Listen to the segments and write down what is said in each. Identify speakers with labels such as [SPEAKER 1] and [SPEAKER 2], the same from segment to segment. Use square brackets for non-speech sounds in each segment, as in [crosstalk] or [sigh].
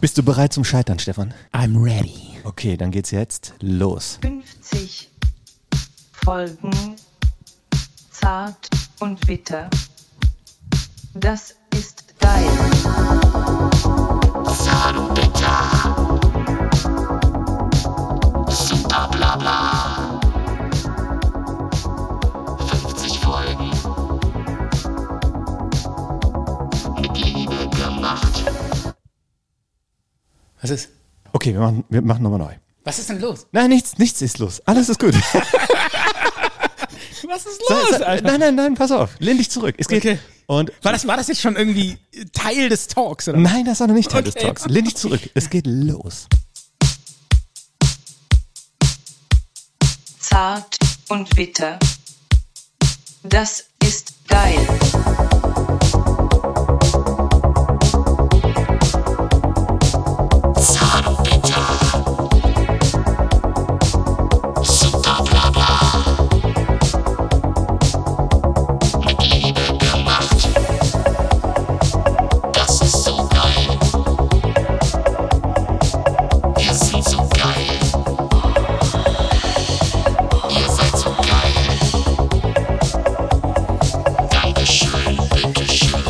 [SPEAKER 1] Bist du bereit zum Scheitern, Stefan?
[SPEAKER 2] I'm ready.
[SPEAKER 1] Okay, dann geht's jetzt los.
[SPEAKER 3] 50 Folgen zart und bitter. Das ist dein.
[SPEAKER 4] Super bla bla. 50 Folgen. Mit Liebe gemacht.
[SPEAKER 2] Was ist?
[SPEAKER 1] Okay, wir machen, wir machen nochmal neu.
[SPEAKER 2] Was ist denn los?
[SPEAKER 1] Nein, nichts, nichts ist los. Alles ist gut.
[SPEAKER 2] [laughs] Was ist
[SPEAKER 1] Sei- sei-
[SPEAKER 2] Alter?
[SPEAKER 1] nein, nein, nein, pass auf. Lehn dich zurück. Es geht.
[SPEAKER 2] Okay.
[SPEAKER 1] Und
[SPEAKER 2] War das, war das jetzt schon irgendwie Teil des Talks, oder?
[SPEAKER 1] nein, das war noch nicht Teil des
[SPEAKER 2] Okay.
[SPEAKER 1] Talks. Lehn dich zurück. Es geht los.
[SPEAKER 3] Zart und bitter. Das ist geil.
[SPEAKER 4] Super bla bla. Mit Liebe gemacht. Das ist so geil. Wir sind so geil. Ihr seid so geil. Dankeschön, bitteschön.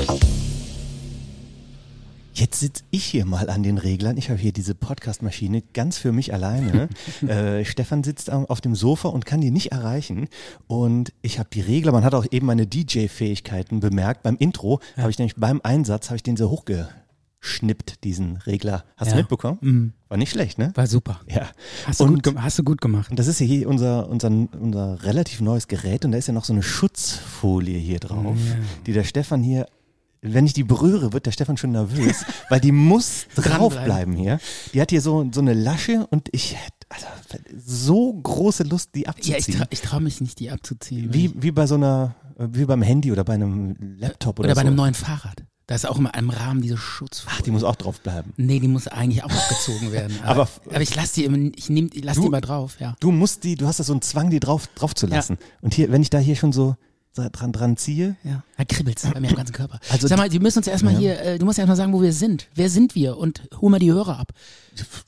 [SPEAKER 1] Jetzt sitze ich hier mal an den Reglern. Ich habe hier diese Podcast-Maschine ganz für mich
[SPEAKER 2] [laughs]
[SPEAKER 1] alleine. äh, Stefan sitzt am- auf dem Sofa und kann die nicht erreichen. Und ich habe die Regler, man hat auch eben meine DJ-Fähigkeiten bemerkt. Beim Intro habe ich nämlich beim Einsatz, habe ich den so hochgeschnippt, diesen Regler. Hast du
[SPEAKER 2] Ja. Mhm.
[SPEAKER 1] mitbekommen? War nicht schlecht, ne?
[SPEAKER 2] War super.
[SPEAKER 1] Ja.
[SPEAKER 2] Hast du,
[SPEAKER 1] Und-
[SPEAKER 2] gut, gem- hast du gut gemacht. um
[SPEAKER 1] Und das ist ja hier unser, unser, unser relativ neues Gerät und da ist ja noch so eine Schutzfolie hier drauf, die der Stefan hier, wenn ich die berühre, wird der Stefan schon nervös, [laughs] weil die muss draufbleiben hier. Die hat hier so, so eine Lasche und ich hätte also, so große Lust, die
[SPEAKER 2] Ja, ich,
[SPEAKER 1] abzuziehen.
[SPEAKER 2] tra ich traue mich nicht, die abzuziehen.
[SPEAKER 1] wie, wie bei so einer, wie beim Handy oder bei einem Laptop oder,
[SPEAKER 2] oder bei
[SPEAKER 1] so.
[SPEAKER 2] einem neuen Fahrrad. Da ist auch immer im Rahmen diese Schutzfolie.
[SPEAKER 1] Ach, die muss auch draufbleiben.
[SPEAKER 2] Nee, die muss eigentlich auch abgezogen werden.
[SPEAKER 1] Aber-
[SPEAKER 2] [laughs] aber ich lasse die immer, ich nehm, ich lass
[SPEAKER 1] Du-
[SPEAKER 2] die immer drauf, ja.
[SPEAKER 1] Du musst die, du hast da so einen Zwang, die drauf, drauf zu lassen. Und hier, wenn ich da hier schon so dran, dran ziehe,
[SPEAKER 2] Ja. Da kribbelt's bei mir am ganzen Körper.
[SPEAKER 1] Also
[SPEAKER 2] Also Sag mal, die müssen uns erstmal hier, äh, du musst erstmal sagen, wo wir sind. Wer sind wir? Und hol mal die Hörer ab.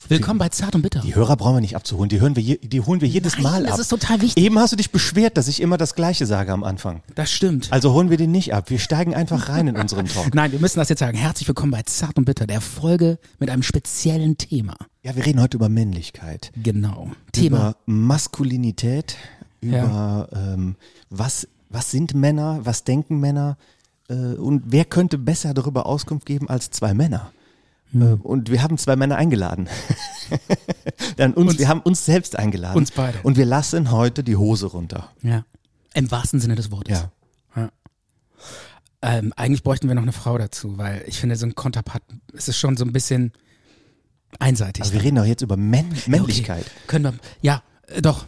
[SPEAKER 2] Willkommen bei Zart und Bitter.
[SPEAKER 1] Die Hörer brauchen wir nicht abzuholen, die, hören wir je, die holen wir jedes
[SPEAKER 2] Nein,
[SPEAKER 1] Mal ab.
[SPEAKER 2] das ist total wichtig.
[SPEAKER 1] Eben hast du dich beschwert, dass ich immer das Gleiche sage am Anfang.
[SPEAKER 2] Das stimmt.
[SPEAKER 1] Also holen wir den nicht ab. Wir steigen einfach rein in unseren
[SPEAKER 2] [laughs]
[SPEAKER 1] Talk.
[SPEAKER 2] Nein, wir müssen das jetzt sagen. Herzlich willkommen bei Zart und Bitter, der Folge mit einem speziellen Thema.
[SPEAKER 1] Ja, wir reden heute über Männlichkeit,
[SPEAKER 2] Genau. Thema.
[SPEAKER 1] über Maskulinität, über ähm, was, was sind Männer, was denken Männer äh, und wer könnte besser darüber Auskunft geben als zwei Männer.
[SPEAKER 2] Hm.
[SPEAKER 1] Äh, Und wir haben zwei Männer eingeladen. [laughs] Dann uns, wir haben uns selbst eingeladen.
[SPEAKER 2] Uns beide.
[SPEAKER 1] Und wir lassen heute die Hose runter.
[SPEAKER 2] Ja. Im wahrsten Sinne des Wortes.
[SPEAKER 1] Ja.
[SPEAKER 2] Ähm, eigentlich bräuchten wir noch eine Frau dazu, weil ich finde, so ein Konterpart es ist schon so ein bisschen einseitig.
[SPEAKER 1] Aber Also wir reden doch jetzt über Männ Männlichkeit.
[SPEAKER 2] Okay. Können wir, ja, äh, doch,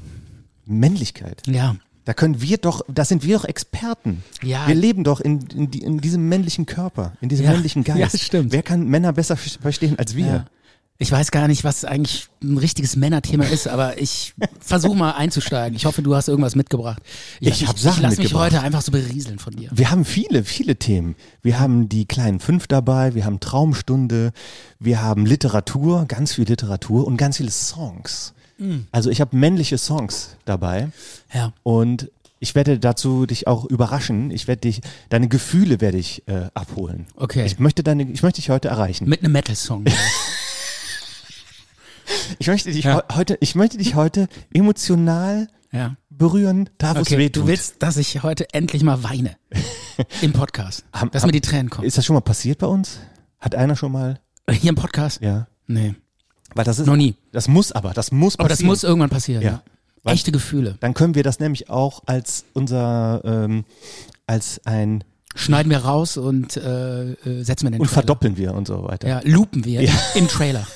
[SPEAKER 1] Männlichkeit.
[SPEAKER 2] ja.
[SPEAKER 1] Da können wir doch, da sind wir doch Experten.
[SPEAKER 2] Ja.
[SPEAKER 1] Wir leben doch in, in, die, in diesem männlichen Körper, in diesem
[SPEAKER 2] Ja.
[SPEAKER 1] männlichen Geist.
[SPEAKER 2] [laughs] Ja, stimmt.
[SPEAKER 1] Wer kann Männer besser f- verstehen als wir?
[SPEAKER 2] Ja. Ich weiß gar nicht, was eigentlich ein richtiges Männerthema ist,
[SPEAKER 1] [laughs]
[SPEAKER 2] aber ich versuche mal einzusteigen. Ich hoffe, du hast irgendwas mitgebracht.
[SPEAKER 1] Ich hab Sachen
[SPEAKER 2] Ich lass mich
[SPEAKER 1] mitgebracht.
[SPEAKER 2] heute einfach so berieseln von dir.
[SPEAKER 1] Wir haben viele, viele Themen. Wir haben die kleinen fünf dabei, wir haben Traumstunde, wir haben Literatur, ganz viel Literatur und ganz viele Songs.
[SPEAKER 2] Mhm.
[SPEAKER 1] Also ich habe männliche Songs dabei.
[SPEAKER 2] Ja.
[SPEAKER 1] Und ich werde dazu dich auch überraschen. Ich werde dich, deine Gefühle werde ich äh, abholen.
[SPEAKER 2] Okay.
[SPEAKER 1] Ich möchte deine, ich möchte dich heute erreichen.
[SPEAKER 2] Mit
[SPEAKER 1] [laughs]
[SPEAKER 2] einem Metal-Song.
[SPEAKER 1] Ich möchte dich
[SPEAKER 2] Ja.
[SPEAKER 1] heu- heute, ich möchte dich heute emotional
[SPEAKER 2] ja.
[SPEAKER 1] berühren, da wo es
[SPEAKER 2] Okay,
[SPEAKER 1] weh
[SPEAKER 2] du willst, dass ich heute endlich mal
[SPEAKER 1] [laughs]
[SPEAKER 2] weine. Im Podcast.
[SPEAKER 1] Ham-
[SPEAKER 2] dass
[SPEAKER 1] ham-
[SPEAKER 2] mir die Tränen kommen.
[SPEAKER 1] Ist das schon mal passiert bei uns? Hat einer schon mal?
[SPEAKER 2] Hier im Podcast?
[SPEAKER 1] Ja.
[SPEAKER 2] Nee.
[SPEAKER 1] Weil das ist
[SPEAKER 2] Noch nie.
[SPEAKER 1] Das muss aber, das muss passieren.
[SPEAKER 2] Aber das muss irgendwann passieren.
[SPEAKER 1] Ja.
[SPEAKER 2] Ja.
[SPEAKER 1] Wann-
[SPEAKER 2] Echte Gefühle.
[SPEAKER 1] Dann können wir das nämlich auch als unser ähm, als ein
[SPEAKER 2] Schneiden wir raus und äh, äh, setzen wir den
[SPEAKER 1] und
[SPEAKER 2] Trailer.
[SPEAKER 1] verdoppeln wir und so weiter.
[SPEAKER 2] Ja, loopen wir
[SPEAKER 1] Ja.
[SPEAKER 2] im Trailer.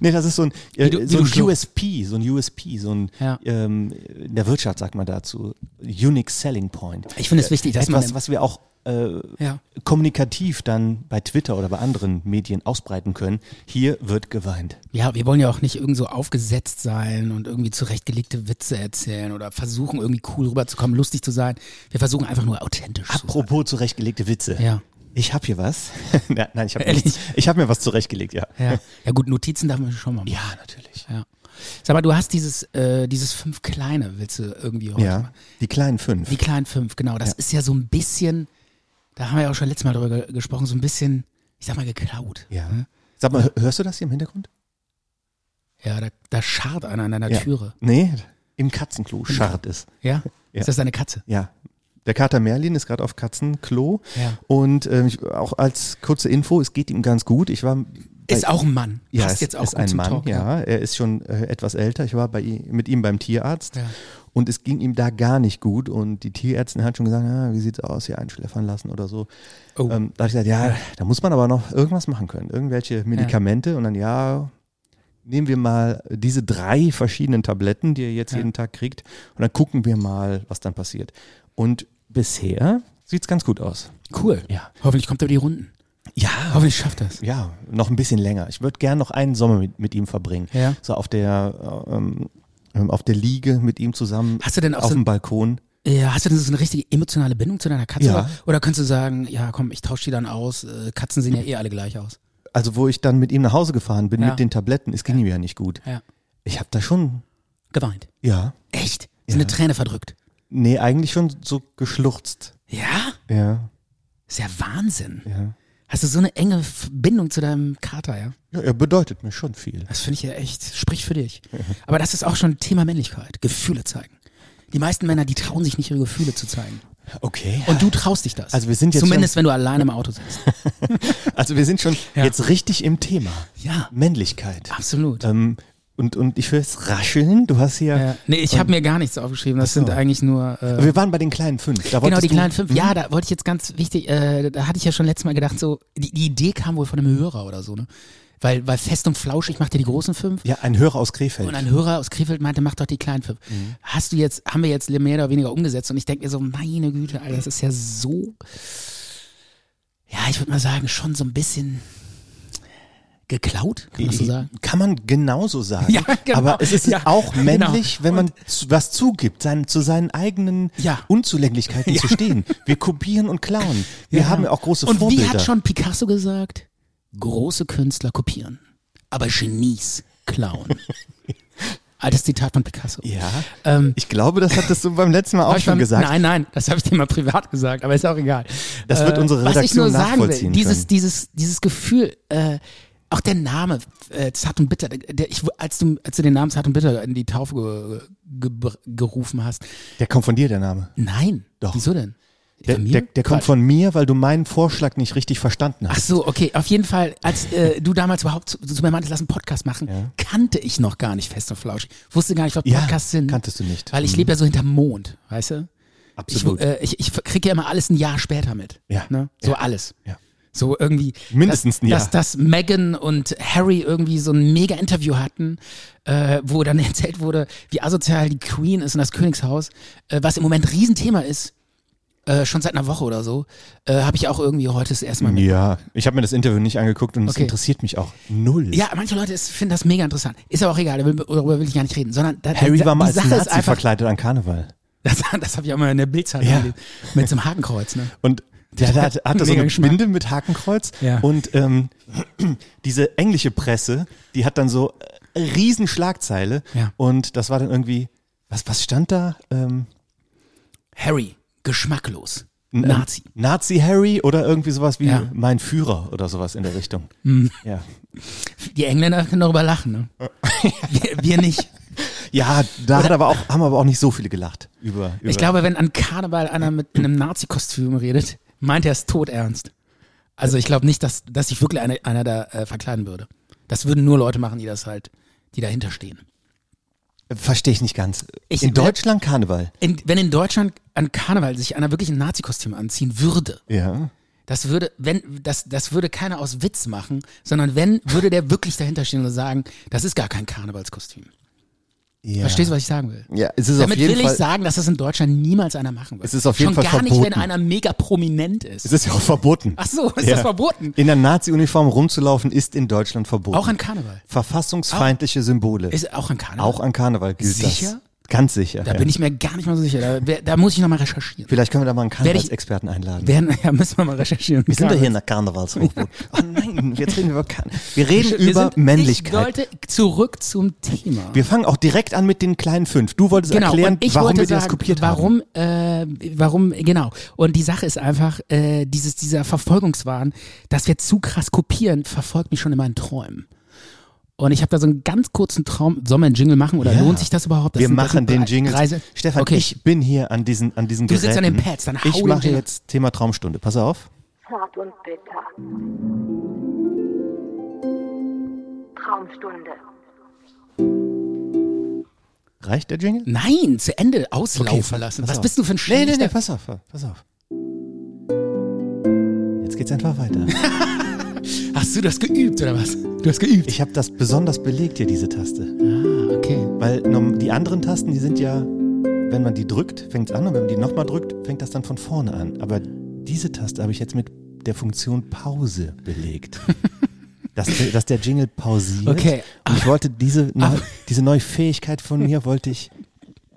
[SPEAKER 1] Nee, das ist so ein, äh,
[SPEAKER 2] Wie du- wie
[SPEAKER 1] so
[SPEAKER 2] du
[SPEAKER 1] ein
[SPEAKER 2] schluck-
[SPEAKER 1] USP, so ein USP, so ein
[SPEAKER 2] Ja.
[SPEAKER 1] ähm, in der Wirtschaft sagt man dazu Unique Selling Point. Äh,
[SPEAKER 2] Ich finde es wichtig, dass man
[SPEAKER 1] Etwas, was wir auch äh,
[SPEAKER 2] Ja.
[SPEAKER 1] kommunikativ dann bei Twitter oder bei anderen Medien ausbreiten können. Hier wird geweint.
[SPEAKER 2] Ja, wir wollen ja auch nicht irgend so aufgesetzt sein und irgendwie zurechtgelegte Witze erzählen oder versuchen irgendwie cool rüberzukommen, lustig zu sein. Wir versuchen einfach nur authentisch zu
[SPEAKER 1] Apropos zurechtgelegte Witze.
[SPEAKER 2] sein. Ja.
[SPEAKER 1] Ich habe hier was. [laughs] Na, Nein, ich habe
[SPEAKER 2] Ehrlich?
[SPEAKER 1] nichts. Ich habe mir was zurechtgelegt, ja.
[SPEAKER 2] Ja. ja gut, Notizen darf man schon mal machen.
[SPEAKER 1] Ja, natürlich.
[SPEAKER 2] Ja. Sag mal, du hast dieses, äh, dieses fünf kleine, willst du irgendwie heute
[SPEAKER 1] Ja,
[SPEAKER 2] mal-
[SPEAKER 1] die kleinen fünf.
[SPEAKER 2] Die kleinen fünf, genau. Das ist ja so ein bisschen, da haben wir ja auch schon letztes Mal drüber ge gesprochen, so ein bisschen, ich sag mal, geklaut.
[SPEAKER 1] ja.
[SPEAKER 2] ne?
[SPEAKER 1] Sag mal, hö- hörst du das hier im Hintergrund?
[SPEAKER 2] Ja, da, da schart einer an deiner
[SPEAKER 1] Ja.
[SPEAKER 2] Türe.
[SPEAKER 1] Nee, im Katzenklo scharrt es.
[SPEAKER 2] Ja?
[SPEAKER 1] Ja.
[SPEAKER 2] Ist das deine Katze?
[SPEAKER 1] Ja. Der Kater Merlin ist gerade auf Katzenklo.
[SPEAKER 2] Ja.
[SPEAKER 1] Und ähm, ich, auch als kurze Info, es geht ihm ganz gut. Ich war bei-
[SPEAKER 2] Ist auch ein Mann.
[SPEAKER 1] ja,
[SPEAKER 2] Passt
[SPEAKER 1] es
[SPEAKER 2] jetzt auch
[SPEAKER 1] ist
[SPEAKER 2] gut
[SPEAKER 1] ein
[SPEAKER 2] zum
[SPEAKER 1] Mann,
[SPEAKER 2] Talk. ne?
[SPEAKER 1] ja. Er ist schon äh, etwas älter. Ich war bei, ihm- mit ihm beim Tierarzt
[SPEAKER 2] Ja.
[SPEAKER 1] und es ging ihm da gar nicht gut. Und die Tierärztin hat schon gesagt, ah, wie sieht's aus, hier einschläfern lassen oder so.
[SPEAKER 2] Oh.
[SPEAKER 1] Ähm, da habe ich gesagt, ja, da muss man aber noch irgendwas machen können, irgendwelche Medikamente. Und dann, ja, nehmen wir mal diese drei verschiedenen Tabletten, die ihr jetzt jeden Tag kriegt, und dann gucken wir mal, was dann passiert. Und bisher sieht's ganz gut aus.
[SPEAKER 2] Cool.
[SPEAKER 1] Ja.
[SPEAKER 2] Hoffentlich kommt er über die Runden.
[SPEAKER 1] Ja,
[SPEAKER 2] Hoffentlich schafft er es.
[SPEAKER 1] ja, noch ein bisschen länger. Ich würde gern noch einen Sommer mit, mit ihm verbringen.
[SPEAKER 2] Ja.
[SPEAKER 1] So auf der, ähm, ähm, auf der Liege mit ihm zusammen.
[SPEAKER 2] Hast du denn auch
[SPEAKER 1] auf
[SPEAKER 2] so-
[SPEAKER 1] dem Balkon?
[SPEAKER 2] Ja, hast du denn so eine richtige emotionale Bindung zu deiner Katze?
[SPEAKER 1] Ja.
[SPEAKER 2] Oder, oder kannst du sagen, ja komm, ich tausche die dann aus, äh, Katzen sehen ja eh alle gleich aus.
[SPEAKER 1] Also wo ich dann mit ihm nach Hause gefahren bin
[SPEAKER 2] Ja.
[SPEAKER 1] mit den Tabletten, es ging ihm ja nicht gut.
[SPEAKER 2] Ja.
[SPEAKER 1] Ich habe da schon,
[SPEAKER 2] Geweint.
[SPEAKER 1] ja,
[SPEAKER 2] Echt?
[SPEAKER 1] Ja.
[SPEAKER 2] Ist eine Träne verdrückt.
[SPEAKER 1] nee, eigentlich schon so geschluchzt.
[SPEAKER 2] Ja?
[SPEAKER 1] Ja,
[SPEAKER 2] Ist ja Wahnsinn.
[SPEAKER 1] ja.
[SPEAKER 2] Hast du so eine enge F- Bindung zu deinem Kater, ja?
[SPEAKER 1] Ja, er bedeutet mir schon viel.
[SPEAKER 2] Das finde ich ja echt, spricht für dich. Aber das ist auch schon Thema Männlichkeit. Gefühle zeigen. Die meisten Männer, die trauen sich nicht, ihre Gefühle zu zeigen.
[SPEAKER 1] Okay.
[SPEAKER 2] Und du traust dich das.
[SPEAKER 1] Also wir sind jetzt
[SPEAKER 2] Zumindest, wenn du alleine im
[SPEAKER 1] [laughs]
[SPEAKER 2] Auto sitzt.
[SPEAKER 1] Also wir sind schon
[SPEAKER 2] Ja.
[SPEAKER 1] jetzt richtig im Thema.
[SPEAKER 2] Ja,
[SPEAKER 1] Männlichkeit.
[SPEAKER 2] absolut.
[SPEAKER 1] Ähm, und, und ich höre es rascheln. Du hast hier.
[SPEAKER 2] Ja. Nee, ich habe mir gar nichts aufgeschrieben. Das
[SPEAKER 1] Ach so.
[SPEAKER 2] sind eigentlich nur... Äh,
[SPEAKER 1] Wir waren bei den kleinen fünf. Da
[SPEAKER 2] Genau,
[SPEAKER 1] wolltest
[SPEAKER 2] die
[SPEAKER 1] du- Mhm.
[SPEAKER 2] kleinen fünf. Ja, da wollte ich jetzt ganz wichtig, äh, da hatte ich ja schon letztes Mal gedacht, so, die, die Idee kam wohl von einem Hörer oder so, ne? Weil, weil fest und flauschig macht ja die großen fünf.
[SPEAKER 1] Ja, ein Hörer aus Krefeld.
[SPEAKER 2] Und ein Hörer aus Krefeld meinte, mach doch die kleinen fünf.
[SPEAKER 1] Mhm.
[SPEAKER 2] Hast du jetzt, haben wir jetzt mehr oder weniger umgesetzt und ich denke mir so, meine Güte, Alter, das ist ja so, ja, ich würde mal sagen, schon so ein bisschen geklaut, kann man das so sagen?
[SPEAKER 1] Kann man genauso sagen.
[SPEAKER 2] Ja, genau.
[SPEAKER 1] Aber es ist
[SPEAKER 2] Ja,
[SPEAKER 1] auch
[SPEAKER 2] genau.
[SPEAKER 1] männlich, wenn man zu, was zugibt, sein, zu seinen eigenen
[SPEAKER 2] Ja. genau.
[SPEAKER 1] Unzulänglichkeiten zu stehen. Wir kopieren und klauen. Wir haben ja auch große
[SPEAKER 2] Und
[SPEAKER 1] Vorbilder.
[SPEAKER 2] wie hat schon Picasso gesagt? Große Künstler kopieren, aber Genies
[SPEAKER 1] [laughs]
[SPEAKER 2] klauen. Altes Zitat von Picasso.
[SPEAKER 1] ja,
[SPEAKER 2] Ähm,
[SPEAKER 1] ich glaube, das hattest du beim letzten Mal auch
[SPEAKER 2] hab ich
[SPEAKER 1] schon
[SPEAKER 2] mal-
[SPEAKER 1] gesagt.
[SPEAKER 2] Nein, nein, das habe ich dir mal [laughs] privat gesagt, aber ist auch egal. Äh,
[SPEAKER 1] Das wird unsere
[SPEAKER 2] was ich nur
[SPEAKER 1] Redaktion
[SPEAKER 2] sagen will,
[SPEAKER 1] nachvollziehen
[SPEAKER 2] dieses,
[SPEAKER 1] können.
[SPEAKER 2] dieses, dieses Gefühl, äh, auch der Name äh, Zart und Bitter, der, ich, als, du, als du den Namen Zart und Bitter in die Taufe ge, ge, gerufen hast,
[SPEAKER 1] Der kommt von dir, der Name.
[SPEAKER 2] nein.
[SPEAKER 1] Doch.
[SPEAKER 2] Wieso denn? Die
[SPEAKER 1] Der,
[SPEAKER 2] Familie?
[SPEAKER 1] der, der kommt von mir, weil du meinen Vorschlag nicht richtig verstanden
[SPEAKER 2] Ach
[SPEAKER 1] hast.
[SPEAKER 2] so, okay. Auf jeden Fall, als äh, du damals überhaupt zu, zu mir meintest, lass einen Podcast machen,
[SPEAKER 1] Ja.
[SPEAKER 2] kannte ich noch gar nicht fest und flauschig. Wusste gar nicht, was
[SPEAKER 1] Ja,
[SPEAKER 2] Podcasts sind.
[SPEAKER 1] kanntest du nicht.
[SPEAKER 2] Weil ich
[SPEAKER 1] Mhm.
[SPEAKER 2] lebe ja so hinterm Mond, weißt du? Ich,
[SPEAKER 1] Absolut.
[SPEAKER 2] äh, ich, ich kriege ja immer alles ein Jahr später mit.
[SPEAKER 1] Ja.
[SPEAKER 2] Ne? So
[SPEAKER 1] Ja.
[SPEAKER 2] alles.
[SPEAKER 1] ja.
[SPEAKER 2] So irgendwie.
[SPEAKER 1] Mindestens
[SPEAKER 2] dass,
[SPEAKER 1] ein Jahr.
[SPEAKER 2] Dass, dass Meghan und Harry irgendwie so ein mega Interview hatten, äh, wo dann [laughs] erzählt wurde, wie asozial die Queen ist und das Königshaus, äh, was im Moment ein Riesenthema ist. Äh, schon seit einer Woche oder so. Äh, Habe ich auch irgendwie heute das erste Mal mit.
[SPEAKER 1] Ja, ich habe mir das Interview nicht angeguckt und es
[SPEAKER 2] Okay.
[SPEAKER 1] interessiert mich auch null.
[SPEAKER 2] Ja, manche Leute ist- finden das mega interessant. Ist aber auch egal, da will- darüber will ich gar nicht reden. Sondern da,
[SPEAKER 1] Harry
[SPEAKER 2] da,
[SPEAKER 1] war mal
[SPEAKER 2] die
[SPEAKER 1] als
[SPEAKER 2] Sache ist
[SPEAKER 1] Nazi
[SPEAKER 2] einfach,
[SPEAKER 1] verkleidet an Karneval.
[SPEAKER 2] [laughs] das, das habe ich auch mal in der Bildzeit
[SPEAKER 1] Ja.
[SPEAKER 2] gelesen. Mit so einem Hakenkreuz, ne? [laughs]
[SPEAKER 1] Und der, der hat, hatte so
[SPEAKER 2] Mega
[SPEAKER 1] eine
[SPEAKER 2] Geschmack.
[SPEAKER 1] Binde mit Hakenkreuz
[SPEAKER 2] Ja.
[SPEAKER 1] und ähm, [clears throat] diese englische Presse, die hat dann so äh, riesen Schlagzeile
[SPEAKER 2] Ja.
[SPEAKER 1] und das war dann irgendwie, was, was stand da? Ähm,
[SPEAKER 2] Harry, geschmacklos.
[SPEAKER 1] n-
[SPEAKER 2] Nazi.
[SPEAKER 1] ähm, Nazi Harry oder irgendwie sowas wie
[SPEAKER 2] Ja. Hm.
[SPEAKER 1] mein Führer oder sowas in der Richtung. Ja.
[SPEAKER 2] Die Engländer können darüber lachen, ne? wir, wir nicht.
[SPEAKER 1] ja, da hat aber auch, haben aber auch nicht so viele gelacht über, über
[SPEAKER 2] Ich glaube, wenn an Karneval einer mit einem Nazi-Kostüm redet, meint er es todernst. Also ich glaube nicht, dass, dass sich wirklich einer, einer da äh, verkleiden würde. Das würden nur Leute machen, die das halt, die dahinter stehen.
[SPEAKER 1] verstehe ich nicht ganz.
[SPEAKER 2] Ich-
[SPEAKER 1] in Deutschland Karneval.
[SPEAKER 2] In, wenn in Deutschland an Karneval sich einer wirklich ein Nazi-Kostüm anziehen würde,
[SPEAKER 1] Ja.
[SPEAKER 2] Das würde, wenn, das, das würde keiner aus Witz machen, sondern wenn, würde der wirklich dahinter stehen und sagen, das ist gar kein Karnevalskostüm.
[SPEAKER 1] ja.
[SPEAKER 2] Verstehst du, was ich sagen will?
[SPEAKER 1] Ja, es ist
[SPEAKER 2] Damit
[SPEAKER 1] auf jeden
[SPEAKER 2] will
[SPEAKER 1] Fall
[SPEAKER 2] ich sagen, dass das in Deutschland niemals einer machen wird.
[SPEAKER 1] Es ist auf jeden
[SPEAKER 2] Schon
[SPEAKER 1] Fall
[SPEAKER 2] gar nicht,
[SPEAKER 1] verboten.
[SPEAKER 2] wenn einer mega prominent
[SPEAKER 1] Es
[SPEAKER 2] ist.
[SPEAKER 1] ist ja auch verboten.
[SPEAKER 2] Ach so, ist
[SPEAKER 1] Ja.
[SPEAKER 2] das verboten?
[SPEAKER 1] In der Nazi-Uniform rumzulaufen ist in Deutschland verboten.
[SPEAKER 2] Auch an Karneval.
[SPEAKER 1] Verfassungsfeindliche Symbole.
[SPEAKER 2] Ist auch an Karneval.
[SPEAKER 1] auch an Karneval gilt
[SPEAKER 2] Sicher?
[SPEAKER 1] Ganz sicher.
[SPEAKER 2] Da
[SPEAKER 1] ja.
[SPEAKER 2] bin ich mir gar nicht mal so sicher. Da, wer- da muss ich nochmal recherchieren.
[SPEAKER 1] Vielleicht können wir da mal einen
[SPEAKER 2] Werde ich-
[SPEAKER 1] Karnevalsexperten einladen.
[SPEAKER 2] Werden, [laughs] ja, müssen wir mal recherchieren.
[SPEAKER 1] wir sind doch hier in der
[SPEAKER 2] [laughs]
[SPEAKER 1] Karnevalshochburg. Oh nein, jetzt reden wir über Karneval. Wir reden
[SPEAKER 2] Wir
[SPEAKER 1] über
[SPEAKER 2] sind- Ich
[SPEAKER 1] Männlichkeit.
[SPEAKER 2] sollte zurück zum Thema.
[SPEAKER 1] Wir fangen auch direkt an mit den kleinen fünf. Du wolltest
[SPEAKER 2] genau,
[SPEAKER 1] erklären,
[SPEAKER 2] und ich
[SPEAKER 1] warum
[SPEAKER 2] wollte
[SPEAKER 1] wir
[SPEAKER 2] sagen,
[SPEAKER 1] das kopiert haben.
[SPEAKER 2] warum, Äh, warum, genau. Und die Sache ist einfach, äh, dieses, dieser Verfolgungswahn, dass wir zu krass kopieren, verfolgt mich schon in meinen Träumen. Und ich habe da so einen ganz kurzen Traum. Soll man einen Jingle machen oder
[SPEAKER 1] Ja.
[SPEAKER 2] lohnt sich das überhaupt? Das
[SPEAKER 1] wir
[SPEAKER 2] sind- das
[SPEAKER 1] machen
[SPEAKER 2] sind
[SPEAKER 1] den
[SPEAKER 2] drei-
[SPEAKER 1] Jingle.
[SPEAKER 2] drei Se-
[SPEAKER 1] Stefan,
[SPEAKER 2] okay.
[SPEAKER 1] ich bin hier an diesen, an diesen
[SPEAKER 2] Du
[SPEAKER 1] Geräten.
[SPEAKER 2] sitzt an den Pads, dann hau
[SPEAKER 1] Ich
[SPEAKER 2] den
[SPEAKER 1] mache
[SPEAKER 2] Jingle.
[SPEAKER 1] jetzt Thema Traumstunde. Pass auf.
[SPEAKER 5] Zart und bitter. Traumstunde.
[SPEAKER 1] Reicht der Jingle?
[SPEAKER 2] Nein, zu Ende auslaufen lassen.
[SPEAKER 1] pass
[SPEAKER 2] Was
[SPEAKER 1] auf.
[SPEAKER 2] bist du für
[SPEAKER 1] Nee,
[SPEAKER 2] ein
[SPEAKER 1] nee,
[SPEAKER 2] schlechter?
[SPEAKER 1] nee, pass auf, pass auf. Jetzt geht's einfach
[SPEAKER 2] [laughs]
[SPEAKER 1] weiter.
[SPEAKER 2] Hast du das geübt oder was? Du hast geübt.
[SPEAKER 1] Ich habe das besonders belegt hier, diese Taste.
[SPEAKER 2] ah, okay.
[SPEAKER 1] Weil norm- die anderen Tasten, die sind ja, wenn man die drückt, fängt's an und wenn man die nochmal drückt, fängt das dann von vorne an. Aber diese Taste habe ich jetzt mit der Funktion Pause
[SPEAKER 2] [laughs]
[SPEAKER 1] belegt. Dass, der- dass der Jingle pausiert.
[SPEAKER 2] Okay.
[SPEAKER 1] Und ich wollte diese, neu, diese neue Fähigkeit von mir wollte ich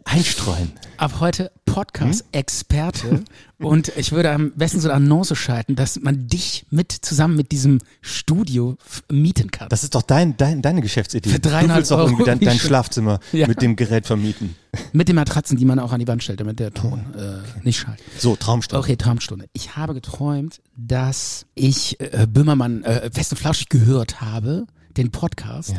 [SPEAKER 1] einstreuen.
[SPEAKER 2] ab heute Podcast-Experte und ich würde am besten so eine Annonce schalten, dass man dich mit zusammen mit diesem Studio f- mieten kann.
[SPEAKER 1] Das ist doch dein, dein, deine Geschäftsidee.
[SPEAKER 2] Für
[SPEAKER 1] du
[SPEAKER 2] 300
[SPEAKER 1] willst doch
[SPEAKER 2] Euro
[SPEAKER 1] irgendwie dein, dein
[SPEAKER 2] wie schon.
[SPEAKER 1] Schlafzimmer
[SPEAKER 2] [laughs] Ja.
[SPEAKER 1] mit dem Gerät vermieten.
[SPEAKER 2] mit den Matratzen, die man auch an die Wand stellt, damit der Ton äh, nicht schallt.
[SPEAKER 1] So, Traumstunde.
[SPEAKER 2] Okay, Traumstunde. Ich habe geträumt, dass ich äh, Böhmermann äh, fest und flauschig gehört habe, den Podcast.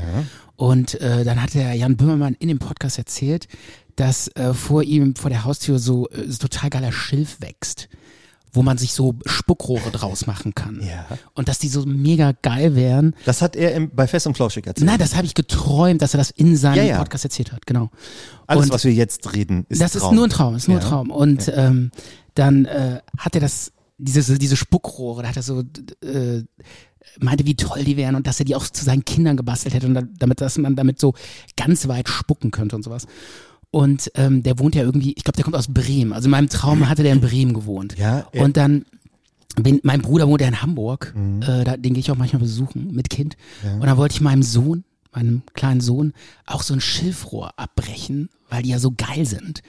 [SPEAKER 2] Und äh, dann hat der Jan Böhmermann in dem Podcast erzählt, dass äh, vor ihm, vor der Haustür so, äh, so total geiler Schilf wächst, wo man sich so Spuckrohre draus machen kann.
[SPEAKER 1] Ja.
[SPEAKER 2] Und dass die so mega geil wären.
[SPEAKER 1] Das hat er im, bei Fest und Flauschig erzählt.
[SPEAKER 2] Nein, das habe ich geträumt, dass er das in seinem
[SPEAKER 1] Ja, ja.
[SPEAKER 2] Podcast erzählt hat, genau.
[SPEAKER 1] Alles,
[SPEAKER 2] und-
[SPEAKER 1] was wir jetzt reden, ist
[SPEAKER 2] das
[SPEAKER 1] Traum.
[SPEAKER 2] ist nur ein Traum, ist nur
[SPEAKER 1] Ja.
[SPEAKER 2] ein Traum. Und ähm, dann äh, hat er das, diese, diese Spuckrohre, da hat er so, äh, meinte, wie toll die wären und dass er die auch zu seinen Kindern gebastelt hätte und da, damit, dass man damit so ganz weit spucken könnte und sowas. Und ähm, der wohnt ja irgendwie, ich glaube, der kommt aus Bremen. Also in meinem Traum hatte der in Bremen gewohnt.
[SPEAKER 1] Ja, er-
[SPEAKER 2] und dann bin, mein Bruder wohnt ja in Hamburg,
[SPEAKER 1] Mhm.
[SPEAKER 2] äh, da, den gehe ich auch manchmal besuchen mit Kind. Und dann wollte ich meinem Sohn, meinem kleinen Sohn, auch so ein Schilfrohr abbrechen, weil die ja so geil sind.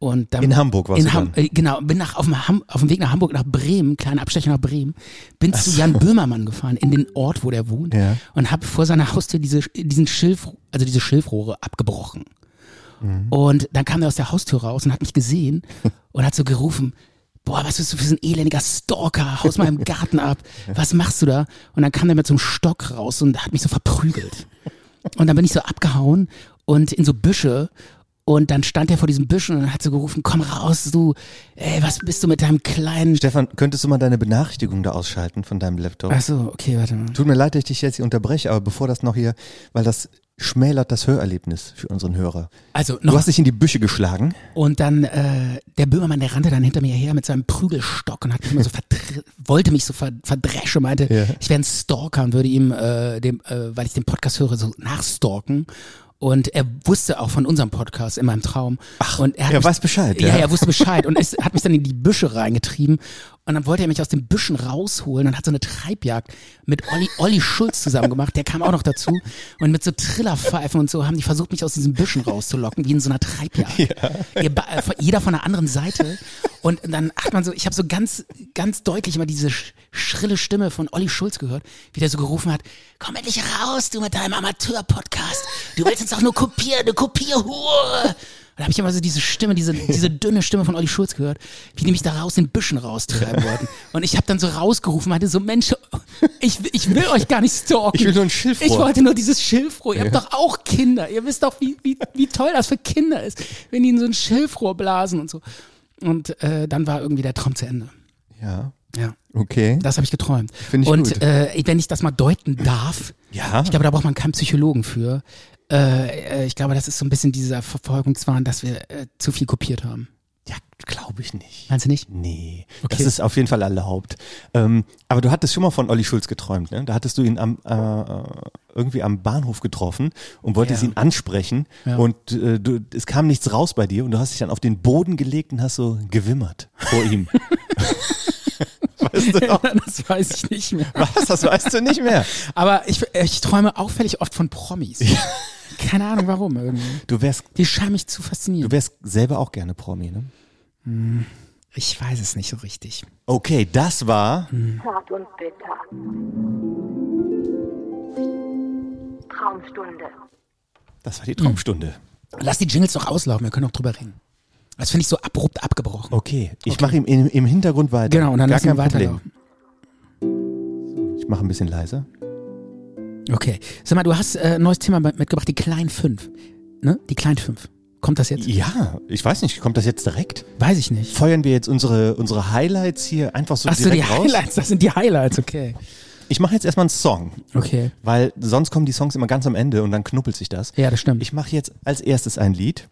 [SPEAKER 2] Und dann,
[SPEAKER 1] In Hamburg warst
[SPEAKER 2] in
[SPEAKER 1] du
[SPEAKER 2] Ham-
[SPEAKER 1] dann?
[SPEAKER 2] äh, Genau, bin nach, auf, dem Ham, auf dem Weg nach Hamburg, nach Bremen, kleinen Abstecher nach Bremen, bin zu Jan Böhmermann gefahren, in den Ort, wo der wohnt,
[SPEAKER 1] Ja.
[SPEAKER 2] und habe vor seiner Haustür diese, diesen Schilf, also diese Schilfrohre abgebrochen. Und dann kam er aus der Haustür raus und hat mich gesehen und hat so gerufen, boah, was bist du für so ein elendiger Stalker, haus mal im Garten ab, was machst du da? Und dann kam er mit so einem Stock raus und hat mich so verprügelt. Und dann bin ich so abgehauen und in so Büsche. Und dann stand er vor diesen Büschen und hat so gerufen, komm raus, du, ey, was bist du mit deinem kleinen...
[SPEAKER 1] Stefan, könntest du mal deine Benachrichtigung da ausschalten von deinem Laptop?
[SPEAKER 2] Ach so, okay, warte mal.
[SPEAKER 1] Tut mir leid, dass ich dich jetzt hier unterbreche, aber bevor das noch hier, weil das schmälert das Hörerlebnis für unseren Hörer.
[SPEAKER 2] Also,
[SPEAKER 1] Du
[SPEAKER 2] noch
[SPEAKER 1] hast dich in die Büsche geschlagen.
[SPEAKER 2] Und dann, äh, der Böhmermann, der rannte dann hinter mir her mit seinem Prügelstock und hat mich immer so verdr- wollte mich so ver verdreschen, meinte,
[SPEAKER 1] Ja.
[SPEAKER 2] ich wäre ein Stalker und würde ihm, äh, dem, äh, weil ich den Podcast höre, so nachstalken. Und er wusste auch von unserem Podcast in meinem Traum. Ach, und hat
[SPEAKER 1] er
[SPEAKER 2] mich-
[SPEAKER 1] weiß Bescheid, ja.
[SPEAKER 2] ja, er wusste Bescheid und ist, hat mich dann in die Büsche reingetrieben. Und dann wollte er mich aus den Büschen rausholen und hat so eine Treibjagd mit Olli, Olli Schulz zusammen gemacht. Der kam auch noch dazu. Und mit so Trillerpfeifen und so haben die versucht, mich aus diesen Büschen rauszulocken, wie in so einer Treibjagd. Ihr ba- äh, von- Jeder von der anderen Seite. Und dann hat man so, ich habe so ganz, ganz deutlich immer diese sch- schrille Stimme von Olli Schulz gehört, wie der so gerufen hat, komm endlich raus, du mit deinem Amateur-Podcast. Du willst uns auch nur kopieren, du Kopierhure. Und da habe ich immer so diese
[SPEAKER 1] [laughs]
[SPEAKER 2] Stimme, diese, diese dünne Stimme von Olli Schulz gehört, wie die mich da raus in
[SPEAKER 1] [laughs]
[SPEAKER 2] Büschen raustreiben wollten. Und ich habe dann so rausgerufen, meinte so, Mensch, ich, ich will euch gar nicht stalken.
[SPEAKER 1] Ich will nur ein Schilfrohr.
[SPEAKER 2] Ich wollte nur dieses Schilfrohr. Ihr habt doch auch Kinder. Ihr wisst doch, wie, wie, wie toll das für Kinder ist, wenn die in so ein Schilfrohr blasen und so. Und äh, dann war irgendwie der Traum zu Ende.
[SPEAKER 1] Ja.
[SPEAKER 2] Ja.
[SPEAKER 1] Okay.
[SPEAKER 2] Das habe ich geträumt.
[SPEAKER 1] Finde ich
[SPEAKER 2] und
[SPEAKER 1] gut.
[SPEAKER 2] Äh, wenn ich das mal deuten darf,
[SPEAKER 1] Ja.
[SPEAKER 2] ich glaube, da braucht man keinen Psychologen für. Äh, äh, ich glaube, das ist so ein bisschen dieser Verfolgungswahn, dass wir äh, zu viel
[SPEAKER 1] [laughs]
[SPEAKER 2] kopiert haben.
[SPEAKER 1] ja, glaube ich nicht.
[SPEAKER 2] Meinst du nicht?
[SPEAKER 1] Nee, das
[SPEAKER 2] Okay.
[SPEAKER 1] ist auf jeden Fall erlaubt. Ähm, aber du hattest schon mal von Olli Schulz geträumt, ne? Da hattest du ihn am, äh, irgendwie am Bahnhof getroffen und wolltest
[SPEAKER 2] Ja.
[SPEAKER 1] ihn ansprechen und äh, du, es kam nichts raus bei dir und du hast dich dann auf den Boden gelegt und hast so gewimmert vor ihm.
[SPEAKER 2] [laughs]
[SPEAKER 1] weißt du noch?
[SPEAKER 2] das weiß ich nicht mehr. äh,
[SPEAKER 1] Was? Das weißt du nicht mehr.
[SPEAKER 2] Aber ich, ich träume auffällig oft von Promis. Keine Ahnung warum irgendwie.
[SPEAKER 1] Du wärst,
[SPEAKER 2] Die scheinen mich zu faszinieren.
[SPEAKER 1] du wärst selber auch gerne Promi, ne?
[SPEAKER 2] Ich weiß es nicht so richtig.
[SPEAKER 1] Okay, das war
[SPEAKER 2] Hm.
[SPEAKER 5] Zart und bitter. Traumstunde.
[SPEAKER 1] das war die Traumstunde.
[SPEAKER 2] Hm. Lass die Jingles doch auslaufen, wir können auch drüber reden. Das finde ich so abrupt abgebrochen.
[SPEAKER 1] Okay, ich mache im, im, im Hintergrund weiter.
[SPEAKER 2] Genau, und dann
[SPEAKER 1] Oh, Gar
[SPEAKER 2] lassen wir
[SPEAKER 1] kein Problem.
[SPEAKER 2] weiterlaufen.
[SPEAKER 1] Ich mache ein bisschen leiser.
[SPEAKER 2] Okay. Sag mal, du hast äh, ein neues Thema mitgebracht, die kleinen fünf. Ne? Die kleinen fünf. Kommt das jetzt?
[SPEAKER 1] Ja, ich weiß nicht, kommt das jetzt direkt?
[SPEAKER 2] Weiß ich nicht.
[SPEAKER 1] Feuern wir jetzt unsere, unsere Highlights hier einfach so
[SPEAKER 2] Ach so, die
[SPEAKER 1] direkt raus?
[SPEAKER 2] Highlights, das sind die Highlights, okay.
[SPEAKER 1] Ich mache jetzt erstmal einen Song,
[SPEAKER 2] Okay.
[SPEAKER 1] weil sonst kommen die Songs immer ganz am Ende und dann knuppelt sich das.
[SPEAKER 2] Ja, das stimmt.
[SPEAKER 1] Ich mache jetzt als erstes ein Lied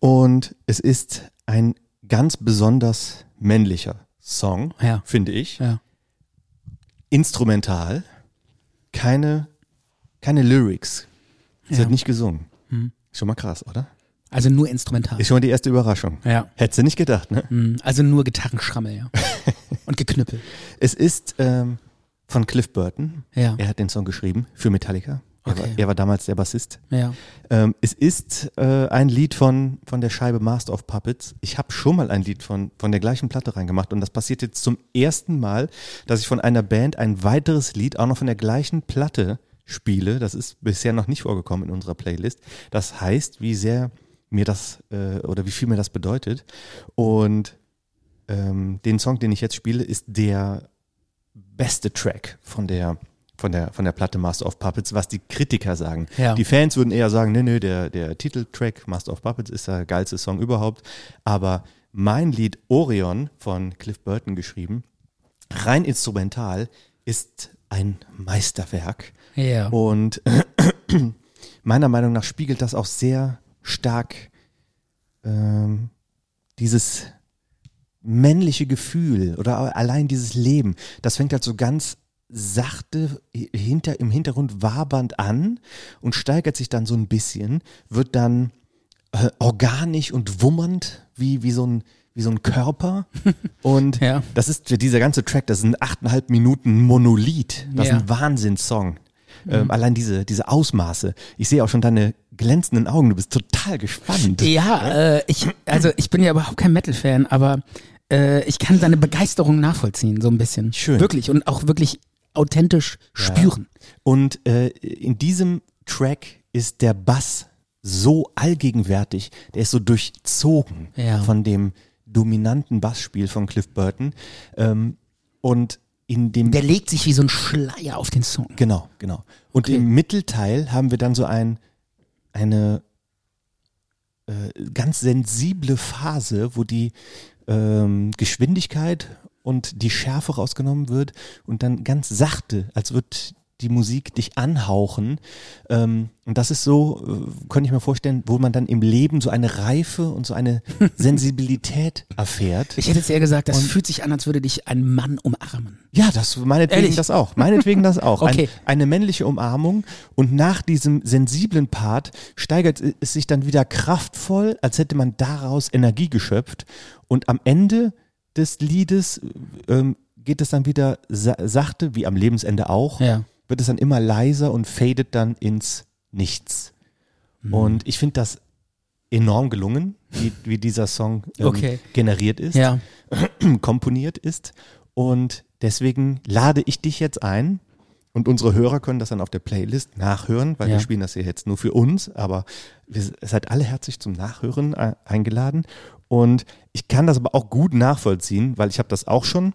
[SPEAKER 1] und es ist ein ganz besonders männlicher Song,
[SPEAKER 2] Ja.
[SPEAKER 1] finde ich.
[SPEAKER 2] ja.
[SPEAKER 1] Instrumental, keine, keine Lyrics. Es
[SPEAKER 2] Ja. Hm.
[SPEAKER 1] wird nicht gesungen. Schon mal krass, oder?
[SPEAKER 2] Also nur instrumental.
[SPEAKER 1] Ist schon mal die erste Überraschung.
[SPEAKER 2] Ja.
[SPEAKER 1] Hättest du nicht gedacht, ne?
[SPEAKER 2] Mhm, Also nur
[SPEAKER 1] [laughs]
[SPEAKER 2] Gitarrenschrammel, ja. Und geknüppel.
[SPEAKER 1] Es ist ähm, von Cliff Burton.
[SPEAKER 2] Ja.
[SPEAKER 1] Er hat den Song geschrieben für Metallica. Er,
[SPEAKER 2] Okay.
[SPEAKER 1] war, er war damals der Bassist.
[SPEAKER 2] Ja.
[SPEAKER 1] Ähm, es ist äh, ein Lied von, von der Scheibe Master of Puppets. Ich habe schon mal ein Lied von, von der gleichen Platte reingemacht und das passiert jetzt zum ersten Mal, dass ich von einer Band ein weiteres Lied auch noch von der gleichen Platte spiele. Das ist bisher noch nicht vorgekommen in unserer Playlist. Das heißt, wie sehr mir das äh, oder wie viel mir das bedeutet. Und ähm, den Song, den ich jetzt spiele, ist der beste Track von der von der von der Platte Master of Puppets, was die Kritiker sagen.
[SPEAKER 2] Ja.
[SPEAKER 1] Die Fans würden eher sagen, nee, nee, der der Titeltrack Master of Puppets ist der geilste Song überhaupt, aber mein Lied Orion von Cliff Burton geschrieben, rein instrumental ist ein Meisterwerk
[SPEAKER 2] Ja.
[SPEAKER 1] und [clears throat] meiner Meinung nach spiegelt das auch sehr stark ähm, dieses männliche Gefühl oder allein dieses Leben. Das fängt halt so ganz sachte hinter, im Hintergrund wabernd an und steigert sich dann so ein bisschen, wird dann äh, organisch und wummernd, wie, wie, so ein, wie so ein
[SPEAKER 2] [laughs]
[SPEAKER 1] Körper. Und
[SPEAKER 2] Ja.
[SPEAKER 1] das ist dieser ganze Track, das ist ein 8,5 Minuten Monolith. Das
[SPEAKER 2] Ja. Mhm.
[SPEAKER 1] ist ein Wahnsinnssong. Ähm, allein diese, diese Ausmaße. Ich sehe auch schon deine glänzenden Augen, du bist total gespannt.
[SPEAKER 2] Ja, äh, ich, also ich bin ja überhaupt kein Metal-Fan, aber äh, ich kann deine Begeisterung nachvollziehen, so ein bisschen.
[SPEAKER 1] Schön.
[SPEAKER 2] Wirklich und auch wirklich authentisch spüren.
[SPEAKER 1] Und äh, in diesem Track ist der Bass so allgegenwärtig, der ist so durchzogen
[SPEAKER 2] Ja.
[SPEAKER 1] von dem dominanten Bassspiel von Cliff Burton. Ähm, und in dem
[SPEAKER 2] Der legt sich wie so ein Schleier auf den Song.
[SPEAKER 1] Genau, genau. Und
[SPEAKER 2] Okay.
[SPEAKER 1] im Mittelteil haben wir dann so ein, eine äh, ganz sensible Phase, wo die ähm, Geschwindigkeit und die Schärfe rausgenommen wird und dann ganz sachte, als wird die Musik dich anhauchen. Ähm, und das ist so, äh, könnte ich mir vorstellen, wo man dann im Leben so eine Reife und so eine Sensibilität erfährt.
[SPEAKER 2] Ich hätte jetzt eher gesagt, das fühlt sich an, als würde dich ein Mann umarmen.
[SPEAKER 1] Ja, das meinetwegen
[SPEAKER 2] Ehrlich?
[SPEAKER 1] das auch. Meinetwegen das
[SPEAKER 2] [laughs]
[SPEAKER 1] auch.
[SPEAKER 2] Okay.
[SPEAKER 1] Ein, eine männliche Umarmung und nach diesem sensiblen Part steigert es sich dann wieder kraftvoll, als hätte man daraus Energie geschöpft. Und am Ende des Liedes ähm, geht es dann wieder sa sachte, wie am Lebensende auch,
[SPEAKER 2] Ja.
[SPEAKER 1] wird es dann immer leiser und fadet dann ins Nichts.
[SPEAKER 2] Mhm.
[SPEAKER 1] Und ich finde das enorm gelungen, wie, wie dieser Song ähm,
[SPEAKER 2] Okay.
[SPEAKER 1] generiert ist
[SPEAKER 2] Ja.
[SPEAKER 1] komponiert ist. Und deswegen lade ich dich jetzt ein. Und unsere Hörer können das dann auf der Playlist nachhören, weil
[SPEAKER 2] Ja.
[SPEAKER 1] wir spielen das hier jetzt nur für uns. Aber wir s- seid alle herzlich zum Nachhören äh, eingeladen. Und ich kann das aber auch gut nachvollziehen, weil ich habe das auch schon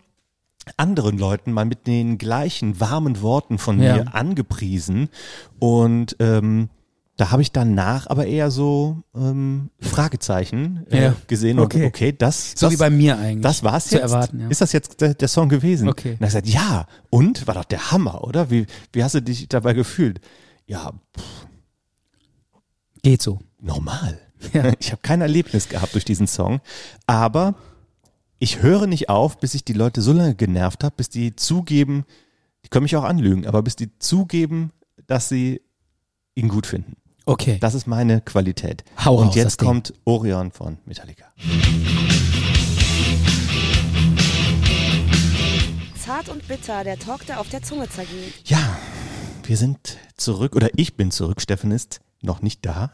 [SPEAKER 1] anderen Leuten mal mit den gleichen warmen Worten von
[SPEAKER 2] Ja.
[SPEAKER 1] mir angepriesen. Und ähm, da habe ich danach aber eher so ähm, Fragezeichen äh,
[SPEAKER 2] Ja.
[SPEAKER 1] gesehen.
[SPEAKER 2] Okay.
[SPEAKER 1] Und okay, das,
[SPEAKER 2] So
[SPEAKER 1] das
[SPEAKER 2] wie bei mir eigentlich.
[SPEAKER 1] das war's
[SPEAKER 2] zu
[SPEAKER 1] jetzt.
[SPEAKER 2] erwarten, ja.
[SPEAKER 1] Ist das jetzt der, der Song gewesen?
[SPEAKER 2] Okay.
[SPEAKER 1] Und er hat gesagt, ja. Und war doch der Hammer, oder? Wie, wie hast du dich dabei gefühlt? Ja, pff,
[SPEAKER 2] Geht so.
[SPEAKER 1] normal.
[SPEAKER 2] Ja.
[SPEAKER 1] [laughs] Ich habe kein Erlebnis gehabt durch diesen Song, aber ich höre nicht auf, bis ich die Leute so lange genervt habe, bis die zugeben, die können mich auch anlügen, aber bis die zugeben, dass sie ihn gut finden.
[SPEAKER 2] Okay.
[SPEAKER 1] Das ist meine Qualität.
[SPEAKER 2] Hau
[SPEAKER 1] Und
[SPEAKER 2] raus, das
[SPEAKER 1] jetzt
[SPEAKER 2] Ding.
[SPEAKER 1] kommt Orion von Metallica.
[SPEAKER 6] Zart und bitter, der Talk, der auf der Zunge zergeht.
[SPEAKER 1] Ja, wir sind zurück oder ich bin zurück, Steffen ist noch nicht da,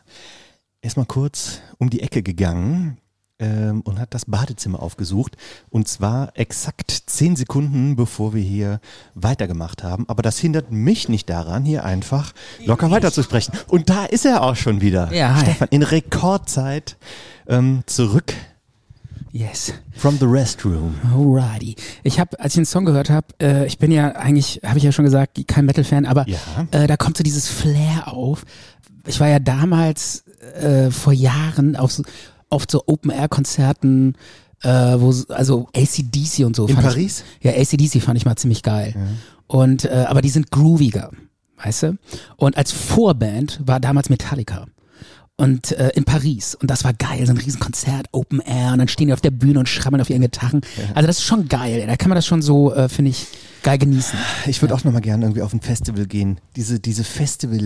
[SPEAKER 1] erstmal kurz um die Ecke gegangen ähm, und hat das Badezimmer aufgesucht. Und zwar exakt zehn Sekunden, bevor wir hier weitergemacht haben. Aber das hindert mich nicht daran, hier einfach locker weiterzusprechen. Und da ist er auch schon wieder.
[SPEAKER 2] Ja, hi.
[SPEAKER 1] Stefan, in Rekordzeit ähm, zurück
[SPEAKER 2] Yes.
[SPEAKER 1] from the restroom.
[SPEAKER 2] Alrighty. Ich habe, als ich den Song gehört habe, äh, ich bin ja eigentlich, habe ich ja schon gesagt, kein Metal-Fan, aber
[SPEAKER 1] Ja.
[SPEAKER 2] äh, da kommt so dieses Flair auf. Ich war ja damals äh, vor Jahren auf so, auf so Open-Air-Konzerten, äh, wo so- also ACDC und so.
[SPEAKER 1] In
[SPEAKER 2] fand
[SPEAKER 1] Paris?
[SPEAKER 2] Ich, ja, ACDC fand ich mal ziemlich geil. Und äh, aber die sind grooviger, weißt du? Und als Vorband war damals Metallica und äh, in Paris und das war geil, so ein Riesenkonzert, Open Air und dann stehen die auf der Bühne und schrammeln auf ihren Gitarren. Also das ist schon geil, da kann man das schon so, äh, finde ich, geil genießen.
[SPEAKER 1] Ich würde auch nochmal gerne irgendwie auf ein Festival gehen. Diese, diese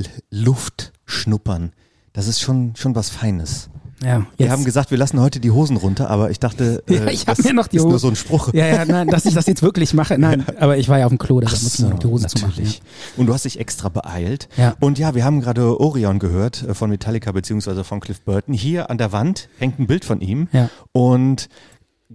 [SPEAKER 1] Festival-Luft schnuppern, das ist schon, schon was Feines.
[SPEAKER 2] Ja,
[SPEAKER 1] Wir
[SPEAKER 2] jetzt-
[SPEAKER 1] haben gesagt, wir lassen heute die Hosen runter, aber ich dachte, äh,
[SPEAKER 2] [laughs] Ja, ich hab
[SPEAKER 1] das
[SPEAKER 2] mir noch die
[SPEAKER 1] ist nur
[SPEAKER 2] Hosen-
[SPEAKER 1] so ein Spruch.
[SPEAKER 2] ja, ja, nein, dass ich das jetzt wirklich mache, nein, aber ich war ja auf dem Klo, da muss ich mir noch die Hose zu machen.
[SPEAKER 1] natürlich. Und du hast dich extra beeilt.
[SPEAKER 2] Ja.
[SPEAKER 1] Und ja, wir haben gerade Orion gehört äh, von Metallica beziehungsweise von Cliff Burton. Hier an der Wand hängt ein Bild von ihm.
[SPEAKER 2] Ja.
[SPEAKER 1] Und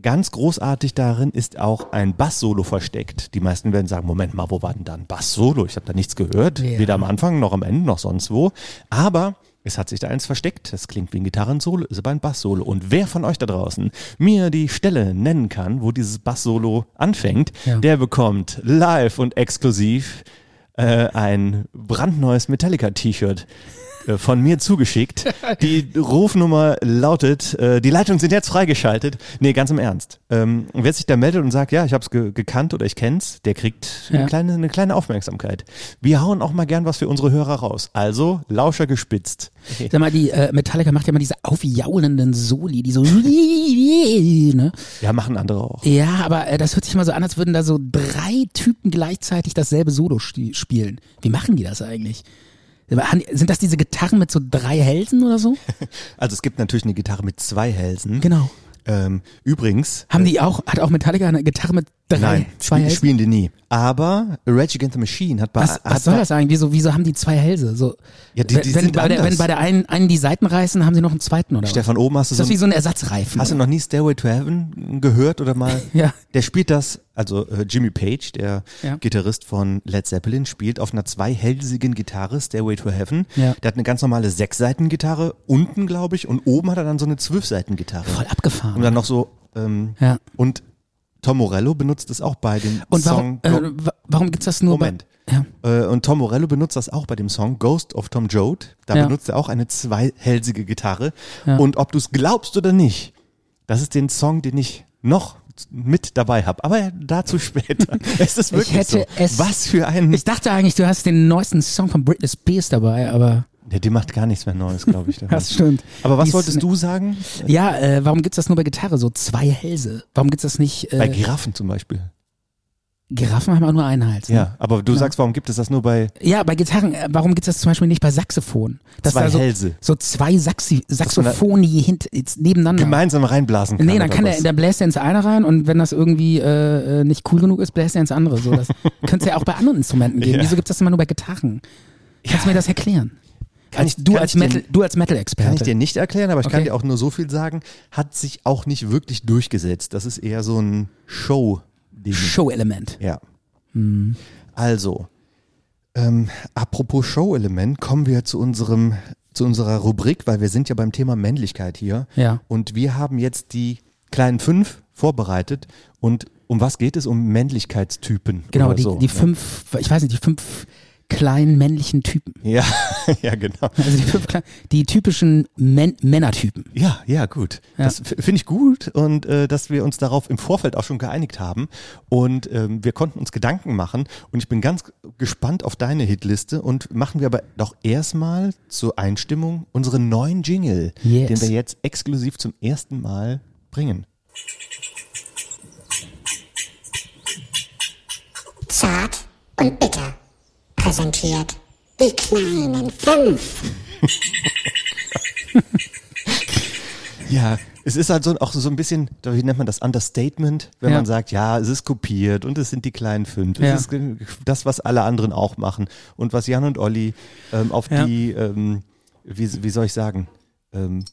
[SPEAKER 1] ganz großartig darin ist auch ein Bass-Solo versteckt. Die meisten werden sagen, Moment mal, wo war denn da ein Bass-Solo? Ich habe da nichts gehört.
[SPEAKER 2] Ja.
[SPEAKER 1] Weder am Anfang noch am Ende noch sonst wo. Aber... Es hat sich da eins versteckt. Das klingt wie ein Gitarrensolo, ist aber ein Basssolo. Und wer von euch da draußen mir die Stelle nennen kann, wo dieses Basssolo anfängt,
[SPEAKER 2] Ja.
[SPEAKER 1] der bekommt live und exklusiv äh, ein brandneues Metallica-T-Shirt äh, von mir zugeschickt.
[SPEAKER 2] [laughs]
[SPEAKER 1] Die Rufnummer lautet, äh, die Leitungen sind jetzt freigeschaltet. Nee, ganz im Ernst. Ähm, wer sich da meldet und sagt, ja, ich habe es ge gekannt oder ich kenn's, der kriegt
[SPEAKER 2] Ja.
[SPEAKER 1] eine, kleine, eine kleine Aufmerksamkeit. Wir hauen auch mal gern was für unsere Hörer raus. Also, Lauscher gespitzt.
[SPEAKER 2] Sag mal, die äh, Metallica macht ja immer diese aufjaulenden Soli, die so, [laughs] ne?
[SPEAKER 1] Ja, machen andere auch.
[SPEAKER 2] Ja, aber äh, das hört sich mal so an, als würden da so drei Typen gleichzeitig dasselbe Solo sti- spielen. Wie machen die das eigentlich? Haben- Sind das diese Gitarren mit so drei Hälsen oder so?
[SPEAKER 1] Also es gibt natürlich eine Gitarre mit zwei Hälsen.
[SPEAKER 2] Genau.
[SPEAKER 1] Ähm, übrigens,
[SPEAKER 2] Haben die auch, hat auch Metallica eine Gitarre mit drei,
[SPEAKER 1] Nein,
[SPEAKER 2] zwei
[SPEAKER 1] spiel,
[SPEAKER 2] Hälsen?
[SPEAKER 1] spielen die nie. Aber Rage Against the Machine hat bei.
[SPEAKER 2] was,
[SPEAKER 1] hat
[SPEAKER 2] was soll
[SPEAKER 1] bei,
[SPEAKER 2] das eigentlich? Wieso, wieso haben die zwei Hälse? So,
[SPEAKER 1] Ja, die- die
[SPEAKER 2] wenn,
[SPEAKER 1] sind
[SPEAKER 2] bei der,
[SPEAKER 1] anders.
[SPEAKER 2] wenn bei der einen, einen die Seiten reißen, haben sie noch einen zweiten, oder?
[SPEAKER 1] Stefan Oben hast du
[SPEAKER 2] was? Ist das
[SPEAKER 1] so.
[SPEAKER 2] wie
[SPEAKER 1] Ein,
[SPEAKER 2] so ein Ersatzreifen?
[SPEAKER 1] hast du noch nie Stairway to Heaven gehört oder mal?
[SPEAKER 2] [laughs] Ja.
[SPEAKER 1] Der spielt das, also äh, Jimmy Page, der
[SPEAKER 2] Ja.
[SPEAKER 1] Gitarrist von Led Zeppelin, spielt auf einer zweihälsigen Gitarre Stairway to Heaven.
[SPEAKER 2] Ja.
[SPEAKER 1] Der hat eine ganz normale Sechsseitengitarre, unten glaube ich, und oben hat er dann so eine Zwölfseitengitarre.
[SPEAKER 2] Voll abgefahren.
[SPEAKER 1] Und dann noch so. Ähm,
[SPEAKER 2] ja.
[SPEAKER 1] Und Tom Morello benutzt das auch bei dem
[SPEAKER 2] Und
[SPEAKER 1] Song.
[SPEAKER 2] warum, äh, wa- warum gibt's das nur
[SPEAKER 1] Moment.
[SPEAKER 2] bei... Ja.
[SPEAKER 1] Äh, Und Tom Morello benutzt das auch bei dem Song Ghost of Tom Joad. Da
[SPEAKER 2] Ja.
[SPEAKER 1] benutzt er auch eine zweihälsige Gitarre.
[SPEAKER 2] Ja.
[SPEAKER 1] Und ob du es glaubst oder nicht, das ist den Song, den ich noch mit dabei habe. Aber dazu
[SPEAKER 2] [laughs]
[SPEAKER 1] später. es ist wirklich
[SPEAKER 2] hätte
[SPEAKER 1] so.
[SPEAKER 2] es-
[SPEAKER 1] Was für ein...
[SPEAKER 2] Ich dachte eigentlich, du hast den neuesten Song von Britney Spears dabei, aber...
[SPEAKER 1] Ja, die macht gar nichts mehr Neues, glaube
[SPEAKER 2] [laughs]
[SPEAKER 1] ich. davon.
[SPEAKER 2] Das stimmt.
[SPEAKER 1] Aber
[SPEAKER 2] Die
[SPEAKER 1] was
[SPEAKER 2] ist
[SPEAKER 1] wolltest
[SPEAKER 2] ne-
[SPEAKER 1] du sagen?
[SPEAKER 2] Ja, äh, warum gibt's das nur bei Gitarre so zwei Hälse? Warum gibt's das nicht?
[SPEAKER 1] Bei
[SPEAKER 2] Äh,
[SPEAKER 1] Giraffen zum Beispiel.
[SPEAKER 2] Giraffen haben auch nur einen Hals. Ne?
[SPEAKER 1] Ja, aber du sagst, warum gibt es das nur bei
[SPEAKER 2] Ja, bei Gitarren. Äh, warum gibt's das zum Beispiel nicht bei Saxophon? Dass
[SPEAKER 1] zwei
[SPEAKER 2] da so,
[SPEAKER 1] Hälse?
[SPEAKER 2] so zwei Saxi
[SPEAKER 1] man da-
[SPEAKER 2] Saxophoni hint, jetzt nebeneinander.
[SPEAKER 1] Gemeinsam reinblasen kann.
[SPEAKER 2] Genau. Nee, dann
[SPEAKER 1] oder
[SPEAKER 2] kann
[SPEAKER 1] was?
[SPEAKER 2] der, dann bläst er ins eine rein und wenn das irgendwie äh, äh, nicht cool genug ist, bläst er ins andere.
[SPEAKER 1] [laughs]
[SPEAKER 2] So, das könnte es ja auch bei anderen Instrumenten geben.
[SPEAKER 1] Ja.
[SPEAKER 2] Wieso gibt's das immer nur bei Gitarren? Kannst du mir das erklären?
[SPEAKER 1] Kann
[SPEAKER 2] als,
[SPEAKER 1] ich-
[SPEAKER 2] du,
[SPEAKER 1] kann
[SPEAKER 2] als
[SPEAKER 1] ich dir-
[SPEAKER 2] Metal, du als Metal-Experte.
[SPEAKER 1] Kann ich dir nicht erklären, aber ich kann
[SPEAKER 2] Okay.
[SPEAKER 1] dir auch nur so viel sagen, hat sich auch nicht wirklich durchgesetzt. Das ist eher so ein Show-Ding.
[SPEAKER 2] Show-Element.
[SPEAKER 1] ja.
[SPEAKER 2] Hm.
[SPEAKER 1] Also, ähm, apropos Show-Element, kommen wir zu unserem, zu unserer Rubrik, weil wir sind ja beim Thema Männlichkeit hier.
[SPEAKER 2] Ja.
[SPEAKER 1] Und wir haben jetzt die kleinen fünf vorbereitet. Und um was geht es? Um Männlichkeitstypen.
[SPEAKER 2] Genau,
[SPEAKER 1] oder
[SPEAKER 2] die,
[SPEAKER 1] so,
[SPEAKER 2] die
[SPEAKER 1] ne?
[SPEAKER 2] fünf, ich weiß nicht, die fünf kleinen männlichen Typen. [laughs]
[SPEAKER 1] Ja, [laughs] ja, genau.
[SPEAKER 2] Also die, fünf kleinen, die typischen Män Männertypen.
[SPEAKER 1] Ja, ja, gut.
[SPEAKER 2] Ja.
[SPEAKER 1] Das f- finde ich gut und äh, dass wir uns darauf im Vorfeld auch schon geeinigt haben und ähm, wir konnten uns Gedanken machen und ich bin ganz g- gespannt auf deine Hitliste und machen wir aber doch erstmal zur Einstimmung unseren neuen Jingle,
[SPEAKER 2] Yes.
[SPEAKER 1] den wir jetzt exklusiv zum ersten Mal bringen.
[SPEAKER 5] Zart und bitter. Präsentiert die kleinen fünf.
[SPEAKER 1] Ja, es ist halt so, auch so ein bisschen, wie nennt man das, Understatement, wenn
[SPEAKER 2] Ja.
[SPEAKER 1] man sagt, ja, es ist kopiert und es sind die kleinen fünf.
[SPEAKER 2] Ja.
[SPEAKER 1] Es ist ge- das, was alle anderen auch machen und was Jan und Olli ähm, auf
[SPEAKER 2] Ja.
[SPEAKER 1] die ähm, wie, wie soll ich sagen, ähm,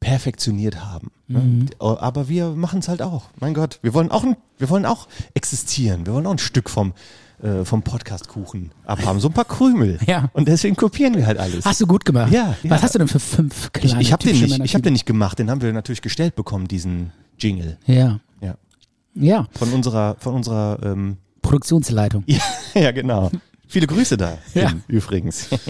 [SPEAKER 1] perfektioniert haben.
[SPEAKER 2] Mhm.
[SPEAKER 1] Ne? Aber wir machen es halt auch. Mein Gott, wir wollen auch, ein, wir wollen auch existieren. Wir wollen auch ein Stück vom, äh, vom Podcastkuchen abhaben. So ein paar Krümel.
[SPEAKER 2] Ja.
[SPEAKER 1] Und deswegen kopieren wir halt alles.
[SPEAKER 2] Hast du gut gemacht.
[SPEAKER 1] Ja, ja.
[SPEAKER 2] Was hast du denn für fünf
[SPEAKER 1] ich
[SPEAKER 2] kleine
[SPEAKER 1] ich habe den,
[SPEAKER 2] typische
[SPEAKER 1] nicht- ich hab
[SPEAKER 2] Männertypen?
[SPEAKER 1] den nicht gemacht. Den haben wir natürlich gestellt bekommen, diesen Jingle.
[SPEAKER 2] Ja.
[SPEAKER 1] Ja.
[SPEAKER 2] Ja.
[SPEAKER 1] Von unserer, von unserer, ähm, [laughs]
[SPEAKER 2] Produktionsleitung.
[SPEAKER 1] ja, ja, genau. Viele Grüße da.
[SPEAKER 2] Ja.
[SPEAKER 1] im- Übrigens. [laughs]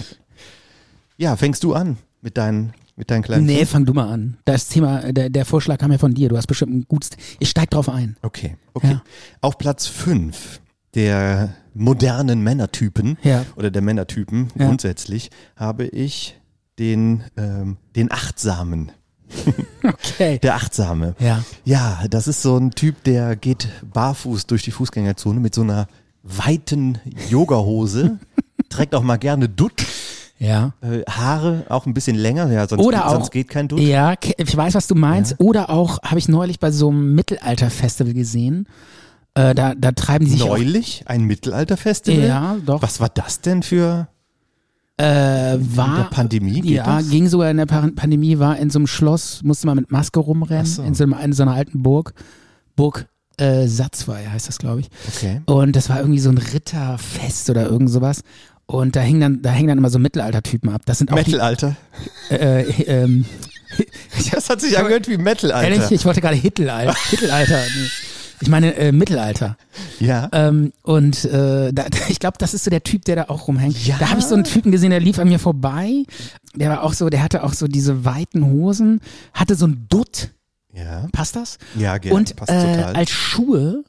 [SPEAKER 1] Ja, fängst du an mit deinen, mit deinen kleinen.
[SPEAKER 2] Nee,
[SPEAKER 1] Fünf?
[SPEAKER 2] fang du mal an. Das Thema, äh, der, der Vorschlag kam ja von dir. Du hast bestimmt ein gutes. Ich steig drauf ein.
[SPEAKER 1] Okay, okay.
[SPEAKER 2] Ja.
[SPEAKER 1] Auf Platz fünf der modernen Männertypen
[SPEAKER 2] Ja.
[SPEAKER 1] oder der Männertypen
[SPEAKER 2] Ja.
[SPEAKER 1] grundsätzlich habe ich den, ähm, den Achtsamen.
[SPEAKER 2] Okay.
[SPEAKER 1] Der Achtsame.
[SPEAKER 2] Ja.
[SPEAKER 1] Ja, das ist so ein Typ, der geht barfuß durch die Fußgängerzone mit so einer weiten
[SPEAKER 2] [laughs]
[SPEAKER 1] Yogahose, trägt auch mal gerne Dutt,
[SPEAKER 2] Ja.
[SPEAKER 1] äh, Haare auch ein bisschen länger, ja, sonst,
[SPEAKER 2] Oder
[SPEAKER 1] geht,
[SPEAKER 2] auch-
[SPEAKER 1] sonst geht kein Dutt.
[SPEAKER 2] Ja, ke- ich weiß, was du meinst. Oder auch, habe ich neulich bei so einem Mittelalter-Festival gesehen. Äh, da, da treiben die sich auch
[SPEAKER 1] Neulich ein Mittelalterfestival.
[SPEAKER 2] Ja, doch.
[SPEAKER 1] Was war das denn für
[SPEAKER 2] war,
[SPEAKER 1] der Pandemie geht
[SPEAKER 2] Ja,
[SPEAKER 1] das?
[SPEAKER 2] ging sogar in der Pan- Pandemie, war in so einem Schloss, musste man mit Maske rumrennen,
[SPEAKER 1] Ach so.
[SPEAKER 2] in, so einem, in so einer alten Burg. Burg äh, Satzwey heißt das, glaube ich.
[SPEAKER 1] Okay.
[SPEAKER 2] Und das war irgendwie so ein Ritterfest oder irgend sowas. Und da hängen dann, da hängen dann immer so Mittelaltertypen ab. Das sind auch [laughs]
[SPEAKER 1] Mittelalter?
[SPEAKER 2] die, äh, ähm,
[SPEAKER 1] Das hat sich angehört wie Mittelalter.
[SPEAKER 2] ehrlich, [laughs] ich wollte gerade Hittelalter. Hittelalter.
[SPEAKER 1] [laughs]
[SPEAKER 2] Nee. Ich meine äh, Mittelalter.
[SPEAKER 1] Ja.
[SPEAKER 2] Ähm, und äh, da, [laughs] ich glaube, das ist so der Typ, der da auch rumhängt.
[SPEAKER 1] Ja.
[SPEAKER 2] Da habe ich so einen Typen gesehen, der lief an mir vorbei. Der war auch so, der hatte auch so diese weiten Hosen, hatte so einen Dutt,
[SPEAKER 1] Ja.
[SPEAKER 2] passt das?
[SPEAKER 1] Ja, gerne,
[SPEAKER 2] Und
[SPEAKER 1] passt
[SPEAKER 2] äh,
[SPEAKER 1] total.
[SPEAKER 2] als Schuhe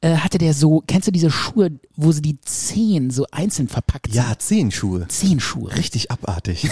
[SPEAKER 2] äh, hatte der so, kennst du diese Schuhe, wo sie die Zehen so einzeln verpackt sind?
[SPEAKER 1] Ja, Zehenschuhe.
[SPEAKER 2] Zehenschuhe.
[SPEAKER 1] Richtig abartig.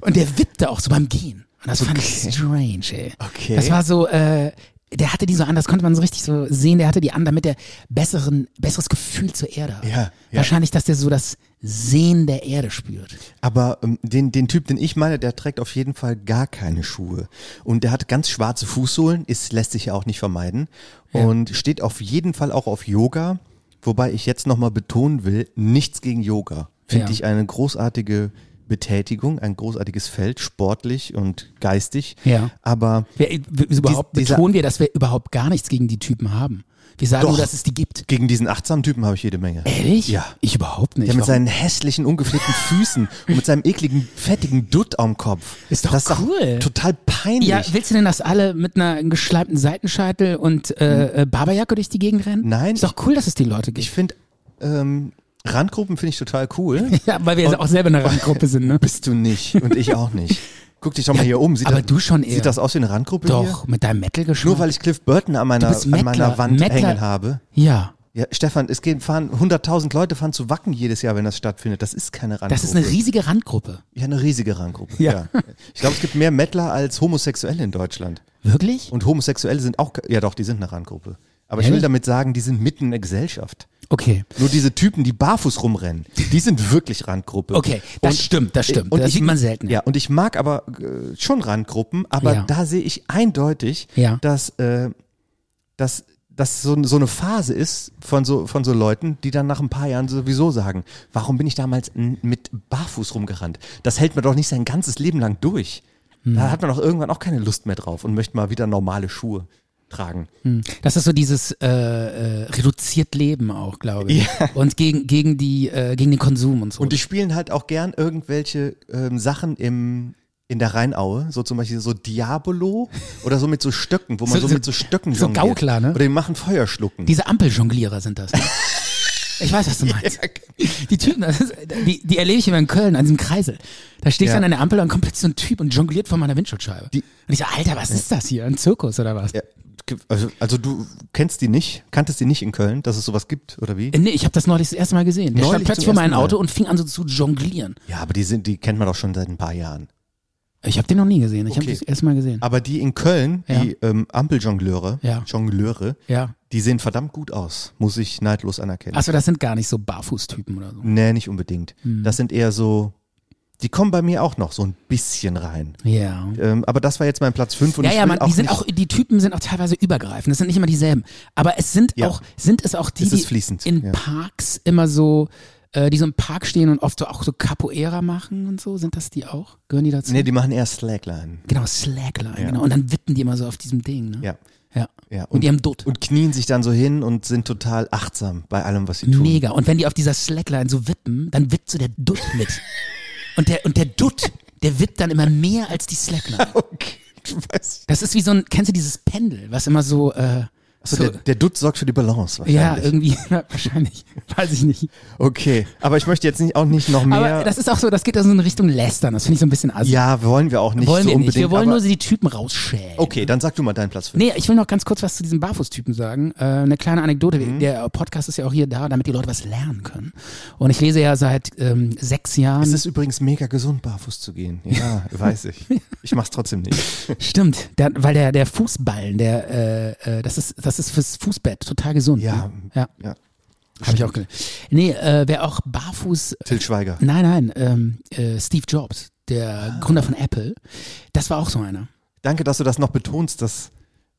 [SPEAKER 2] Und der wippte auch so beim Gehen. Und das fand
[SPEAKER 1] Okay.
[SPEAKER 2] ich strange, ey.
[SPEAKER 1] Okay.
[SPEAKER 2] Das war so, äh, der hatte die so an, das konnte man so richtig so sehen, der hatte die an, damit er besseren, besseres Gefühl zur Erde hat.
[SPEAKER 1] Ja, ja.
[SPEAKER 2] Wahrscheinlich, dass der so das Sehen der Erde spürt.
[SPEAKER 1] Aber ähm, den, den Typ, den ich meine, der trägt auf jeden Fall gar keine Schuhe. Und der hat ganz schwarze Fußsohlen, ist, lässt sich ja auch nicht vermeiden. Und steht auf jeden Fall auch auf Yoga. Wobei ich jetzt nochmal betonen will, nichts gegen Yoga. Finde
[SPEAKER 2] Ja.
[SPEAKER 1] ich eine großartige Betätigung, ein großartiges Feld, sportlich und geistig.
[SPEAKER 2] Ja.
[SPEAKER 1] Aber
[SPEAKER 2] Wir, wir, überhaupt
[SPEAKER 1] dieser-
[SPEAKER 2] betonen wir, dass wir überhaupt gar nichts gegen die Typen haben. Wir sagen
[SPEAKER 1] Doch.
[SPEAKER 2] nur, dass es die gibt.
[SPEAKER 1] gegen diesen achtsamen Typen habe ich jede Menge.
[SPEAKER 2] Ehrlich?
[SPEAKER 1] Ja.
[SPEAKER 2] Ich überhaupt nicht.
[SPEAKER 1] Der mit
[SPEAKER 2] Warum?
[SPEAKER 1] seinen hässlichen, ungepflegten Füßen und mit seinem ekligen, fettigen Dutt am Kopf.
[SPEAKER 2] Ist doch
[SPEAKER 1] das ist Doch
[SPEAKER 2] cool.
[SPEAKER 1] total peinlich.
[SPEAKER 2] ja, willst du denn, dass alle mit einer geschleimten Seitenscheitel und äh, äh, Barberjacke durch die Gegend rennen?
[SPEAKER 1] Nein,
[SPEAKER 2] Ist doch cool, dass es die Leute
[SPEAKER 1] Ich
[SPEAKER 2] gibt.
[SPEAKER 1] finde, ähm, Randgruppen finde ich total cool. [laughs]
[SPEAKER 2] [laughs] Ja, weil wir
[SPEAKER 1] Und-
[SPEAKER 2] auch selber eine Randgruppe sind, ne?
[SPEAKER 1] Bist du nicht und ich auch nicht. Guck dich doch mal hier um. Sieht
[SPEAKER 2] aber
[SPEAKER 1] das,
[SPEAKER 2] du schon eher.
[SPEAKER 1] Sieht das aus wie eine Randgruppe hier?
[SPEAKER 2] Doch, mit deinem Metal-Geschmack.
[SPEAKER 1] Nur weil ich Cliff Burton an meiner,
[SPEAKER 2] Du bist
[SPEAKER 1] an meiner
[SPEAKER 2] Mettler.
[SPEAKER 1] Wand
[SPEAKER 2] Mettler-
[SPEAKER 1] hängen habe.
[SPEAKER 2] Ja.
[SPEAKER 1] Ja, Stefan, es gehen, fahren 100.000 Leute fahren zu Wacken jedes Jahr, wenn das stattfindet. Das ist keine Randgruppe.
[SPEAKER 2] Das ist eine riesige Randgruppe.
[SPEAKER 1] ja, eine riesige Randgruppe. Ja.
[SPEAKER 2] Ja.
[SPEAKER 1] Ich glaube, es gibt mehr Mettler als Homosexuelle in Deutschland.
[SPEAKER 2] Wirklich?
[SPEAKER 1] Und Homosexuelle sind auch, ke- ja doch, die sind eine Randgruppe. Aber ich will
[SPEAKER 2] Ehrlich?
[SPEAKER 1] damit sagen, die sind mitten in der Gesellschaft.
[SPEAKER 2] Okay.
[SPEAKER 1] Nur diese Typen, die barfuß rumrennen, die sind wirklich Randgruppe.
[SPEAKER 2] Okay, das stimmt, das stimmt. Das sieht man selten.
[SPEAKER 1] Ja, und ich mag aber äh, schon Randgruppen, aber
[SPEAKER 2] Ja.
[SPEAKER 1] da sehe ich eindeutig,
[SPEAKER 2] Ja.
[SPEAKER 1] dass, äh, dass, dass so, so eine Phase ist von so, von so Leuten, die dann nach ein paar Jahren sowieso sagen, warum bin ich damals n- mit barfuß rumgerannt? Das hält man doch nicht sein ganzes Leben lang durch.
[SPEAKER 2] Hm.
[SPEAKER 1] Da hat man doch irgendwann auch keine Lust mehr drauf und möchte mal wieder normale Schuhe tragen.
[SPEAKER 2] Das ist so dieses äh, äh, reduziert Leben auch, glaube ich. Und gegen, gegen, die, äh, gegen den Konsum und so.
[SPEAKER 1] Und die spielen halt auch gern irgendwelche ähm, Sachen im in der Rheinaue, so zum Beispiel so Diabolo oder so mit so Stöcken, wo man so,
[SPEAKER 2] So- so-
[SPEAKER 1] mit so Stöcken
[SPEAKER 2] so
[SPEAKER 1] jongliert.
[SPEAKER 2] Gaukler, ne?
[SPEAKER 1] Oder die machen Feuerschlucken.
[SPEAKER 2] Diese Ampeljonglierer
[SPEAKER 1] [laughs]
[SPEAKER 2] sind das. Ne? Ich weiß, was du meinst. Die Typen, das ist, die, die erlebe ich immer in Köln an diesem Kreisel. Da stehe ich
[SPEAKER 1] Ja.
[SPEAKER 2] dann an der Ampel und kommt plötzlich so ein Typ und jongliert vor meiner Windschutzscheibe.
[SPEAKER 1] Die-
[SPEAKER 2] und ich so, Alter, was ist das hier? Ein Zirkus oder was?
[SPEAKER 1] ja, also, also du kennst die nicht, kanntest die nicht in Köln, dass es sowas gibt oder wie?
[SPEAKER 2] Äh, Nee, ich habe das neulich das erste Mal gesehen. Der
[SPEAKER 1] Neulich
[SPEAKER 2] stand plötzlich
[SPEAKER 1] zum
[SPEAKER 2] vor meinem
[SPEAKER 1] ersten Mal.
[SPEAKER 2] Auto und fing an so zu jonglieren.
[SPEAKER 1] Ja, aber die sind, die kennt man doch schon seit ein paar Jahren.
[SPEAKER 2] Ich habe den noch nie gesehen. Ich
[SPEAKER 1] Okay.
[SPEAKER 2] habe das erste Mal gesehen.
[SPEAKER 1] Aber die in Köln,
[SPEAKER 2] Ja.
[SPEAKER 1] die ähm, Ampeljongleure,
[SPEAKER 2] Ja.
[SPEAKER 1] Jongleure,
[SPEAKER 2] Ja.
[SPEAKER 1] die sehen verdammt gut aus, muss ich neidlos anerkennen.
[SPEAKER 2] Achso, das sind gar nicht so Hm. Barfußtypen oder so.
[SPEAKER 1] Nee, nicht unbedingt. Das sind eher so, die kommen bei mir auch noch so ein bisschen rein.
[SPEAKER 2] Ja.
[SPEAKER 1] Ähm, aber das war jetzt mein Platz 5 und
[SPEAKER 2] Ja,
[SPEAKER 1] ich
[SPEAKER 2] ja,
[SPEAKER 1] will
[SPEAKER 2] man,
[SPEAKER 1] auch
[SPEAKER 2] die sind
[SPEAKER 1] nicht,
[SPEAKER 2] auch, die Typen sind auch teilweise übergreifend. Das sind nicht immer dieselben. Aber es sind
[SPEAKER 1] Ja.
[SPEAKER 2] auch, sind es auch die,
[SPEAKER 1] Es ist
[SPEAKER 2] die
[SPEAKER 1] fließend,
[SPEAKER 2] in
[SPEAKER 1] ja.
[SPEAKER 2] Parks immer so äh, die so im Park stehen und oft so auch so Capoeira machen und so? Sind das die auch? Gehören die dazu?
[SPEAKER 1] Nee, die machen eher Slackline.
[SPEAKER 2] genau, Slackline,
[SPEAKER 1] Ja.
[SPEAKER 2] genau. Und dann wippen die immer so auf diesem Ding, ne?
[SPEAKER 1] Ja.
[SPEAKER 2] Ja.
[SPEAKER 1] ja.
[SPEAKER 2] Und die haben Dutt.
[SPEAKER 1] Und knien sich dann so hin und sind total achtsam bei allem, was sie tun.
[SPEAKER 2] Mega. Und wenn die auf dieser Slackline so wippen, dann wippt so der Dutt mit.
[SPEAKER 1] [laughs]
[SPEAKER 2] und der, und der Dutt, der wippt dann immer mehr als die Slackline.
[SPEAKER 1] [laughs] Okay. Du weißt,
[SPEAKER 2] Das ist wie so ein, kennst du dieses Pendel, was immer so, äh,
[SPEAKER 1] so, der, der Dutt sorgt für die Balance
[SPEAKER 2] ja, ähm,
[SPEAKER 1] wahrscheinlich.
[SPEAKER 2] irgendwie, [laughs] ja, wahrscheinlich, weiß ich nicht.
[SPEAKER 1] okay, aber ich möchte jetzt nicht, auch nicht noch mehr. Also,
[SPEAKER 2] Aber das ist auch so, das geht dann so in Richtung Lästern, das finde ich so ein bisschen assi.
[SPEAKER 1] ja, wollen wir auch nicht
[SPEAKER 2] wollen
[SPEAKER 1] so
[SPEAKER 2] wir
[SPEAKER 1] unbedingt.
[SPEAKER 2] nicht, wir wollen
[SPEAKER 1] aber,
[SPEAKER 2] nur die Typen rausschälen.
[SPEAKER 1] okay, dann sag du mal deinen Platz 5.
[SPEAKER 2] Nee, ich will noch ganz kurz was zu diesem Barfußtypen sagen. Äh, eine kleine Anekdote.
[SPEAKER 1] Mhm.
[SPEAKER 2] Der Podcast ist ja auch hier da, damit die Leute was lernen können. Und ich lese ja seit ähm, sechs Jahren.
[SPEAKER 1] Es ist übrigens mega gesund, barfuß zu gehen. Ja, weiß ich. Ich mach's trotzdem nicht.
[SPEAKER 2] [laughs] Stimmt, der, weil der, der Fußballen, der, äh, äh, das, ist, das ist fürs Fußbett total gesund.
[SPEAKER 1] Ja.
[SPEAKER 2] ne? ja
[SPEAKER 1] Ja.
[SPEAKER 2] habe ich auch gelernt. Nee, äh, wer auch barfuß.
[SPEAKER 1] Till Schweiger.
[SPEAKER 2] Nein, nein, ähm, äh, Steve Jobs, der Gründer von Apple, das war auch so einer.
[SPEAKER 1] Danke, dass du das noch betonst, dass,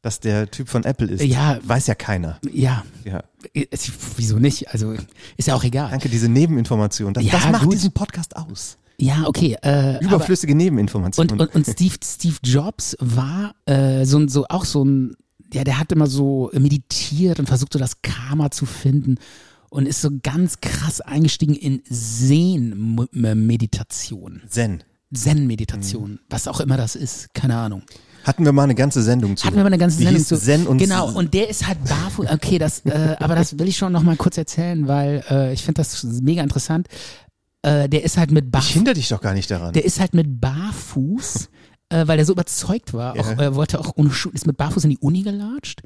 [SPEAKER 1] dass der Typ von Apple ist.
[SPEAKER 2] Ja.
[SPEAKER 1] Weiß ja keiner.
[SPEAKER 2] Ja, äh,
[SPEAKER 1] Ja.
[SPEAKER 2] es- wieso nicht? Also ist ja auch egal.
[SPEAKER 1] Danke, diese Nebeninformation. Das,
[SPEAKER 2] Ja,
[SPEAKER 1] das macht
[SPEAKER 2] gut.
[SPEAKER 1] diesen Podcast aus.
[SPEAKER 2] Ja, okay. Äh, aber-
[SPEAKER 1] Überflüssige
[SPEAKER 2] und,
[SPEAKER 1] Nebeninformationen.
[SPEAKER 2] und, und Steve, Steve Jobs war äh, so, ein- so auch so ein, ja, der hat immer so meditiert und versucht so das Karma zu finden und ist so ganz krass eingestiegen in Zen-Meditation,
[SPEAKER 1] [laughs] Zen.
[SPEAKER 2] Zen-Meditation, was auch immer das ist, keine Ahnung.
[SPEAKER 1] Hatten wir mal eine ganze Sendung zu.
[SPEAKER 2] Hatten wir mal eine ganze
[SPEAKER 1] Die
[SPEAKER 2] Sendung
[SPEAKER 1] hieß
[SPEAKER 2] zu.
[SPEAKER 1] Zen und
[SPEAKER 2] genau, und der ist halt barfuß. Okay, das, äh, aber das will ich schon nochmal kurz erzählen, weil äh, ich finde das mega interessant. Äh, der ist halt mit
[SPEAKER 1] ich
[SPEAKER 2] barfuß.
[SPEAKER 1] hindere dich doch gar nicht daran.
[SPEAKER 2] Der ist halt mit Barfuß, äh, weil er so überzeugt war, auch, äh, er wollte auch ohne Schuhe, ist mit Barfuß in die Uni gelatscht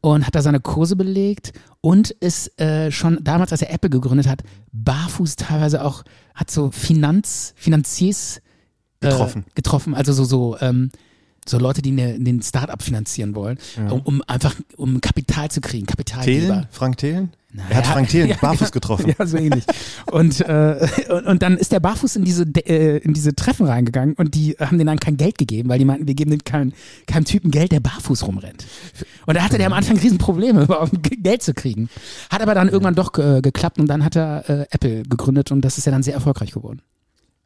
[SPEAKER 2] und hat da seine Kurse belegt und ist äh, schon damals, als er Apple gegründet hat, Barfuß teilweise auch, hat so Finanz, Finanziers äh,
[SPEAKER 1] Getroffen.
[SPEAKER 2] getroffen, also so, so, ähm, so Leute, die ne, den Start-up finanzieren wollen, um, um einfach um Kapital zu kriegen, Kapitalgeber.
[SPEAKER 1] Thelen? Frank Thelen?
[SPEAKER 2] Na
[SPEAKER 1] er hat
[SPEAKER 2] ja.
[SPEAKER 1] Frank Thelen
[SPEAKER 2] [laughs] Ja,
[SPEAKER 1] barfuß
[SPEAKER 2] genau.
[SPEAKER 1] getroffen.
[SPEAKER 2] Ja, so ähnlich. Und, äh, und, und dann ist der barfuß in diese, De- äh, in diese Treffen reingegangen und die haben denen dann kein Geld gegeben, weil die meinten, wir geben den kein, keinem Typen Geld, der barfuß rumrennt. Und da hatte der am Anfang riesen Probleme, [laughs] überhaupt G- Geld zu kriegen. Hat aber dann irgendwann doch äh, geklappt und dann hat er äh, Apple gegründet und das ist ja dann sehr erfolgreich geworden.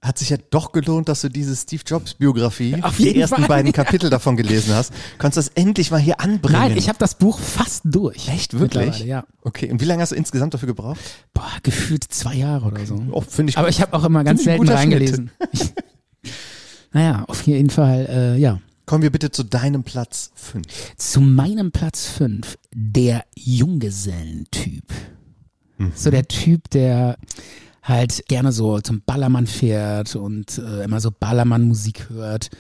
[SPEAKER 1] Hat sich ja doch gelohnt, dass du diese Steve Jobs Biografie,
[SPEAKER 2] Auf
[SPEAKER 1] die
[SPEAKER 2] jeden
[SPEAKER 1] ersten
[SPEAKER 2] Fall. [laughs]
[SPEAKER 1] beiden Kapitel davon gelesen hast. Kannst du das endlich mal hier anbringen?
[SPEAKER 2] Nein, ich habe das Buch fast durch.
[SPEAKER 1] Echt, wirklich?
[SPEAKER 2] Mittlerweile, Ja.
[SPEAKER 1] Okay, und wie lange hast du insgesamt dafür gebraucht?
[SPEAKER 2] Boah, gefühlt zwei Jahre oder so.
[SPEAKER 1] Oh, finde ich
[SPEAKER 2] Aber ich habe auch immer ganz
[SPEAKER 1] Finde ich ein
[SPEAKER 2] selten
[SPEAKER 1] guter
[SPEAKER 2] reingelesen.
[SPEAKER 1] [laughs]
[SPEAKER 2] [laughs] naja, auf jeden Fall, äh, ja.
[SPEAKER 1] Kommen wir bitte zu deinem Platz 5.
[SPEAKER 2] Zu meinem Platz 5, der Junggesellentyp.
[SPEAKER 1] Mhm.
[SPEAKER 2] So der Typ, der halt gerne so zum Ballermann fährt und äh, immer so Ballermann-Musik hört.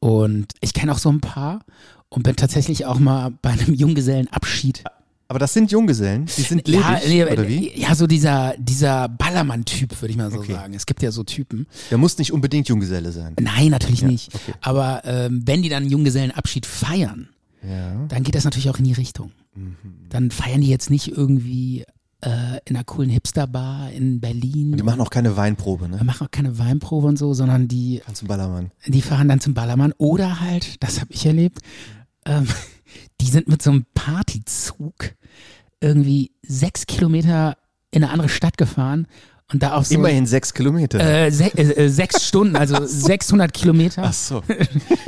[SPEAKER 2] Und ich kenne auch so ein paar und bin tatsächlich auch mal bei einem Junggesellenabschied.
[SPEAKER 1] Aber das sind Junggesellen, die sind ledig,
[SPEAKER 2] nee,
[SPEAKER 1] oder wie?
[SPEAKER 2] ja, so dieser, dieser Ballermann-Typ, würde ich mal so
[SPEAKER 1] Okay.
[SPEAKER 2] sagen. Es gibt ja so Typen.
[SPEAKER 1] Der muss nicht unbedingt Junggeselle sein.
[SPEAKER 2] Nein, natürlich nicht. Aber ähm, wenn die dann einen Junggesellenabschied feiern,
[SPEAKER 1] Ja.
[SPEAKER 2] dann geht das natürlich auch in die Richtung.
[SPEAKER 1] Mhm.
[SPEAKER 2] Dann feiern die jetzt nicht irgendwie äh, in einer coolen Hipsterbar in Berlin.
[SPEAKER 1] Die machen auch keine Weinprobe,
[SPEAKER 2] Wir
[SPEAKER 1] ne?
[SPEAKER 2] machen auch keine Weinprobe und so, sondern die,
[SPEAKER 1] Kannst du Ballermann.
[SPEAKER 2] die fahren dann zum Ballermann. Oder halt, das habe ich erlebt, ähm, [laughs] die sind mit so einem Partyzug irgendwie sechs Kilometer in eine andere Stadt gefahren und da auf so
[SPEAKER 1] Immerhin sechs Kilometer.
[SPEAKER 2] äh, se äh, äh, sechs
[SPEAKER 1] [laughs]
[SPEAKER 2] Stunden, also 600 Kilometer,
[SPEAKER 1] Ach so.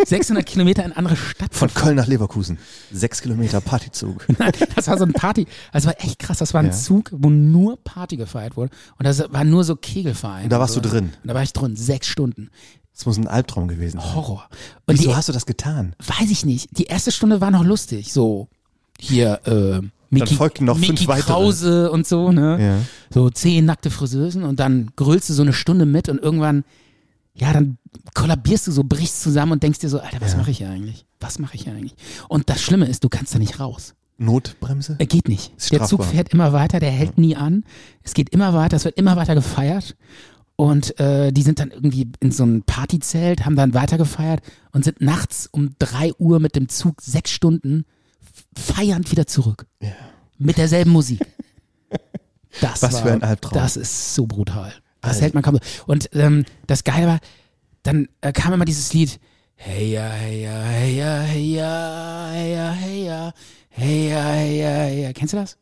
[SPEAKER 2] 600 Kilometer in eine andere Stadt
[SPEAKER 1] Von Köln nach Leverkusen. Sechs Kilometer Partyzug.
[SPEAKER 2] Nein, das war so ein Party. Das war echt krass. Das war ein
[SPEAKER 1] Ja.
[SPEAKER 2] Zug, wo nur Party gefeiert wurde. Und das war nur so Kegelverein.
[SPEAKER 1] Und da warst
[SPEAKER 2] so.
[SPEAKER 1] du drin?
[SPEAKER 2] Und da war ich drin. Sechs Stunden.
[SPEAKER 1] Das muss ein Albtraum gewesen sein.
[SPEAKER 2] Horror. Und
[SPEAKER 1] Wieso
[SPEAKER 2] die,
[SPEAKER 1] hast du das getan?
[SPEAKER 2] weiß ich nicht. Die erste Stunde war noch lustig. So, hier, äh, Mickey,
[SPEAKER 1] folgten noch
[SPEAKER 2] Mickey
[SPEAKER 1] fünf weitere.
[SPEAKER 2] Krause und so, ne?
[SPEAKER 1] Ja.
[SPEAKER 2] So zehn nackte Friseusen und dann grüllst du so eine Stunde mit und irgendwann, ja, dann kollabierst du so, brichst zusammen und denkst dir so, Alter, was mache ich hier eigentlich? Was mache ich hier eigentlich? Und das Schlimme ist, du kannst da nicht raus.
[SPEAKER 1] Notbremse?
[SPEAKER 2] Äh, Geht nicht.
[SPEAKER 1] Ist
[SPEAKER 2] Der Zug
[SPEAKER 1] strafbar.
[SPEAKER 2] fährt immer weiter, der hält nie an. Es geht immer weiter, es wird immer weiter gefeiert. Und äh, die sind dann irgendwie in so einem Partyzelt, haben dann weiter gefeiert und sind nachts um 3 Uhr mit dem Zug sechs Stunden f- feiernd wieder zurück. Mit derselben Musik. [laughs] Das
[SPEAKER 1] Was
[SPEAKER 2] war,
[SPEAKER 1] für ein Albtraum. Also
[SPEAKER 2] Das ist so brutal. Das hält man kaum so. Und ähm, das Geile war, dann äh, kam immer dieses Lied. Hey ja, hey ja, hey ja, hey ja, hey ja, hey ja, hey ja, hey ja, hey ja. Kennst du das?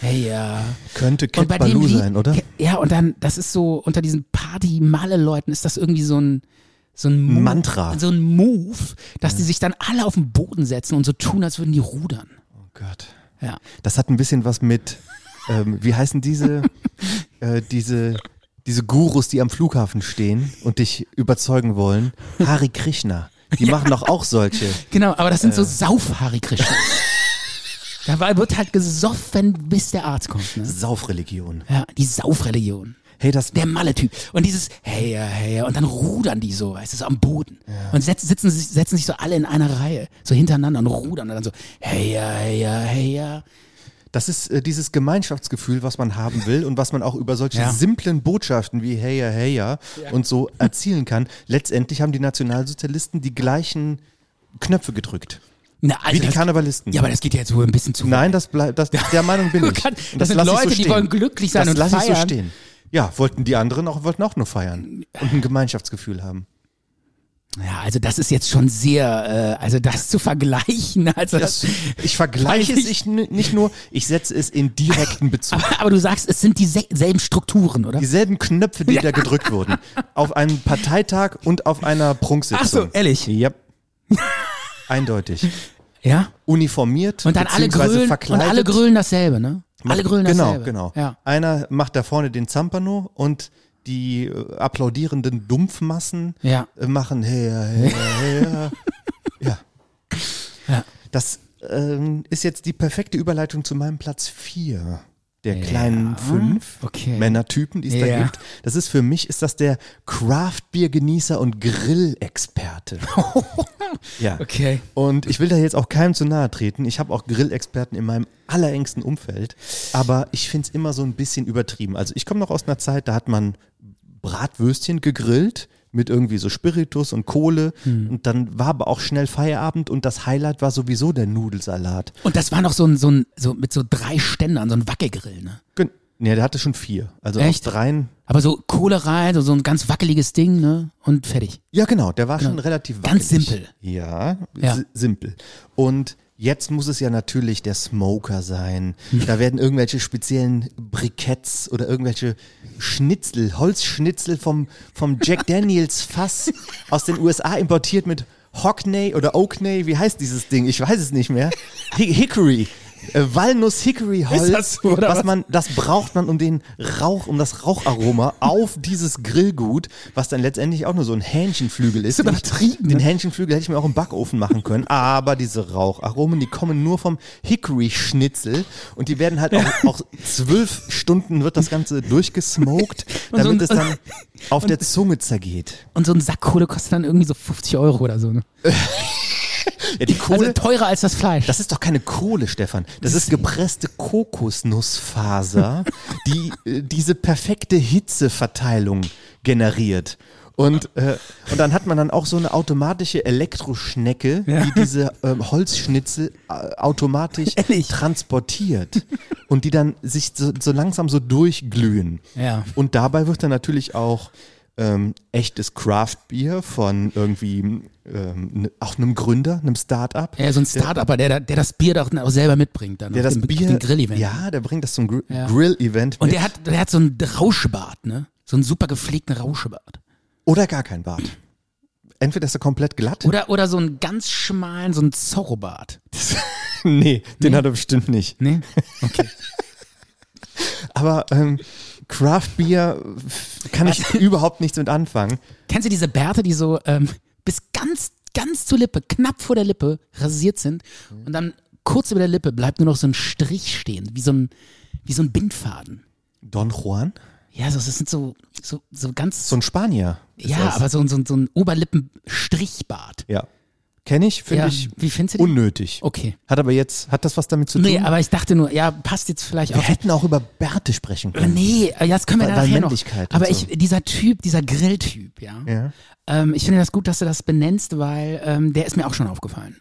[SPEAKER 2] Hey, ja.
[SPEAKER 1] Könnte Cat
[SPEAKER 2] und bei dem
[SPEAKER 1] Baloo
[SPEAKER 2] Lied,
[SPEAKER 1] sein, oder?
[SPEAKER 2] Ja, und dann, das ist so, unter diesen Party-Male-Leuten ist das irgendwie so ein, so ein Move,
[SPEAKER 1] Mantra.
[SPEAKER 2] So ein Move, dass die sich dann alle auf den Boden setzen und so tun, als würden die rudern.
[SPEAKER 1] Oh Gott.
[SPEAKER 2] Ja.
[SPEAKER 1] Das hat ein bisschen was mit, ähm, wie heißen diese, äh, diese, diese Gurus, die am Flughafen stehen und dich überzeugen wollen? Hari Krishna. Die machen doch auch solche.
[SPEAKER 2] Genau, aber das sind
[SPEAKER 1] Äh.
[SPEAKER 2] so Saufhari
[SPEAKER 1] [laughs]
[SPEAKER 2] Krishna. da war- wird halt gesoffen, bis der Arzt kommt. Ne?
[SPEAKER 1] Saufreligion.
[SPEAKER 2] Ja, die Saufreligion.
[SPEAKER 1] Hey, das,
[SPEAKER 2] Der Malle-Typ. Und dieses Hey, ja, hey, ja. und dann rudern die so, weißt du, so am Boden. Und setzen, sitzen, sich- setzen sich so alle in einer Reihe, so hintereinander und rudern und dann so Hey, ja, hey, ja, hey, ja.
[SPEAKER 1] das ist äh, dieses Gemeinschaftsgefühl, was man
[SPEAKER 2] [laughs]
[SPEAKER 1] haben will und was man auch über solche
[SPEAKER 2] Ja.
[SPEAKER 1] simplen Botschaften wie Hey, ja, hey, ja und so erzielen kann. Letztendlich haben die Nationalsozialisten die gleichen Knöpfe gedrückt.
[SPEAKER 2] Na, also
[SPEAKER 1] Wie die
[SPEAKER 2] das-
[SPEAKER 1] Karnevalisten.
[SPEAKER 2] Ja, aber das geht ja jetzt wohl ein bisschen zu.
[SPEAKER 1] Nein, das bleibt, das, der Meinung
[SPEAKER 2] [laughs]
[SPEAKER 1] bin
[SPEAKER 2] Du
[SPEAKER 1] ich.
[SPEAKER 2] kannst-
[SPEAKER 1] Und
[SPEAKER 2] das sind
[SPEAKER 1] lass ich
[SPEAKER 2] Leute, die
[SPEAKER 1] stehen.
[SPEAKER 2] wollen glücklich sein
[SPEAKER 1] das
[SPEAKER 2] und
[SPEAKER 1] lass ich so
[SPEAKER 2] feiern.
[SPEAKER 1] stehen. Ja, wollten die anderen auch, wollten auch nur feiern und ein Gemeinschaftsgefühl haben.
[SPEAKER 2] Ja, also das ist jetzt schon sehr, äh, also das zu vergleichen. [laughs] Also
[SPEAKER 1] Das,
[SPEAKER 2] das,
[SPEAKER 1] ich vergleiche
[SPEAKER 2] Weiß
[SPEAKER 1] es ich, n- nicht nur, ich setze es in
[SPEAKER 2] [laughs]
[SPEAKER 1] direkten Bezug.
[SPEAKER 2] aber, aber du sagst, es sind dieselben Strukturen, oder?
[SPEAKER 1] Dieselben Knöpfe, die da gedrückt wurden. Auf einem Parteitag und auf einer Prunksitzung.
[SPEAKER 2] Ach so, ehrlich?
[SPEAKER 1] Ja. Eindeutig.
[SPEAKER 2] Ja.
[SPEAKER 1] Uniformiert
[SPEAKER 2] Und dann alle
[SPEAKER 1] beziehungsweise
[SPEAKER 2] grölen, und
[SPEAKER 1] verkleidet.
[SPEAKER 2] alle grölen dasselbe, ne? Alle grölen
[SPEAKER 1] genau,
[SPEAKER 2] dasselbe.
[SPEAKER 1] Genau,
[SPEAKER 2] Ja.
[SPEAKER 1] Einer macht da vorne den Zampano und die äh, applaudierenden Dumpfmassen
[SPEAKER 2] Ja.
[SPEAKER 1] äh, machen her, her,
[SPEAKER 2] [laughs]
[SPEAKER 1] her. ja.
[SPEAKER 2] Ja.
[SPEAKER 1] Das ähm, ist jetzt die perfekte Überleitung zu meinem Platz 4 der kleinen fünf
[SPEAKER 2] okay.
[SPEAKER 1] Männertypen, die es da
[SPEAKER 2] Ja.
[SPEAKER 1] gibt. Das ist für mich, ist das der Craft-Bier-Genießer und Grillexperte. ja.
[SPEAKER 2] Okay.
[SPEAKER 1] Und ich will da jetzt auch keinem zu nahe treten. Ich habe auch Grillexperten in meinem allerengsten Umfeld. Aber ich finde es immer so ein bisschen übertrieben. Also ich komme noch aus einer Zeit, da hat man Bratwürstchen gegrillt mit irgendwie so Spiritus und Kohle.
[SPEAKER 2] Hm.
[SPEAKER 1] Und dann war aber auch schnell Feierabend und das Highlight war sowieso der Nudelsalat.
[SPEAKER 2] Und das war noch so ein, so ein, so mit so drei Ständern, so ein Wackelgrill, ne?
[SPEAKER 1] Gen- Nee, der hatte schon vier. Also aus
[SPEAKER 2] Echt?
[SPEAKER 1] dreien.
[SPEAKER 2] Aber so Kohle rein, so, so ein ganz wackeliges Ding, ne? Und fertig.
[SPEAKER 1] Ja, genau, der war schon relativ
[SPEAKER 2] Ganz
[SPEAKER 1] wackelig.
[SPEAKER 2] simpel.
[SPEAKER 1] Ja,
[SPEAKER 2] Ja.
[SPEAKER 1] si- simpel. Und jetzt muss es ja natürlich der Smoker sein. Da werden irgendwelche speziellen Briketts oder irgendwelche Schnitzel, Holzschnitzel vom, vom
[SPEAKER 2] [laughs]
[SPEAKER 1] Jack Daniels Fass aus den USA importiert mit Hockney oder Oakney, wie heißt dieses Ding? Ich weiß es nicht mehr. Hi Hickory. Äh, Walnuss-Hickory-Holz,
[SPEAKER 2] Ist das so, oder
[SPEAKER 1] was
[SPEAKER 2] was?
[SPEAKER 1] man, das braucht man um den Rauch, um das Raucharoma auf dieses Grillgut, was dann letztendlich auch nur so ein Hähnchenflügel ist.
[SPEAKER 2] Das ist übertrieben,
[SPEAKER 1] Den
[SPEAKER 2] ne?
[SPEAKER 1] Hähnchenflügel hätte ich mir auch im Backofen machen können, aber diese Raucharomen, die kommen nur vom Hickory-Schnitzel und die werden halt auch, auch zwölf Stunden wird das Ganze durchgesmoked,
[SPEAKER 2] Und so
[SPEAKER 1] damit es
[SPEAKER 2] ein- [laughs]
[SPEAKER 1] dann auf der Zunge zergeht.
[SPEAKER 2] Und so ein Sack Kohle kostet dann irgendwie so 50 Euro oder so, ne?
[SPEAKER 1] Ja, die Kohle,
[SPEAKER 2] Also teurer als das Fleisch.
[SPEAKER 1] Das ist doch keine Kohle, Stefan. Das ist gepresste
[SPEAKER 2] [laughs]
[SPEAKER 1] Kokosnussfaser, die äh, diese perfekte Hitzeverteilung generiert. Und, äh, und dann hat man dann auch so eine automatische Elektroschnecke, die diese ähm, Holzschnitzel äh, automatisch
[SPEAKER 2] Ehrlich?
[SPEAKER 1] transportiert und die dann sich so, so langsam so durchglühen.
[SPEAKER 2] Ja.
[SPEAKER 1] Und dabei wird dann natürlich auch ähm, echtes Craft-Bier von irgendwie ähm, ne, auch einem Gründer, einem Start-up,
[SPEAKER 2] ja, so ein Start-Upper, der, da- der das Bier doch auch selber mitbringt dann.
[SPEAKER 1] der
[SPEAKER 2] auf
[SPEAKER 1] das
[SPEAKER 2] dem, auf
[SPEAKER 1] Bier,
[SPEAKER 2] dem Grill-Event.
[SPEAKER 1] ja, der bringt das zum Gr
[SPEAKER 2] Ja.
[SPEAKER 1] Grill-Event
[SPEAKER 2] Und
[SPEAKER 1] mit.
[SPEAKER 2] der hat, der hat so einen Rauschbart, ne? So einen super gepflegten Rauschbart.
[SPEAKER 1] oder gar kein Bart. Entweder ist er komplett glatt.
[SPEAKER 2] Oder, oder so einen ganz schmalen, so einen Zorrobart.
[SPEAKER 1] [laughs] nee, den hat er bestimmt nicht.
[SPEAKER 2] Ne?
[SPEAKER 1] Aber ähm, Craft Beer äh, kann
[SPEAKER 2] Also-
[SPEAKER 1] ich überhaupt nichts mit anfangen.
[SPEAKER 2] Kennst du diese Bärte, die so ähm, bis ganz, ganz zur Lippe, knapp vor der Lippe rasiert sind und dann kurz über der Lippe bleibt nur noch so ein Strich stehen, wie so ein, wie so ein Bindfaden.
[SPEAKER 1] Don Juan?
[SPEAKER 2] Ja, so, das sind so, so, so ganz,
[SPEAKER 1] So ein Spanier. ist
[SPEAKER 2] ja,
[SPEAKER 1] das.
[SPEAKER 2] aber so, ein- so, ein- so ein Oberlippenstrichbart.
[SPEAKER 1] Ja. Kenne ich, finde
[SPEAKER 2] Ja,
[SPEAKER 1] ich
[SPEAKER 2] wie findest du den?
[SPEAKER 1] unnötig.
[SPEAKER 2] Okay.
[SPEAKER 1] Hat aber jetzt, hat das was damit zu tun?
[SPEAKER 2] Nee, aber ich dachte nur, ja, passt jetzt vielleicht
[SPEAKER 1] Wir
[SPEAKER 2] auch.
[SPEAKER 1] hätten auch über Bärte sprechen können.
[SPEAKER 2] Nee, äh, ja, das können wir
[SPEAKER 1] Weil-
[SPEAKER 2] dann
[SPEAKER 1] weil
[SPEAKER 2] nachher
[SPEAKER 1] Männlichkeit
[SPEAKER 2] noch.
[SPEAKER 1] und
[SPEAKER 2] Aber
[SPEAKER 1] so.
[SPEAKER 2] ich, dieser Typ, dieser Grilltyp, ja.
[SPEAKER 1] Ja.
[SPEAKER 2] Ähm, ich finde das gut, dass du das benennst, weil ähm, der ist mir auch schon aufgefallen.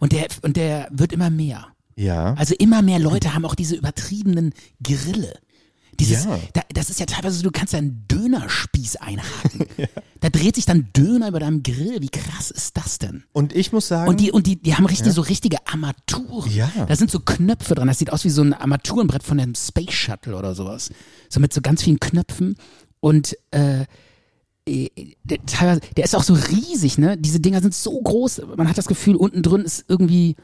[SPEAKER 2] Und der und der wird Also immer mehr.
[SPEAKER 1] Ja.
[SPEAKER 2] Also immer mehr Leute haben auch diese übertriebenen Grille. Dieses,
[SPEAKER 1] Ja.
[SPEAKER 2] da, das ist ja teilweise so, du kannst ja einen
[SPEAKER 1] [laughs]
[SPEAKER 2] Dönerspieß einhaken. Da dreht sich dann Döner über deinem Grill. Wie krass ist das denn?
[SPEAKER 1] Und ich muss sagen,
[SPEAKER 2] Und die, und die, die haben richtig so richtige Armaturen.
[SPEAKER 1] Ja.
[SPEAKER 2] Da sind so Knöpfe dran. Das sieht aus wie so ein Armaturenbrett von einem Space Shuttle oder sowas. So mit so ganz vielen Knöpfen. Und äh, äh, der, teilweise, der ist auch so riesig, ne? Diese Dinger sind so groß. Man hat das Gefühl, unten drin ist irgendwie,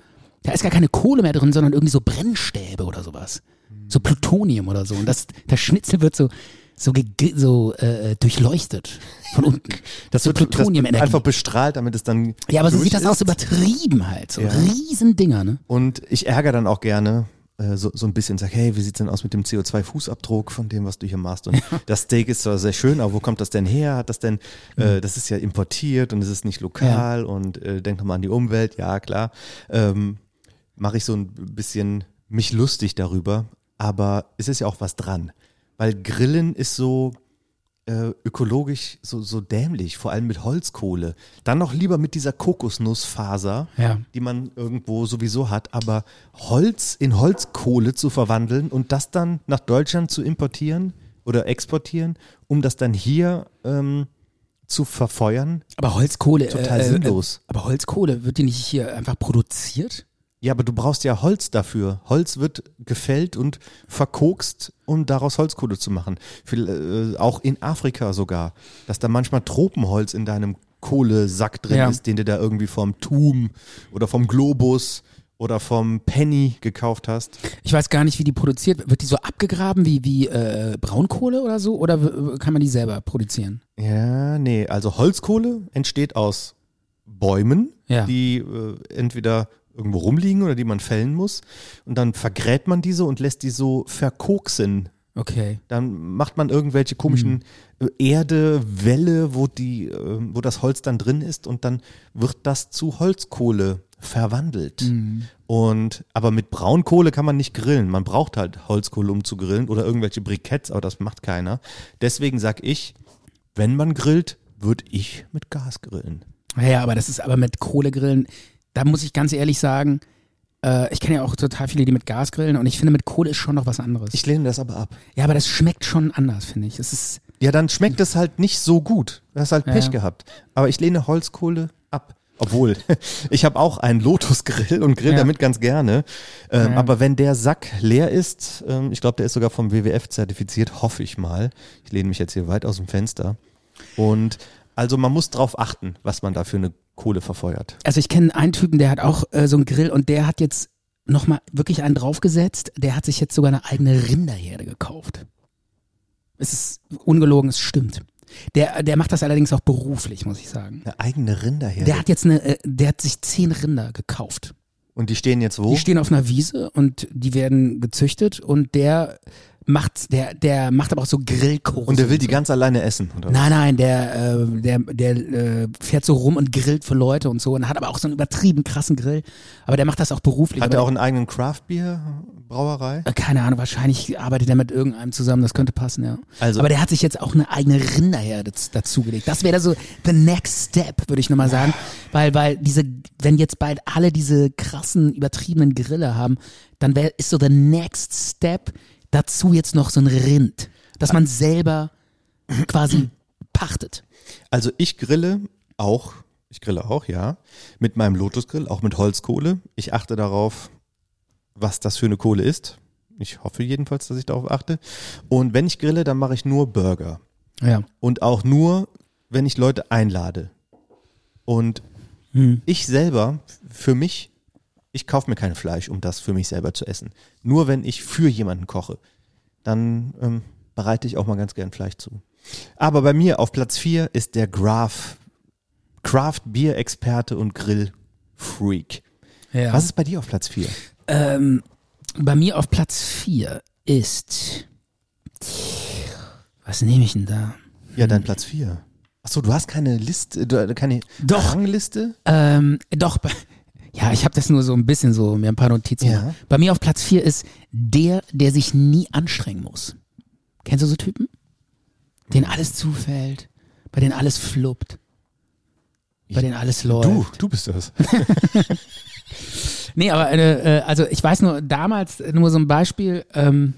[SPEAKER 2] da ist gar keine Kohle mehr drin, sondern irgendwie so Brennstäbe oder sowas. So Plutonium oder so. Und das, das Schnitzel wird so. So, gege- so äh, durchleuchtet von unten.
[SPEAKER 1] das
[SPEAKER 2] so
[SPEAKER 1] wird das
[SPEAKER 2] also Plutonium-Energie.
[SPEAKER 1] einfach bestrahlt, damit es dann
[SPEAKER 2] Ja, aber so
[SPEAKER 1] durch
[SPEAKER 2] sieht das
[SPEAKER 1] ist.
[SPEAKER 2] aus übertrieben halt. So
[SPEAKER 1] Ja.
[SPEAKER 2] Riesendinger, ne?
[SPEAKER 1] Und ich ärgere dann auch gerne äh, so, so ein bisschen, sag, hey, wie sieht's denn aus mit dem CO2-Fußabdruck von dem, was du hier machst? Und das Steak ist zwar sehr schön, aber wo kommt das denn her? Hat das denn, äh, das ist ja importiert und es ist nicht lokal und äh, denk doch mal an die Umwelt, ja klar. Ähm, Mache ich so ein bisschen mich lustig darüber, aber es ist ja auch was dran. Weil Grillen ist so, äh, ökologisch so, so dämlich, vor allem mit Holzkohle. Dann noch lieber mit dieser Kokosnussfaser,
[SPEAKER 2] Ja.
[SPEAKER 1] die man irgendwo sowieso hat, aber Holz in Holzkohle zu verwandeln und das dann nach Deutschland zu importieren oder exportieren, um das dann hier ähm, zu verfeuern.
[SPEAKER 2] Aber Holzkohle.
[SPEAKER 1] Total sinnlos.
[SPEAKER 2] Äh, aber Holzkohle, wird die nicht hier einfach produziert?
[SPEAKER 1] Ja, aber du brauchst ja Holz dafür. Holz wird gefällt und verkokst, um daraus Holzkohle zu machen. Viel, äh, auch in Afrika sogar, dass da manchmal Tropenholz in deinem Kohlesack drin
[SPEAKER 2] Ja.
[SPEAKER 1] ist, den du da irgendwie vom Tum oder vom Globus oder vom Penny gekauft hast.
[SPEAKER 2] Ich weiß gar nicht, wie die produziert wird. Wird die so abgegraben wie, wie äh, Braunkohle oder so? Oder w- w- kann man die selber produzieren?
[SPEAKER 1] Ja, nee, also Holzkohle entsteht aus Bäumen,
[SPEAKER 2] Ja.
[SPEAKER 1] die äh, entweder irgendwo rumliegen oder die man fällen muss. Und dann vergräbt man diese und lässt die so verkoksen
[SPEAKER 2] Okay.
[SPEAKER 1] dann macht man irgendwelche komischen äh, Erdewälle, wo die, äh, wo das Holz dann drin ist und dann wird das zu Holzkohle verwandelt. Und aber mit Braunkohle kann man nicht grillen. Man braucht halt Holzkohle, um zu grillen oder irgendwelche Briketts, aber das macht keiner. Deswegen sag ich, wenn man grillt, würde ich mit Gas grillen.
[SPEAKER 2] Naja, aber das ist aber mit Kohlegrillen, da muss ich ganz ehrlich sagen, äh, ich kenne ja auch total viele, die mit Gas grillen und ich finde, mit Kohle ist schon noch was anderes.
[SPEAKER 1] Ich lehne das aber ab.
[SPEAKER 2] ja, aber das schmeckt schon anders, finde ich. Es ist.
[SPEAKER 1] Ja, dann schmeckt es halt nicht so gut. Du hast halt
[SPEAKER 2] Ja,
[SPEAKER 1] Pech
[SPEAKER 2] ja.
[SPEAKER 1] gehabt. Aber ich lehne Holzkohle ab. Obwohl, [laughs] ich habe auch einen Lotus-Grill und grill
[SPEAKER 2] Ja.
[SPEAKER 1] damit ganz gerne. Ähm,
[SPEAKER 2] Ja.
[SPEAKER 1] Aber wenn der Sack leer ist, ähm, ich glaube, der ist sogar vom WWF zertifiziert, hoffe ich mal. Ich lehne mich jetzt hier weit aus dem Fenster. Und also man muss drauf achten, was man da für eine Kohle verfeuert.
[SPEAKER 2] Also ich kenne einen Typen, der hat auch äh, so einen Grill und der hat jetzt nochmal wirklich einen draufgesetzt. Der hat sich jetzt sogar eine eigene Rinderherde gekauft. Es ist ungelogen, es stimmt. Der, der macht das allerdings auch beruflich, muss ich sagen.
[SPEAKER 1] Eine eigene Rinderherde.
[SPEAKER 2] Der hat jetzt eine, äh, der hat sich zehn Rinder gekauft.
[SPEAKER 1] und die stehen jetzt wo?
[SPEAKER 2] Die stehen auf einer Wiese und die werden gezüchtet und der macht, der, der macht aber auch so Grillkurse.
[SPEAKER 1] und der will die
[SPEAKER 2] so.
[SPEAKER 1] ganz alleine essen, oder?
[SPEAKER 2] Nein, nein, der, äh, der, der äh, fährt so rum und grillt für Leute und so und hat aber auch so einen übertrieben krassen Grill. Aber der macht das auch beruflich.
[SPEAKER 1] Hat er auch
[SPEAKER 2] aber,
[SPEAKER 1] einen eigenen Craft-Bier-Brauerei?
[SPEAKER 2] äh, keine Ahnung, wahrscheinlich arbeitet er mit irgendeinem zusammen, das könnte passen, ja.
[SPEAKER 1] Also-
[SPEAKER 2] aber der hat sich jetzt auch eine eigene Rinderherde z- dazugelegt. Das wäre da so the next step, würde ich nochmal sagen. Weil, weil diese, wenn jetzt bald alle diese krassen, übertriebenen Grille haben, dann wär, ist so the next step dazu jetzt noch so ein Rind, dass man selber quasi pachtet.
[SPEAKER 1] Also ich grille auch, ich grille auch, ja, mit meinem Lotusgrill, auch mit Holzkohle. Ich achte darauf, was das für eine Kohle ist. Ich hoffe jedenfalls, dass ich darauf achte. Und wenn ich grille, dann mache ich nur Burger.
[SPEAKER 2] Ja.
[SPEAKER 1] Und auch nur, wenn ich Leute einlade. Und ich selber, für mich, ich kaufe mir kein Fleisch, um das für mich selber zu essen. Nur wenn ich für jemanden koche, dann ähm, bereite ich auch mal ganz gern Fleisch zu. Aber bei mir auf Platz 4 ist der Graf, Craft Beer Experte und Grill Freak.
[SPEAKER 2] ja.
[SPEAKER 1] Was ist bei dir auf Platz 4?
[SPEAKER 2] Ähm, bei mir auf Platz 4 ist. Was nehme ich denn da?
[SPEAKER 1] Ja, dein Platz 4. Achso, du hast keine Liste, du, äh, keine
[SPEAKER 2] Doch.
[SPEAKER 1] Rangliste?
[SPEAKER 2] Ähm, doch, bei- ja, ich habe das nur so ein bisschen so, mir ein paar Notizen.
[SPEAKER 1] Ja.
[SPEAKER 2] gemacht. Bei mir auf Platz 4 ist der, der sich nie anstrengen muss. Kennst du so Typen? Denen alles zufällt, bei denen alles fluppt, bei denen alles läuft.
[SPEAKER 1] du bist das.
[SPEAKER 2] Nee, aber äh, äh, also ich weiß nur damals äh, nur so ein Beispiel. Ähm,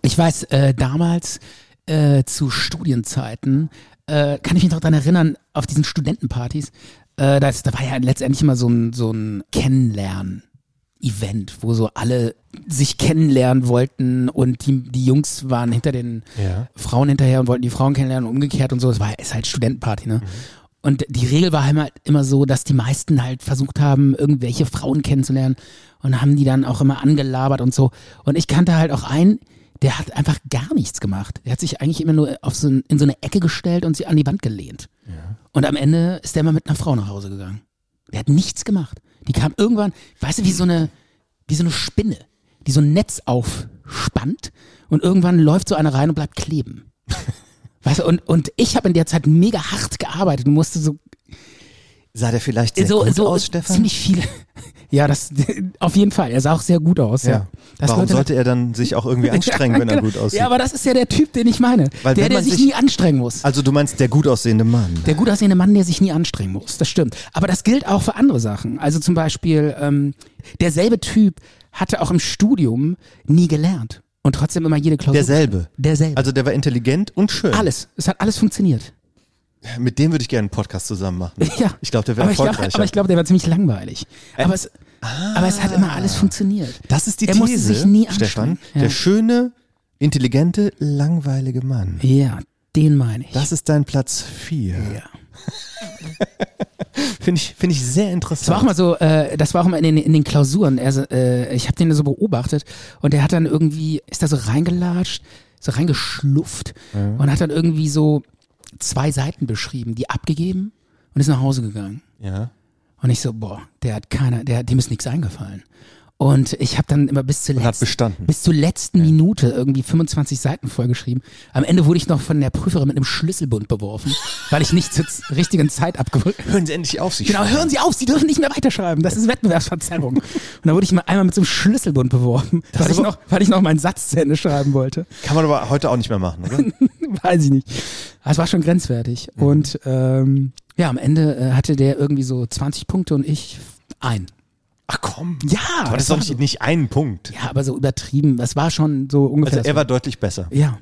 [SPEAKER 2] Ich weiß, äh, damals äh, zu Studienzeiten äh, kann ich mich noch daran erinnern, auf diesen Studentenpartys, äh, das, da war ja letztendlich immer so ein, so ein Kennenlernen. Event, wo so alle sich kennenlernen wollten und die, die Jungs waren hinter den
[SPEAKER 1] Ja.
[SPEAKER 2] Frauen hinterher und wollten die Frauen kennenlernen und umgekehrt und so. Es war ist halt Studentenparty, ne? Und die Regel war halt immer so, dass die meisten halt versucht haben, irgendwelche Frauen kennenzulernen und haben die dann auch immer angelabert und so. Und ich kannte halt auch einen, der hat einfach gar nichts gemacht. Der hat sich eigentlich immer nur auf so, ein- in so eine Ecke gestellt und sie an die Wand gelehnt. Und am Ende ist der immer mit einer Frau nach Hause gegangen. Der hat nichts gemacht. Die kam irgendwann, weißt du, wie so eine, wie so eine Spinne, die so ein Netz aufspannt und irgendwann läuft so eine rein und
[SPEAKER 1] [laughs]
[SPEAKER 2] bleibt kleben. weißt du, und, und ich habe in der Zeit mega hart gearbeitet und musste so,
[SPEAKER 1] Sah der vielleicht sehr
[SPEAKER 2] so,
[SPEAKER 1] gut
[SPEAKER 2] so
[SPEAKER 1] aus, Stefan?
[SPEAKER 2] ziemlich viel. [laughs] Ja, das [laughs] auf jeden Fall. Er sah auch sehr gut aus. Ja.
[SPEAKER 1] ja.
[SPEAKER 2] Das
[SPEAKER 1] Warum
[SPEAKER 2] Leute-
[SPEAKER 1] sollte er dann sich auch
[SPEAKER 2] [laughs]
[SPEAKER 1] irgendwie anstrengen, wenn er gut aussieht?
[SPEAKER 2] Ja, aber das ist ja der Typ, den ich meine.
[SPEAKER 1] Weil
[SPEAKER 2] der,
[SPEAKER 1] wenn
[SPEAKER 2] der
[SPEAKER 1] man
[SPEAKER 2] sich,
[SPEAKER 1] sich-
[SPEAKER 2] nie anstrengen muss.
[SPEAKER 1] also du meinst der gut aussehende Mann.
[SPEAKER 2] Der gut aussehende Mann, der sich nie anstrengen muss, das stimmt. Aber das gilt auch für andere Sachen. Also zum Beispiel, ähm, derselbe Typ hatte auch im Studium nie gelernt und trotzdem immer jede Klausur.
[SPEAKER 1] Derselbe.
[SPEAKER 2] Derselbe. Also
[SPEAKER 1] Also der war intelligent und schön.
[SPEAKER 2] alles. Es hat alles funktioniert. [laughs]
[SPEAKER 1] Mit dem würde ich gerne einen Podcast zusammen machen.
[SPEAKER 2] Ja.
[SPEAKER 1] Ich glaube, der wäre
[SPEAKER 2] Aber ich glaube,
[SPEAKER 1] erfolgreicher.
[SPEAKER 2] aber ich glaube, der war ziemlich langweilig. Aber es, aber es hat immer alles funktioniert.
[SPEAKER 1] Ah. das ist die
[SPEAKER 2] er
[SPEAKER 1] These,
[SPEAKER 2] musste sich nie
[SPEAKER 1] Stefan.
[SPEAKER 2] anstrengen. Ja.
[SPEAKER 1] Der schöne, intelligente, langweilige Mann.
[SPEAKER 2] ja, den meine ich.
[SPEAKER 1] Das ist dein Platz vier. [laughs]
[SPEAKER 2] ja.
[SPEAKER 1] Finde ich, finde ich sehr
[SPEAKER 2] Das war auch
[SPEAKER 1] interessant.
[SPEAKER 2] mal so, äh, das war auch mal in den, in den Klausuren. Er, so, äh, ich habe den so beobachtet und er hat dann irgendwie, ist da so reingelatscht, so reingeschlufft
[SPEAKER 1] Mhm.
[SPEAKER 2] und hat dann irgendwie so zwei Seiten beschrieben, die abgegeben und ist nach Hause gegangen.
[SPEAKER 1] ja.
[SPEAKER 2] Und ich so, boah, der hat keiner, der, dem ist nichts eingefallen. Und ich habe dann immer bis zur
[SPEAKER 1] hat
[SPEAKER 2] letzten,
[SPEAKER 1] bestanden.
[SPEAKER 2] bis zur letzten Minute irgendwie 25 Seiten vollgeschrieben. Am Ende wurde ich noch von der Prüferin mit einem Schlüsselbund beworfen, weil ich nicht zur z- richtigen Zeit abgerückt
[SPEAKER 1] Hören Sie endlich auf sich.
[SPEAKER 2] Genau, hören Sie auf, Sie dürfen nicht mehr weiterschreiben. Das ist Wettbewerbsverzerrung. Und da wurde ich mal einmal mit so einem Schlüsselbund beworfen, weil ich,
[SPEAKER 1] aber-
[SPEAKER 2] noch, weil ich noch meinen Satz zu Ende schreiben wollte.
[SPEAKER 1] Kann man aber heute auch nicht mehr machen, oder?
[SPEAKER 2] [laughs] Weiß ich nicht. Das war schon grenzwertig. Und ähm, ja, am Ende äh, hatte der irgendwie so 20 Punkte und ich ein.
[SPEAKER 1] Ach komm.
[SPEAKER 2] Ja,
[SPEAKER 1] Aber das ist
[SPEAKER 2] war
[SPEAKER 1] doch nicht,
[SPEAKER 2] so,
[SPEAKER 1] nicht ein Punkt.
[SPEAKER 2] ja, aber so übertrieben. Das war schon so ungefähr.
[SPEAKER 1] Also
[SPEAKER 2] das
[SPEAKER 1] er war deutlich besser.
[SPEAKER 2] ja.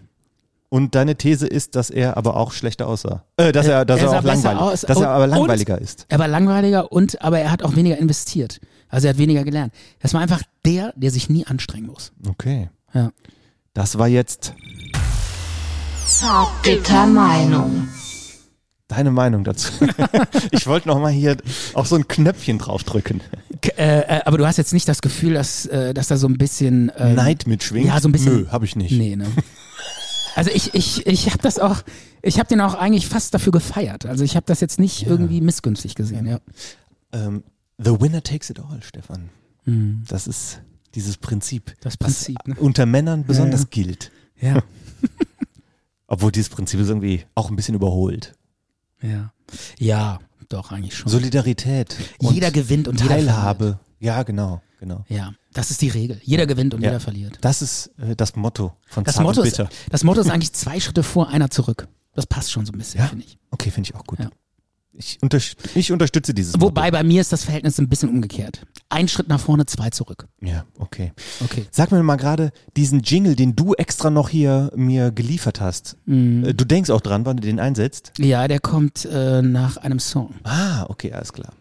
[SPEAKER 1] Und deine These ist, dass er aber auch schlechter aussah. Äh, dass er, dass
[SPEAKER 2] er
[SPEAKER 1] er,
[SPEAKER 2] sah
[SPEAKER 1] auch
[SPEAKER 2] besser
[SPEAKER 1] langweilig,
[SPEAKER 2] aus.
[SPEAKER 1] dass er
[SPEAKER 2] Und-
[SPEAKER 1] aber
[SPEAKER 2] und-
[SPEAKER 1] langweiliger ist.
[SPEAKER 2] Er war langweiliger und aber er hat auch weniger investiert. Also er hat weniger gelernt. Das war einfach der, der sich nie anstrengen muss.
[SPEAKER 1] Okay.
[SPEAKER 2] Ja.
[SPEAKER 1] Das war jetzt
[SPEAKER 3] Zartbitter Meinung.
[SPEAKER 1] deine Meinung dazu.
[SPEAKER 2] [laughs]
[SPEAKER 1] ich wollte noch mal hier auf so ein Knöpfchen draufdrücken.
[SPEAKER 2] K- äh, äh, aber du hast jetzt nicht das Gefühl, dass, äh, dass da so ein bisschen ähm,
[SPEAKER 1] Neid mitschwingt?
[SPEAKER 2] Ja, so ein bisschen.
[SPEAKER 1] Nö, habe ich nicht.
[SPEAKER 2] Nee, ne? Also ich, ich, ich habe das auch, ich habe den auch eigentlich fast dafür gefeiert. Also ich habe das jetzt nicht irgendwie missgünstig gesehen, ja.
[SPEAKER 1] Ähm, the winner takes it all, Stefan. Das ist dieses Prinzip,
[SPEAKER 2] Mhm. Das Prinzip, ne?
[SPEAKER 1] unter Männern besonders gilt.
[SPEAKER 2] Ja.
[SPEAKER 1] Obwohl dieses Prinzip ist irgendwie auch ein bisschen überholt.
[SPEAKER 2] Ja. Ja, doch, eigentlich schon.
[SPEAKER 1] Solidarität. und
[SPEAKER 2] Jeder gewinnt und jeder
[SPEAKER 1] Teilhabe. Ja, genau, genau.
[SPEAKER 2] ja, das ist die Regel. Jeder gewinnt und
[SPEAKER 1] Ja.
[SPEAKER 2] jeder verliert.
[SPEAKER 1] Das ist äh, das Motto von
[SPEAKER 2] Das
[SPEAKER 1] Zart
[SPEAKER 2] Motto,
[SPEAKER 1] und
[SPEAKER 2] ist,
[SPEAKER 1] Bitter.
[SPEAKER 2] das Motto ist eigentlich zwei Schritte vor, einer zurück. Das passt schon so ein bisschen,
[SPEAKER 1] Ja?
[SPEAKER 2] finde ich.
[SPEAKER 1] Okay, finde ich auch gut.
[SPEAKER 2] Ja.
[SPEAKER 1] Ich, unterst ich unterstütze dieses
[SPEAKER 2] Wobei bei mir ist das Verhältnis ein bisschen umgekehrt. Ein Schritt nach vorne, zwei zurück.
[SPEAKER 1] Motto. Ja, okay.
[SPEAKER 2] Okay.
[SPEAKER 1] Sag mir mal gerade diesen Jingle, den du extra noch hier mir geliefert hast.
[SPEAKER 2] Mhm.
[SPEAKER 1] Äh, Du denkst auch dran, wann du den einsetzt?
[SPEAKER 2] Ja, der kommt äh, nach einem Song.
[SPEAKER 1] Ah, okay, alles klar.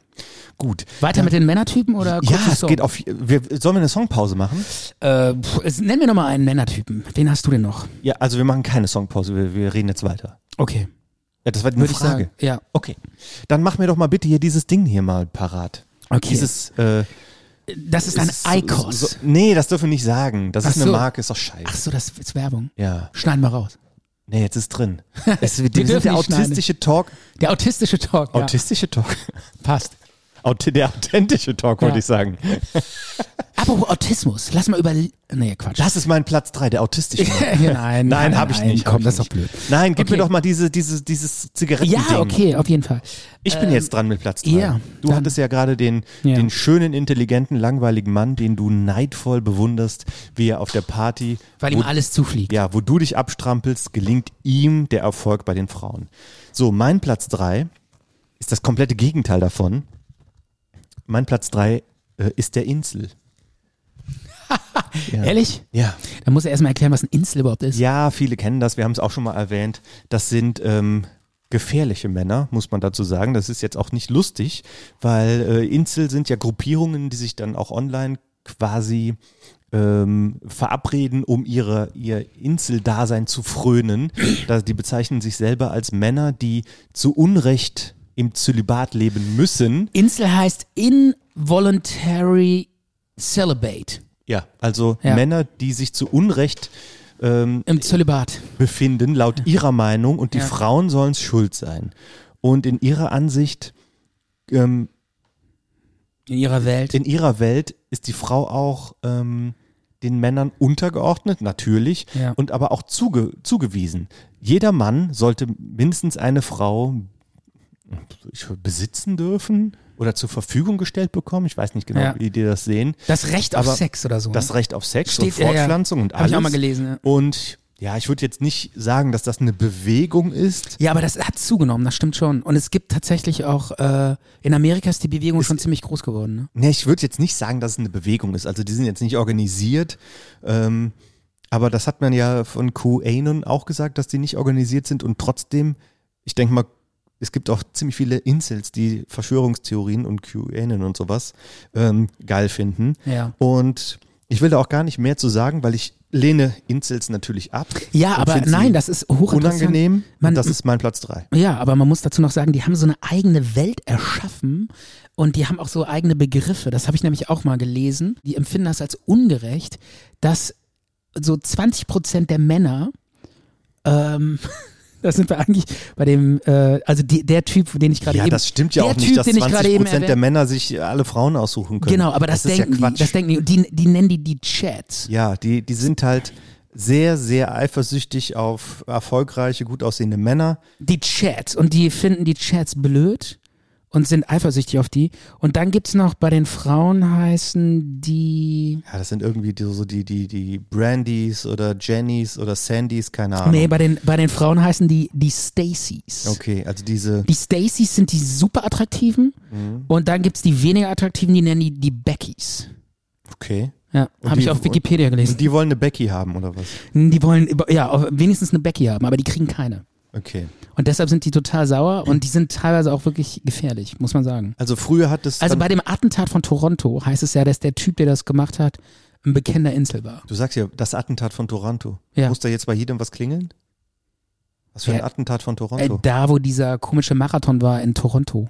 [SPEAKER 1] Gut.
[SPEAKER 2] Weiter mit den Männertypen oder
[SPEAKER 1] Ja,
[SPEAKER 2] kurzer
[SPEAKER 1] es
[SPEAKER 2] Song?
[SPEAKER 1] geht auf. Wir, sollen wir eine Songpause machen?
[SPEAKER 2] Äh, pff, es- nenn mir nochmal einen Männertypen. Wen hast du denn noch?
[SPEAKER 1] Ja, also wir machen keine Songpause, wir, wir reden jetzt weiter.
[SPEAKER 2] Okay.
[SPEAKER 1] Ja, das war eine
[SPEAKER 2] Würde ich
[SPEAKER 1] Frage.
[SPEAKER 2] sagen. Ja.
[SPEAKER 1] Okay. Dann mach mir doch mal bitte hier dieses Ding hier mal parat.
[SPEAKER 2] Okay.
[SPEAKER 1] Dieses, äh,
[SPEAKER 2] das ist ein
[SPEAKER 1] ist-
[SPEAKER 2] Icos.
[SPEAKER 1] So, nee, das dürfen wir nicht sagen. Das
[SPEAKER 2] Ach
[SPEAKER 1] ist eine
[SPEAKER 2] so.
[SPEAKER 1] Marke, ist doch scheiße.
[SPEAKER 2] Ach so, das ist Werbung.
[SPEAKER 1] Ja.
[SPEAKER 2] Schneiden wir raus.
[SPEAKER 1] Nee, jetzt ist
[SPEAKER 2] [laughs]
[SPEAKER 1] drin. [laughs] Es, wir wir
[SPEAKER 2] dürfen
[SPEAKER 1] sind der
[SPEAKER 2] nicht schneiden.
[SPEAKER 1] autistische Talk.
[SPEAKER 2] Der autistische Talk. Ja.
[SPEAKER 1] Autistische Talk. [laughs]
[SPEAKER 2] Passt.
[SPEAKER 1] Aut der authentische Talk, wollte
[SPEAKER 2] Ja.
[SPEAKER 1] ich sagen.
[SPEAKER 2] Apropos Autismus. Lass mal über. Nee, Quatsch.
[SPEAKER 1] Das ist mein Platz drei, der
[SPEAKER 2] [laughs]
[SPEAKER 1] autistische Talk.
[SPEAKER 2] Ja, nein,
[SPEAKER 1] Nein, habe ich nicht. hab
[SPEAKER 2] Komm,
[SPEAKER 1] ich
[SPEAKER 2] das ist doch
[SPEAKER 1] nicht.
[SPEAKER 2] blöd.
[SPEAKER 1] Nein, gib
[SPEAKER 2] Okay.
[SPEAKER 1] mir doch mal diese, diese, dieses Zigaretten.
[SPEAKER 2] Ja, okay, auf jeden Fall. Ähm,
[SPEAKER 1] Ich bin jetzt dran mit Platz 3.
[SPEAKER 2] ja,
[SPEAKER 1] du
[SPEAKER 2] dann-
[SPEAKER 1] hattest ja gerade den,
[SPEAKER 2] Ja.
[SPEAKER 1] den schönen, intelligenten, langweiligen Mann, den du neidvoll bewunderst, wie er auf der Party,
[SPEAKER 2] Weil ihm alles zufliegt.
[SPEAKER 1] ja, wo du dich abstrampelst, gelingt ihm der Erfolg bei den Frauen. So, mein Platz 3 ist das komplette Gegenteil davon. Mein Platz 3 äh, ist der Insel. Ja.
[SPEAKER 2] Ehrlich?
[SPEAKER 1] Ja.
[SPEAKER 2] Da muss er erstmal erklären, was ein Insel überhaupt ist.
[SPEAKER 1] Ja, viele kennen das, wir haben es auch schon mal erwähnt. Das sind ähm, gefährliche Männer, muss man dazu sagen. Das ist jetzt auch nicht lustig, weil äh, Insel sind ja Gruppierungen, die sich dann auch online quasi ähm, verabreden, um ihre, ihr Inseldasein zu frönen. Da, die bezeichnen sich selber als Männer, die zu Unrecht im Zölibat leben müssen.
[SPEAKER 2] Insel heißt Involuntary Celibate.
[SPEAKER 1] Ja, also
[SPEAKER 2] Ja.
[SPEAKER 1] Männer, die sich zu Unrecht ähm,
[SPEAKER 2] Im Zölibat.
[SPEAKER 1] befinden, laut ihrer Meinung, und die
[SPEAKER 2] Ja.
[SPEAKER 1] Frauen sollen schuld sein. Und in ihrer Ansicht, ähm,
[SPEAKER 2] In ihrer Welt.
[SPEAKER 1] in ihrer Welt ist die Frau auch ähm, den Männern untergeordnet, natürlich,
[SPEAKER 2] Ja.
[SPEAKER 1] und aber auch zuge zugewiesen. Jeder Mann sollte mindestens eine Frau besitzen dürfen oder zur Verfügung gestellt bekommen. Ich weiß nicht genau,
[SPEAKER 2] Ja.
[SPEAKER 1] wie die das sehen.
[SPEAKER 2] das Recht auf
[SPEAKER 1] aber
[SPEAKER 2] Sex oder so. ne?
[SPEAKER 1] Das Recht auf Sex
[SPEAKER 2] Steht-
[SPEAKER 1] und
[SPEAKER 2] ja, ja.
[SPEAKER 1] Fortpflanzung und
[SPEAKER 2] Hab
[SPEAKER 1] alles.
[SPEAKER 2] ich auch mal gelesen, ja.
[SPEAKER 1] Und ja, ich würde jetzt nicht sagen, dass das eine Bewegung ist.
[SPEAKER 2] Ja, aber das hat zugenommen, das stimmt schon. Und es gibt tatsächlich auch, äh, in Amerika ist die Bewegung schon ziemlich groß geworden. Ne?
[SPEAKER 1] Ne, ich würde jetzt nicht sagen, dass es eine Bewegung ist. Also die sind jetzt nicht organisiert. Ähm, aber das hat man ja von QAnon auch gesagt, dass die nicht organisiert sind und trotzdem, ich denke mal, es gibt auch ziemlich viele Insels, die Verschwörungstheorien und QAnon und sowas ähm, geil finden.
[SPEAKER 2] Ja.
[SPEAKER 1] Und ich will da auch gar nicht mehr zu sagen, weil ich lehne Insels natürlich ab.
[SPEAKER 2] Ja,
[SPEAKER 1] Und
[SPEAKER 2] aber
[SPEAKER 1] find sie
[SPEAKER 2] nein, das ist hochinteressant.
[SPEAKER 1] unangenehm.
[SPEAKER 2] Man-
[SPEAKER 1] und das ist mein Platz drei.
[SPEAKER 2] Ja, aber man muss dazu noch sagen, die haben so eine eigene Welt erschaffen und die haben auch so eigene Begriffe. Das habe ich nämlich auch mal gelesen. Die empfinden das als ungerecht, dass so 20 Prozent der Männer, ähm, [laughs] da sind wir eigentlich bei dem, äh, also die, der Typ, den ich gerade
[SPEAKER 1] Ja,
[SPEAKER 2] eben.
[SPEAKER 1] das stimmt ja
[SPEAKER 2] der
[SPEAKER 1] auch nicht,
[SPEAKER 2] typ,
[SPEAKER 1] dass
[SPEAKER 2] den ich gerade
[SPEAKER 1] 20
[SPEAKER 2] eben
[SPEAKER 1] Prozent der
[SPEAKER 2] erwähnt-
[SPEAKER 1] Männer sich alle Frauen aussuchen können.
[SPEAKER 2] Genau, aber das,
[SPEAKER 1] ist
[SPEAKER 2] denken
[SPEAKER 1] ja Quatsch.
[SPEAKER 2] die, das denken die, und die, die nennen die die Chats.
[SPEAKER 1] Ja, die, die sind halt sehr, sehr eifersüchtig auf erfolgreiche, gut aussehende Männer.
[SPEAKER 2] die Chats und die finden die Chats blöd und sind eifersüchtig auf die. Und dann gibt's noch bei den Frauen heißen die.
[SPEAKER 1] Ja, das sind irgendwie die, so die, die, die Brandys oder Jennys oder Sandys, keine Ahnung.
[SPEAKER 2] Nee, bei den, bei den Frauen heißen die die Stacys.
[SPEAKER 1] Okay, also diese,
[SPEAKER 2] Die Stacys sind die super attraktiven
[SPEAKER 1] Mhm.
[SPEAKER 2] und dann gibt's die weniger attraktiven, die nennen die die Beckys.
[SPEAKER 1] okay.
[SPEAKER 2] Ja,
[SPEAKER 1] Und
[SPEAKER 2] habe ich
[SPEAKER 1] die-
[SPEAKER 2] auf Wikipedia gelesen.
[SPEAKER 1] Und die wollen eine Becky haben oder was?
[SPEAKER 2] Die wollen über- ja auf- wenigstens eine Becky haben, aber die kriegen keine.
[SPEAKER 1] Okay.
[SPEAKER 2] Und deshalb sind die total
[SPEAKER 1] [laughs]
[SPEAKER 2] sauer und die sind teilweise auch wirklich gefährlich, muss man sagen.
[SPEAKER 1] Also früher hat es,
[SPEAKER 2] Also
[SPEAKER 1] dann,
[SPEAKER 2] bei dem Attentat von Toronto heißt es ja, dass der Typ, der das gemacht hat, ein bekennender Insel war.
[SPEAKER 1] du sagst ja, das Attentat von Toronto.
[SPEAKER 2] Ja.
[SPEAKER 1] Muss da jetzt bei jedem was klingeln? Was für ein
[SPEAKER 2] Ja.
[SPEAKER 1] Attentat von
[SPEAKER 2] Äh,
[SPEAKER 1] Toronto?
[SPEAKER 2] da, wo dieser komische Marathon war in Toronto,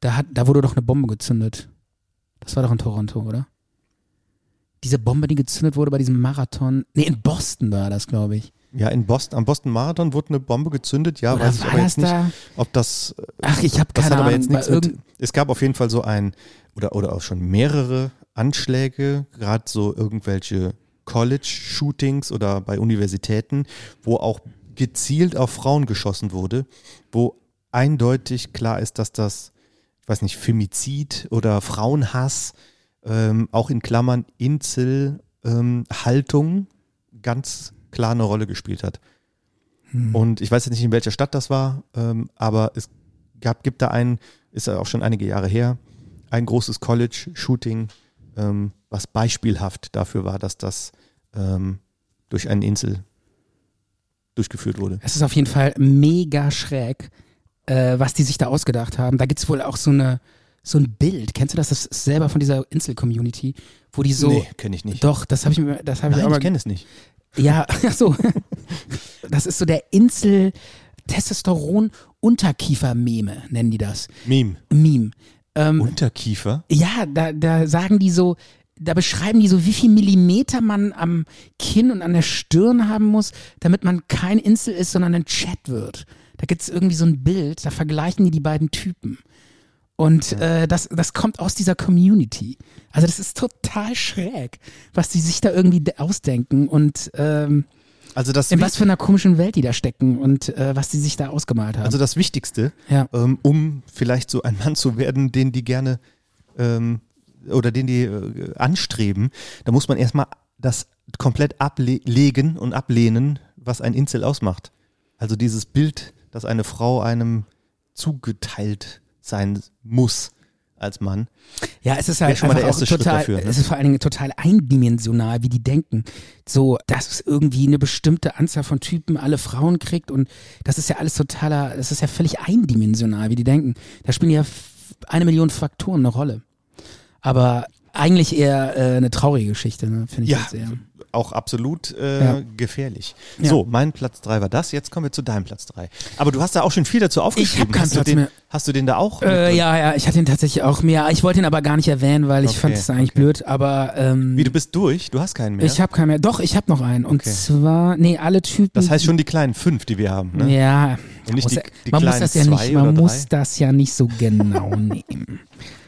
[SPEAKER 2] da, hat, da wurde doch eine Bombe gezündet. Das war doch in Toronto, oder? Diese Bombe, die gezündet wurde bei diesem Marathon. Nee, in Boston war das, glaube ich.
[SPEAKER 1] ja, in Boston, am Boston Marathon wurde eine Bombe gezündet. Ja,
[SPEAKER 2] Oder
[SPEAKER 1] weiß ich
[SPEAKER 2] war
[SPEAKER 1] aber jetzt
[SPEAKER 2] das
[SPEAKER 1] nicht,
[SPEAKER 2] da?
[SPEAKER 1] ob das äh,
[SPEAKER 2] Ach, ich habe
[SPEAKER 1] Das
[SPEAKER 2] keine
[SPEAKER 1] hat aber
[SPEAKER 2] Ahnung.
[SPEAKER 1] jetzt nichts
[SPEAKER 2] bei
[SPEAKER 1] mit.
[SPEAKER 2] irgend-
[SPEAKER 1] Es gab auf jeden Fall so ein oder oder auch schon mehrere Anschläge, gerade so irgendwelche College-Shootings oder bei Universitäten, wo auch gezielt auf Frauen geschossen wurde, wo eindeutig klar ist, dass das, ich weiß nicht, Femizid oder Frauenhass, ähm, auch in Klammern Insel, ähm, Haltung ganz klar eine Rolle gespielt hat.
[SPEAKER 2] Mhm.
[SPEAKER 1] Und ich weiß jetzt nicht, in welcher Stadt das war, ähm, aber es gab, gibt da ein, ist ja auch schon einige Jahre her, ein großes College-Shooting, ähm, was beispielhaft dafür war, dass das ähm, durch einen Insel durchgeführt wurde.
[SPEAKER 2] Es ist auf jeden Fall mega schräg, äh, was die sich da ausgedacht haben. Da gibt's wohl auch so, eine, so ein Bild. Kennst du das? Das ist selber von dieser Insel-Community, wo die so.
[SPEAKER 1] nee, kenne ich nicht.
[SPEAKER 2] Doch, das habe ich mir. Das habe ich
[SPEAKER 1] Nein,
[SPEAKER 2] aber.
[SPEAKER 1] ich kenne es nicht.
[SPEAKER 2] Ja, [laughs] ach so. Das ist so der Insel Testosteron Unterkiefer Meme nennen die das.
[SPEAKER 1] Meme.
[SPEAKER 2] Meme. Ähm,
[SPEAKER 1] Unterkiefer?
[SPEAKER 2] ja, da, da sagen die so, da beschreiben die so, wie viel Millimeter man am Kinn und an der Stirn haben muss, damit man kein Insel ist, sondern ein Chat wird. Da gibt's irgendwie so ein Bild, da vergleichen die die beiden Typen. Und äh, das, das kommt aus dieser Community. Also das ist total schräg, was die sich da irgendwie de- ausdenken und ähm,
[SPEAKER 1] Also das,
[SPEAKER 2] in was für einer komischen Welt die da stecken und äh, was die sich da ausgemalt haben.
[SPEAKER 1] also das Wichtigste,
[SPEAKER 2] Ja.
[SPEAKER 1] ähm, um vielleicht so ein Mann zu werden, den die gerne ähm, oder den die äh, anstreben, da muss man erstmal das komplett ablegen und ablehnen, was ein Insel ausmacht. Also dieses Bild, dass eine Frau einem zugeteilt sein muss. als Mann.
[SPEAKER 2] Ja, es ist halt
[SPEAKER 1] schon mal
[SPEAKER 2] einfach
[SPEAKER 1] der erste
[SPEAKER 2] auch
[SPEAKER 1] Schritt
[SPEAKER 2] total,
[SPEAKER 1] dafür, ne?
[SPEAKER 2] es ist vor allen Dingen total eindimensional, wie die denken. So, dass es irgendwie eine bestimmte Anzahl von Typen alle Frauen kriegt und das ist ja alles totaler, das ist ja völlig eindimensional, wie die denken. Da spielen ja f- eine Million Faktoren eine Rolle. Aber eigentlich eher äh, eine traurige Geschichte, ne? finde ich
[SPEAKER 1] Ja,
[SPEAKER 2] jetzt eher.
[SPEAKER 1] auch absolut äh,
[SPEAKER 2] Ja.
[SPEAKER 1] gefährlich.
[SPEAKER 2] Ja.
[SPEAKER 1] So, mein Platz 3 war das. Jetzt kommen wir zu deinem Platz 3. Aber du hast da auch schon viel dazu aufgeschrieben.
[SPEAKER 2] hab keinen
[SPEAKER 1] hast,
[SPEAKER 2] Platz
[SPEAKER 1] du den,
[SPEAKER 2] mehr.
[SPEAKER 1] hast du den da auch? mit
[SPEAKER 2] Äh,
[SPEAKER 1] drin?
[SPEAKER 2] ja, ja, ich hatte ihn tatsächlich auch mehr. Ich wollte ihn aber gar nicht erwähnen, weil ich
[SPEAKER 1] Okay,
[SPEAKER 2] fand es eigentlich
[SPEAKER 1] okay.
[SPEAKER 2] blöd, aber ähm,
[SPEAKER 1] Wie, du bist durch? Du hast keinen mehr?
[SPEAKER 2] ich habe keinen mehr. Doch, ich habe noch einen. Und
[SPEAKER 1] Okay.
[SPEAKER 2] zwar, nee, alle Typen.
[SPEAKER 1] das heißt schon die kleinen fünf, die wir haben. Ne?
[SPEAKER 2] Ja,
[SPEAKER 1] Und nicht
[SPEAKER 2] muss
[SPEAKER 1] die-
[SPEAKER 2] ja-
[SPEAKER 1] die
[SPEAKER 2] man muss
[SPEAKER 1] kleinen
[SPEAKER 2] das ja
[SPEAKER 1] zwei
[SPEAKER 2] nicht, man
[SPEAKER 1] oder
[SPEAKER 2] muss
[SPEAKER 1] drei?
[SPEAKER 2] das ja nicht so
[SPEAKER 1] [laughs]
[SPEAKER 2] genau nehmen.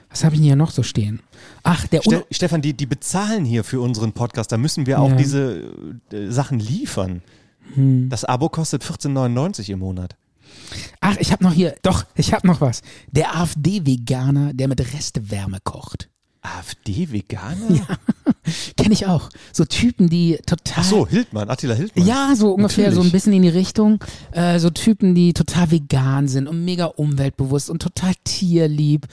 [SPEAKER 2] Was habe ich denn hier noch so stehen? Ach, der
[SPEAKER 1] Ste
[SPEAKER 2] Un
[SPEAKER 1] Stefan, die, die bezahlen hier für unseren Podcast. Da müssen wir auch
[SPEAKER 2] Ja. Hm.
[SPEAKER 1] diese äh, Sachen liefern. Das Abo kostet 14,99 im Monat.
[SPEAKER 2] Ach, ich habe noch hier, doch, ich habe noch was. Der AfD Veganer, der mit Restwärme kocht.
[SPEAKER 1] AfD-Veganer?
[SPEAKER 2] [laughs] Kenne ich auch. So Typen, die total
[SPEAKER 1] Ach so, Hildmann, Attila Hildmann.
[SPEAKER 2] Ja, so ungefähr, so ein
[SPEAKER 1] Natürlich.
[SPEAKER 2] bisschen in die Richtung. Äh, so Typen, die total vegan sind und mega umweltbewusst und total tierlieb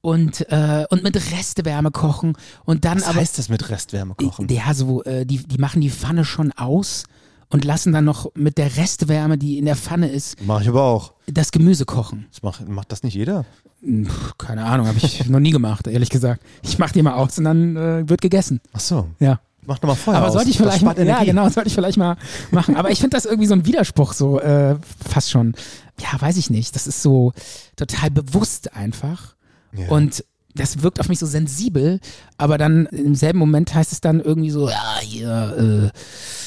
[SPEAKER 2] und, äh, und mit Restewärme kochen und dann
[SPEAKER 1] Was
[SPEAKER 2] aber.
[SPEAKER 1] heißt das mit Restwärme kochen?
[SPEAKER 2] Ja, so, äh, die, die machen die Pfanne schon aus und lassen dann noch mit der Restwärme, die in der Pfanne ist,
[SPEAKER 1] Mach ich aber auch.
[SPEAKER 2] das Gemüse kochen.
[SPEAKER 1] Das macht, macht das nicht jeder?
[SPEAKER 2] Puh, keine Ahnung, habe ich [laughs] noch nie gemacht, ehrlich gesagt. Ich mache die mal aus und dann äh, wird gegessen.
[SPEAKER 1] Ach so.
[SPEAKER 2] Ja.
[SPEAKER 1] Mach nochmal Feuer
[SPEAKER 2] Aber
[SPEAKER 1] aus.
[SPEAKER 2] sollte ich
[SPEAKER 1] Das
[SPEAKER 2] vielleicht
[SPEAKER 1] spart
[SPEAKER 2] mal, ja
[SPEAKER 1] Energie.
[SPEAKER 2] genau, sollte ich vielleicht mal machen. Aber ich finde das irgendwie so ein Widerspruch, so äh, fast schon. Ja, weiß ich nicht. Das ist so total bewusst einfach.
[SPEAKER 1] Ja.
[SPEAKER 2] Und das wirkt auf mich so sensibel, aber dann im selben Moment heißt es dann irgendwie so, ja, hier, äh,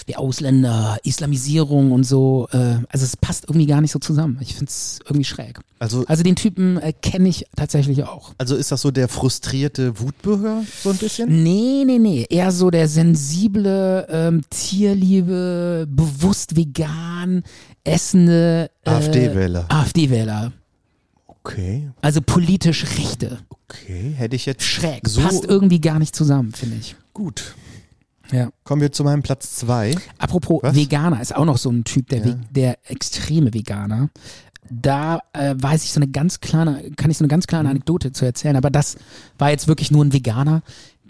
[SPEAKER 2] die Ausländer, Islamisierung und so. Äh, also es passt irgendwie gar nicht so zusammen. Ich finde es irgendwie schräg.
[SPEAKER 1] Also,
[SPEAKER 2] Also den Typen äh, kenne ich tatsächlich auch.
[SPEAKER 1] also ist das so der frustrierte Wutbürger so ein bisschen?
[SPEAKER 2] Nee, nee, nee. Eher so der sensible, ähm, tierliebe, bewusst vegan essende äh,
[SPEAKER 1] AfD-Wähler.
[SPEAKER 2] AfD-Wähler.
[SPEAKER 1] Okay,
[SPEAKER 2] Also politisch Rechte.
[SPEAKER 1] okay. Hätte ich jetzt
[SPEAKER 2] Schräg.
[SPEAKER 1] So
[SPEAKER 2] Passt irgendwie gar nicht zusammen, finde ich.
[SPEAKER 1] gut.
[SPEAKER 2] Ja.
[SPEAKER 1] Kommen wir zu meinem Platz zwei.
[SPEAKER 2] Apropos
[SPEAKER 1] Was?
[SPEAKER 2] Veganer ist auch noch so ein Typ, der, Ve- der extreme Veganer. Da äh, weiß ich so eine ganz kleine, kann ich so eine ganz kleine Anekdote zu erzählen, aber das war jetzt wirklich nur ein Veganer,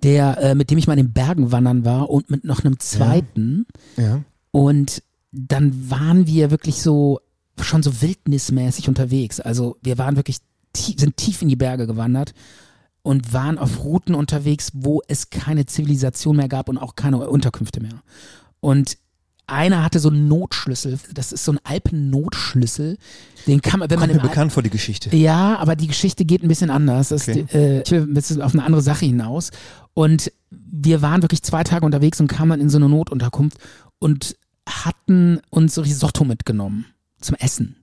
[SPEAKER 2] der, äh, mit dem ich mal in den Bergen wandern war und mit noch einem zweiten.
[SPEAKER 1] Ja.
[SPEAKER 2] Und dann waren wir wirklich so schon so wildnismäßig unterwegs. Also wir waren wirklich tief, sind tief in die Berge gewandert und waren auf Routen unterwegs, wo es keine Zivilisation mehr gab und auch keine Unterkünfte mehr. Und einer hatte so einen Notschlüssel, das ist so ein Alpen-Notschlüssel, den kann man, wenn
[SPEAKER 1] Kommt
[SPEAKER 2] man
[SPEAKER 1] mir
[SPEAKER 2] im Al-
[SPEAKER 1] bekannt vor die Geschichte.
[SPEAKER 2] ja, aber die Geschichte geht ein bisschen anders. Das,
[SPEAKER 1] Okay.
[SPEAKER 2] äh, ich will ein bisschen auf eine andere Sache hinaus. Und wir waren wirklich zwei Tage unterwegs und kamen dann in so eine Notunterkunft und hatten uns Risotto mitgenommen zum Essen.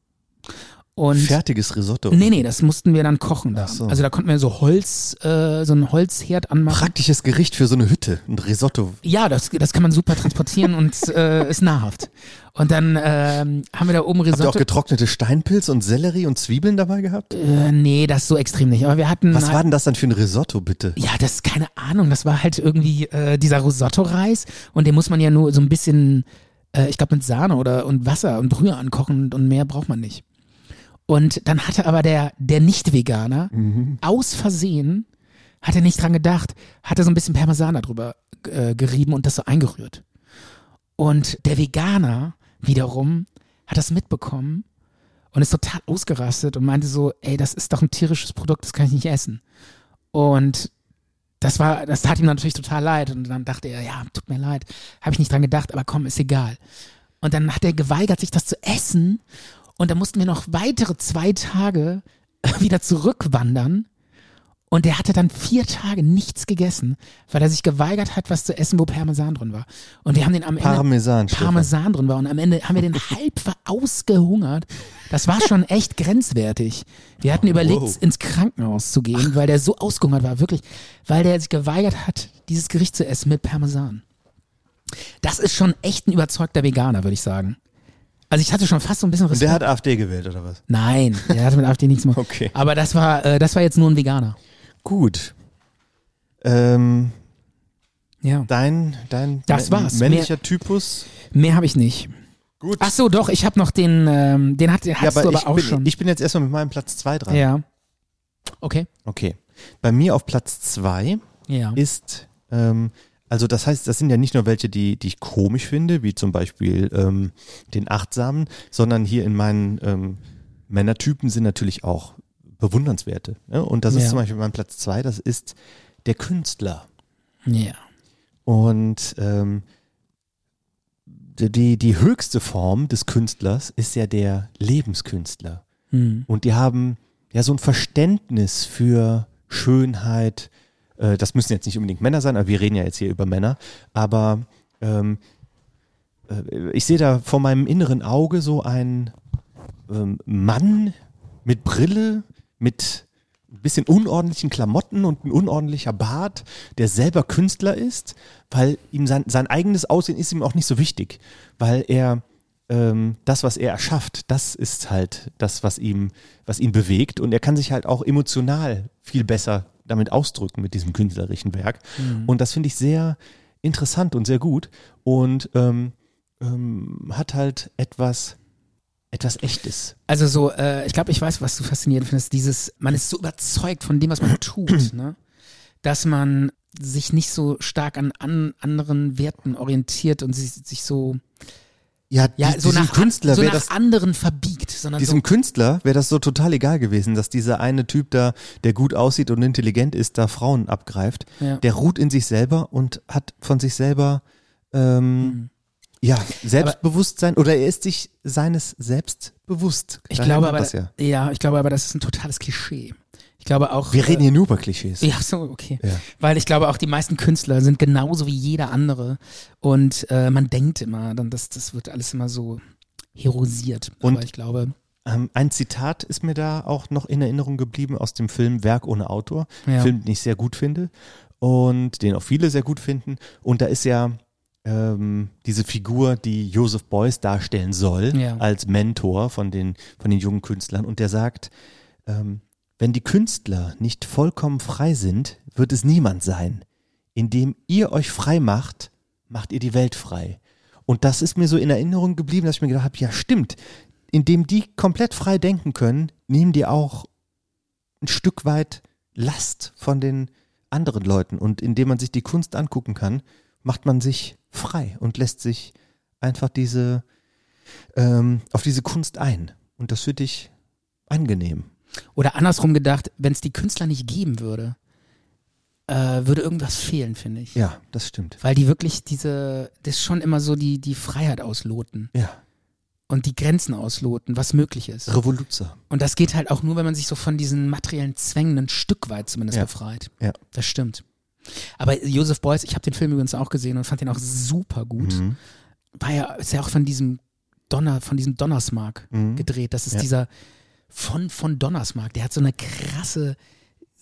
[SPEAKER 2] Und
[SPEAKER 1] Fertiges Risotto.
[SPEAKER 2] nee, nee, das mussten wir dann kochen. Da.
[SPEAKER 1] Ach so.
[SPEAKER 2] Also da konnten wir so Holz, äh, so einen Holzherd anmachen.
[SPEAKER 1] Praktisches Gericht für so eine Hütte. Ein Risotto.
[SPEAKER 2] Ja, das, das kann man super transportieren
[SPEAKER 1] [laughs]
[SPEAKER 2] und äh, ist nahrhaft. Und dann ähm, haben wir da oben
[SPEAKER 1] Habt ihr auch
[SPEAKER 2] Risotto.
[SPEAKER 1] getrocknete Steinpilz und Sellerie und Zwiebeln dabei gehabt?
[SPEAKER 2] Äh, nee, das so extrem nicht. Aber wir hatten
[SPEAKER 1] Was war denn das dann für ein Risotto, bitte?
[SPEAKER 2] Ja, das ist keine Ahnung. Das war halt irgendwie äh, dieser Risotto-Reis und den muss man ja nur so ein bisschen, äh, ich glaube, mit Sahne oder und Wasser und Brühe ankochen und, und mehr braucht man nicht. Und dann hatte aber der, der Nicht-Veganer aus Versehen, hat er nicht dran gedacht, hat er so ein bisschen Parmesan darüber äh, gerieben und das so eingerührt. Und der Veganer wiederum hat das mitbekommen und ist total ausgerastet und meinte so, ey, das ist doch ein tierisches Produkt, das kann ich nicht essen. Und das war, das tat ihm natürlich total leid. Und dann dachte er, ja, tut mir leid, habe ich nicht dran gedacht, aber komm, ist egal. Und dann hat er geweigert, sich das zu essen. Und dann mussten wir noch weitere zwei Tage [laughs] wieder zurückwandern. Und er hatte dann vier Tage nichts gegessen, weil er sich geweigert hat, was zu essen, wo Parmesan drin war. Und wir haben den am Ende
[SPEAKER 1] Parmesan, Stefan.
[SPEAKER 2] ne. Parmesan drin war. Und am Ende haben
[SPEAKER 1] [laughs]
[SPEAKER 2] wir den halb ver- ausgehungert. Das war schon echt grenzwertig. Wir hatten
[SPEAKER 1] Oh,
[SPEAKER 2] überlegt,
[SPEAKER 1] Wow.
[SPEAKER 2] ins Krankenhaus zu gehen, weil der so ausgehungert war, wirklich. Weil der sich geweigert hat, dieses Gericht zu essen mit Parmesan. Das ist schon echt ein überzeugter Veganer, würde ich sagen. Also ich hatte schon fast so ein bisschen
[SPEAKER 1] Und
[SPEAKER 2] Respekt.
[SPEAKER 1] der hat AfD gewählt, oder was?
[SPEAKER 2] Nein, der hatte mit
[SPEAKER 1] [laughs]
[SPEAKER 2] AfD nichts mehr.
[SPEAKER 1] Okay.
[SPEAKER 2] Aber das war, äh, das war jetzt nur ein Veganer.
[SPEAKER 1] Gut. Ähm,
[SPEAKER 2] Ja.
[SPEAKER 1] dein, dein
[SPEAKER 2] Das
[SPEAKER 1] mä-
[SPEAKER 2] war's.
[SPEAKER 1] männlicher Typus.
[SPEAKER 2] Mehr habe ich nicht.
[SPEAKER 1] Gut.
[SPEAKER 2] Ach so, doch, ich habe noch den, ähm, den, hat, den hast du aber
[SPEAKER 1] ich
[SPEAKER 2] auch
[SPEAKER 1] bin,
[SPEAKER 2] schon.
[SPEAKER 1] Ich bin jetzt erstmal mit meinem Platz 2 dran.
[SPEAKER 2] ja. Okay.
[SPEAKER 1] Okay. Bei mir auf Platz zwei
[SPEAKER 2] Ja.
[SPEAKER 1] ist, ähm, also das heißt, das sind ja nicht nur welche, die, die ich komisch finde, wie zum Beispiel ähm, den Achtsamen, sondern hier in meinen ähm, Männertypen sind natürlich auch bewundernswerte. Ne? Und das ist
[SPEAKER 2] Ja.
[SPEAKER 1] zum Beispiel mein Platz zwei, das ist der Künstler.
[SPEAKER 2] ja.
[SPEAKER 1] Und ähm, die, die höchste Form des Künstlers ist ja der Lebenskünstler.
[SPEAKER 2] Hm.
[SPEAKER 1] Und die haben ja so ein Verständnis für Schönheit. Äh, das müssen jetzt nicht unbedingt Männer sein, aber wir reden ja jetzt hier über Männer. Aber ähm, äh, ich sehe da vor meinem inneren Auge so einen ähm, Mann mit Brille, mit ein bisschen unordentlichen Klamotten und ein unordentlicher Bart, der selber Künstler ist, weil ihm sein, sein eigenes Aussehen ist ihm auch nicht so wichtig, weil er ähm, das, was er erschafft, das ist halt das, was ihm, was ihn bewegt. Und er kann sich halt auch emotional viel besser damit ausdrücken mit diesem künstlerischen Werk.
[SPEAKER 2] Mhm.
[SPEAKER 1] Und das finde ich sehr interessant und sehr gut und ähm, ähm, hat halt etwas, etwas Echtes.
[SPEAKER 2] Also so, äh, ich glaube, ich weiß, was du faszinierend findest. Dieses, man ist so überzeugt von dem, was
[SPEAKER 1] [clears throat]
[SPEAKER 2] man tut, ne? dass man sich nicht so stark an, an anderen Werten orientiert und sich, sich so,
[SPEAKER 1] Ja,
[SPEAKER 2] ja,
[SPEAKER 1] die-
[SPEAKER 2] so
[SPEAKER 1] diesem
[SPEAKER 2] nach,
[SPEAKER 1] Künstler
[SPEAKER 2] so
[SPEAKER 1] wäre
[SPEAKER 2] nach
[SPEAKER 1] das.
[SPEAKER 2] anderen verbiegt, sondern so,
[SPEAKER 1] Diesem Künstler wäre das so total egal gewesen, dass dieser eine Typ da, der gut aussieht und intelligent ist, da Frauen abgreift.
[SPEAKER 2] Ja.
[SPEAKER 1] Der ruht in sich selber und hat von sich selber ähm,
[SPEAKER 2] Mhm.
[SPEAKER 1] ja Selbstbewusstsein oder er ist sich seines selbst bewusst.
[SPEAKER 2] ich
[SPEAKER 1] Daher
[SPEAKER 2] glaube
[SPEAKER 1] kommt
[SPEAKER 2] aber,
[SPEAKER 1] das ja.
[SPEAKER 2] ja, ich glaube aber, das ist ein totales Klischee. Ich glaube auch. äh,
[SPEAKER 1] Wir reden hier nur über Klischees.
[SPEAKER 2] [laughs] Ja, so, okay.
[SPEAKER 1] Ja.
[SPEAKER 2] Weil ich glaube, auch die meisten Künstler sind genauso wie jeder andere. Und äh, man denkt immer, dann das, das wird alles immer so herosiert.
[SPEAKER 1] Und-
[SPEAKER 2] Aber ich glaube,
[SPEAKER 1] Ähm, ein Zitat ist mir da auch noch in Erinnerung geblieben aus dem Film Werk ohne Autor.
[SPEAKER 2] Ja.
[SPEAKER 1] Film, den ich sehr gut finde und den auch viele sehr gut finden. Und da ist ja ähm, diese Figur, die Joseph Beuys darstellen soll,
[SPEAKER 2] Ja.
[SPEAKER 1] als Mentor von den, von den jungen Künstlern. Und der sagt, ähm, wenn die Künstler nicht vollkommen frei sind, wird es niemand sein. Indem ihr euch frei macht, macht ihr die Welt frei. Und das ist mir so in Erinnerung geblieben, dass ich mir gedacht habe, ja stimmt, indem die komplett frei denken können, nehmen die auch ein Stück weit Last von den anderen Leuten. Und indem man sich die Kunst angucken kann, macht man sich frei und lässt sich einfach diese, ähm, auf diese Kunst ein. Und das finde ich angenehm.
[SPEAKER 2] Oder andersrum gedacht, wenn es die Künstler nicht geben würde, äh, würde irgendwas fehlen, finde ich.
[SPEAKER 1] Ja, das stimmt.
[SPEAKER 2] Weil die wirklich diese, das schon immer so die, die Freiheit ausloten
[SPEAKER 1] Ja,
[SPEAKER 2] und die Grenzen ausloten, was möglich ist.
[SPEAKER 1] Revoluzer.
[SPEAKER 2] Und das geht halt auch nur, wenn man sich so von diesen materiellen Zwängen ein Stück weit zumindest
[SPEAKER 1] Ja.
[SPEAKER 2] befreit.
[SPEAKER 1] Ja.
[SPEAKER 2] Das stimmt. Aber Joseph Beuys, ich habe den Film übrigens auch gesehen und fand den auch super gut.
[SPEAKER 1] Mhm.
[SPEAKER 2] War ja, ist ja auch von diesem Donner, von diesem Donnersmark
[SPEAKER 1] Mhm.
[SPEAKER 2] gedreht. Das ist
[SPEAKER 1] Ja.
[SPEAKER 2] dieser von, von Donnersmark. Der hat so eine krasse,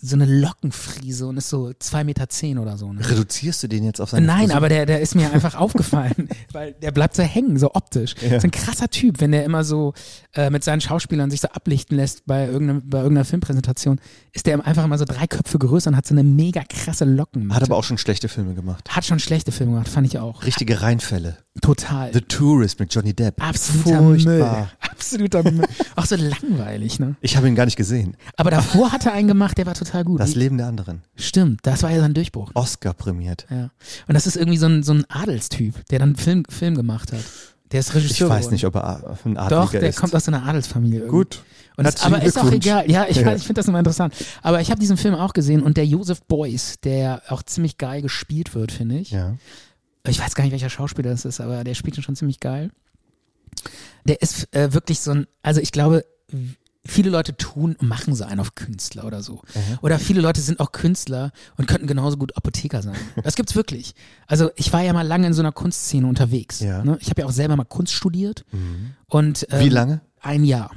[SPEAKER 2] so eine Lockenfriese und ist so 2,10 Meter zehn oder so. Ne?
[SPEAKER 1] Reduzierst du den jetzt auf seine
[SPEAKER 2] Nein,
[SPEAKER 1] Frisur?
[SPEAKER 2] aber der, der ist mir einfach aufgefallen, [laughs] weil der bleibt so hängen, so optisch.
[SPEAKER 1] Ja.
[SPEAKER 2] So ein krasser Typ, wenn der immer so äh, mit seinen Schauspielern sich so ablichten lässt bei, irgendeinem, bei irgendeiner Filmpräsentation, ist der einfach immer so drei Köpfe größer und hat so eine mega krasse Locken.
[SPEAKER 1] Hat aber auch schon schlechte Filme gemacht.
[SPEAKER 2] hat schon schlechte Filme gemacht, fand ich auch.
[SPEAKER 1] Richtige Reinfälle.
[SPEAKER 2] Total.
[SPEAKER 1] The Tourist mit Johnny Depp.
[SPEAKER 2] Absoluter Müll. [laughs]
[SPEAKER 1] Furchtbar.
[SPEAKER 2] Absoluter Müll. Auch so langweilig, ne?
[SPEAKER 1] Ich habe ihn gar nicht gesehen.
[SPEAKER 2] Aber davor hat er einen gemacht, der war total gut.
[SPEAKER 1] Das
[SPEAKER 2] Wie-
[SPEAKER 1] Leben der anderen.
[SPEAKER 2] Stimmt, das war ja sein Durchbruch.
[SPEAKER 1] Oscar prämiert.
[SPEAKER 2] Ja. Und das ist irgendwie so ein, so ein Adelstyp, der dann Film, Film gemacht hat. Der ist Regisseur.
[SPEAKER 1] Ich weiß
[SPEAKER 2] geworden.
[SPEAKER 1] nicht, ob er a- ein Adliger
[SPEAKER 2] Doch, der
[SPEAKER 1] ist.
[SPEAKER 2] kommt aus so einer Adelsfamilie. Irgendwie.
[SPEAKER 1] Gut.
[SPEAKER 2] Und es,
[SPEAKER 1] Herzlichen
[SPEAKER 2] aber ist auch
[SPEAKER 1] Glückwunsch.
[SPEAKER 2] egal. Ja, ich,
[SPEAKER 1] Ja.
[SPEAKER 2] weiß, ich finde das immer interessant. Aber ich habe diesen Film auch gesehen und der Joseph Beuys, der auch ziemlich geil gespielt wird, finde ich.
[SPEAKER 1] Ja.
[SPEAKER 2] Ich weiß gar nicht, welcher Schauspieler das ist, aber der spielt ihn schon ziemlich geil. Der ist äh, wirklich so ein, also ich glaube, viele Leute tun und machen so einen auf Künstler oder so.
[SPEAKER 1] Mhm.
[SPEAKER 2] Oder viele Leute sind auch Künstler und könnten genauso gut
[SPEAKER 1] [laughs]
[SPEAKER 2] Apotheker sein. Das gibt's wirklich. Also ich war ja mal lange in so einer Kunstszene unterwegs.
[SPEAKER 1] Ja. Mhm.
[SPEAKER 2] Ne? Ich habe ja auch selber mal Kunst studiert. Und, ähm,
[SPEAKER 1] Wie lange?
[SPEAKER 2] Ein Jahr.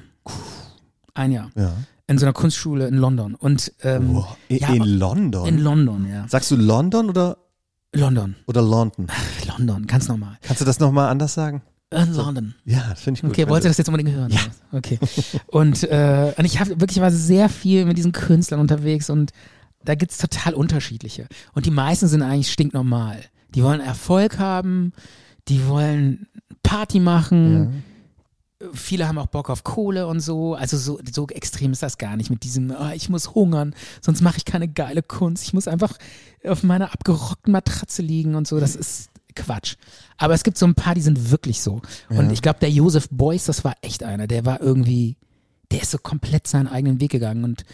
[SPEAKER 2] Ein Jahr.
[SPEAKER 1] Ja.
[SPEAKER 2] In so einer Kunstschule in London. Und ähm,
[SPEAKER 1] Wow. In,
[SPEAKER 2] ja,
[SPEAKER 1] in London?
[SPEAKER 2] in London, ja.
[SPEAKER 1] Sagst du London oder,
[SPEAKER 2] London.
[SPEAKER 1] oder London?
[SPEAKER 2] London, ganz normal.
[SPEAKER 1] Kannst du das nochmal anders sagen?
[SPEAKER 2] In London.
[SPEAKER 1] Ja, das finde ich gut. also-
[SPEAKER 2] Okay,
[SPEAKER 1] wenn
[SPEAKER 2] wollt
[SPEAKER 1] du-
[SPEAKER 2] ihr das jetzt unbedingt hören? Ja. Okay. Und, äh, und ich habe wirklich war sehr viel mit diesen Künstlern unterwegs und da gibt's total unterschiedliche. Und die meisten sind eigentlich stinknormal. Die wollen Erfolg haben, die wollen Party machen, viele haben auch Bock auf Kohle und so. Also so, so extrem ist das gar nicht mit diesem, ah, ich muss hungern, sonst mache ich keine geile Kunst. Ich muss einfach auf meiner abgerockten Matratze liegen und so.
[SPEAKER 1] Hm.
[SPEAKER 2] Das ist Quatsch. Aber es gibt so ein paar, die sind wirklich so. Und ich glaube, der Josef Beuys, das war echt einer, der war irgendwie, der ist so komplett seinen eigenen Weg gegangen und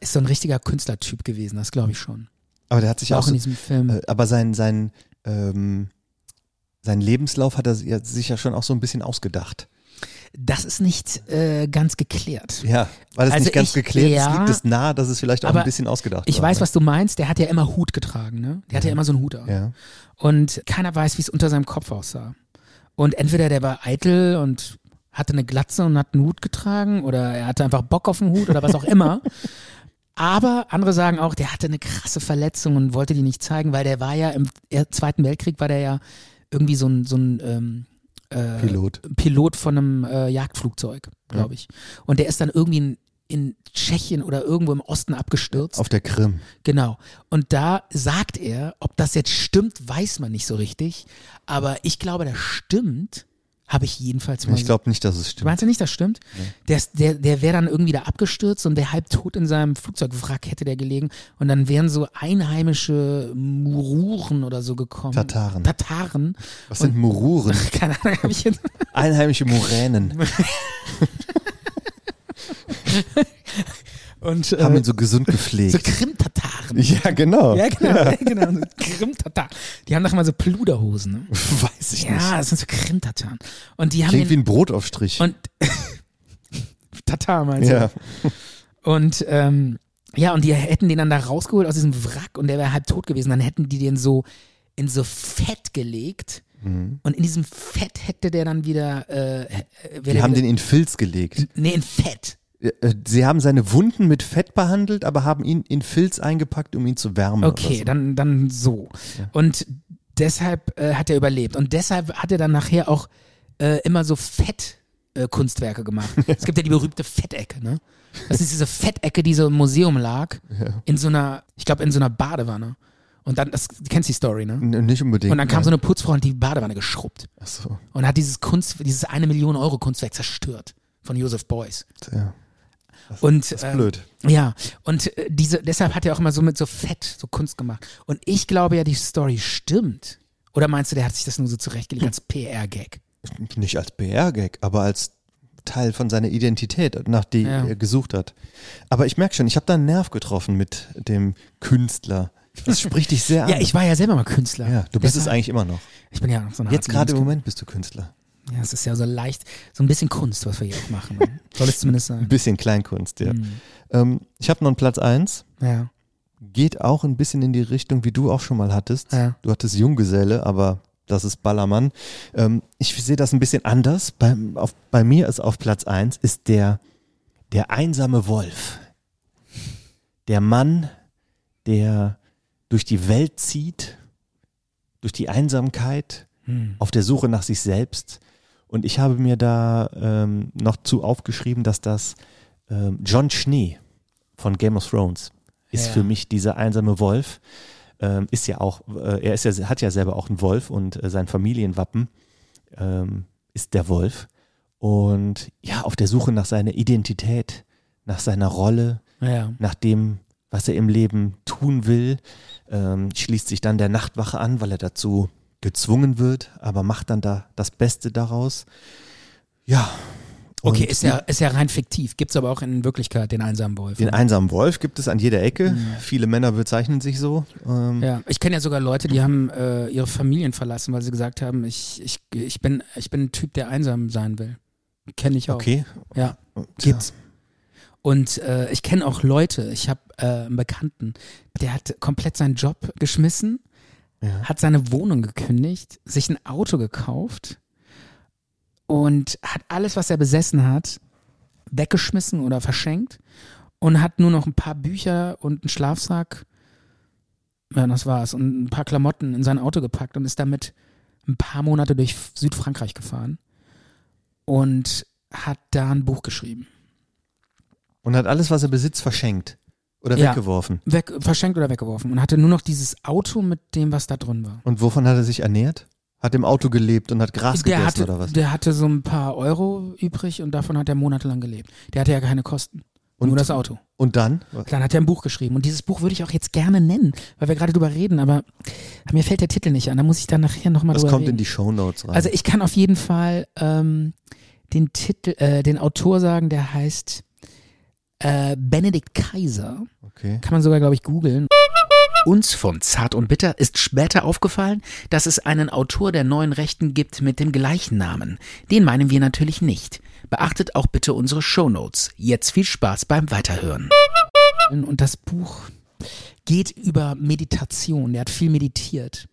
[SPEAKER 2] ist so ein richtiger Künstlertyp gewesen, das glaube ich schon.
[SPEAKER 1] Aber der hat sich
[SPEAKER 2] Auch
[SPEAKER 1] auch,
[SPEAKER 2] in
[SPEAKER 1] so-
[SPEAKER 2] diesem Film.
[SPEAKER 1] Äh, aber sein, sein, ähm, sein Lebenslauf hat er si- ja sich ja schon auch so ein bisschen ausgedacht.
[SPEAKER 2] Das ist nicht äh, ganz geklärt.
[SPEAKER 1] Ja, weil es
[SPEAKER 2] Also
[SPEAKER 1] nicht ganz
[SPEAKER 2] ich-
[SPEAKER 1] geklärt ist,
[SPEAKER 2] ja.
[SPEAKER 1] liegt es nahe, dass es vielleicht auch
[SPEAKER 2] Aber
[SPEAKER 1] ein bisschen ausgedacht
[SPEAKER 2] Ich
[SPEAKER 1] war,
[SPEAKER 2] weiß,
[SPEAKER 1] ne?
[SPEAKER 2] was du meinst. Der hat ja immer Hut getragen, ne? Der hatte ja immer so einen Hut auf.
[SPEAKER 1] Ja.
[SPEAKER 2] Und keiner weiß, wie es unter seinem Kopf aussah. Und entweder der war eitel und hatte eine Glatze und hat einen Hut getragen oder er hatte einfach Bock auf einen Hut oder was auch immer. Aber andere sagen auch, der hatte eine krasse Verletzung und wollte die nicht zeigen, weil der war ja im Er- Zweiten Weltkrieg, war der ja irgendwie so ein, so ein ähm, äh,
[SPEAKER 1] Pilot.
[SPEAKER 2] Pilot von einem äh, Jagdflugzeug, glaube ich. Und der ist dann irgendwie in, in Tschechien oder irgendwo im Osten abgestürzt.
[SPEAKER 1] Auf der Krim.
[SPEAKER 2] Genau. Und da sagt er, ob das jetzt stimmt, weiß man nicht so richtig. Aber ich glaube, das stimmt, habe ich jedenfalls mal.
[SPEAKER 1] Ich glaube nicht, dass es
[SPEAKER 2] so-
[SPEAKER 1] stimmt.
[SPEAKER 2] Meinst du nicht, das stimmt? Der, ist- der, der wäre dann irgendwie da abgestürzt und der halb tot in seinem Flugzeugwrack hätte der gelegen. Und dann wären so einheimische Mururen oder so gekommen.
[SPEAKER 1] Tataren.
[SPEAKER 2] Tataren. [laughs]
[SPEAKER 1] Was sind Mururen?
[SPEAKER 2] Keine Ahnung, habe ich jetzt.
[SPEAKER 1] Einheimische Muränen
[SPEAKER 2] Und
[SPEAKER 1] haben
[SPEAKER 2] äh,
[SPEAKER 1] ihn so gesund
[SPEAKER 2] so
[SPEAKER 1] gepflegt.
[SPEAKER 2] Krim-Tataren.
[SPEAKER 1] Ja, genau.
[SPEAKER 2] Ja,
[SPEAKER 1] [laughs]
[SPEAKER 2] genau, ja. genau. So Krim-Tatar. Die haben doch immer so Pluderhosen, ne?
[SPEAKER 1] Weiß ich nicht.
[SPEAKER 2] Ja, das sind so Krim-Tataren. Und die haben
[SPEAKER 1] Klingt wie
[SPEAKER 2] den,
[SPEAKER 1] ein Brotaufstrich. [laughs]
[SPEAKER 2] [laughs] und Tatar meinst
[SPEAKER 1] ja.
[SPEAKER 2] du? Und ähm, ja, und die hätten den dann da rausgeholt aus diesem Wrack und der wäre halb tot gewesen. Dann hätten die den so in so Fett gelegt
[SPEAKER 1] Mhm.
[SPEAKER 2] und in diesem Fett hätte der dann wieder äh, äh, wäre
[SPEAKER 1] Die
[SPEAKER 2] der
[SPEAKER 1] haben
[SPEAKER 2] wieder,
[SPEAKER 1] den in Filz gelegt.
[SPEAKER 2] nee, in Fett.
[SPEAKER 1] Äh, äh, Sie haben seine Wunden mit Fett behandelt, aber haben ihn in Filz eingepackt, um ihn zu wärmen.
[SPEAKER 2] Okay,
[SPEAKER 1] oder so.
[SPEAKER 2] dann, dann so. Und deshalb äh, hat er überlebt. Und deshalb hat er dann nachher auch äh, immer so Fett. äh, Kunstwerke gemacht. Es gibt [laughs] ja die berühmte Fettecke, ne? Das ist diese Fettecke, die so im Museum lag, in so einer, ich glaube in so einer Badewanne. Und dann, das du kennst die Story, ne?
[SPEAKER 1] N- Nicht unbedingt.
[SPEAKER 2] Und dann kam so
[SPEAKER 1] nein.
[SPEAKER 2] eine Putzfrau und hat die Badewanne geschrubbt
[SPEAKER 1] Ach so.
[SPEAKER 2] und hat dieses Kunst, dieses eine Million Euro Kunstwerk zerstört von Joseph Beuys.
[SPEAKER 1] Ja.
[SPEAKER 2] Und ähm, das
[SPEAKER 1] blöd.
[SPEAKER 2] Ja, und äh, diese, deshalb hat er auch immer so mit so Fett so Kunst gemacht. Und ich glaube ja, die Story stimmt. Oder meinst du, der hat sich das nur so zurechtgelegt als PR-Gag?
[SPEAKER 1] Ähm. Nicht als PR-Gag, aber als Teil von seiner Identität, nach der
[SPEAKER 2] Ja.
[SPEAKER 1] er gesucht hat. Aber ich merke schon, ich habe da einen Nerv getroffen mit dem Künstler. Das spricht dich sehr an.
[SPEAKER 2] [laughs] Ja, ich war ja selber mal Künstler.
[SPEAKER 1] Ah. ja, du bist es
[SPEAKER 2] Deshalb-
[SPEAKER 1] eigentlich immer noch.
[SPEAKER 2] Ich bin ja noch so eine
[SPEAKER 1] Jetzt
[SPEAKER 2] Art
[SPEAKER 1] gerade im
[SPEAKER 2] Lebenskünstler.
[SPEAKER 1] Moment bist du Künstler.
[SPEAKER 2] Ja, es ist ja so leicht, so ein bisschen Kunst, was wir hier auch machen. ne? Soll es zumindest
[SPEAKER 1] Ein
[SPEAKER 2] sein. Hm.
[SPEAKER 1] bisschen Kleinkunst, ja.
[SPEAKER 2] Mhm.
[SPEAKER 1] Ähm, ich habe noch einen Platz eins.
[SPEAKER 2] Ja.
[SPEAKER 1] Geht auch ein bisschen in die Richtung, wie du auch schon mal hattest.
[SPEAKER 2] Ja.
[SPEAKER 1] Du hattest Junggeselle, aber das ist Ballermann. Ähm, ich sehe das ein bisschen anders. Bei, auf, bei mir ist auf Platz eins ist der, der einsame Wolf. Der Mann, der durch die Welt zieht, durch die Einsamkeit, auf der Suche nach sich selbst. Und ich habe mir da ähm, noch zu aufgeschrieben, dass das ähm, John Schnee von Game of Thrones ist
[SPEAKER 2] Ja.
[SPEAKER 1] für mich dieser einsame Wolf. Ähm, ist ja auch, äh, er ist ja, hat ja selber auch einen Wolf und äh, sein Familienwappen ähm, ist der Wolf. Und ja, auf der Suche nach seiner Identität, nach seiner Rolle,
[SPEAKER 2] Ja.
[SPEAKER 1] nach dem, was er im Leben tun will, ähm, schließt sich dann der Nachtwache an, weil er dazu gezwungen wird, aber macht dann da das Beste daraus. Ja. Und
[SPEAKER 2] Okay, ist ja, ist ja rein fiktiv. Gibt's aber auch in Wirklichkeit den einsamen Wolf. ne?
[SPEAKER 1] Den einsamen Wolf gibt es an jeder Ecke. Viele Männer bezeichnen sich so. Ähm,
[SPEAKER 2] Mhm. Ja, ich kenne ja sogar Leute, die haben äh, ihre Familien verlassen, weil sie gesagt haben, ich, ich, ich, bin, ich bin ein Typ, der einsam sein will. Kenne ich auch.
[SPEAKER 1] Okay.
[SPEAKER 2] Ja,
[SPEAKER 1] Tja.
[SPEAKER 2] gibt's. Und äh, ich kenne auch Leute, ich habe äh, einen Bekannten, der hat komplett seinen Job geschmissen, hat seine Wohnung gekündigt, sich ein Auto gekauft und hat alles, was er besessen hat, weggeschmissen oder verschenkt und hat nur noch ein paar Bücher und einen Schlafsack, ja, das war's, und ein paar Klamotten in sein Auto gepackt und ist damit ein paar Monate durch Südfrankreich gefahren und hat da ein Buch geschrieben.
[SPEAKER 1] Und hat alles, was er besitzt, verschenkt oder
[SPEAKER 2] Ja.
[SPEAKER 1] weggeworfen.
[SPEAKER 2] Weg, verschenkt oder weggeworfen und hatte nur noch dieses Auto mit dem, was da drin war.
[SPEAKER 1] Und wovon hat er sich ernährt? Hat im Auto gelebt und hat Gras
[SPEAKER 2] Der
[SPEAKER 1] gegessen
[SPEAKER 2] hatte,
[SPEAKER 1] oder was?
[SPEAKER 2] der hatte so ein paar Euro übrig und davon hat er monatelang gelebt. Der hatte ja keine Kosten.
[SPEAKER 1] Und-
[SPEAKER 2] Nur das Auto.
[SPEAKER 1] Und dann?
[SPEAKER 2] Dann hat er ein Buch geschrieben. Und dieses Buch würde ich auch jetzt gerne nennen, weil wir gerade drüber reden, aber mir fällt der Titel nicht an. Da muss ich dann nachher nochmal
[SPEAKER 1] Das
[SPEAKER 2] drüber
[SPEAKER 1] kommt
[SPEAKER 2] reden.
[SPEAKER 1] in die Shownotes rein.
[SPEAKER 2] also ich kann auf jeden Fall ähm, den Titel, äh, den Autor sagen, der heißt äh, Benedikt Kaiser.
[SPEAKER 1] okay.
[SPEAKER 2] Kann man sogar, glaube ich, googeln. Uns von Zart und Bitter ist später aufgefallen, dass es einen Autor der neuen Rechten gibt mit dem gleichen Namen. Den meinen wir natürlich nicht. Beachtet auch bitte unsere Shownotes. Jetzt viel Spaß beim Weiterhören. Und das Buch geht über Meditation. Der hat viel meditiert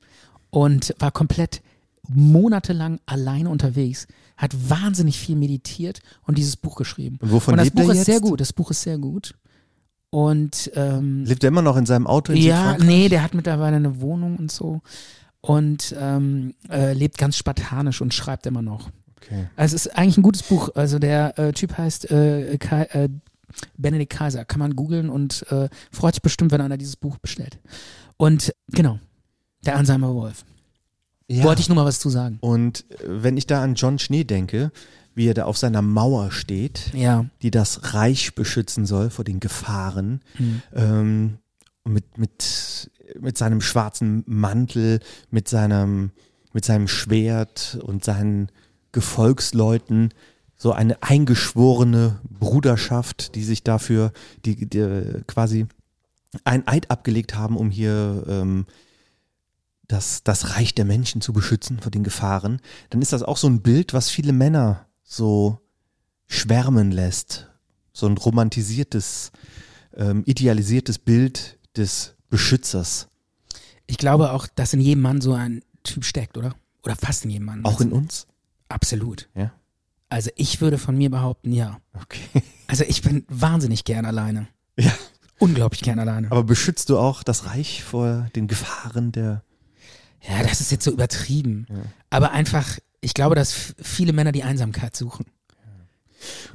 [SPEAKER 2] und war komplett monatelang alleine unterwegs, hat wahnsinnig viel meditiert und dieses Buch geschrieben.
[SPEAKER 1] Und wovon
[SPEAKER 2] und das
[SPEAKER 1] lebt
[SPEAKER 2] Buch
[SPEAKER 1] er
[SPEAKER 2] ist
[SPEAKER 1] jetzt?
[SPEAKER 2] sehr gut. Das Buch ist sehr gut. Und ähm,
[SPEAKER 1] Lebt er immer noch in seinem Auto in
[SPEAKER 2] ja,
[SPEAKER 1] Südfrankreich?
[SPEAKER 2] nee, der hat mittlerweile eine Wohnung und so und ähm, äh, lebt ganz spartanisch und schreibt immer noch.
[SPEAKER 1] Okay.
[SPEAKER 2] Also es ist eigentlich ein gutes Buch. Also der äh, Typ heißt äh, Kai, äh, Benedikt Kaiser. Kann man googeln und äh, freut sich bestimmt, wenn einer dieses Buch bestellt. Und genau, der Ansheimer Wolf.
[SPEAKER 1] Ja.
[SPEAKER 2] Wollte ich nur mal was zu sagen.
[SPEAKER 1] Und äh, wenn ich da an John Schnee denke, wie er da auf seiner Mauer steht,
[SPEAKER 2] Ja,
[SPEAKER 1] die das Reich beschützen soll vor den Gefahren, ähm, mit, mit, mit seinem schwarzen Mantel, mit seinem, mit seinem Schwert und seinen Gefolgsleuten, so eine eingeschworene Bruderschaft, die sich dafür, die, die quasi ein Eid abgelegt haben, um hier ähm, das, das Reich der Menschen zu beschützen vor den Gefahren, dann ist das auch so ein Bild, was viele Männer so schwärmen lässt. So ein romantisiertes, ähm, idealisiertes Bild des Beschützers.
[SPEAKER 2] ich glaube auch, dass in jedem Mann so ein Typ steckt, oder? Oder fast in jedem Mann.
[SPEAKER 1] Auch in uns?
[SPEAKER 2] Absolut.
[SPEAKER 1] Ja.
[SPEAKER 2] Also ich würde von mir behaupten, ja.
[SPEAKER 1] Okay. [laughs]
[SPEAKER 2] Also ich bin wahnsinnig gern alleine.
[SPEAKER 1] Ja.
[SPEAKER 2] Unglaublich gern alleine.
[SPEAKER 1] Aber beschützt du auch das Reich vor den Gefahren der.
[SPEAKER 2] Ja, das ist jetzt so übertrieben. Aber einfach, ich glaube, dass f- viele Männer die Einsamkeit suchen.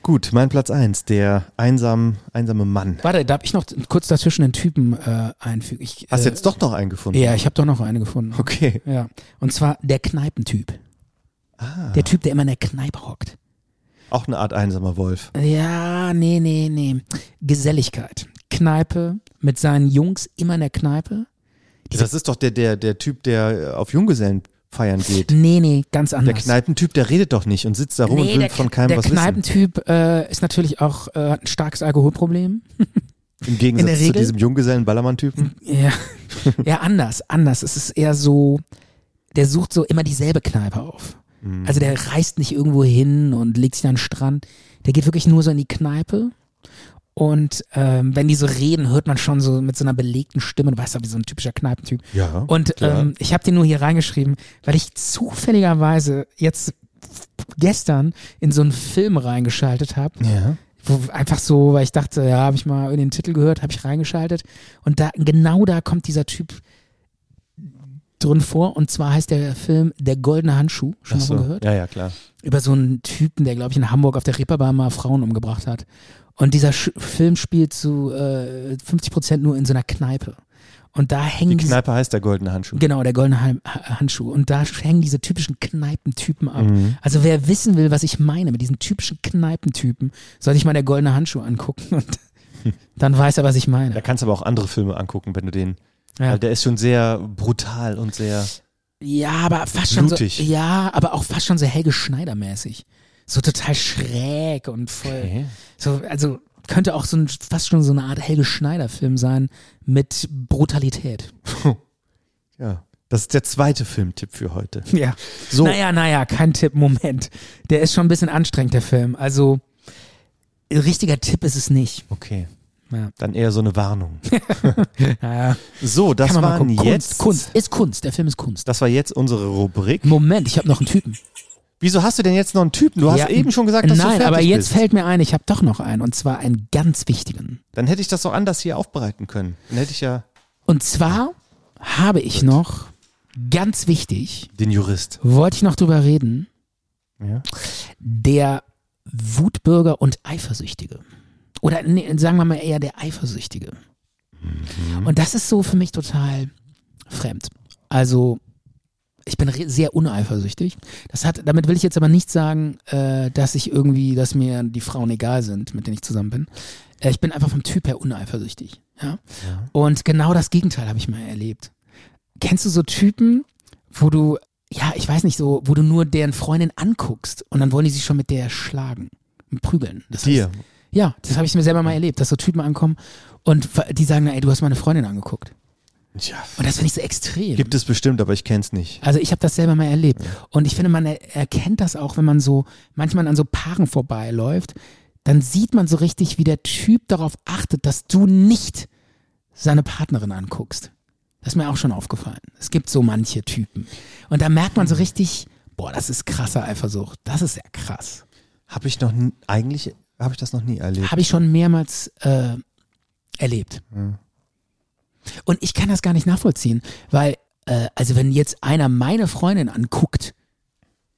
[SPEAKER 1] Gut, mein Platz eins, der einsam, einsame Mann.
[SPEAKER 2] Warte, darf ich noch t- kurz dazwischen den Typen äh, einfügen? Ich,
[SPEAKER 1] Hast
[SPEAKER 2] äh,
[SPEAKER 1] jetzt doch noch einen gefunden?
[SPEAKER 2] Ja, ich habe doch noch eine gefunden.
[SPEAKER 1] Okay.
[SPEAKER 2] Ja. Und zwar der Kneipentyp. Ah. Der Typ, der immer in der Kneipe hockt.
[SPEAKER 1] Auch eine Art einsamer Wolf.
[SPEAKER 2] Ja, nee, nee, nee. Geselligkeit. Kneipe mit seinen Jungs immer in der Kneipe.
[SPEAKER 1] Das ist doch der, der, der Typ, der äh, auf Junggesellenfeiern geht.
[SPEAKER 2] Nee, nee, ganz
[SPEAKER 1] Der
[SPEAKER 2] anders.
[SPEAKER 1] Kneipentyp, der redet doch nicht und sitzt da rum
[SPEAKER 2] Nee,
[SPEAKER 1] und will
[SPEAKER 2] der
[SPEAKER 1] von
[SPEAKER 2] Kne-
[SPEAKER 1] keinem
[SPEAKER 2] der
[SPEAKER 1] was wissen.
[SPEAKER 2] Kneipentyp äh, ist natürlich auch äh, hat ein starkes Alkoholproblem.
[SPEAKER 1] Im Gegensatz zu
[SPEAKER 2] Regel-
[SPEAKER 1] diesem Junggesellen-Ballermann-Typen.
[SPEAKER 2] Ja. ja, anders, anders. Es ist eher so, der sucht so immer dieselbe Kneipe auf.
[SPEAKER 1] Mhm.
[SPEAKER 2] Also der reist nicht irgendwo hin und legt sich an den Strand. Der geht wirklich nur so in die Kneipe. Und ähm, wenn die so reden, hört man schon so mit so einer belegten Stimme, du weißt ja, wie so ein typischer Kneipentyp.
[SPEAKER 1] Ja,
[SPEAKER 2] Und
[SPEAKER 1] klar.
[SPEAKER 2] ähm, ich habe den nur hier reingeschrieben, weil ich zufälligerweise jetzt gestern in so einen Film reingeschaltet habe
[SPEAKER 1] Ja.
[SPEAKER 2] wo einfach so, weil ich dachte, ja, habe ich mal in den Titel gehört, habe ich reingeschaltet und da genau da kommt dieser Typ drin vor und zwar heißt der Film Der goldene Handschuh, schon
[SPEAKER 1] Ach
[SPEAKER 2] mal
[SPEAKER 1] so.
[SPEAKER 2] von gehört?
[SPEAKER 1] Ja, ja, klar.
[SPEAKER 2] Über so einen Typen, der glaube ich in Hamburg auf der Reeperbahn mal Frauen umgebracht hat. Und dieser Sch Film spielt zu äh, 50 Prozent nur in so einer Kneipe. Und da
[SPEAKER 1] Die
[SPEAKER 2] hängen diese-
[SPEAKER 1] Kneipe heißt der goldene Handschuh.
[SPEAKER 2] Genau, der goldene Han- Ha- Handschuh. Und da hängen diese typischen Kneipentypen ab. Also wer wissen will, was ich meine mit diesen typischen Kneipentypen, sollte ich mal der goldene Handschuh angucken und dann weiß er, was ich
[SPEAKER 1] Da
[SPEAKER 2] meine.
[SPEAKER 1] kannst du aber auch andere Filme angucken, wenn du den.
[SPEAKER 2] Ja,
[SPEAKER 1] Weil der ist schon sehr brutal und sehr.
[SPEAKER 2] ja aber fast schon
[SPEAKER 1] Blutig.
[SPEAKER 2] so. Ja, aber auch fast schon so Helge Schneider-mäßig. So total schräg und voll. So, also könnte auch so ein, fast schon so eine Art Helge Schneider-Film sein mit Brutalität.
[SPEAKER 1] Ja. Das ist der zweite Filmtipp für heute.
[SPEAKER 2] Ja.
[SPEAKER 1] So.
[SPEAKER 2] Naja, naja, kein Tipp, Moment. Der ist schon ein bisschen anstrengend, der Film. Also, ein richtiger Tipp ist es nicht.
[SPEAKER 1] Okay.
[SPEAKER 2] Ja.
[SPEAKER 1] Dann eher so eine Warnung.
[SPEAKER 2] [laughs] Ja,
[SPEAKER 1] So, das
[SPEAKER 2] kann man mal
[SPEAKER 1] waren
[SPEAKER 2] gucken.
[SPEAKER 1] jetzt.
[SPEAKER 2] Kunst, Kunst, ist Kunst, der Film ist Kunst.
[SPEAKER 1] Das war jetzt unsere Rubrik.
[SPEAKER 2] Moment, ich habe noch einen Typen.
[SPEAKER 1] Wieso hast du denn jetzt noch einen Typen? Du hast
[SPEAKER 2] Ja,
[SPEAKER 1] eben schon gesagt, dass
[SPEAKER 2] Nein,
[SPEAKER 1] du fertig
[SPEAKER 2] aber jetzt
[SPEAKER 1] bist.
[SPEAKER 2] fällt mir ein, ich habe doch noch einen. Und zwar einen ganz wichtigen.
[SPEAKER 1] Dann hätte ich das doch anders hier aufbereiten können. Dann hätte ich ja
[SPEAKER 2] Und zwar habe ich noch, ganz wichtig,
[SPEAKER 1] den Jurist.
[SPEAKER 2] wollte ich noch drüber reden,
[SPEAKER 1] Ja.
[SPEAKER 2] der Wutbürger und Eifersüchtige. Oder nee, sagen wir mal eher der Eifersüchtige. Und das ist so für mich total fremd. Also ich bin re- sehr uneifersüchtig. Das hat, damit will ich jetzt aber nicht sagen, äh, dass ich irgendwie, dass mir die Frauen egal sind, mit denen ich zusammen bin. Äh, ich bin einfach vom Typ her uneifersüchtig. Ja? Und genau das Gegenteil habe ich mal erlebt. Kennst du so Typen, wo du, ja, ich weiß nicht, so, wo du nur deren Freundin anguckst und dann wollen die sich schon mit der schlagen, und prügeln. Das
[SPEAKER 1] Dir.
[SPEAKER 2] ja, das habe ich mir selber mal erlebt, dass so Typen ankommen und ver- die sagen, ey, du hast meine Freundin angeguckt.
[SPEAKER 1] Tja,
[SPEAKER 2] Und das finde ich so extrem.
[SPEAKER 1] gibt es bestimmt, aber ich kenn's nicht.
[SPEAKER 2] also ich habe das selber mal erlebt. Und ich finde, man er erkennt das auch, wenn man so manchmal an so Paaren vorbeiläuft, dann sieht man so richtig, wie der Typ darauf achtet, dass du nicht seine Partnerin anguckst. Das ist mir auch schon aufgefallen. Es gibt so manche Typen. Und da merkt man so richtig, boah, das ist krasse Eifersucht. Das ist ja krass.
[SPEAKER 1] Habe ich noch n- eigentlich habe ich das noch nie erlebt.
[SPEAKER 2] Habe ich schon mehrmals äh, erlebt.
[SPEAKER 1] Mhm.
[SPEAKER 2] Und ich kann das gar nicht nachvollziehen, weil, äh, also wenn jetzt einer meine Freundin anguckt,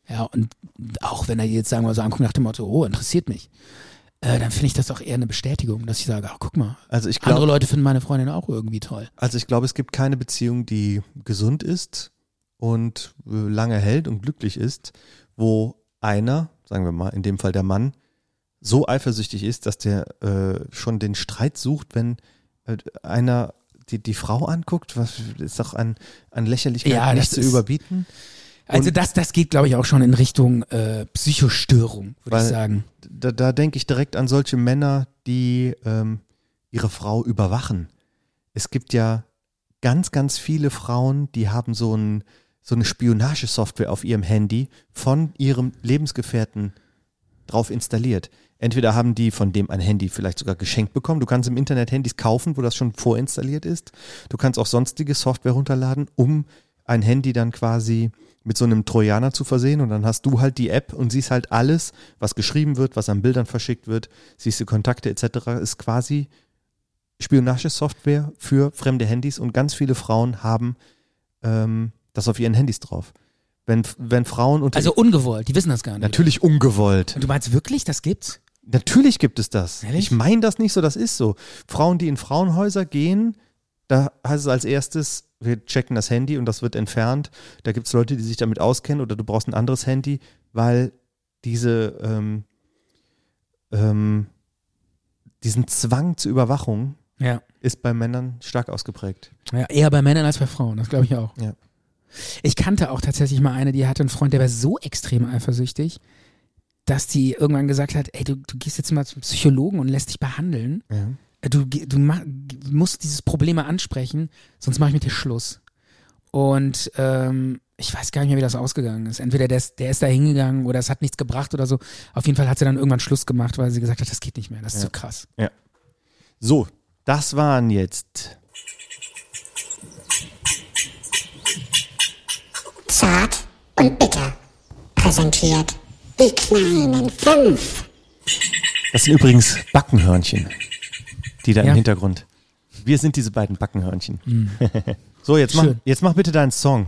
[SPEAKER 2] ja, und auch wenn er die jetzt sagen wir mal so anguckt nach dem Motto, oh, interessiert mich, äh, dann finde ich das doch eher eine Bestätigung, dass ich sage, ach, guck mal,
[SPEAKER 1] Also ich
[SPEAKER 2] andere
[SPEAKER 1] glaube,
[SPEAKER 2] Leute finden meine Freundin auch irgendwie toll.
[SPEAKER 1] also ich glaube, es gibt keine Beziehung, die gesund ist und äh, lange hält und glücklich ist, wo einer, sagen wir mal, in dem Fall der Mann, so eifersüchtig ist, dass der äh, schon den Streit sucht, wenn äh, einer die, die Frau anguckt, was ist doch an, an Lächerlichkeit
[SPEAKER 2] Ja,
[SPEAKER 1] nicht
[SPEAKER 2] das
[SPEAKER 1] zu
[SPEAKER 2] ist-
[SPEAKER 1] überbieten.
[SPEAKER 2] Also
[SPEAKER 1] Und-
[SPEAKER 2] das, das geht, glaube ich, auch schon in Richtung äh, Psychostörung, würde ich
[SPEAKER 1] Weil-
[SPEAKER 2] sagen.
[SPEAKER 1] da, da denke ich direkt an solche Männer, die ähm, ihre Frau überwachen. Es gibt ja ganz, ganz viele Frauen, die haben so, ein, so eine Spionagesoftware auf ihrem Handy von ihrem Lebensgefährten drauf installiert. Entweder haben die von dem ein Handy vielleicht sogar geschenkt bekommen. Du kannst im Internet Handys kaufen, wo das schon vorinstalliert ist. Du kannst auch sonstige Software runterladen, um ein Handy dann quasi mit so einem Trojaner zu versehen. Und dann hast du halt die App und siehst halt alles, was geschrieben wird, was an Bildern verschickt wird, siehst du Kontakte etc. Ist quasi Spionagesoftware für fremde Handys und ganz viele Frauen haben ähm, das auf ihren Handys drauf. Wenn, wenn Frauen unter
[SPEAKER 2] Also ungewollt, die wissen das gar nicht.
[SPEAKER 1] natürlich ungewollt.
[SPEAKER 2] Und du meinst wirklich, das gibt's?
[SPEAKER 1] Natürlich gibt es das.
[SPEAKER 2] Ehrlich?
[SPEAKER 1] Ich meine das nicht so, das ist so. Frauen, die in Frauenhäuser gehen, da heißt es als erstes, wir checken das Handy und das wird entfernt. Da gibt es Leute, die sich damit auskennen oder du brauchst ein anderes Handy, weil diese, ähm, ähm, diesen Zwang zur Überwachung
[SPEAKER 2] Ja.
[SPEAKER 1] ist bei Männern stark ausgeprägt.
[SPEAKER 2] Ja, eher bei Männern als bei Frauen, das glaube ich auch.
[SPEAKER 1] Ja.
[SPEAKER 2] Ich kannte auch tatsächlich mal eine, die hatte einen Freund, der war so extrem eifersüchtig, dass die irgendwann gesagt hat, ey, du, du gehst jetzt mal zum Psychologen und lässt dich behandeln.
[SPEAKER 1] Ja.
[SPEAKER 2] Äh, Du, ge- du mach, g- musst dieses Problem mal ansprechen, sonst mache ich mit dir Schluss. Und ähm, ich weiß gar nicht mehr, wie das ausgegangen ist. Entweder der ist, der ist da hingegangen oder es hat nichts gebracht oder so. Auf jeden Fall hat sie dann irgendwann Schluss gemacht, weil sie gesagt hat, das geht nicht mehr, das ist zu krass.
[SPEAKER 1] So, das waren jetzt
[SPEAKER 5] Zart und bitter. Präsentiert die kleinen fünf.
[SPEAKER 1] Das sind übrigens Backenhörnchen, die da
[SPEAKER 2] Ja. Mhm.
[SPEAKER 1] im Hintergrund. Wir sind diese beiden Backenhörnchen. [laughs] so, jetzt mach,
[SPEAKER 2] Schön.
[SPEAKER 1] jetzt mach bitte deinen Song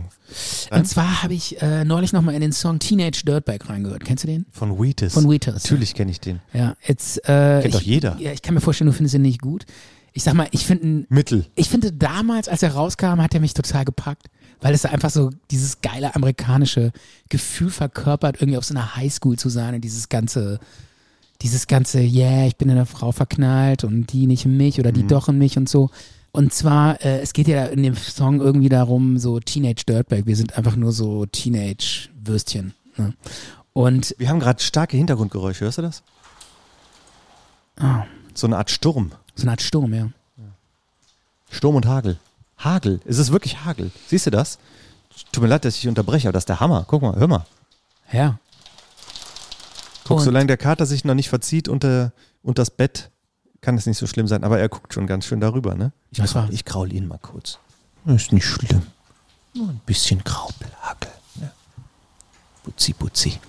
[SPEAKER 2] Und zwar habe ich äh, neulich nochmal in den Song Teenage Dirtbag reingehört. Kennst du den?
[SPEAKER 1] von Wheatus.
[SPEAKER 2] Von Wheatus,
[SPEAKER 1] Natürlich kenne ich den.
[SPEAKER 2] Ja, jetzt. Äh,
[SPEAKER 1] Kennt
[SPEAKER 2] ich,
[SPEAKER 1] doch jeder.
[SPEAKER 2] Ja, ich kann mir vorstellen, du findest ihn nicht gut. Ich sag mal, ich finde,
[SPEAKER 1] Mittel.
[SPEAKER 2] ich finde damals, als er rauskam, hat er mich total gepackt, weil es einfach so dieses geile amerikanische Gefühl verkörpert, irgendwie auf so einer Highschool zu sein und dieses ganze, dieses ganze, yeah, ich bin in eine Frau verknallt und die nicht in mich oder
[SPEAKER 1] Mhm.
[SPEAKER 2] die doch in mich und so. Und zwar, äh, es geht ja in dem Song irgendwie darum, so Teenage Dirtbag, wir sind einfach nur so Teenage Würstchen. Ne? Und
[SPEAKER 1] Wir haben gerade starke Hintergrundgeräusche, hörst du das?
[SPEAKER 2] Ah.
[SPEAKER 1] So eine Art Sturm.
[SPEAKER 2] so eine Art Sturm, ja.
[SPEAKER 1] Sturm und Hagel. Hagel. Es ist wirklich Hagel. Siehst du das? Tut mir leid, dass ich unterbreche, aber das ist der Hammer. Guck mal, hör mal.
[SPEAKER 2] Ja.
[SPEAKER 1] Guck,
[SPEAKER 2] Und-
[SPEAKER 1] solange der Kater sich noch nicht verzieht unter, unter das Bett, kann es nicht so schlimm sein. Aber er guckt schon ganz schön darüber, ne?
[SPEAKER 2] Das war,
[SPEAKER 1] Ich kraul ihn mal kurz. Ist nicht schlimm. Nur ein bisschen Graupelhackel. Ne? Putzi, putzi.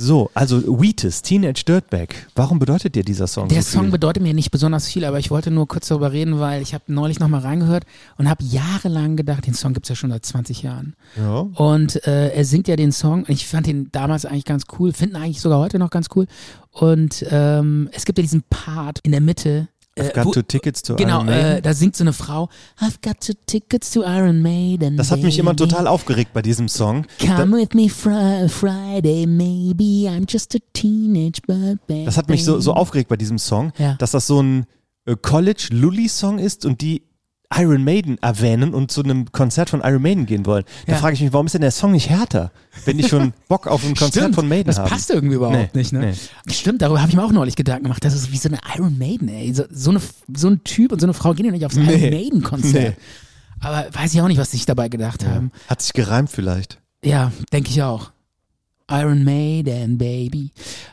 [SPEAKER 1] so, also Wheatus, Teenage Dirtbag. Warum bedeutet dir dieser Song
[SPEAKER 2] Der
[SPEAKER 1] so
[SPEAKER 2] Song
[SPEAKER 1] viel?
[SPEAKER 2] bedeutet mir nicht besonders viel, aber ich wollte nur kurz darüber reden, weil ich habe neulich nochmal reingehört und habe jahrelang gedacht, den Song gibt's ja schon seit 20 Jahren.
[SPEAKER 1] Ja.
[SPEAKER 2] Und äh, er singt ja den Song und ich fand ihn damals eigentlich ganz cool, finden eigentlich sogar heute noch ganz cool. Und ähm, es gibt ja diesen Part in der Mitte,
[SPEAKER 1] I've got
[SPEAKER 2] wo-
[SPEAKER 1] two tickets to
[SPEAKER 2] genau,
[SPEAKER 1] Iron Maiden.
[SPEAKER 2] Äh, da singt so eine Frau, I've got two tickets to Iron Maiden.
[SPEAKER 1] das hat mich
[SPEAKER 2] baby.
[SPEAKER 1] immer total aufgeregt bei diesem Song. Da,
[SPEAKER 2] Come with me fri Friday, maybe I'm just a teenage but baby.
[SPEAKER 1] das hat mich so, so aufgeregt bei diesem Song,
[SPEAKER 2] Ja.
[SPEAKER 1] dass das so ein äh, College-Lully-Song ist und die Iron Maiden erwähnen und zu einem Konzert von Iron Maiden gehen wollen. Da
[SPEAKER 2] Ja.
[SPEAKER 1] frage ich mich, warum ist denn der Song nicht härter, wenn ich
[SPEAKER 2] [laughs]
[SPEAKER 1] schon Bock auf ein Konzert
[SPEAKER 2] Stimmt,
[SPEAKER 1] von Maiden
[SPEAKER 2] das
[SPEAKER 1] habe?
[SPEAKER 2] passt irgendwie überhaupt
[SPEAKER 1] Nee,
[SPEAKER 2] nicht, ne? Stimmt, darüber habe ich mir auch neulich Gedanken gemacht. Das ist wie so eine Iron Maiden, ey. So, so, eine, so ein Typ und so eine Frau gehen ja nicht aufs
[SPEAKER 1] Nee.
[SPEAKER 2] Iron Maiden-Konzert. Aber weiß ich auch nicht, was sich dabei gedacht haben.
[SPEAKER 1] Hat sich gereimt vielleicht.
[SPEAKER 2] Ja, denke ich auch. Iron Maiden, Baby.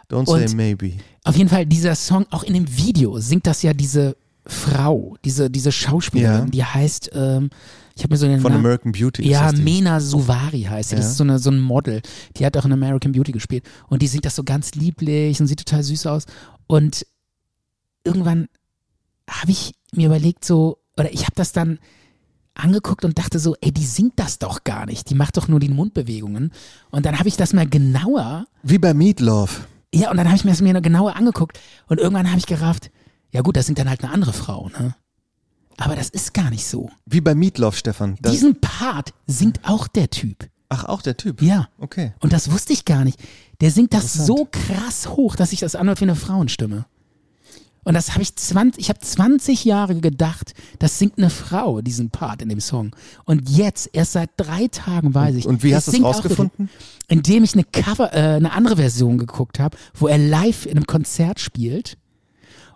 [SPEAKER 1] Don't
[SPEAKER 2] Und-
[SPEAKER 1] say maybe.
[SPEAKER 2] Auf jeden Fall, dieser Song, auch in dem Video, singt das ja diese Frau, diese, diese Schauspielerin,
[SPEAKER 1] Ja.
[SPEAKER 2] die heißt, ähm, ich habe mir so den
[SPEAKER 1] Von
[SPEAKER 2] Namen,
[SPEAKER 1] American Beauty. ist
[SPEAKER 2] Ja,
[SPEAKER 1] das die.
[SPEAKER 2] Mena Suvari heißt sie. Das
[SPEAKER 1] Ja.
[SPEAKER 2] ist so, eine, so ein Model. Die hat auch in American Beauty gespielt. Und die singt das so ganz lieblich und sieht total süß aus. Und irgendwann habe ich mir überlegt, so, oder ich habe das dann angeguckt und dachte so, ey, die singt das doch gar nicht. Die macht doch nur die Mundbewegungen. Und dann habe ich das mal genauer
[SPEAKER 1] Wie bei Meatloaf.
[SPEAKER 2] ja, und dann habe ich mir das mir noch genauer angeguckt und irgendwann habe ich gerafft, ja gut, das sind dann halt eine andere Frau, ne? Aber das ist gar nicht so.
[SPEAKER 1] Wie bei Meatloaf, Stefan. Da-
[SPEAKER 2] Diesen Part singt auch der Typ.
[SPEAKER 1] ach, auch der Typ.
[SPEAKER 2] Ja.
[SPEAKER 1] Okay.
[SPEAKER 2] Und das wusste ich gar nicht. Der singt das so
[SPEAKER 1] Interessant.
[SPEAKER 2] krass hoch, dass sich das anhört wie eine Frauenstimme. Und das habe ich 20, ich habe 20 Jahre gedacht, das singt eine Frau, diesen Part in dem Song. Und jetzt, erst seit drei Tagen weiß ich.
[SPEAKER 1] Und wie hast
[SPEAKER 2] das
[SPEAKER 1] du es
[SPEAKER 2] singt auch-
[SPEAKER 1] rausgefunden?
[SPEAKER 2] indem ich eine Cover, äh, eine andere Version geguckt habe, wo er live in einem Konzert spielt.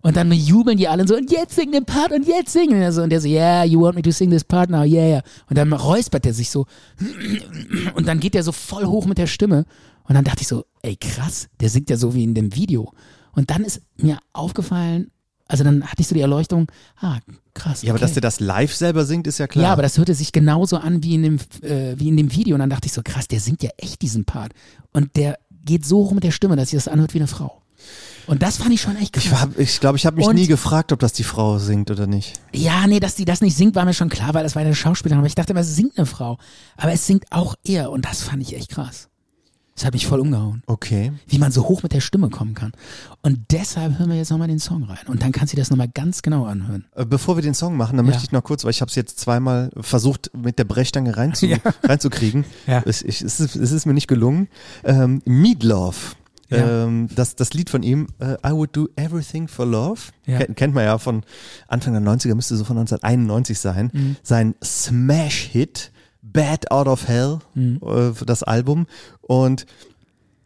[SPEAKER 2] Und dann jubeln die alle so, und jetzt sing den Part, und jetzt singen. Und, er so, und der so, yeah, you want me to sing this part now, yeah, yeah. Und dann räuspert er sich so. Und dann geht er so voll hoch mit der Stimme. Und dann dachte ich so, ey krass, der singt ja so wie in dem Video. Und dann ist mir aufgefallen, also dann hatte ich so die Erleuchtung, ah, krass.
[SPEAKER 1] Ja, aber
[SPEAKER 2] okay.
[SPEAKER 1] dass der das live selber singt, ist ja klar.
[SPEAKER 2] Ja, aber das hörte sich genauso an wie in, dem, äh, wie in dem Video. Und dann dachte ich so, krass, der singt ja echt diesen Part. Und der geht so hoch mit der Stimme, dass sich das anhört wie eine Frau. Und das fand ich schon echt krass.
[SPEAKER 1] ich glaube, ich, glaub, ich habe mich
[SPEAKER 2] Und-
[SPEAKER 1] nie gefragt, ob das die Frau singt oder nicht.
[SPEAKER 2] ja, nee, dass die das nicht singt, war mir schon klar, weil das war eine Schauspielerin. Aber ich dachte immer, es singt eine Frau. Aber es singt auch er. Und das fand ich echt krass. Das hat mich voll umgehauen,
[SPEAKER 1] Okay.
[SPEAKER 2] wie man so hoch mit der Stimme kommen kann. Und deshalb hören wir jetzt nochmal den Song rein. Und dann kannst du dir das nochmal ganz genau anhören.
[SPEAKER 1] Äh, Bevor wir den Song machen, dann
[SPEAKER 2] Ja.
[SPEAKER 1] möchte ich noch kurz, weil ich habe es jetzt zweimal versucht, mit der Brechstange reinzu,
[SPEAKER 2] [laughs] Ja.
[SPEAKER 1] reinzukriegen.
[SPEAKER 2] Ja.
[SPEAKER 1] Es, ich, es, ist, es ist mir nicht gelungen. Ähm, Meatloaf.
[SPEAKER 2] Ja.
[SPEAKER 1] Ähm, das, das Lied von ihm, äh, I would do everything for love,
[SPEAKER 2] Ja.
[SPEAKER 1] Ken, kennt man ja von Anfang der 90er, müsste so von 1991 sein.
[SPEAKER 2] Mhm.
[SPEAKER 1] Sein Smash-Hit, Bad Out of Hell,
[SPEAKER 2] Mhm.
[SPEAKER 1] äh, das Album. Und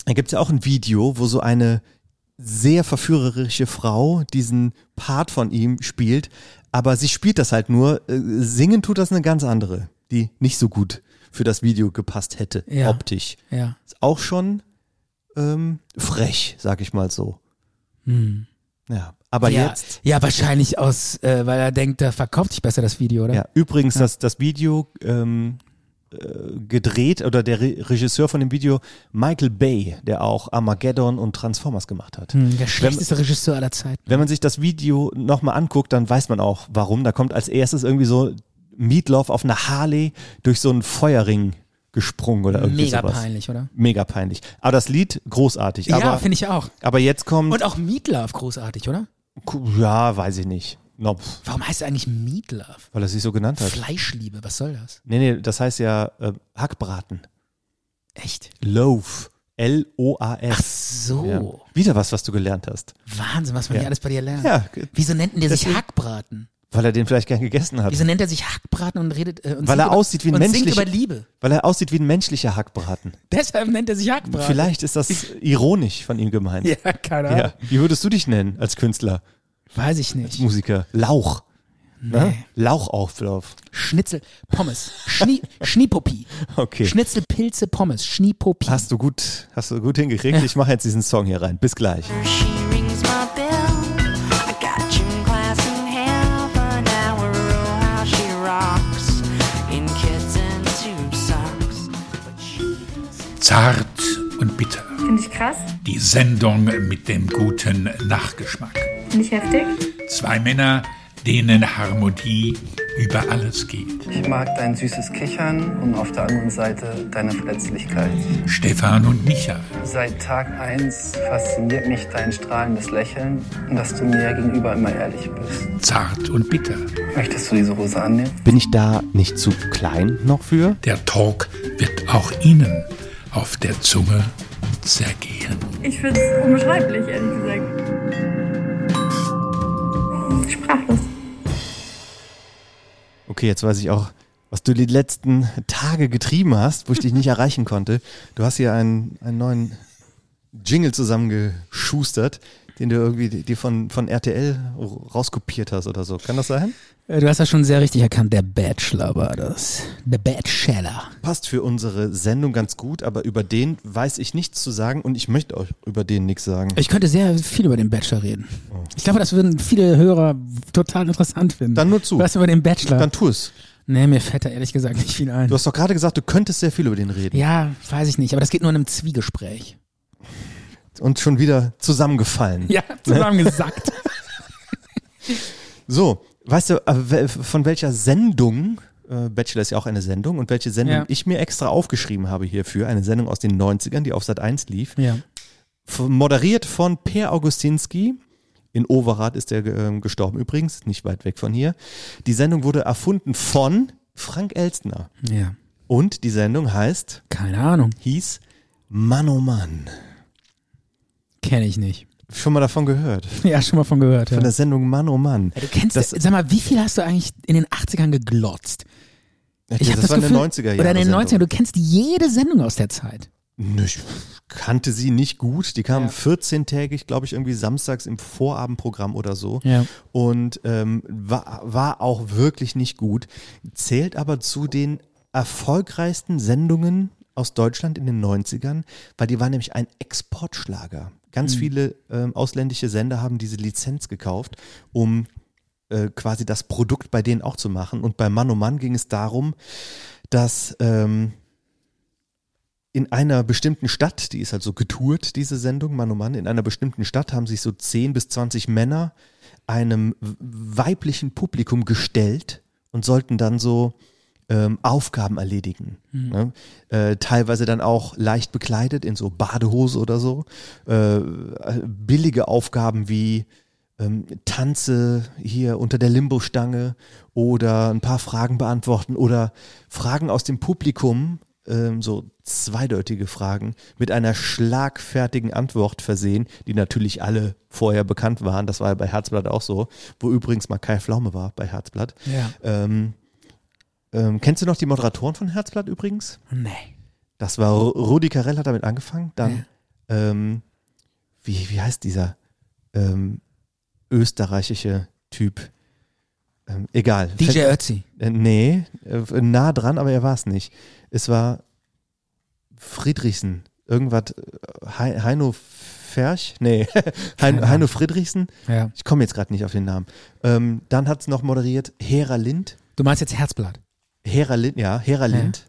[SPEAKER 1] da gibt es ja auch ein Video, wo so eine sehr verführerische Frau diesen Part von ihm spielt, aber sie spielt das halt nur. äh, Singen tut das eine ganz andere, die nicht so gut für das Video gepasst hätte,
[SPEAKER 2] Ja.
[SPEAKER 1] optisch.
[SPEAKER 2] Ja.
[SPEAKER 1] Ist auch schon ähm, frech, sag ich mal so. Ja, aber
[SPEAKER 2] Hm. ja,
[SPEAKER 1] jetzt.
[SPEAKER 2] ja, wahrscheinlich aus, äh, weil er denkt, da verkauft sich besser das Video, oder?
[SPEAKER 1] Ja, übrigens, Das, das Video ähm, äh, gedreht oder der Re Regisseur von dem Video, Michael Bay, der auch Armageddon und Transformers gemacht hat.
[SPEAKER 2] Hm, Der schlechteste Regisseur aller Zeiten.
[SPEAKER 1] Wenn man sich das Video nochmal anguckt, dann weiß man auch, warum. Da kommt als erstes irgendwie so Meatloaf auf einer Harley durch so einen Feuerring gesprungen oder irgendwie
[SPEAKER 2] Mega
[SPEAKER 1] sowas.
[SPEAKER 2] peinlich, oder?
[SPEAKER 1] Mega peinlich. Aber das Lied großartig.
[SPEAKER 2] ja,
[SPEAKER 1] aber,
[SPEAKER 2] finde ich auch.
[SPEAKER 1] aber jetzt kommt.
[SPEAKER 2] Und auch Meatloaf großartig, oder?
[SPEAKER 1] ja, weiß ich nicht. No, pff,
[SPEAKER 2] Warum heißt er eigentlich Meatloaf?
[SPEAKER 1] weil er sich so genannt hat.
[SPEAKER 2] Fleischliebe, was soll das?
[SPEAKER 1] Nee, nee, das heißt ja äh, Hackbraten.
[SPEAKER 2] Echt?
[SPEAKER 1] Loaf.
[SPEAKER 2] Ach
[SPEAKER 1] L-O-A-S. Ja.
[SPEAKER 2] so.
[SPEAKER 1] Wieder was, was du gelernt hast.
[SPEAKER 2] Wahnsinn, was man
[SPEAKER 1] Ja.
[SPEAKER 2] hier alles bei dir lernt.
[SPEAKER 1] Ja,
[SPEAKER 2] Wieso nennt denn der sich
[SPEAKER 1] Deswegen-
[SPEAKER 2] Hackbraten?
[SPEAKER 1] weil er den vielleicht gern gegessen hat.
[SPEAKER 2] Wieso nennt er sich Hackbraten und redet äh, und
[SPEAKER 1] Weil
[SPEAKER 2] singt
[SPEAKER 1] er aussieht wie ein
[SPEAKER 2] und singt
[SPEAKER 1] menschlicher-
[SPEAKER 2] über Liebe. [laughs]
[SPEAKER 1] Weil er aussieht wie ein menschlicher Hackbraten.
[SPEAKER 2] Deshalb nennt er sich Hackbraten.
[SPEAKER 1] Vielleicht ist das ironisch von ihm gemeint.
[SPEAKER 2] Ja, keine Ahnung.
[SPEAKER 1] Ja. Wie würdest du dich nennen als Künstler,
[SPEAKER 2] Weiß ich nicht.
[SPEAKER 1] Musiker? Lauch. Ne? Lauchauflauf.
[SPEAKER 2] Schnitzel, Pommes, Schnie,
[SPEAKER 1] [laughs]
[SPEAKER 2] Schniepopi.
[SPEAKER 1] Okay.
[SPEAKER 2] Schnitzel, Pilze, Pommes, Schniepopi.
[SPEAKER 1] Hast du gut, hast du gut hingekriegt? Ich mache jetzt diesen Song hier rein. Bis gleich.
[SPEAKER 7] She rings my bell. I got gym class in half an hour. Oh, how she rocks in kids and tube socks. But she
[SPEAKER 8] Zart und bitter.
[SPEAKER 9] Finde ich krass,
[SPEAKER 8] Die Sendung mit dem guten Nachgeschmack.
[SPEAKER 9] finde ich heftig.
[SPEAKER 8] Zwei Männer, denen Harmonie über alles geht.
[SPEAKER 9] Ich mag dein süßes Kichern und auf der anderen Seite deine Verletzlichkeit.
[SPEAKER 8] Stefan und Micha,
[SPEAKER 9] Seit Tag 1 fasziniert mich dein strahlendes Lächeln und dass du mir gegenüber immer ehrlich bist.
[SPEAKER 8] zart und bitter.
[SPEAKER 9] Möchtest du diese Rose annehmen?
[SPEAKER 1] Bin ich da nicht zu klein noch für?
[SPEAKER 8] Der Talk wird auch Ihnen auf der Zunge zergehen.
[SPEAKER 10] Ich finde es unbeschreiblich, ehrlich gesagt. Sprachlos.
[SPEAKER 1] Okay, jetzt weiß ich auch, was du die letzten Tage getrieben hast, wo ich dich nicht [laughs] erreichen konnte. Du hast hier einen, einen neuen Jingle zusammengeschustert, den du irgendwie dir von, von RTL rauskopiert hast oder so. Kann das sein?
[SPEAKER 2] Äh, Du hast das schon sehr richtig erkannt. Der Bachelor war das. Der Bachelor.
[SPEAKER 1] Passt für unsere Sendung ganz gut, aber über den weiß ich nichts zu sagen und ich möchte euch über den nichts sagen.
[SPEAKER 2] Ich könnte sehr viel über den Bachelor reden.
[SPEAKER 1] Oh.
[SPEAKER 2] Ich glaube, das würden viele Hörer total interessant finden.
[SPEAKER 1] Dann nur zu.
[SPEAKER 2] Was über den Bachelor?
[SPEAKER 1] Dann tu es.
[SPEAKER 2] nee, mir fällt da ehrlich gesagt nicht viel ein.
[SPEAKER 1] Du hast doch gerade gesagt, du könntest sehr viel über den reden.
[SPEAKER 2] Ja, weiß ich nicht, aber das geht nur in einem Zwiegespräch.
[SPEAKER 1] Und schon wieder zusammengefallen.
[SPEAKER 2] [laughs] Ja, zusammengesackt.
[SPEAKER 1] So, weißt du, äh, wel- von welcher Sendung, äh, Bachelor ist ja auch eine Sendung, und welche Sendung
[SPEAKER 2] Ja.
[SPEAKER 1] ich mir extra aufgeschrieben habe hierfür, eine Sendung aus den 90ern, die auf Sat 1 lief,
[SPEAKER 2] [laughs] ja.
[SPEAKER 1] f- moderiert von Per Augustinski. In Overath ist er ähm, gestorben übrigens, nicht weit weg von hier. Die Sendung wurde erfunden von Frank Elstner.
[SPEAKER 2] Ja.
[SPEAKER 1] Und die Sendung heißt,
[SPEAKER 2] Keine Ahnung.
[SPEAKER 1] hieß Mann oh Mann.
[SPEAKER 2] Kenne ich nicht.
[SPEAKER 1] Schon mal davon gehört.
[SPEAKER 2] Ja, schon mal von gehört. Ja.
[SPEAKER 1] Von der Sendung Mann oh Mann.
[SPEAKER 2] Ja, du kennst
[SPEAKER 1] Das-
[SPEAKER 2] das. Sag mal, wie viel hast du eigentlich in den 80ern geglotzt?
[SPEAKER 1] das,
[SPEAKER 2] hab
[SPEAKER 1] war
[SPEAKER 2] Gefühl-
[SPEAKER 1] in den 90er Jahren.
[SPEAKER 2] Oder in den 90ern. Du kennst jede Sendung aus der Zeit.
[SPEAKER 1] Nö, Ich kannte sie nicht gut. Die kamen
[SPEAKER 2] Ja.
[SPEAKER 1] 14-tägig, glaube ich, irgendwie samstags im Vorabendprogramm oder so.
[SPEAKER 2] Ja.
[SPEAKER 1] Und ähm, war, war auch wirklich nicht gut. Zählt aber zu den erfolgreichsten Sendungen aus Deutschland in den 90ern, weil die war nämlich ein Exportschlager. Ganz viele ähm, ausländische Sender haben diese Lizenz gekauft, um äh, quasi das Produkt bei denen auch zu machen. Und bei Mann um Mann ging es darum, dass ähm, in einer bestimmten Stadt, die ist halt so getourt, diese Sendung, Mann oh Mann, in einer bestimmten Stadt haben sich so 10 bis 20 Männer einem w- weiblichen Publikum gestellt und sollten dann so ähm, Aufgaben erledigen. Ne? Äh, teilweise dann auch leicht bekleidet in so Badehose oder so. Äh, billige Aufgaben wie ähm, tanze hier unter der Limbo-Stange oder ein paar Fragen beantworten oder Fragen aus dem Publikum, ähm, so zweideutige Fragen, mit einer schlagfertigen Antwort versehen, die natürlich alle vorher bekannt waren. Das war ja bei Herzblatt auch so, wo übrigens mal Kai Pflaume war bei Herzblatt.
[SPEAKER 2] Ja.
[SPEAKER 1] Ähm, ähm, kennst du noch die Moderatoren von Herzblatt übrigens?
[SPEAKER 2] Nee.
[SPEAKER 1] Das war Ru- Rudi Carell hat damit angefangen. Dann, ähm, wie, wie heißt dieser ähm, österreichische Typ? Ähm, egal.
[SPEAKER 2] DJ
[SPEAKER 1] Fällt-
[SPEAKER 2] Ötzi.
[SPEAKER 1] äh, nee, äh, nah dran, aber er war es nicht. Es war Friedrichsen. Irgendwas, äh, Hei- Heino Ferch? Nee, [laughs] Hein-
[SPEAKER 2] Ahnung.
[SPEAKER 1] Heino Friedrichsen.
[SPEAKER 2] Ja.
[SPEAKER 1] Ich komme jetzt gerade nicht auf den Namen. Ähm, dann hat es noch moderiert Hera Lind.
[SPEAKER 2] Du meinst jetzt Herzblatt.
[SPEAKER 1] Hera Lind, ja, Hera
[SPEAKER 2] Ja.
[SPEAKER 1] Lind,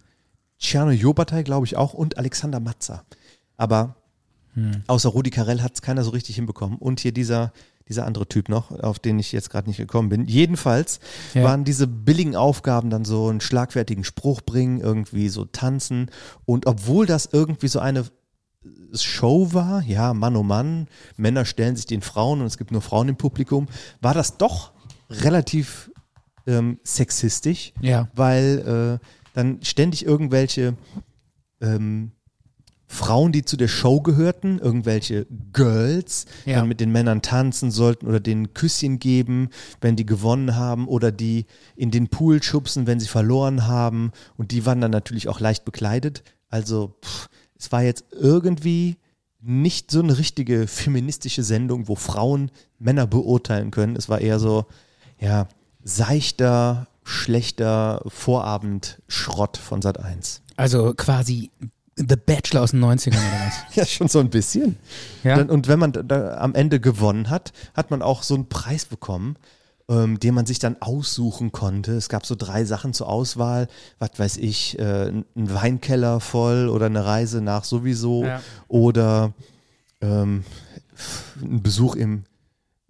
[SPEAKER 1] Ciano Jobatei, glaube ich auch, und Alexander Matzer. Aber
[SPEAKER 2] Hm.
[SPEAKER 1] außer Rudi Carell hat es keiner so richtig hinbekommen. Und hier dieser, dieser andere Typ noch, auf den ich jetzt gerade nicht gekommen bin. Jedenfalls
[SPEAKER 2] Ja.
[SPEAKER 1] waren diese billigen Aufgaben dann so einen schlagfertigen Spruch bringen, irgendwie so tanzen. Und obwohl das irgendwie so eine Show war, ja, Mann oh Mann, Männer stellen sich den Frauen und es gibt nur Frauen im Publikum, war das doch relativ ähm, sexistisch
[SPEAKER 2] Ja.
[SPEAKER 1] weil äh, dann ständig irgendwelche ähm, Frauen, die zu der Show gehörten, irgendwelche Girls,
[SPEAKER 2] Ja.
[SPEAKER 1] dann mit den Männern tanzen sollten oder denen Küsschen geben, wenn die gewonnen haben oder die in den Pool schubsen, wenn sie verloren haben. Und die waren dann natürlich auch leicht bekleidet. Also pff, es war jetzt irgendwie nicht so eine richtige feministische Sendung, wo Frauen Männer beurteilen können. Es war eher so, ja, seichter, schlechter Vorabendschrott von Sat 1.
[SPEAKER 2] Also quasi The Bachelor aus den 90ern oder
[SPEAKER 1] [laughs]
[SPEAKER 2] was?
[SPEAKER 1] Ja, schon so ein bisschen.
[SPEAKER 2] Ja.
[SPEAKER 1] Dann, und wenn man da, da am Ende gewonnen hat, hat man auch so einen Preis bekommen, ähm, den man sich dann aussuchen konnte. Es gab so drei Sachen zur Auswahl, was weiß ich, äh, ein Weinkeller voll oder eine Reise nach sowieso
[SPEAKER 2] Ja.
[SPEAKER 1] oder ähm, ein Besuch im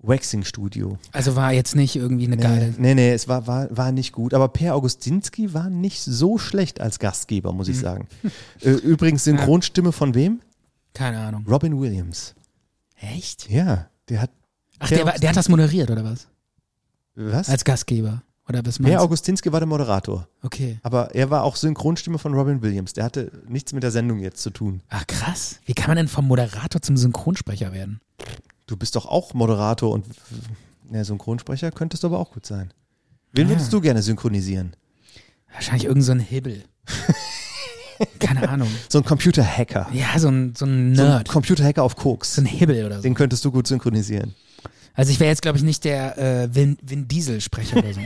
[SPEAKER 1] Waxing-Studio.
[SPEAKER 2] Also war jetzt nicht irgendwie eine geile.
[SPEAKER 1] Nee, nee, es war, war, war nicht gut. Aber Per Augustinski war nicht so schlecht als Gastgeber, muss ich sagen. Äh, Übrigens, Synchronstimme von wem?
[SPEAKER 2] Keine Ahnung.
[SPEAKER 1] Robin Williams.
[SPEAKER 2] Echt?
[SPEAKER 1] Ja, der hat.
[SPEAKER 2] Ach, der, war, der hat das moderiert, oder was?
[SPEAKER 1] Was?
[SPEAKER 2] Als Gastgeber. Oder was
[SPEAKER 1] Per
[SPEAKER 2] meinst du?
[SPEAKER 1] Augustinski war der Moderator.
[SPEAKER 2] Okay.
[SPEAKER 1] Aber er war auch Synchronstimme von Robin Williams. Der hatte nichts mit der Sendung jetzt zu tun.
[SPEAKER 2] Ach Ah, krass. Wie kann man denn vom Moderator zum Synchronsprecher werden?
[SPEAKER 1] Du bist doch auch Moderator und ne, Synchronsprecher könntest du aber auch gut sein. Wen
[SPEAKER 2] Ah.
[SPEAKER 1] würdest du gerne synchronisieren?
[SPEAKER 2] Wahrscheinlich irgend so
[SPEAKER 1] [laughs]
[SPEAKER 2] ein Hibbel. Keine Ahnung.
[SPEAKER 1] So ein Computerhacker.
[SPEAKER 2] Ja, so ein, so ein
[SPEAKER 1] So ein
[SPEAKER 2] Nerd.
[SPEAKER 1] Computerhacker auf Koks.
[SPEAKER 2] So ein Hibbel oder so.
[SPEAKER 1] Den könntest du gut synchronisieren. [laughs]
[SPEAKER 2] Also ich wäre jetzt, glaube ich, nicht der äh, Vin, Vin
[SPEAKER 1] [laughs]
[SPEAKER 2] Diesel-Sprecher oder so.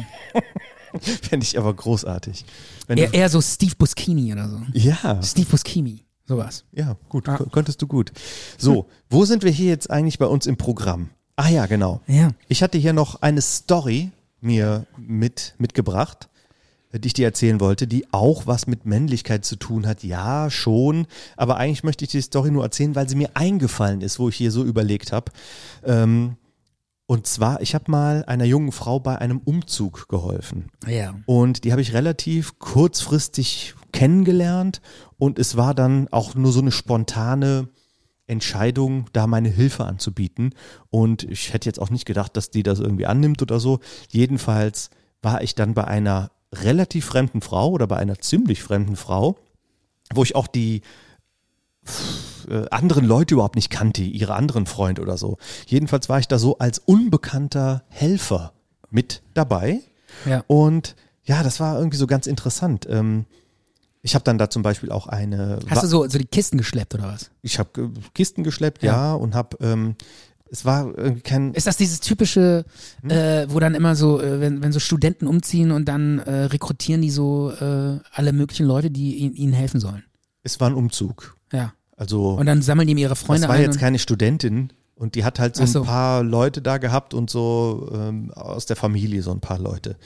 [SPEAKER 1] Fände ich aber großartig. Wenn
[SPEAKER 2] eher,
[SPEAKER 1] du,
[SPEAKER 2] eher so Steve Buscini oder so.
[SPEAKER 1] ja,
[SPEAKER 2] Steve Buscini, sowas.
[SPEAKER 1] ja, gut,
[SPEAKER 2] Ah.
[SPEAKER 1] kö- könntest du gut. So, wo sind wir hier jetzt eigentlich bei uns im Programm? Ah ja, genau.
[SPEAKER 2] Ja.
[SPEAKER 1] Ich hatte hier noch eine Story mir mit, mitgebracht, äh, die ich dir erzählen wollte, die auch was mit Männlichkeit zu tun hat. Ja, schon. Aber eigentlich möchte ich die Story nur erzählen, weil sie mir eingefallen ist, wo ich hier so überlegt habe. Ähm, und zwar, ich habe mal einer jungen Frau bei einem Umzug geholfen.
[SPEAKER 2] Ja.
[SPEAKER 1] Und die habe ich relativ kurzfristig kennengelernt und es war dann auch nur so eine spontane Entscheidung, da meine Hilfe anzubieten. Und ich hätte jetzt auch nicht gedacht, dass die das irgendwie annimmt oder so. Jedenfalls war ich dann bei einer relativ fremden Frau oder bei einer ziemlich fremden Frau, wo ich auch die äh, anderen Leute überhaupt nicht kannte, ihre anderen Freunde oder so. Jedenfalls war ich da so als unbekannter Helfer mit dabei.
[SPEAKER 2] Ja.
[SPEAKER 1] Und ja, das war irgendwie so ganz interessant. Ähm, ich habe dann da zum Beispiel auch eine.
[SPEAKER 2] Hast
[SPEAKER 1] Wa-
[SPEAKER 2] du so, so die Kisten geschleppt oder was?
[SPEAKER 1] ich habe Kisten geschleppt, ja, und habe. Ähm, es war irgendwie kein.
[SPEAKER 2] Ist das dieses typische,
[SPEAKER 1] Hm?
[SPEAKER 2] äh, wo dann immer so, äh, wenn, wenn so Studenten umziehen und dann äh, rekrutieren die so äh, alle möglichen Leute, die ihnen, ihnen helfen sollen?
[SPEAKER 1] Es war ein Umzug.
[SPEAKER 2] Ja.
[SPEAKER 1] Also.
[SPEAKER 2] Und dann sammeln die mir ihre Freunde
[SPEAKER 1] das war
[SPEAKER 2] ein
[SPEAKER 1] jetzt
[SPEAKER 2] und-
[SPEAKER 1] keine Studentin. Und die hat halt so,
[SPEAKER 2] Ach so.
[SPEAKER 1] ein paar Leute da gehabt und so ähm, aus der Familie so ein paar Leute.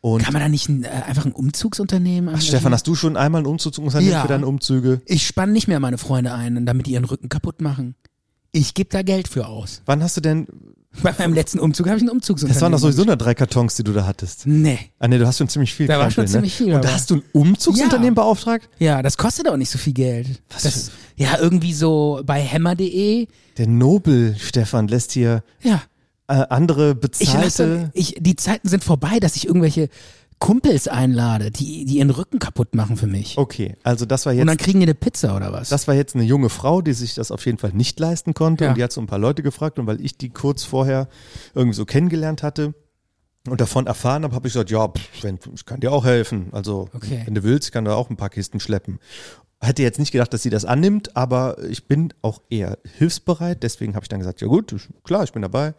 [SPEAKER 1] Und
[SPEAKER 2] Kann man da nicht ein, äh, einfach ein Umzugsunternehmen
[SPEAKER 1] Ach,
[SPEAKER 2] engagieren?
[SPEAKER 1] Stefan, hast du schon einmal einen Umzug unternehmen
[SPEAKER 2] Ja.
[SPEAKER 1] für deine Umzüge?
[SPEAKER 2] Ich spanne nicht mehr meine Freunde ein, damit die ihren Rücken kaputt machen. Ich gebe da Geld für aus. [laughs]
[SPEAKER 1] Wann hast du denn.
[SPEAKER 2] Bei meinem letzten Umzug habe ich einen Umzugsunternehmen.
[SPEAKER 1] Das waren doch sowieso nur drei Kartons, die du da hattest.
[SPEAKER 2] Nee.
[SPEAKER 1] Ah, nee, du hast schon ziemlich viel
[SPEAKER 2] Da war schon
[SPEAKER 1] Krempel,
[SPEAKER 2] ziemlich viel,
[SPEAKER 1] Und da
[SPEAKER 2] aber-
[SPEAKER 1] hast du ein Umzugsunternehmen beauftragt?
[SPEAKER 2] Ja, das kostet auch nicht so viel Geld.
[SPEAKER 1] Was
[SPEAKER 2] das, ja, irgendwie so bei hämmer.de.
[SPEAKER 1] Der Nobel, Stefan, lässt hier
[SPEAKER 2] Ja.
[SPEAKER 1] äh, andere
[SPEAKER 2] Ich lasse,
[SPEAKER 1] bezahlte.
[SPEAKER 2] ich, die Zeiten sind vorbei, dass ich irgendwelche Kumpels einlade, die, die ihren Rücken kaputt machen für mich.
[SPEAKER 1] Okay, also das war jetzt.
[SPEAKER 2] Und dann kriegen die eine Pizza oder was?
[SPEAKER 1] Das war jetzt eine junge Frau, die sich das auf jeden Fall nicht leisten konnte.
[SPEAKER 2] Ja.
[SPEAKER 1] Und die hat so ein paar Leute gefragt. Und weil ich die kurz vorher irgendwie so kennengelernt hatte und davon erfahren habe, habe ich gesagt, ja, pff, wenn, ich kann dir auch helfen. Also
[SPEAKER 2] Okay.
[SPEAKER 1] wenn du willst, ich kann da auch ein paar Kisten schleppen. Hätte jetzt nicht gedacht, dass sie das annimmt, aber ich bin auch eher hilfsbereit. Deswegen habe ich dann gesagt, ja gut, ich, klar, ich bin dabei.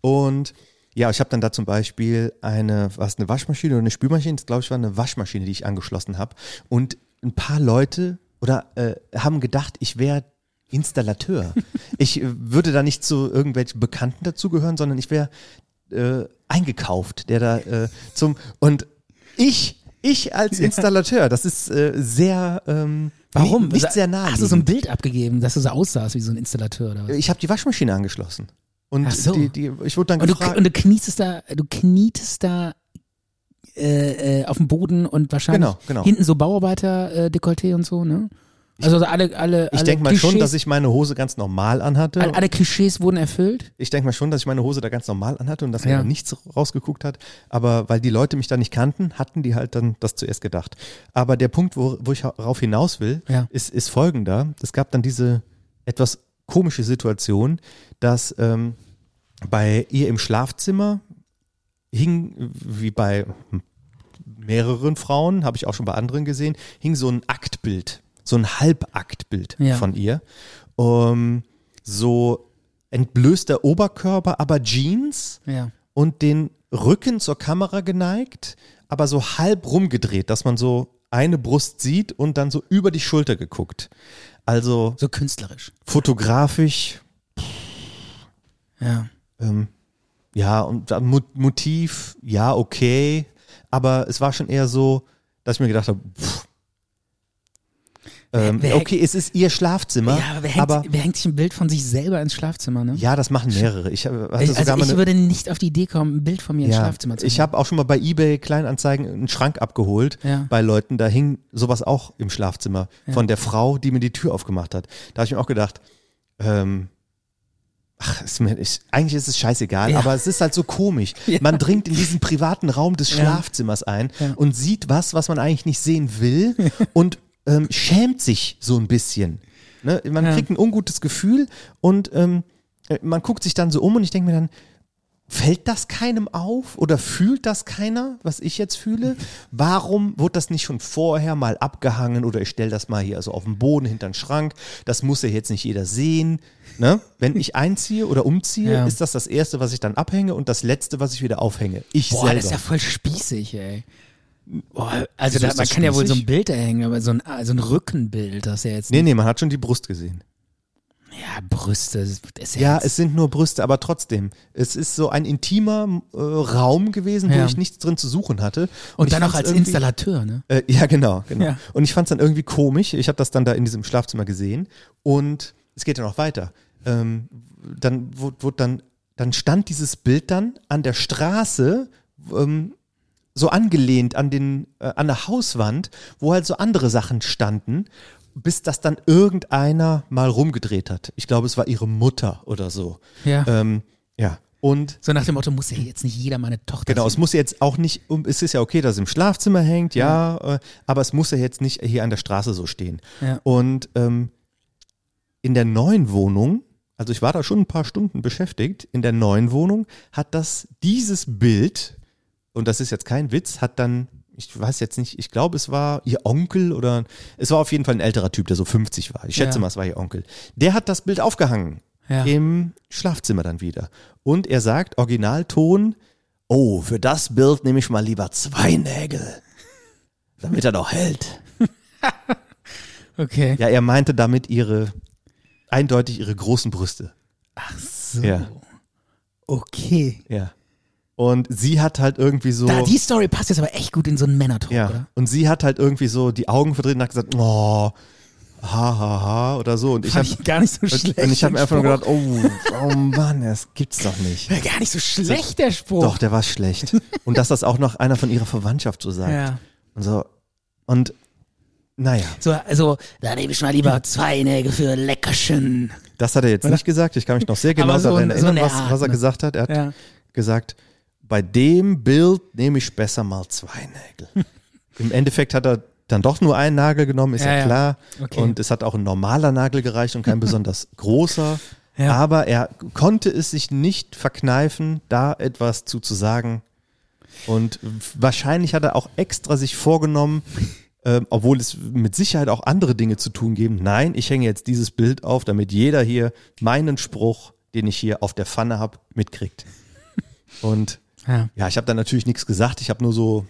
[SPEAKER 1] Und ja, ich habe dann da zum Beispiel eine, was, eine Waschmaschine oder eine Spülmaschine, das glaube ich war eine Waschmaschine, die ich angeschlossen habe. Und ein paar Leute oder äh, haben gedacht, ich wäre Installateur. ich äh, würde da nicht zu irgendwelchen Bekannten dazugehören, sondern ich wäre äh, eingekauft, der da äh, zum und ich, ich als Installateur, das ist äh, sehr ähm,
[SPEAKER 2] Warum?
[SPEAKER 1] Nicht, nicht sehr nah.
[SPEAKER 2] Hast du so ein Bild abgegeben, dass du so aussahst wie so ein Installateur oder was?
[SPEAKER 1] ich habe die Waschmaschine angeschlossen. Und
[SPEAKER 2] Ach so.
[SPEAKER 1] die, die, ich wurde dann
[SPEAKER 2] Und du,
[SPEAKER 1] gefragt.
[SPEAKER 2] und du knietest da, du knietest da äh, äh, auf dem Boden und wahrscheinlich
[SPEAKER 1] Genau, genau.
[SPEAKER 2] hinten so Bauarbeiter äh, Dekolleté und so, ne? Also alle, alle,
[SPEAKER 1] ich
[SPEAKER 2] alle
[SPEAKER 1] denke mal
[SPEAKER 2] Klischees,
[SPEAKER 1] schon, dass ich meine Hose ganz normal anhatte.
[SPEAKER 2] alle, alle Klischees wurden erfüllt.
[SPEAKER 1] ich denke mal schon, dass ich meine Hose da ganz normal anhatte und dass mir
[SPEAKER 2] Ja.
[SPEAKER 1] da nichts rausgeguckt hat. Aber weil die Leute mich da nicht kannten, hatten die halt dann das zuerst gedacht. Aber der Punkt, wo, wo ich darauf hinaus will,
[SPEAKER 2] Ja.
[SPEAKER 1] ist, ist folgender. Es gab dann diese etwas komische Situation, dass ähm, bei ihr im Schlafzimmer hing, wie bei mehreren Frauen, habe ich auch schon bei anderen gesehen, hing so ein Aktbild, so ein Halbaktbild
[SPEAKER 2] Ja.
[SPEAKER 1] von ihr. Ähm, so entblößter Oberkörper, aber Jeans
[SPEAKER 2] Ja.
[SPEAKER 1] und den Rücken zur Kamera geneigt, aber so halb rumgedreht, dass man so eine Brust sieht und dann so über die Schulter geguckt. Also
[SPEAKER 2] So künstlerisch.
[SPEAKER 1] fotografisch,
[SPEAKER 2] Ja.
[SPEAKER 1] ähm, ja, und dann Mo- Motiv, ja, okay, aber es war schon eher so, dass ich mir gedacht habe, pff, Ähm,
[SPEAKER 2] Wer-
[SPEAKER 1] okay, es ist ihr Schlafzimmer,
[SPEAKER 2] Ja, aber wer hängt,
[SPEAKER 1] aber
[SPEAKER 2] wer hängt sich ein Bild von sich selber ins Schlafzimmer, ne?
[SPEAKER 1] ja, das machen mehrere. Ich hab- hatte
[SPEAKER 2] ich,
[SPEAKER 1] sogar
[SPEAKER 2] also
[SPEAKER 1] mal
[SPEAKER 2] ich
[SPEAKER 1] eine-
[SPEAKER 2] würde nicht auf die Idee kommen, ein Bild von mir ins Schlafzimmer zu
[SPEAKER 1] Ich habe auch schon mal bei eBay Kleinanzeigen einen Schrank abgeholt
[SPEAKER 2] Ja.
[SPEAKER 1] bei Leuten. Da hing sowas auch im Schlafzimmer
[SPEAKER 2] Ja.
[SPEAKER 1] von der Frau, die mir die Tür aufgemacht hat. Da habe ich mir auch gedacht, ähm, ach, ist mir, ich, eigentlich ist es scheißegal,
[SPEAKER 2] Ja.
[SPEAKER 1] aber es ist halt so komisch.
[SPEAKER 2] [laughs] Ja.
[SPEAKER 1] Man dringt in diesen privaten Raum des
[SPEAKER 2] Ja.
[SPEAKER 1] Schlafzimmers ein
[SPEAKER 2] Ja.
[SPEAKER 1] und sieht was, was man eigentlich nicht sehen will
[SPEAKER 2] [laughs]
[SPEAKER 1] und ähm, schämt sich so ein bisschen. Ne? Man
[SPEAKER 2] Ja.
[SPEAKER 1] kriegt ein ungutes Gefühl und ähm, äh, man guckt sich dann so um und ich denke mir dann, Fällt das keinem auf oder fühlt das keiner, was ich jetzt fühle? Warum wurde das nicht schon vorher mal abgehangen oder ich stelle das mal hier also auf den Boden hinter den Schrank? Das muss ja jetzt nicht jeder sehen. Ne? Wenn ich einziehe oder umziehe,
[SPEAKER 2] Ja.
[SPEAKER 1] ist das das Erste, was ich dann abhänge und das Letzte, was ich wieder aufhänge. Ich
[SPEAKER 2] Boah,
[SPEAKER 1] selber.
[SPEAKER 2] das ist ja voll spießig, ey. Boah, also
[SPEAKER 1] Wieso
[SPEAKER 2] da,
[SPEAKER 1] ist
[SPEAKER 2] man
[SPEAKER 1] das
[SPEAKER 2] kann ja wohl so ein
[SPEAKER 1] spießig?
[SPEAKER 2] Bild da hängen, aber so ein, ah, so ein Rückenbild, das ist ja jetzt.
[SPEAKER 1] nee, nee, man hat schon die Brust gesehen.
[SPEAKER 2] Ja, Brüste, das ist ja,
[SPEAKER 1] Ja,
[SPEAKER 2] jetzt,
[SPEAKER 1] es sind nur Brüste, aber trotzdem. Es ist so ein intimer äh, Raum gewesen, wo
[SPEAKER 2] Ja.
[SPEAKER 1] ich nichts drin zu suchen hatte.
[SPEAKER 2] Und
[SPEAKER 1] ich
[SPEAKER 2] dann noch
[SPEAKER 1] fand's
[SPEAKER 2] als
[SPEAKER 1] irgendwie-
[SPEAKER 2] Installateur, ne?
[SPEAKER 1] Äh, ja, genau. genau.
[SPEAKER 2] Ja.
[SPEAKER 1] Und ich fand es dann irgendwie komisch. Ich habe das dann da in diesem Schlafzimmer gesehen und es geht dann auch weiter. Ähm, dann, wo, wo, dann, dann stand dieses Bild dann an der Straße ähm, so angelehnt an, den, äh, an der Hauswand, wo halt so andere Sachen standen, bis das dann irgendeiner mal rumgedreht hat. Ich glaube, es war ihre Mutter oder so.
[SPEAKER 2] Ja.
[SPEAKER 1] Ähm, ja. Und
[SPEAKER 2] so nach dem Motto, muss ja jetzt nicht jeder meine Tochter
[SPEAKER 1] Genau, es
[SPEAKER 2] sehen.
[SPEAKER 1] muss jetzt auch nicht, um, es ist ja okay, dass es im Schlafzimmer hängt, ja, äh, aber es muss ja jetzt nicht hier an der Straße so stehen.
[SPEAKER 2] Ja.
[SPEAKER 1] Und ähm, in der neuen Wohnung, also ich war da schon ein paar Stunden beschäftigt, in der neuen Wohnung hat das dieses Bild, und das ist jetzt kein Witz, hat dann, ich weiß jetzt nicht, ich glaube, es war ihr Onkel oder es war auf jeden Fall ein älterer Typ, der so 50 war. Ich schätze
[SPEAKER 2] Ja.
[SPEAKER 1] mal, es war ihr Onkel. Der hat das Bild aufgehangen
[SPEAKER 2] Ja.
[SPEAKER 1] im Schlafzimmer dann wieder. Und er sagt, Originalton, oh, für das Bild nehme ich mal lieber zwei Nägel, damit er noch hält.
[SPEAKER 2] Okay.
[SPEAKER 1] Ja, er meinte damit ihre, eindeutig ihre großen Brüste.
[SPEAKER 2] So.
[SPEAKER 1] Ja.
[SPEAKER 2] Okay.
[SPEAKER 1] Ja. Und sie hat halt irgendwie so.
[SPEAKER 2] Da, die Story passt jetzt aber echt gut in so einen Männertalk,
[SPEAKER 1] ja.
[SPEAKER 2] oder?
[SPEAKER 1] Und sie hat halt irgendwie so die Augen verdreht und hat gesagt, oh, ha, ha, ha, oder so. Und ich habe
[SPEAKER 2] Fand ich gar nicht so schlecht.
[SPEAKER 1] und ich hab mir
[SPEAKER 2] den
[SPEAKER 1] einfach nur
[SPEAKER 2] Spruch.
[SPEAKER 1] gedacht, oh, oh Mann, das gibt's doch nicht.
[SPEAKER 2] Ja, Gar nicht so schlecht, der Spruch.
[SPEAKER 1] Doch, der war schlecht. Und dass das auch noch einer von ihrer Verwandtschaft so sagt.
[SPEAKER 2] Ja.
[SPEAKER 1] Und so. Und naja,
[SPEAKER 2] So, also, da nehme ich mal lieber zwei Nägel für Leckerchen.
[SPEAKER 1] das hat er jetzt nicht gesagt. Ich kann mich noch sehr genau
[SPEAKER 2] Aber so
[SPEAKER 1] daran
[SPEAKER 2] ein- so
[SPEAKER 1] erinnern,
[SPEAKER 2] eine
[SPEAKER 1] was,
[SPEAKER 2] Art,
[SPEAKER 1] was er
[SPEAKER 2] ne?
[SPEAKER 1] gesagt hat. Er hat
[SPEAKER 2] Ja.
[SPEAKER 1] gesagt, bei dem Bild nehme ich besser mal zwei Nägel.
[SPEAKER 2] [laughs]
[SPEAKER 1] Im Endeffekt hat er dann doch nur einen Nagel genommen, ist
[SPEAKER 2] Ja,
[SPEAKER 1] ja,
[SPEAKER 2] ja.
[SPEAKER 1] klar.
[SPEAKER 2] Okay.
[SPEAKER 1] Und es hat auch ein normaler Nagel gereicht und
[SPEAKER 2] [laughs]
[SPEAKER 1] kein besonders großer.
[SPEAKER 2] Ja.
[SPEAKER 1] Aber er konnte es sich nicht verkneifen, da etwas zu, zu sagen. Und wahrscheinlich hat er auch extra sich
[SPEAKER 2] [laughs]
[SPEAKER 1] vorgenommen, ähm, obwohl es mit Sicherheit auch andere Dinge zu tun geben. Nein, ich hänge jetzt dieses Bild auf, damit jeder hier meinen Spruch, den ich hier auf der Pfanne habe, mitkriegt.
[SPEAKER 2] [laughs]
[SPEAKER 1] Und
[SPEAKER 2] Ja.
[SPEAKER 1] ja, ich habe dann natürlich nichts gesagt. Ich habe nur so,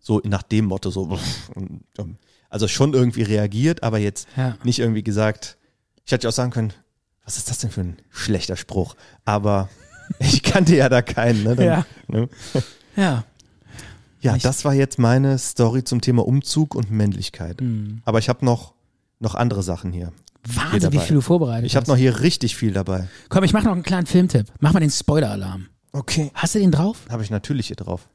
[SPEAKER 1] so nach dem Motto, so, und, ähm, also schon irgendwie reagiert, aber jetzt
[SPEAKER 2] Ja.
[SPEAKER 1] nicht irgendwie gesagt. Ich hätte ja auch sagen können, was ist das denn für ein schlechter Spruch? Aber [laughs] ich kannte ja da keinen. Ne? Dann,
[SPEAKER 2] Ja.
[SPEAKER 1] ne?
[SPEAKER 2] Ja.
[SPEAKER 1] ja,
[SPEAKER 2] Nicht-
[SPEAKER 1] das war jetzt meine Story zum Thema Umzug und Männlichkeit. Aber ich habe noch, noch andere Sachen hier.
[SPEAKER 2] Mhm. Wahnsinn, wie
[SPEAKER 1] dabei.
[SPEAKER 2] viel du vorbereitet
[SPEAKER 1] Ich habe
[SPEAKER 2] hast.
[SPEAKER 1] noch hier richtig viel dabei.
[SPEAKER 2] Komm, ich mache noch einen kleinen Filmtipp. Mach mal den Spoiler-Alarm.
[SPEAKER 1] Okay.
[SPEAKER 2] Hast du den drauf?
[SPEAKER 1] Habe ich natürlich hier drauf.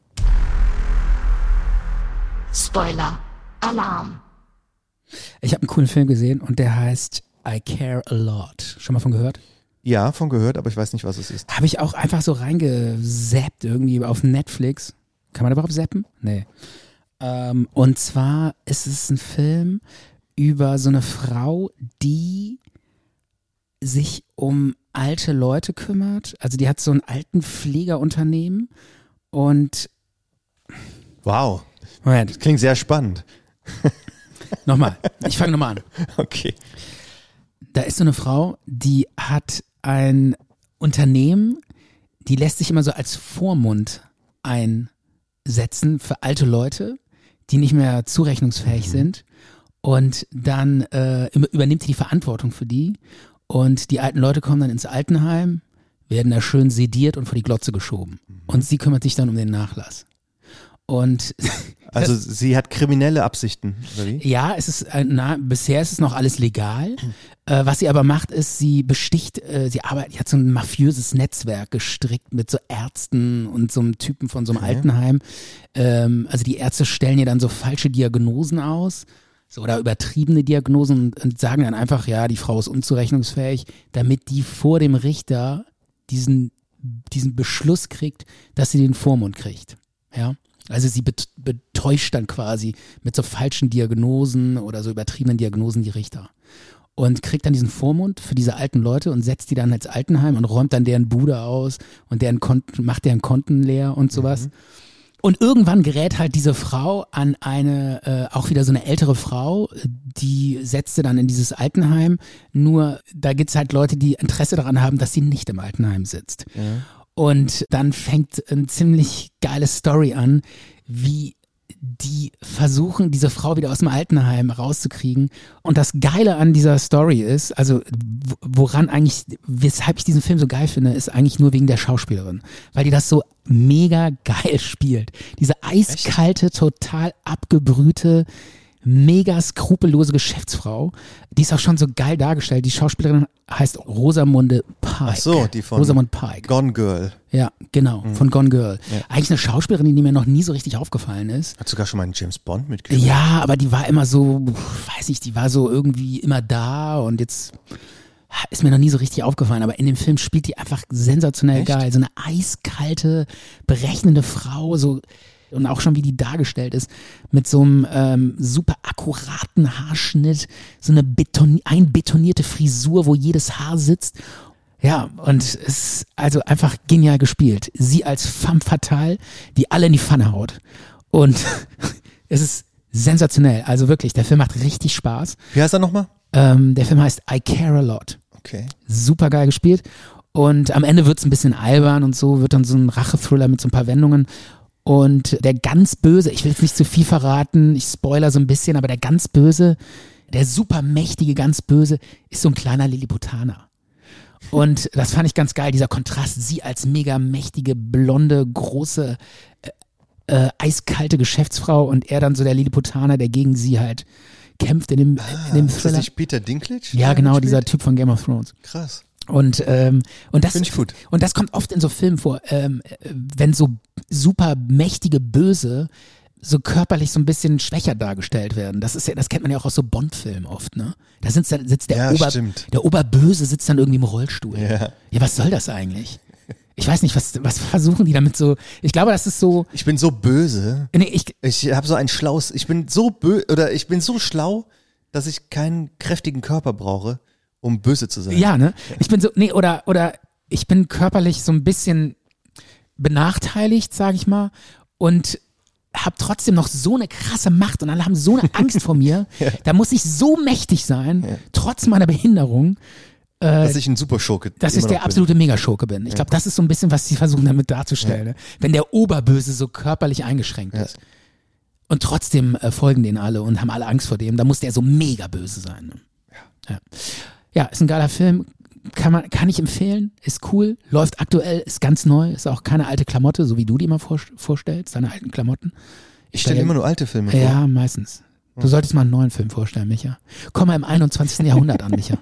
[SPEAKER 5] Spoiler. Alarm.
[SPEAKER 2] Ich habe einen coolen Film gesehen und der heißt I Care a Lot. Schon mal von gehört?
[SPEAKER 1] Ja, von gehört, aber ich weiß nicht, was es ist.
[SPEAKER 2] Habe ich auch einfach so reingesappt irgendwie auf Netflix. Kann man überhaupt zappen? Nee. Ähm, und zwar ist es ein Film über so eine Frau, die sich um alte Leute kümmert. Also die hat so ein alten Pflegerunternehmen und
[SPEAKER 1] Wow.
[SPEAKER 2] Moment,
[SPEAKER 1] Klingt sehr
[SPEAKER 2] [laughs]
[SPEAKER 1] spannend.
[SPEAKER 2] nochmal. Ich fange nochmal an.
[SPEAKER 1] Okay.
[SPEAKER 2] Da ist so eine Frau, die hat ein Unternehmen, die lässt sich immer so als Vormund einsetzen für alte Leute, die nicht mehr zurechnungsfähig sind. Und dann äh, über- übernimmt sie die Verantwortung für die. Und die alten Leute kommen dann ins Altenheim, werden da schön sediert und vor die Glotze geschoben. Und sie kümmert sich dann um den Nachlass. Und
[SPEAKER 1] Also sie hat kriminelle Absichten, oder wie?
[SPEAKER 2] Ja, es ist, äh, na, bisher ist es noch alles legal. Äh, was sie aber macht, ist, sie besticht, äh, sie arbeitet, sie hat so ein mafiöses Netzwerk gestrickt mit so Ärzten und so einem Typen von so einem Altenheim. Ähm, also die Ärzte stellen ihr dann so falsche Diagnosen aus. So, oder übertriebene Diagnosen und, und sagen dann einfach, ja, die Frau ist unzurechnungsfähig, damit die vor dem Richter diesen, diesen Beschluss kriegt, dass sie den Vormund kriegt. Ja. Also sie bet betäuscht dann quasi mit so falschen Diagnosen oder so übertriebenen Diagnosen die Richter. Und kriegt dann diesen Vormund für diese alten Leute und setzt die dann ins Altenheim und räumt dann deren Bude aus und deren Konten, macht deren Konten leer und sowas. Und irgendwann gerät halt diese Frau an eine, äh, auch wieder so eine ältere Frau, die setzte dann in dieses Altenheim. Nur da gibt's halt Leute, die Interesse daran haben, dass sie nicht im Altenheim sitzt. Und dann fängt eine ziemlich geile Story an, wie die versuchen, diese Frau wieder aus dem Altenheim rauszukriegen. Und das Geile an dieser Story ist, also w- woran eigentlich, weshalb ich diesen Film so geil finde, ist eigentlich nur wegen der Schauspielerin, weil die das so mega geil spielt. Diese eiskalte, total abgebrühte, mega skrupellose Geschäftsfrau, die ist auch schon so geil dargestellt. Die Schauspielerin heißt Rosamunde Pike.
[SPEAKER 1] Ach so, die von
[SPEAKER 2] Rosamund Pike.
[SPEAKER 1] Gone Girl.
[SPEAKER 2] Ja, genau, von Gone Girl. Eigentlich eine Schauspielerin, die mir noch nie so richtig aufgefallen ist.
[SPEAKER 1] Hat sogar schon mal einen James Bond mitgespielt.
[SPEAKER 2] Ja, aber die war immer so, pf, weiß nicht, die war so irgendwie immer da und jetzt ist mir noch nie so richtig aufgefallen, aber in dem Film spielt die einfach sensationell
[SPEAKER 1] Echt?
[SPEAKER 2] geil. So eine eiskalte, berechnende Frau, so und auch schon wie die dargestellt ist, mit so einem ähm, super akkuraten Haarschnitt, so eine beton einbetonierte Frisur, wo jedes Haar sitzt. Ja, und es ist also einfach genial gespielt. Sie als femme fatale, die alle in die Pfanne haut. Und [laughs] es ist sensationell. Also wirklich, der Film macht richtig Spaß.
[SPEAKER 1] Wie heißt er nochmal?
[SPEAKER 2] Ähm, der Film heißt I Care a Lot.
[SPEAKER 1] Okay.
[SPEAKER 2] Super geil gespielt. Und am Ende wird's ein bisschen albern und so, wird dann so ein Rache-Thriller mit so ein paar Wendungen. Und der ganz böse, ich will jetzt nicht zu viel verraten, ich spoiler so ein bisschen, aber der ganz böse, der supermächtige ganz böse, ist so ein kleiner Lilliputaner. Und das fand ich ganz geil, dieser Kontrast. Sie als mega mächtige, blonde, große, äh, äh, eiskalte Geschäftsfrau und er dann so der Lilliputaner, der gegen sie halt kämpft in dem, in dem
[SPEAKER 1] Ah, Ist das
[SPEAKER 2] Thriller.
[SPEAKER 1] nicht Peter Dinklage?
[SPEAKER 2] Ja,
[SPEAKER 1] der
[SPEAKER 2] genau, dieser
[SPEAKER 1] mitspielt?
[SPEAKER 2] Typ von Game of Thrones.
[SPEAKER 1] Krass.
[SPEAKER 2] Und, ähm, und, das,
[SPEAKER 1] Find ich gut.
[SPEAKER 2] und das kommt oft in so Filmen vor, ähm, äh, wenn so super mächtige Böse so körperlich so ein bisschen schwächer dargestellt werden. Das ist ja, das kennt man ja auch aus so Bond-Filmen oft, ne? Da sitzt, da sitzt der,
[SPEAKER 1] Ja,
[SPEAKER 2] Ober,
[SPEAKER 1] stimmt.
[SPEAKER 2] der Oberböse sitzt dann irgendwie im Rollstuhl.
[SPEAKER 1] Ja.
[SPEAKER 2] ja, was soll das eigentlich? Ich weiß nicht, was, was versuchen die damit so. Ich glaube, das ist so.
[SPEAKER 1] Ich bin so böse.
[SPEAKER 2] Nee, ich,
[SPEAKER 1] Ich habe so ein schlaues. Ich bin so bö oder ich bin so schlau, dass ich keinen kräftigen Körper brauche, um böse zu sein.
[SPEAKER 2] Ja, ne? Ich bin so, nee, oder, oder ich bin körperlich so ein bisschen benachteiligt, sag ich mal, und hab trotzdem noch so eine krasse Macht und alle haben so eine Angst vor mir. Da muss ich so mächtig sein, trotz meiner Behinderung,
[SPEAKER 1] Dass ich ein Superschurke.
[SPEAKER 2] dass
[SPEAKER 1] immer
[SPEAKER 2] ich der
[SPEAKER 1] noch
[SPEAKER 2] absolute Megaschurke bin. Ich glaube, das ist so ein bisschen, was sie versuchen damit darzustellen. Ne? Wenn der Oberböse so körperlich eingeschränkt ist. Und trotzdem äh, folgen denen alle und haben alle Angst vor dem. Da muss der so mega böse sein. Ne? Ja. ja, ist ein geiler Film. Kann, man, kann ich empfehlen. Ist cool. Läuft aktuell. Ist ganz neu. Ist auch keine alte Klamotte, so wie du die immer vor, vorstellst, deine alten Klamotten.
[SPEAKER 1] Ich stelle immer nur alte Filme vor.
[SPEAKER 2] Ja, meistens. Du
[SPEAKER 1] Mhm.
[SPEAKER 2] solltest mal einen neuen Film vorstellen, Micha. Komm mal im 21. Jahrhundert an, Micha.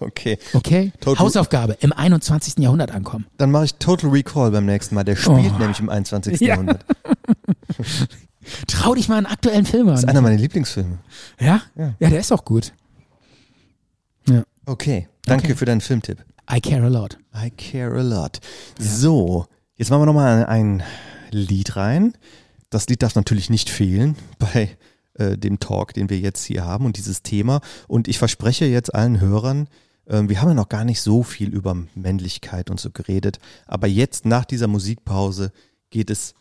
[SPEAKER 1] Okay.
[SPEAKER 2] Okay?
[SPEAKER 1] [laughs] Total-
[SPEAKER 2] Hausaufgabe. Im 21. Jahrhundert ankommen.
[SPEAKER 1] Dann mache ich Total Recall beim nächsten Mal. Der spielt
[SPEAKER 2] Oh.
[SPEAKER 1] nämlich im 21.
[SPEAKER 2] [laughs] Ja.
[SPEAKER 1] Jahrhundert.
[SPEAKER 2] Trau dich mal einen aktuellen Film
[SPEAKER 1] Das ist
[SPEAKER 2] an.
[SPEAKER 1] einer meiner Lieblingsfilme.
[SPEAKER 2] Ja? ja? der ist auch gut.
[SPEAKER 1] Okay. Danke für deinen Filmtipp.
[SPEAKER 2] I care a lot.
[SPEAKER 1] I care a lot. So, jetzt machen wir nochmal ein, ein Lied rein. Das Lied darf natürlich nicht fehlen [laughs] bei äh, dem Talk, den wir jetzt hier haben und dieses Thema. Und ich verspreche jetzt allen Hörern, ähm, wir haben ja noch gar nicht so viel über Männlichkeit und so geredet. Aber jetzt nach dieser Musikpause geht es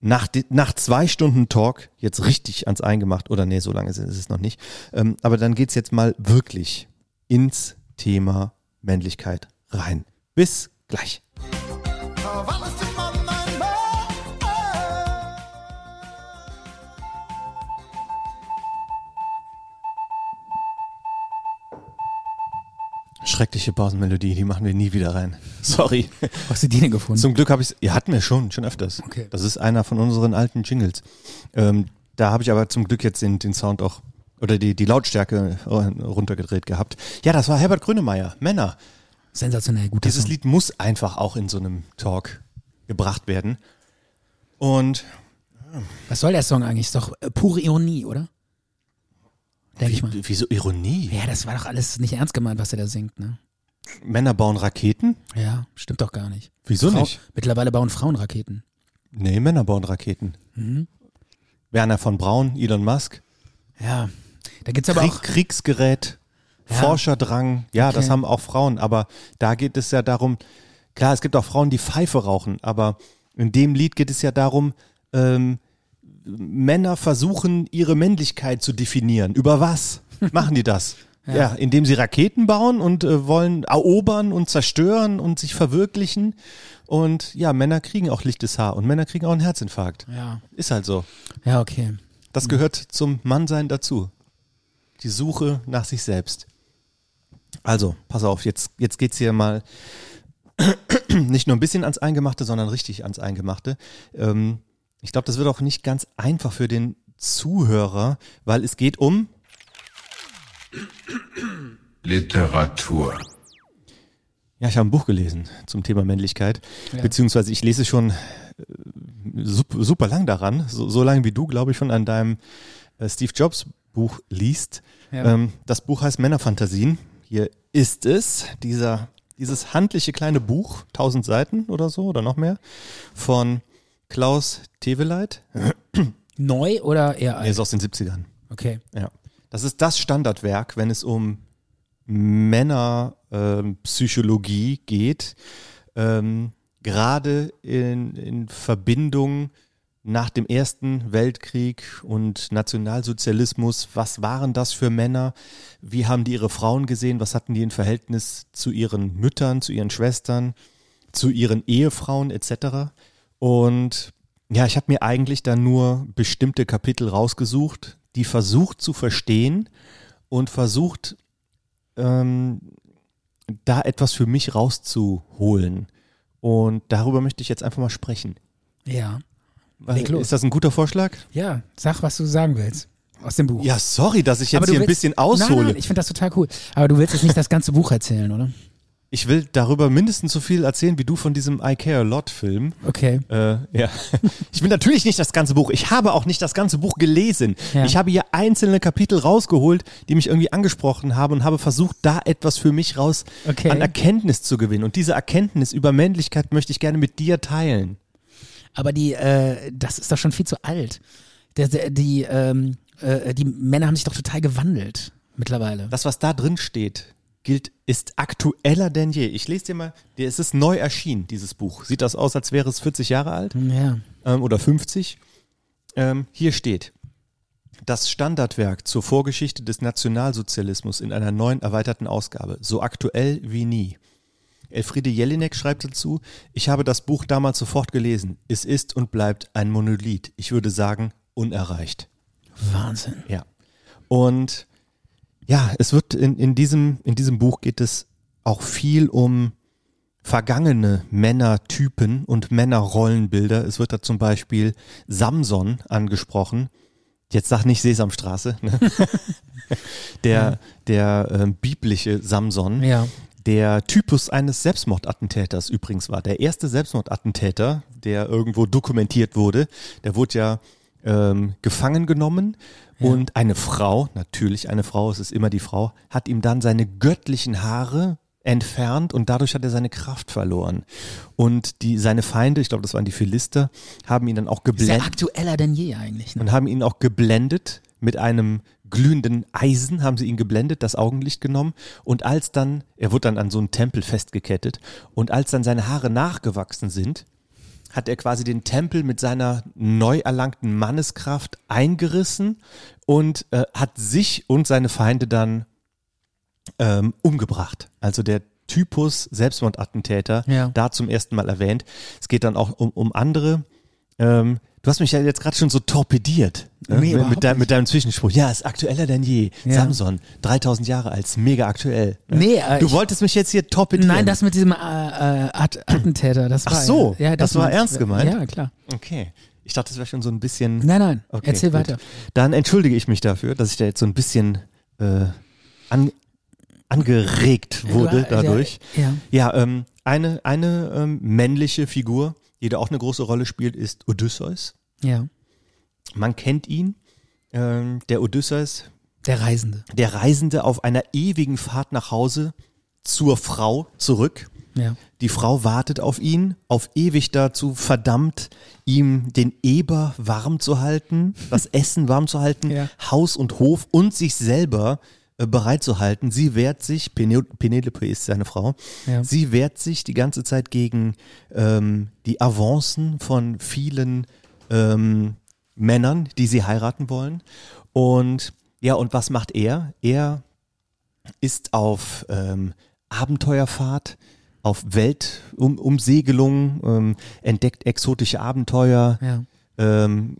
[SPEAKER 1] nach, di- nach zwei Stunden Talk jetzt richtig ans Eingemacht. Oder nee, so lange ist es ist es noch nicht. Ähm, aber dann geht's jetzt mal wirklich ins Thema Männlichkeit rein. Bis gleich. schreckliche Pausenmelodie, die machen wir nie wieder rein. Sorry.
[SPEAKER 2] Hast du die denn gefunden?
[SPEAKER 1] Zum Glück habe ich ja, hatten wir schon, schon öfters.
[SPEAKER 2] Okay.
[SPEAKER 1] Das ist einer von unseren alten Jingles. Ähm, da habe ich aber zum Glück jetzt den, den Sound auch oder die, die Lautstärke äh, runtergedreht gehabt. Ja, das war Herbert Grönemeyer, Männer.
[SPEAKER 2] Sensationell gut.
[SPEAKER 1] Dieses Lied muss einfach auch in so einem Talk gebracht werden. Und
[SPEAKER 2] Was soll der Song eigentlich? Ist doch äh, pure Ironie, oder? Denke ich mal.
[SPEAKER 1] wie, wieso Ironie?
[SPEAKER 2] Ja, das war doch alles nicht ernst gemeint, was er da singt, ne?
[SPEAKER 1] Männer bauen Raketen?
[SPEAKER 2] Ja, stimmt doch gar nicht.
[SPEAKER 1] Wieso
[SPEAKER 2] Frau-
[SPEAKER 1] nicht?
[SPEAKER 2] Mittlerweile bauen Frauen Raketen.
[SPEAKER 1] Nee, Männer bauen Raketen.
[SPEAKER 2] Mhm.
[SPEAKER 1] Werner von Braun, Elon Musk,
[SPEAKER 2] Ja. Da gibt's aber
[SPEAKER 1] Krieg,
[SPEAKER 2] auch.
[SPEAKER 1] Kriegsgerät,
[SPEAKER 2] Ja.
[SPEAKER 1] Forscherdrang. Ja, das
[SPEAKER 2] Okay.
[SPEAKER 1] haben auch Frauen. Aber da geht es ja darum, klar, es gibt auch Frauen, die Pfeife rauchen. Aber in dem Lied geht es ja darum, ähm, Männer versuchen, ihre Männlichkeit zu definieren. Über
[SPEAKER 2] [laughs]
[SPEAKER 1] was machen die das? ja. indem sie Raketen bauen und äh, wollen erobern und zerstören und sich verwirklichen. Und ja, Männer kriegen auch lichtes Haar und Männer kriegen auch einen Herzinfarkt.
[SPEAKER 2] Ja.
[SPEAKER 1] Ist halt so.
[SPEAKER 2] Ja, okay.
[SPEAKER 1] Das gehört zum Mannsein dazu. Die Suche nach sich selbst. Also, pass auf, jetzt, jetzt geht's hier mal [clears throat] nicht nur ein bisschen ans Eingemachte, sondern richtig ans Eingemachte. Ähm, ich glaube, das wird auch nicht ganz einfach für den Zuhörer, weil es geht um
[SPEAKER 8] Literatur.
[SPEAKER 1] Ja, ich habe ein Buch gelesen zum Thema Männlichkeit, beziehungsweise ich lese schon äh, sup- super lang daran, so, so lang wie du, glaube ich, schon an deinem äh, Steve Jobs Buch liest.
[SPEAKER 2] Ja.
[SPEAKER 1] Ähm, das Buch heißt Männerfantasien. Hier ist es, dieser, dieses handliche kleine Buch, 1000 Seiten oder so oder noch mehr, von Klaus Teveleit.
[SPEAKER 2] Neu oder eher
[SPEAKER 1] Er
[SPEAKER 2] alt?
[SPEAKER 1] ist aus den 70ern.
[SPEAKER 2] Okay.
[SPEAKER 1] Ja. Das ist das Standardwerk, wenn es um Männerpsychologie geht, ähm, gerade in, in Verbindung nach dem Ersten Weltkrieg und Nationalsozialismus. Was waren das für Männer? Wie haben die ihre Frauen gesehen? Was hatten die im Verhältnis zu ihren Müttern, zu ihren Schwestern, zu ihren Ehefrauen etc.? Und ja, ich habe mir eigentlich dann nur bestimmte Kapitel rausgesucht, die versucht zu verstehen und versucht, ähm, da etwas für mich rauszuholen. Und darüber möchte ich jetzt einfach mal sprechen.
[SPEAKER 2] Ja. Leg los.
[SPEAKER 1] Ist das ein guter Vorschlag?
[SPEAKER 2] Ja, sag, was du sagen willst. Aus dem Buch.
[SPEAKER 1] Ja, sorry, dass ich
[SPEAKER 2] Aber
[SPEAKER 1] jetzt
[SPEAKER 2] du
[SPEAKER 1] hier ein
[SPEAKER 2] willst-
[SPEAKER 1] bisschen
[SPEAKER 2] Nein,
[SPEAKER 1] aushole.
[SPEAKER 2] nein, ich finde das total cool. Aber du willst jetzt nicht das ganze Buch erzählen, oder?
[SPEAKER 1] Ich will darüber mindestens so viel erzählen wie du von diesem I Care a Lot Film.
[SPEAKER 2] Okay.
[SPEAKER 1] Äh, ja. [laughs] Ich will natürlich nicht das ganze Buch. Ich habe auch nicht das ganze Buch gelesen.
[SPEAKER 2] Ja.
[SPEAKER 1] Ich habe hier einzelne Kapitel rausgeholt, die mich irgendwie angesprochen haben und habe versucht, da etwas für mich raus
[SPEAKER 2] Okay.
[SPEAKER 1] an Erkenntnis zu gewinnen. Und diese Erkenntnis über Männlichkeit möchte ich gerne mit dir teilen.
[SPEAKER 2] Aber die, äh, das ist doch schon viel zu alt. Der, der, die, ähm, äh, die Männer haben sich doch total gewandelt mittlerweile.
[SPEAKER 1] Das, was da drin steht, gilt, ist aktueller denn je. Ich lese dir mal, dir- es ist neu erschienen, dieses Buch. Sieht das aus, als wäre es 40 Jahre alt?
[SPEAKER 2] ja.
[SPEAKER 1] ähm, oder 50. Ähm, hier steht, das Standardwerk zur Vorgeschichte des Nationalsozialismus in einer neuen erweiterten Ausgabe, so aktuell wie nie. Elfriede Jelinek schreibt dazu, ich habe das Buch damals sofort gelesen. Es ist und bleibt ein Monolith. Ich würde sagen, unerreicht.
[SPEAKER 2] Wahnsinn.
[SPEAKER 1] Ja. Und ja, es wird in, in, diesem, in diesem Buch geht es auch viel um vergangene Männertypen und Männerrollenbilder. Es wird da zum Beispiel Samson angesprochen. Jetzt sag nicht Sesamstraße. Ne? der der ähm, biblische Samson.
[SPEAKER 2] Ja.
[SPEAKER 1] Der Typus eines Selbstmordattentäters übrigens war. Der erste Selbstmordattentäter, der irgendwo dokumentiert wurde, der wurde ja ähm, gefangen genommen und eine Frau, natürlich eine Frau, es ist immer die Frau, hat ihm dann seine göttlichen Haare entfernt und dadurch hat er seine Kraft verloren. Und die, seine Feinde, ich glaube, das waren die Philister, haben ihn dann auch
[SPEAKER 2] Sehr
[SPEAKER 1] geblendet
[SPEAKER 2] aktueller denn je eigentlich. Ne?
[SPEAKER 1] und haben ihn auch geblendet mit einem glühenden Eisen, haben sie ihn geblendet, das Augenlicht genommen und als dann, er wurde dann an so einen Tempel festgekettet und als dann seine Haare nachgewachsen sind, hat er quasi den Tempel mit seiner neu erlangten Manneskraft eingerissen und äh, hat sich und seine Feinde dann ähm, umgebracht. Also der Typus Selbstmordattentäter,
[SPEAKER 2] Ja.
[SPEAKER 1] da zum ersten Mal erwähnt. Es geht dann auch um, um andere ähm, Du hast mich ja jetzt gerade schon so torpediert ne?
[SPEAKER 2] Nee,
[SPEAKER 1] mit,
[SPEAKER 2] überhaupt
[SPEAKER 1] mit, dein, mit deinem Zwischenspruch. Ja, ist aktueller denn je.
[SPEAKER 2] Ja.
[SPEAKER 1] Samson, 3000 Jahre alt, ist mega aktuell. ne?
[SPEAKER 2] Nee, äh,
[SPEAKER 1] du
[SPEAKER 2] ich-
[SPEAKER 1] wolltest mich jetzt hier torpedieren.
[SPEAKER 2] Nein, das mit diesem äh, äh, At Attentäter, das
[SPEAKER 1] Hm. Ach
[SPEAKER 2] war.
[SPEAKER 1] so,
[SPEAKER 2] ja,
[SPEAKER 1] das war
[SPEAKER 2] meinte ich.
[SPEAKER 1] ernst gemeint?
[SPEAKER 2] Ja, klar.
[SPEAKER 1] Okay. Ich dachte, das wäre schon so ein bisschen.
[SPEAKER 2] Nein, nein,
[SPEAKER 1] Okay,
[SPEAKER 2] erzähl
[SPEAKER 1] gut.
[SPEAKER 2] weiter.
[SPEAKER 1] Dann entschuldige ich mich dafür, dass ich da jetzt so ein bisschen äh, an, angeregt wurde
[SPEAKER 2] Ja,
[SPEAKER 1] dadurch.
[SPEAKER 2] ja.
[SPEAKER 1] Ja, ähm, eine, eine ähm, männliche Figur, die da auch eine große Rolle spielt, ist Odysseus.
[SPEAKER 2] Ja,
[SPEAKER 1] Man kennt ihn. Ähm, der Odysseus,
[SPEAKER 2] der Reisende.
[SPEAKER 1] der Reisende auf einer ewigen Fahrt nach Hause zur Frau zurück.
[SPEAKER 2] Ja.
[SPEAKER 1] Die Frau wartet auf ihn, auf ewig dazu verdammt, ihm den Eber warm zu halten,
[SPEAKER 2] [laughs]
[SPEAKER 1] das Essen warm zu halten,
[SPEAKER 2] Ja.
[SPEAKER 1] Haus und Hof und sich selber äh, bereit zu halten. Sie wehrt sich, Pene- Penelope ist seine Frau,
[SPEAKER 2] Ja.
[SPEAKER 1] sie wehrt sich die ganze Zeit gegen ähm, die Avancen von vielen ähm, Männern, die sie heiraten wollen. Und ja, und was macht er? Er ist auf ähm, Abenteuerfahrt, auf um, Weltumsegelung, ähm, entdeckt exotische Abenteuer,
[SPEAKER 2] Ja.
[SPEAKER 1] ähm,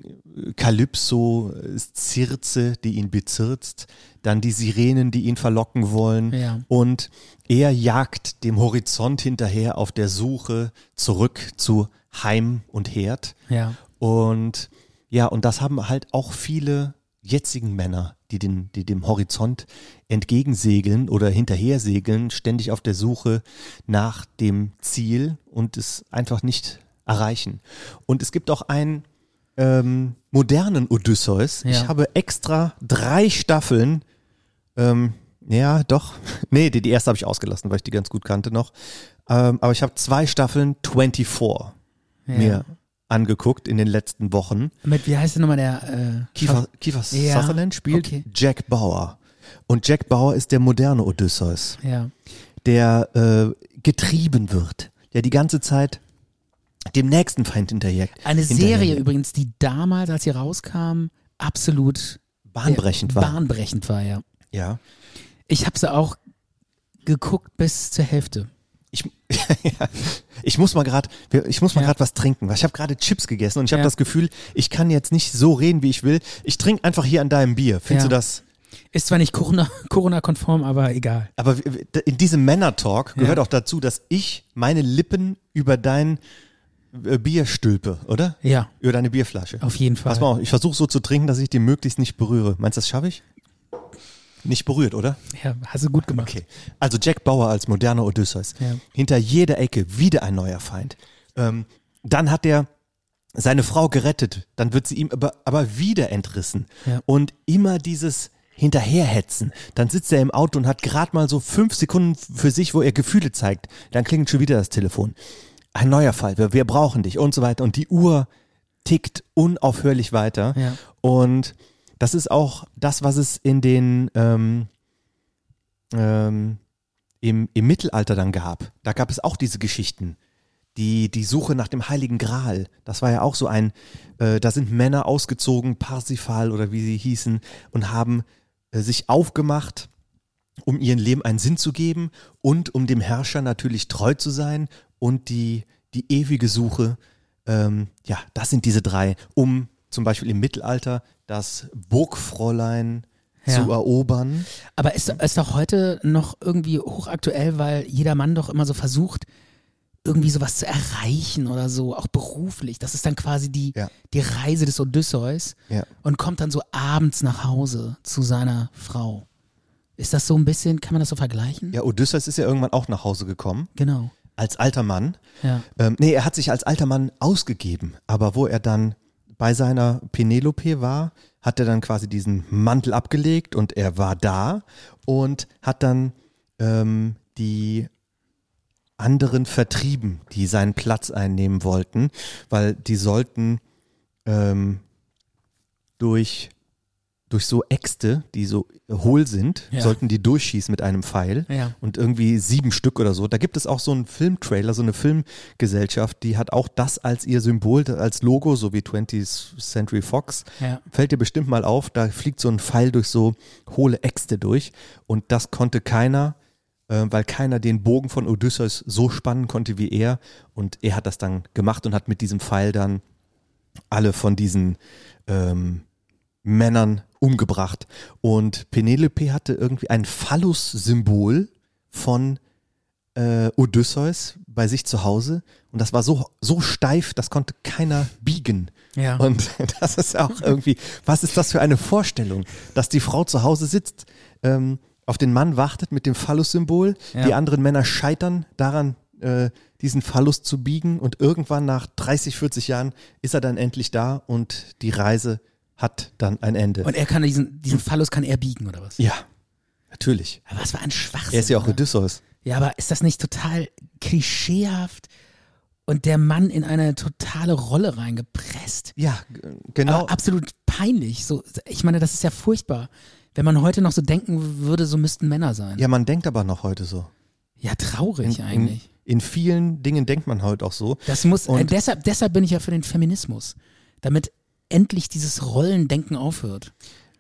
[SPEAKER 1] Kalypso, äh, Circe, die ihn bezirzt, dann die Sirenen, die ihn verlocken wollen.
[SPEAKER 2] Ja.
[SPEAKER 1] Und er jagt dem Horizont hinterher auf der Suche zurück zu Heim und Herd.
[SPEAKER 2] Ja.
[SPEAKER 1] Und ja, und das haben halt auch viele jetzigen Männer, die, den, die dem Horizont entgegensegeln oder hinterhersegeln, ständig auf der Suche nach dem Ziel und es einfach nicht erreichen. Und es gibt auch einen ähm, modernen Odysseus.
[SPEAKER 2] Ja.
[SPEAKER 1] Ich habe extra drei Staffeln, ähm, ja, doch, [laughs] nee, die, die erste habe ich ausgelassen, weil ich die ganz gut kannte noch. Ähm, aber ich habe zwei Staffeln 24
[SPEAKER 2] ja.
[SPEAKER 1] mir angeguckt in den letzten Wochen.
[SPEAKER 2] Mit, wie heißt denn nochmal der? Äh,
[SPEAKER 1] Kiefer,
[SPEAKER 2] Schaff-
[SPEAKER 1] Kiefer
[SPEAKER 2] Ja,
[SPEAKER 1] Sutherland spielt
[SPEAKER 2] okay.
[SPEAKER 1] Jack Bauer. Und Jack Bauer ist der moderne Odysseus,
[SPEAKER 2] Ja.
[SPEAKER 1] der äh, getrieben wird, der die ganze Zeit dem nächsten Feind hinterher.
[SPEAKER 2] Eine
[SPEAKER 1] hinterher-
[SPEAKER 2] Serie übrigens, die damals, als sie rauskam, absolut äh,
[SPEAKER 1] Bahnbrechend war.
[SPEAKER 2] bahnbrechend war, ja.
[SPEAKER 1] ja.
[SPEAKER 2] Ich habe sie auch geguckt bis zur Hälfte.
[SPEAKER 1] Ich, [laughs] ja, ich muss mal gerade, ich muss mal
[SPEAKER 2] Ja.
[SPEAKER 1] gerade was trinken. weil Ich habe gerade Chips gegessen und ich habe
[SPEAKER 2] Ja.
[SPEAKER 1] das Gefühl, ich kann jetzt nicht so reden, wie ich will. Ich trinke einfach hier an deinem Bier. Findest
[SPEAKER 2] Ja.
[SPEAKER 1] du das?
[SPEAKER 2] Ist zwar nicht Corona- [laughs] Corona-konform, aber egal.
[SPEAKER 1] Aber w- w- in diesem Männer-Talk gehört
[SPEAKER 2] Ja.
[SPEAKER 1] auch dazu, dass ich meine Lippen über dein äh, Bier stülpe, oder?
[SPEAKER 2] Ja,
[SPEAKER 1] Über deine Bierflasche.
[SPEAKER 2] auf jeden Fall.
[SPEAKER 1] Pass mal auf, ich versuche so zu trinken, dass ich die möglichst nicht berühre. Meinst du, das schaffe ich? Nicht berührt, oder?
[SPEAKER 2] Ja, hast du gut gemacht.
[SPEAKER 1] Okay. Also Jack Bauer als moderner Odysseus.
[SPEAKER 2] Ja.
[SPEAKER 1] Hinter jeder Ecke wieder ein neuer Feind. Ähm, dann hat er seine Frau gerettet, dann wird sie ihm aber, aber wieder entrissen.
[SPEAKER 2] Ja.
[SPEAKER 1] Und immer dieses Hinterherhetzen. Dann sitzt er im Auto und hat gerade mal so fünf Sekunden für sich, wo er Gefühle zeigt. Dann klingelt schon wieder das Telefon. Ein neuer Fall, wir, wir brauchen dich und so weiter. Und die Uhr tickt unaufhörlich weiter.
[SPEAKER 2] Ja.
[SPEAKER 1] Und das ist auch das, was es in den ähm, ähm, im, im Mittelalter dann gab. Da gab es auch diese Geschichten. Die, die Suche nach dem Heiligen Gral, das war ja auch so ein, äh, da sind Männer ausgezogen, Parsifal oder wie sie hießen, und haben äh, sich aufgemacht, um ihrem Leben einen Sinn zu geben und um dem Herrscher natürlich treu zu sein und die, die ewige Suche, ähm, ja, das sind diese drei, um zum Beispiel im Mittelalter das Burgfräulein
[SPEAKER 2] Ja.
[SPEAKER 1] zu erobern.
[SPEAKER 2] Aber ist, ist doch heute noch irgendwie hochaktuell, weil jeder Mann doch immer so versucht, irgendwie sowas zu erreichen oder so, auch beruflich. Das ist dann quasi die,
[SPEAKER 1] Ja.
[SPEAKER 2] die Reise des Odysseus
[SPEAKER 1] Ja.
[SPEAKER 2] und kommt dann so abends nach Hause zu seiner Frau. Ist das so ein bisschen, kann man das so vergleichen?
[SPEAKER 1] Ja, Odysseus ist ja irgendwann auch nach Hause gekommen,
[SPEAKER 2] Genau.
[SPEAKER 1] als alter Mann.
[SPEAKER 2] Ja.
[SPEAKER 1] Ähm, nee, er hat sich als alter Mann ausgegeben, aber wo er dann bei seiner Penelope war, hat er dann quasi diesen Mantel abgelegt und er war da und hat dann ähm, die anderen vertrieben, die seinen Platz einnehmen wollten, weil die sollten ähm, durch, durch so Äxte, die so hohl sind,
[SPEAKER 2] Ja.
[SPEAKER 1] sollten die durchschießen mit einem Pfeil
[SPEAKER 2] Ja.
[SPEAKER 1] und irgendwie sieben Stück oder so. Da gibt es auch so einen Filmtrailer, so eine Filmgesellschaft, die hat auch das als ihr Symbol, als Logo, so wie 20th Century Fox.
[SPEAKER 2] Ja.
[SPEAKER 1] Fällt dir bestimmt mal auf, da fliegt so ein Pfeil durch so hohle Äxte durch und das konnte keiner, äh, weil keiner den Bogen von Odysseus so spannen konnte wie er und er hat das dann gemacht und hat mit diesem Pfeil dann alle von diesen ähm, Männern umgebracht. Und Penelope hatte irgendwie ein Phallus-Symbol von äh, Odysseus bei sich zu Hause. Und das war so, so steif, das konnte keiner biegen.
[SPEAKER 2] Ja.
[SPEAKER 1] Und [laughs] das ist auch irgendwie, was ist das für eine Vorstellung, dass die Frau zu Hause sitzt, ähm, auf den Mann wartet mit dem Phallus-Symbol,
[SPEAKER 2] Ja.
[SPEAKER 1] die anderen Männer scheitern daran, äh, diesen Phallus zu biegen und irgendwann nach 30, 40 Jahren ist er dann endlich da und die Reise hat dann ein Ende.
[SPEAKER 2] Und er kann diesen, diesen Phallus kann er biegen, oder was?
[SPEAKER 1] ja, natürlich.
[SPEAKER 2] Aber was war ein Schwachsinn.
[SPEAKER 1] Er ist ja auch
[SPEAKER 2] oder?
[SPEAKER 1] Odysseus.
[SPEAKER 2] Ja, aber ist das nicht total klischeehaft und der Mann in eine totale Rolle reingepresst?
[SPEAKER 1] Ja, g- genau.
[SPEAKER 2] Aber absolut peinlich. So, ich meine, das ist ja furchtbar. Wenn man heute noch so denken würde, so müssten Männer sein.
[SPEAKER 1] Ja, Mhm. man denkt aber noch heute so.
[SPEAKER 2] Ja, traurig
[SPEAKER 1] In,
[SPEAKER 2] eigentlich.
[SPEAKER 1] in vielen Dingen denkt man heute auch so.
[SPEAKER 2] Das muss, äh,
[SPEAKER 1] Und-
[SPEAKER 2] deshalb, deshalb bin ich ja für den Feminismus. Damit endlich dieses Rollendenken aufhört.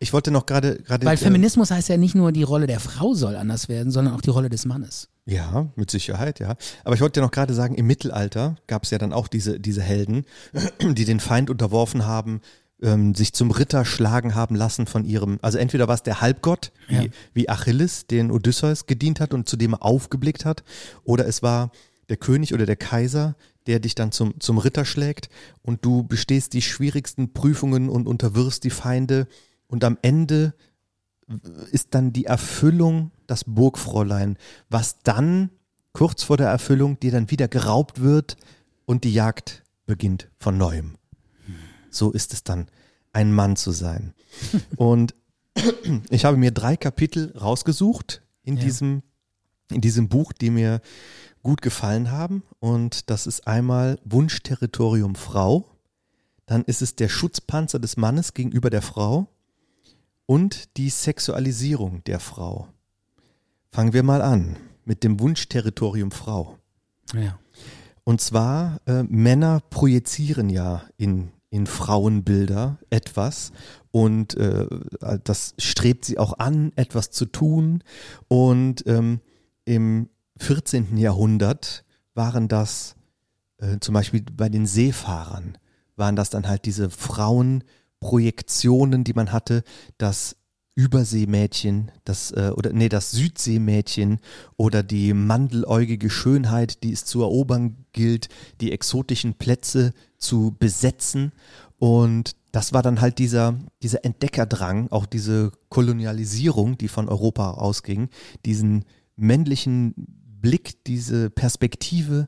[SPEAKER 1] Ich wollte noch gerade gerade ähm,
[SPEAKER 2] Weil Feminismus heißt ja nicht nur, die Rolle der Frau soll anders werden, sondern auch die Rolle des Mannes.
[SPEAKER 1] Äh, ja, mit Sicherheit, ja. Aber ich wollte ja noch gerade sagen, im Mittelalter gab es ja dann auch diese diese Helden, [clears throat] die den Feind unterworfen haben, ähm, sich zum Ritter schlagen haben lassen von ihrem. Also entweder war es der Halbgott wie,
[SPEAKER 2] Ja.
[SPEAKER 1] wie Achilles, den Odysseus gedient hat und zu dem er aufgeblickt hat, oder es war der König oder der Kaiser, der dich dann zum zum Ritter schlägt und du bestehst die schwierigsten Prüfungen und unterwirfst die Feinde und am Ende ist dann die Erfüllung das Burgfräulein, was dann kurz vor der Erfüllung dir dann wieder geraubt wird und die Jagd beginnt von neuem. So ist es dann, ein Mann zu sein. Und ich habe mir drei Kapitel rausgesucht in,
[SPEAKER 2] Ja.
[SPEAKER 1] diesem, in diesem Buch, die mir gut gefallen haben. Und das ist einmal Wunschterritorium Frau, dann ist es der Schutzpanzer des Mannes gegenüber der Frau und die Sexualisierung der Frau. Fangen wir mal an mit dem Wunschterritorium Frau.
[SPEAKER 2] Ja.
[SPEAKER 1] Und zwar, äh, Männer projizieren ja in, in Frauenbilder etwas und äh, das strebt sie auch an, etwas zu tun. Und ähm, im 14. Jahrhundert waren das äh, zum Beispiel bei den Seefahrern, waren das dann halt diese Frauenprojektionen, die man hatte, das Überseemädchen, das, äh, oder nee, das Südseemädchen oder die mandeläugige Schönheit, die es zu erobern gilt, die exotischen Plätze zu besetzen. Und das war dann halt dieser, dieser Entdeckerdrang, auch diese Kolonialisierung, die von Europa ausging, diesen männlichen Blick, diese Perspektive,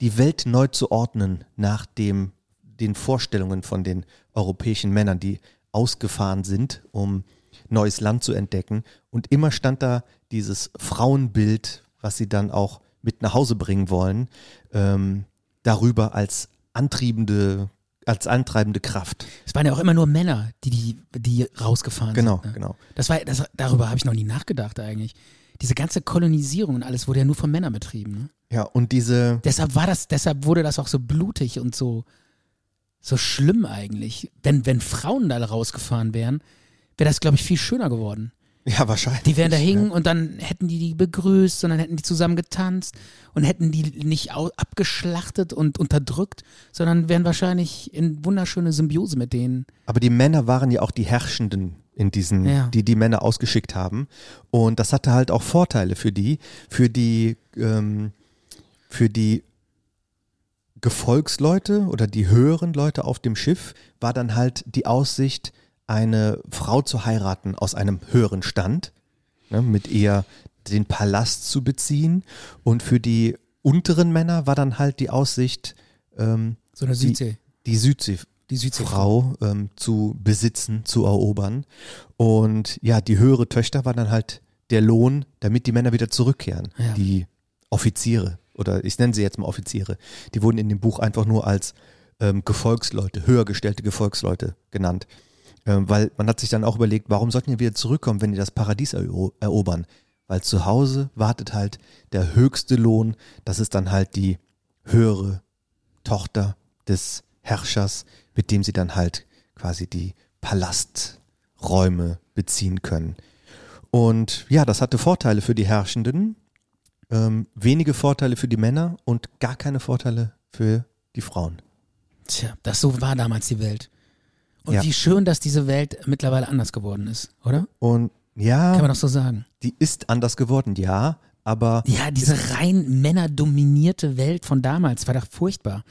[SPEAKER 1] die Welt neu zu ordnen nach dem, den Vorstellungen von den europäischen Männern, die ausgefahren sind, um neues Land zu entdecken. Und immer stand da dieses Frauenbild, was sie dann auch mit nach Hause bringen wollen, ähm, darüber als antriebende, als antreibende Kraft.
[SPEAKER 2] Es waren ja auch immer nur Männer, die, die, die rausgefahren
[SPEAKER 1] Genau,
[SPEAKER 2] sind. ne?
[SPEAKER 1] genau.
[SPEAKER 2] Das war, das, darüber habe ich noch nie nachgedacht eigentlich. Diese ganze Kolonisierung und alles wurde ja nur von Männern betrieben. Ne?
[SPEAKER 1] Ja, und diese,
[SPEAKER 2] Deshalb war das, deshalb wurde das auch so blutig und so, so schlimm eigentlich. Wenn, wenn Frauen da rausgefahren wären, wäre das, glaube ich, viel schöner geworden.
[SPEAKER 1] ja, wahrscheinlich.
[SPEAKER 2] Die wären da hingen
[SPEAKER 1] Ja.
[SPEAKER 2] und dann hätten die die begrüßt und dann hätten die zusammen getanzt und hätten die nicht au- abgeschlachtet und unterdrückt, sondern wären wahrscheinlich in wunderschöne Symbiose mit denen.
[SPEAKER 1] Aber die Männer waren ja auch die Herrschenden in diesen,
[SPEAKER 2] Ja.
[SPEAKER 1] die die Männer ausgeschickt haben. Und das hatte halt auch Vorteile für die, für die, ähm, für die Gefolgsleute oder die höheren Leute auf dem Schiff war dann halt die Aussicht, eine Frau zu heiraten aus einem höheren Stand, ne, mit ihr den Palast zu beziehen. Und für die unteren Männer war dann halt die Aussicht, ähm,
[SPEAKER 2] So eine
[SPEAKER 1] Die-
[SPEAKER 2] Südsee.
[SPEAKER 1] die Südsee
[SPEAKER 2] Die Südseefrau.
[SPEAKER 1] Frau ähm, zu besitzen, zu erobern. Und ja, die höhere Töchter war dann halt der Lohn, damit die Männer wieder zurückkehren.
[SPEAKER 2] Ja.
[SPEAKER 1] Die Offiziere, oder ich nenne sie jetzt mal Offiziere, die wurden in dem Buch einfach nur als ähm, Gefolgsleute, höher gestellte Gefolgsleute genannt. Ähm, weil man hat sich dann auch überlegt, warum sollten wir wieder zurückkommen, wenn die das Paradies ero erobern? Weil zu Hause wartet halt der höchste Lohn, das ist dann halt die höhere Tochter des Herrschers, mit dem sie dann halt quasi die Palasträume beziehen können. Und ja, das hatte Vorteile für die Herrschenden, ähm, wenige Vorteile für die Männer und gar keine Vorteile für die Frauen.
[SPEAKER 2] Tja, das so war damals die Welt. Und
[SPEAKER 1] Ja.
[SPEAKER 2] wie schön, dass diese Welt mittlerweile anders geworden ist, oder?
[SPEAKER 1] Und ja,
[SPEAKER 2] Kann man doch so sagen.
[SPEAKER 1] die ist anders geworden, ja, aber
[SPEAKER 2] Ja, diese rein männerdominierte Welt von damals war doch furchtbar.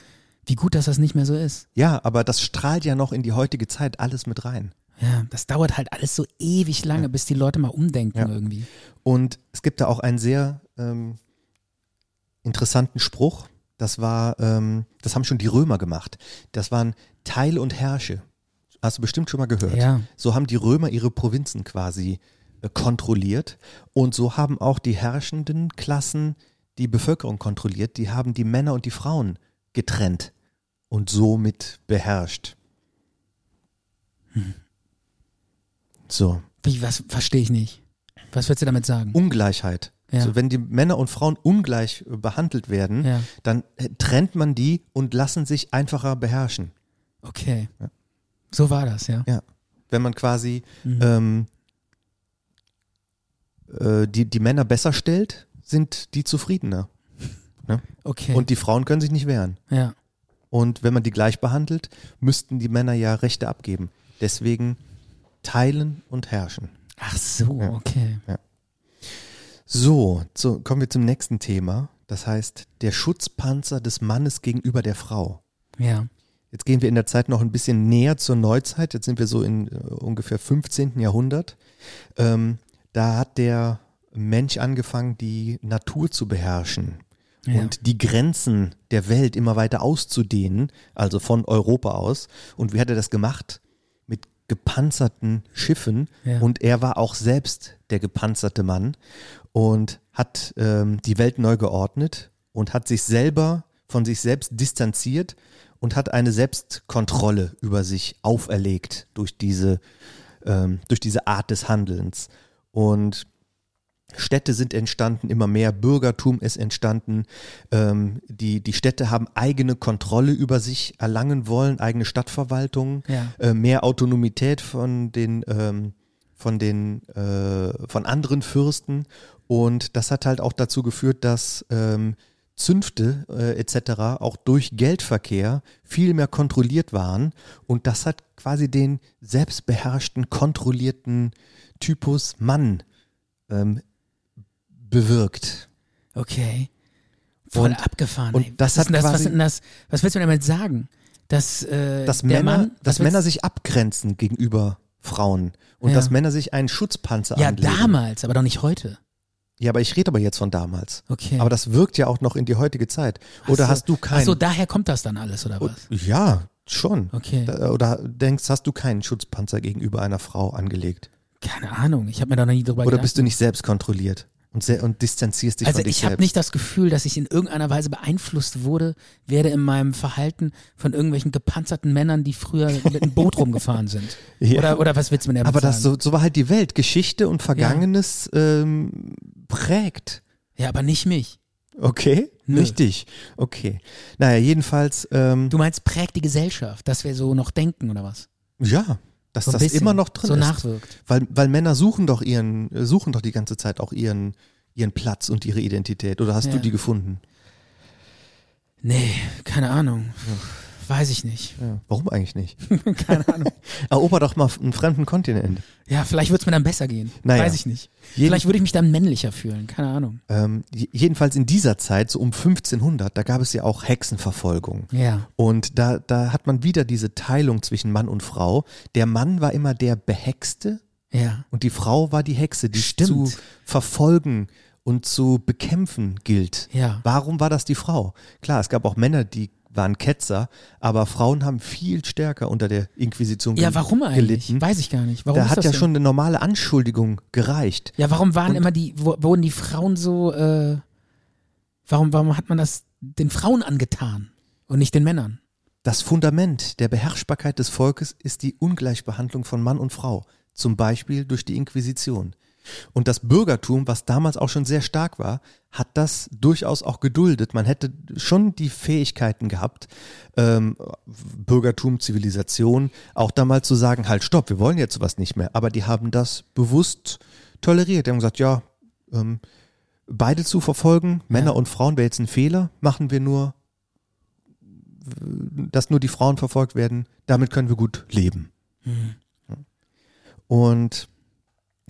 [SPEAKER 2] Wie gut, dass das nicht mehr so ist.
[SPEAKER 1] ja, aber das strahlt ja noch in die heutige Zeit alles mit rein.
[SPEAKER 2] Ja, das dauert halt alles so ewig lange, bis die Leute mal umdenken irgendwie.
[SPEAKER 1] Und es gibt da auch einen sehr ähm, interessanten Spruch. Das war, ähm, das haben schon die Römer gemacht. Das waren Teil und Herrsche. Hast du bestimmt schon mal gehört.
[SPEAKER 2] Ja.
[SPEAKER 1] So haben die Römer ihre Provinzen quasi äh, kontrolliert. Und so haben auch die herrschenden Klassen die Bevölkerung kontrolliert. Die haben die Männer und die Frauen getrennt und somit beherrscht. So.
[SPEAKER 2] Wie, was verstehe ich nicht? Was willst du damit sagen?
[SPEAKER 1] Ungleichheit.
[SPEAKER 2] Ja.
[SPEAKER 1] Also wenn die Männer und Frauen ungleich äh, behandelt werden,
[SPEAKER 2] Ja.
[SPEAKER 1] dann äh, trennt man die und lassen sich einfacher beherrschen.
[SPEAKER 2] Okay. So war das, ja.
[SPEAKER 1] Ja. Wenn man quasi
[SPEAKER 2] Mhm.
[SPEAKER 1] ähm, äh, die, die Männer besser stellt, sind die zufriedener.
[SPEAKER 2] Okay.
[SPEAKER 1] Und die Frauen können sich nicht wehren.
[SPEAKER 2] ja.
[SPEAKER 1] Und wenn man die gleich behandelt, müssten die Männer ja Rechte abgeben. Deswegen teilen und herrschen.
[SPEAKER 2] Ach so,
[SPEAKER 1] Ja.
[SPEAKER 2] okay.
[SPEAKER 1] So, so, kommen wir zum nächsten Thema. Das heißt, der Schutzpanzer des Mannes gegenüber der Frau.
[SPEAKER 2] Ja.
[SPEAKER 1] Jetzt gehen wir in der Zeit noch ein bisschen näher zur Neuzeit. Jetzt sind wir so in äh, ungefähr 15. Jahrhundert. Ähm, da hat der Mensch angefangen, die Natur zu beherrschen
[SPEAKER 2] Ja.
[SPEAKER 1] und die Grenzen der Welt immer weiter auszudehnen, also von Europa aus. Und wie hat er das gemacht? Mit gepanzerten Schiffen.
[SPEAKER 2] Ja.
[SPEAKER 1] Und er war auch selbst der gepanzerte Mann und hat ähm, die Welt neu geordnet und hat sich selber von sich selbst distanziert und hat eine Selbstkontrolle über sich auferlegt durch diese, ähm, durch diese Art des Handelns. Und Städte sind entstanden, immer mehr Bürgertum ist entstanden. Ähm, die, die Städte haben eigene Kontrolle über sich erlangen wollen, eigene Stadtverwaltungen,
[SPEAKER 2] Ja.
[SPEAKER 1] äh, mehr Autonomität von den, ähm, von den, äh, von anderen Fürsten. Und das hat halt auch dazu geführt, dass ähm, Zünfte äh, etc. auch durch Geldverkehr viel mehr kontrolliert waren. Und das hat quasi den selbstbeherrschten, kontrollierten Typus Mann ähm, bewirkt.
[SPEAKER 2] Okay. Voll
[SPEAKER 1] Und-
[SPEAKER 2] abgefahren.
[SPEAKER 1] und
[SPEAKER 2] ey.
[SPEAKER 1] das
[SPEAKER 2] was ist
[SPEAKER 1] hat
[SPEAKER 2] denn das, was,
[SPEAKER 1] quasi-
[SPEAKER 2] ist denn das, was willst du damit sagen? Dass, äh,
[SPEAKER 1] Dass
[SPEAKER 2] der
[SPEAKER 1] Männer,
[SPEAKER 2] Mann, was
[SPEAKER 1] dass
[SPEAKER 2] willst-
[SPEAKER 1] Männer sich abgrenzen gegenüber Frauen und
[SPEAKER 2] Ja.
[SPEAKER 1] dass Männer sich einen Schutzpanzer
[SPEAKER 2] Ja,
[SPEAKER 1] anlegen.
[SPEAKER 2] damals, aber doch nicht heute.
[SPEAKER 1] Ja, aber ich rede aber jetzt von damals.
[SPEAKER 2] Okay.
[SPEAKER 1] Aber das wirkt ja auch noch in die heutige Zeit. Oder hast du keinen?
[SPEAKER 2] Achso, daher kommt das dann alles, oder was?
[SPEAKER 1] ja, schon.
[SPEAKER 2] Okay.
[SPEAKER 1] Da- Oder denkst, hast du keinen Schutzpanzer gegenüber einer Frau angelegt?
[SPEAKER 2] Keine Ahnung, ich habe mir da noch nie drüber
[SPEAKER 1] Oder
[SPEAKER 2] gedacht.
[SPEAKER 1] bist du nicht selbst kontrolliert und, se und distanzierst dich
[SPEAKER 2] also
[SPEAKER 1] von dich
[SPEAKER 2] ich
[SPEAKER 1] selbst?
[SPEAKER 2] habe nicht das Gefühl, dass ich in irgendeiner Weise beeinflusst wurde, werde in meinem Verhalten von irgendwelchen gepanzerten Männern, die früher mit einem
[SPEAKER 1] [laughs]
[SPEAKER 2] Boot rumgefahren sind.
[SPEAKER 1] Ja.
[SPEAKER 2] Oder, oder was willst du mir damit
[SPEAKER 1] aber
[SPEAKER 2] sagen?
[SPEAKER 1] das so, so war halt die Welt. Geschichte und Vergangenes ähm, prägt.
[SPEAKER 2] ja, aber nicht mich.
[SPEAKER 1] Okay,
[SPEAKER 2] Nö.
[SPEAKER 1] nicht dich. Okay. Naja, jedenfalls, ähm,
[SPEAKER 2] Du meinst, prägt die Gesellschaft, dass wir so noch denken, oder was?
[SPEAKER 1] ja, dass
[SPEAKER 2] So ein
[SPEAKER 1] das
[SPEAKER 2] bisschen
[SPEAKER 1] immer noch drin
[SPEAKER 2] so
[SPEAKER 1] ist.
[SPEAKER 2] nachwirkt.
[SPEAKER 1] Weil, weil Männer suchen doch ihren, äh, suchen doch die ganze Zeit auch ihren, ihren Platz und ihre Identität. Oder hast
[SPEAKER 2] Ja.
[SPEAKER 1] du die gefunden?
[SPEAKER 2] Nee, keine Ahnung. Weiß ich nicht. [laughs]
[SPEAKER 1] Ja. Warum eigentlich nicht? [laughs]
[SPEAKER 2] Keine Ahnung.
[SPEAKER 1] Erober doch mal einen fremden Kontinent.
[SPEAKER 2] Ja, vielleicht wird's mir dann besser gehen.
[SPEAKER 1] Naja.
[SPEAKER 2] Weiß ich nicht.
[SPEAKER 1] Jeden-
[SPEAKER 2] vielleicht würde ich mich dann männlicher fühlen. Keine Ahnung.
[SPEAKER 1] Ähm, j- jedenfalls in dieser Zeit, so um 1500, da gab es ja auch Hexenverfolgung.
[SPEAKER 2] Ja.
[SPEAKER 1] Und da, da hat man wieder diese Teilung zwischen Mann und Frau. Der Mann war immer der Behexte
[SPEAKER 2] Ja.
[SPEAKER 1] Und die Frau war die Hexe, die
[SPEAKER 2] Stimmt.
[SPEAKER 1] zu verfolgen und zu bekämpfen gilt.
[SPEAKER 2] Ja.
[SPEAKER 1] Warum war das die Frau? Klar, es gab auch Männer, die waren Ketzer, aber Frauen haben viel stärker unter der Inquisition
[SPEAKER 2] Ja,
[SPEAKER 1] ge-
[SPEAKER 2] warum eigentlich?
[SPEAKER 1] gelitten.
[SPEAKER 2] Weiß ich gar nicht. Warum
[SPEAKER 1] da
[SPEAKER 2] ist
[SPEAKER 1] hat
[SPEAKER 2] das
[SPEAKER 1] ja
[SPEAKER 2] so?
[SPEAKER 1] schon eine normale Anschuldigung gereicht.
[SPEAKER 2] Ja, warum waren
[SPEAKER 1] Und-
[SPEAKER 2] immer die, wo, wurden die Frauen so, äh, warum, warum hat man das den Frauen angetan und nicht den Männern?
[SPEAKER 1] Das Fundament der Beherrschbarkeit des Volkes ist die Ungleichbehandlung von Mann und Frau, zum Beispiel durch die Inquisition. Und das Bürgertum, was damals auch schon sehr stark war, hat das durchaus auch geduldet. Man hätte schon die Fähigkeiten gehabt, ähm, Bürgertum, Zivilisation, auch da mal zu sagen, halt, stopp, wir wollen jetzt sowas nicht mehr. Aber die haben das bewusst toleriert. Die haben gesagt, ja, ähm, beide zu verfolgen, Männer und Frauen, wäre jetzt ein Fehler, machen wir nur dass nur die Frauen verfolgt werden, damit können wir gut leben.
[SPEAKER 2] Hm.
[SPEAKER 1] Und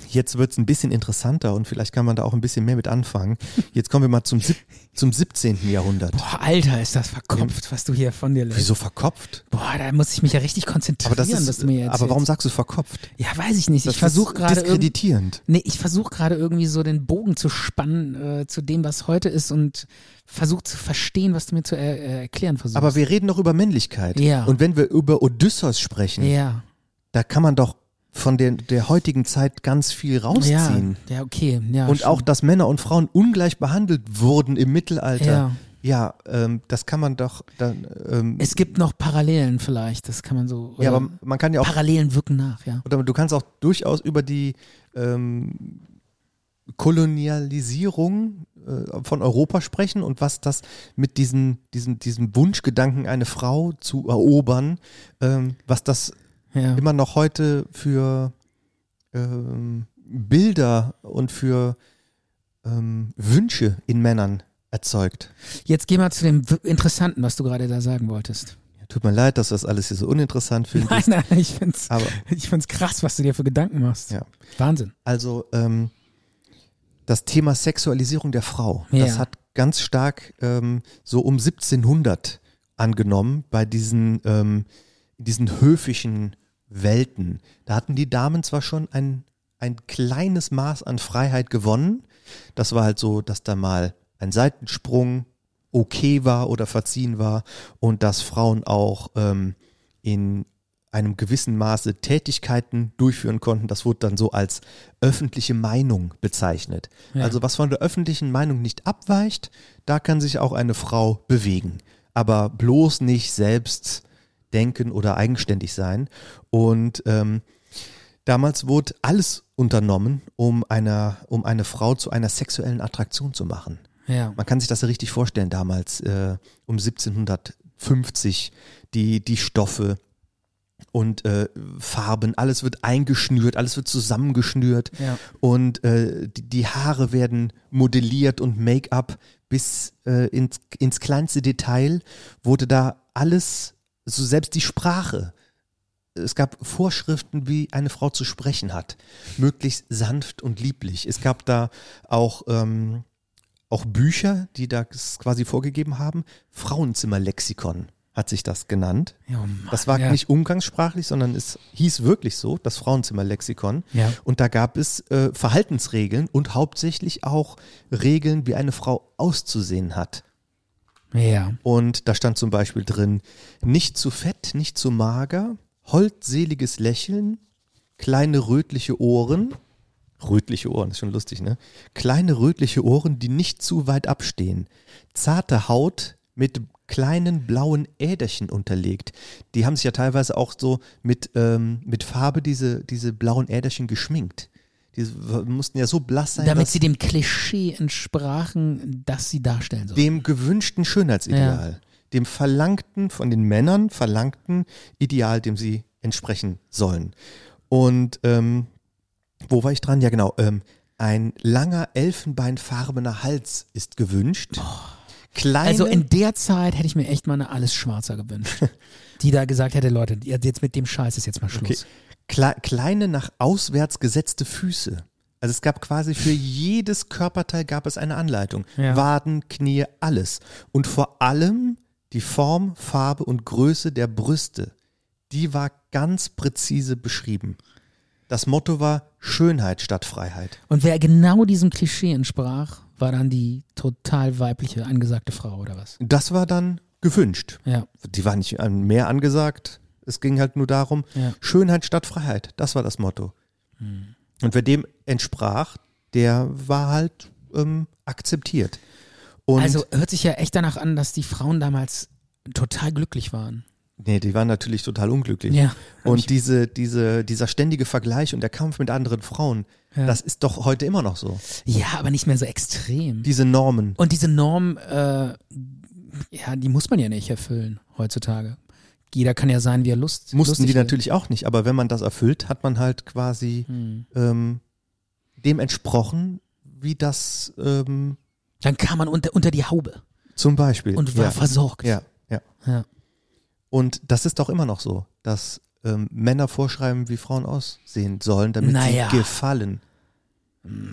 [SPEAKER 1] jetzt wird es ein bisschen interessanter und vielleicht kann man da auch ein bisschen mehr mit anfangen. Jetzt kommen wir mal zum, sieb- zum 17. Jahrhundert.
[SPEAKER 2] Boah, Alter, ist das verkopft, was du hier von dir lässt.
[SPEAKER 1] Wieso verkopft?
[SPEAKER 2] Boah, da muss ich mich ja richtig konzentrieren,
[SPEAKER 1] Aber, das ist,
[SPEAKER 2] was du mir jetzt
[SPEAKER 1] aber warum sagst du verkopft?
[SPEAKER 2] Ja, weiß ich nicht.
[SPEAKER 1] Das
[SPEAKER 2] Ich versuche
[SPEAKER 1] ist
[SPEAKER 2] gerade irgend-
[SPEAKER 1] Diskreditierend.
[SPEAKER 2] Nee, ich versuche gerade irgendwie so den Bogen zu spannen äh, zu dem, was heute ist und versuche zu verstehen, was du mir zu er äh, erklären versuchst.
[SPEAKER 1] Aber wir reden doch über Männlichkeit.
[SPEAKER 2] Ja.
[SPEAKER 1] Und wenn wir über Odysseus sprechen,
[SPEAKER 2] ja,
[SPEAKER 1] da kann man doch von der, der heutigen Zeit ganz viel
[SPEAKER 2] ja,
[SPEAKER 1] rausziehen.
[SPEAKER 2] ja, okay, ja.
[SPEAKER 1] und auch,
[SPEAKER 2] schon.
[SPEAKER 1] dass Männer und Frauen ungleich behandelt wurden im Mittelalter.
[SPEAKER 2] Ja.
[SPEAKER 1] Ja, ähm, das kann man doch dann. Ähm,
[SPEAKER 2] es gibt noch Parallelen vielleicht, das kann man so.
[SPEAKER 1] ja,
[SPEAKER 2] oder
[SPEAKER 1] aber man kann ja auch
[SPEAKER 2] Parallelen wirken nach, ja.
[SPEAKER 1] Oder du kannst auch durchaus über die ähm, Kolonialisierung äh, von Europa sprechen und was das mit diesem, diesem, diesem Wunschgedanken, eine Frau zu erobern, ähm, was das
[SPEAKER 2] ja.
[SPEAKER 1] immer noch heute für ähm, Bilder und für ähm, Wünsche in Männern erzeugt.
[SPEAKER 2] Jetzt geh mal zu dem w- Interessanten, was du gerade da
[SPEAKER 1] [laughs]
[SPEAKER 2] sagen wolltest.
[SPEAKER 1] Tut mir leid, dass du das alles hier so uninteressant
[SPEAKER 2] Nein,
[SPEAKER 1] findest.
[SPEAKER 2] nein, ich find's,
[SPEAKER 1] Aber
[SPEAKER 2] ich find's krass, was du dir für Gedanken machst.
[SPEAKER 1] Ah. Ja.
[SPEAKER 2] Wahnsinn.
[SPEAKER 1] Also ähm, das Thema Sexualisierung der Frau,
[SPEAKER 2] Ja.
[SPEAKER 1] das hat ganz stark ähm, so um 1700 angenommen bei diesen, ähm, diesen höfischen Welten. Da hatten die Damen zwar schon ein, ein kleines Maß an Freiheit gewonnen. Das war halt so, dass da mal ein Seitensprung okay war oder verziehen war und dass Frauen auch ähm, in einem gewissen Maße Tätigkeiten durchführen konnten. Das wurde dann so als öffentliche Meinung bezeichnet.
[SPEAKER 2] Ja.
[SPEAKER 1] Also was von der öffentlichen Meinung nicht abweicht, da kann sich auch eine Frau bewegen. Aber bloß nicht selbst denken oder eigenständig sein. Und ähm, damals wurde alles unternommen, um, einer, um eine Frau zu einer sexuellen Attraktion zu machen.
[SPEAKER 2] Ja.
[SPEAKER 1] Man kann sich das ja richtig vorstellen damals, äh, um 1750, die, die Stoffe und äh, Farben, alles wird eingeschnürt, alles wird zusammengeschnürt
[SPEAKER 2] Ja.
[SPEAKER 1] und äh, die, die Haare werden modelliert und Make-up bis äh, ins, ins kleinste Detail wurde da alles, so selbst die Sprache. Es gab Vorschriften, wie eine Frau zu sprechen hat. Möglichst sanft und lieblich. Es gab da auch ähm, auch Bücher, die das quasi vorgegeben haben. Frauenzimmerlexikon hat sich das genannt.
[SPEAKER 2] Ja, oh Mann,
[SPEAKER 1] Das war
[SPEAKER 2] ja.
[SPEAKER 1] nicht umgangssprachlich, sondern es hieß wirklich so, das Frauenzimmerlexikon.
[SPEAKER 2] Ja.
[SPEAKER 1] Und da gab es äh, Verhaltensregeln und hauptsächlich auch Regeln, wie eine Frau auszusehen hat.
[SPEAKER 2] Ja.
[SPEAKER 1] Und da stand zum Beispiel drin, nicht zu fett, nicht zu mager, holdseliges Lächeln, kleine rötliche Ohren, rötliche Ohren, ist schon lustig, ne? Kleine rötliche Ohren, die nicht zu weit abstehen, zarte Haut mit kleinen blauen Äderchen unterlegt. Die haben sich ja teilweise auch so mit, ähm, mit Farbe diese, diese blauen Äderchen geschminkt. Die mussten ja so blass sein,
[SPEAKER 2] Damit
[SPEAKER 1] dass
[SPEAKER 2] sie dem Klischee entsprachen, das sie darstellen sollen.
[SPEAKER 1] dem gewünschten Schönheitsideal, dem verlangten, von den Männern verlangten Ideal, dem sie entsprechen sollen. Und ähm, wo war ich dran? Ja, genau. Ähm, ein langer elfenbeinfarbener Hals ist gewünscht. Kleine,
[SPEAKER 2] Oh. Also in der Zeit hätte ich mir echt mal eine alles
[SPEAKER 1] [laughs]
[SPEAKER 2] Schwarzer gewünscht, die da gesagt hätte, Leute, jetzt mit dem Scheiß ist jetzt mal
[SPEAKER 1] okay,
[SPEAKER 2] Schluss.
[SPEAKER 1] kle kleine nach auswärts gesetzte Füße. Also es gab quasi für jedes Körperteil gab es eine Anleitung.
[SPEAKER 2] Ja.
[SPEAKER 1] Waden, Knie, alles. Und vor allem die Form, Farbe und Größe der Brüste. Die war ganz präzise beschrieben. Das Motto war Schönheit statt Freiheit.
[SPEAKER 2] Und wer genau diesem Klischee entsprach, war dann die total weibliche angesagte Frau oder was?
[SPEAKER 1] Das war dann gewünscht.
[SPEAKER 2] Ja,
[SPEAKER 1] Die war nicht an- mehr angesagt. Es ging halt nur darum,
[SPEAKER 2] Ja. Hm.
[SPEAKER 1] Schönheit statt Freiheit. Das war das Motto. Und wer dem entsprach, der war halt ähm, akzeptiert. Und
[SPEAKER 2] also hört sich ja echt danach an, dass die Frauen damals total glücklich waren.
[SPEAKER 1] nee, die waren natürlich total unglücklich.
[SPEAKER 2] Ja.
[SPEAKER 1] Und diese, diese, dieser ständige Vergleich und der Kampf mit anderen Frauen,
[SPEAKER 2] Ja.
[SPEAKER 1] das ist doch heute immer noch so.
[SPEAKER 2] Ja, aber nicht mehr so extrem.
[SPEAKER 1] Diese Normen.
[SPEAKER 2] Und diese Norm, äh, ja, die muss man ja nicht erfüllen heutzutage. Jeder kann ja sein, wie er Lust
[SPEAKER 1] Mussten
[SPEAKER 2] lustig
[SPEAKER 1] die
[SPEAKER 2] will.
[SPEAKER 1] natürlich auch nicht, aber wenn man das erfüllt, hat man halt quasi
[SPEAKER 2] Hm.
[SPEAKER 1] ähm, dem entsprochen, wie das ähm,
[SPEAKER 2] Dann kam man unter, unter die Haube
[SPEAKER 1] zum Beispiel.
[SPEAKER 2] und war
[SPEAKER 1] ja.
[SPEAKER 2] versorgt.
[SPEAKER 1] Ja, ja.
[SPEAKER 2] Ja.
[SPEAKER 1] Und das ist doch immer noch so, dass ähm, Männer vorschreiben, wie Frauen aussehen sollen, damit
[SPEAKER 2] Naja.
[SPEAKER 1] sie gefallen.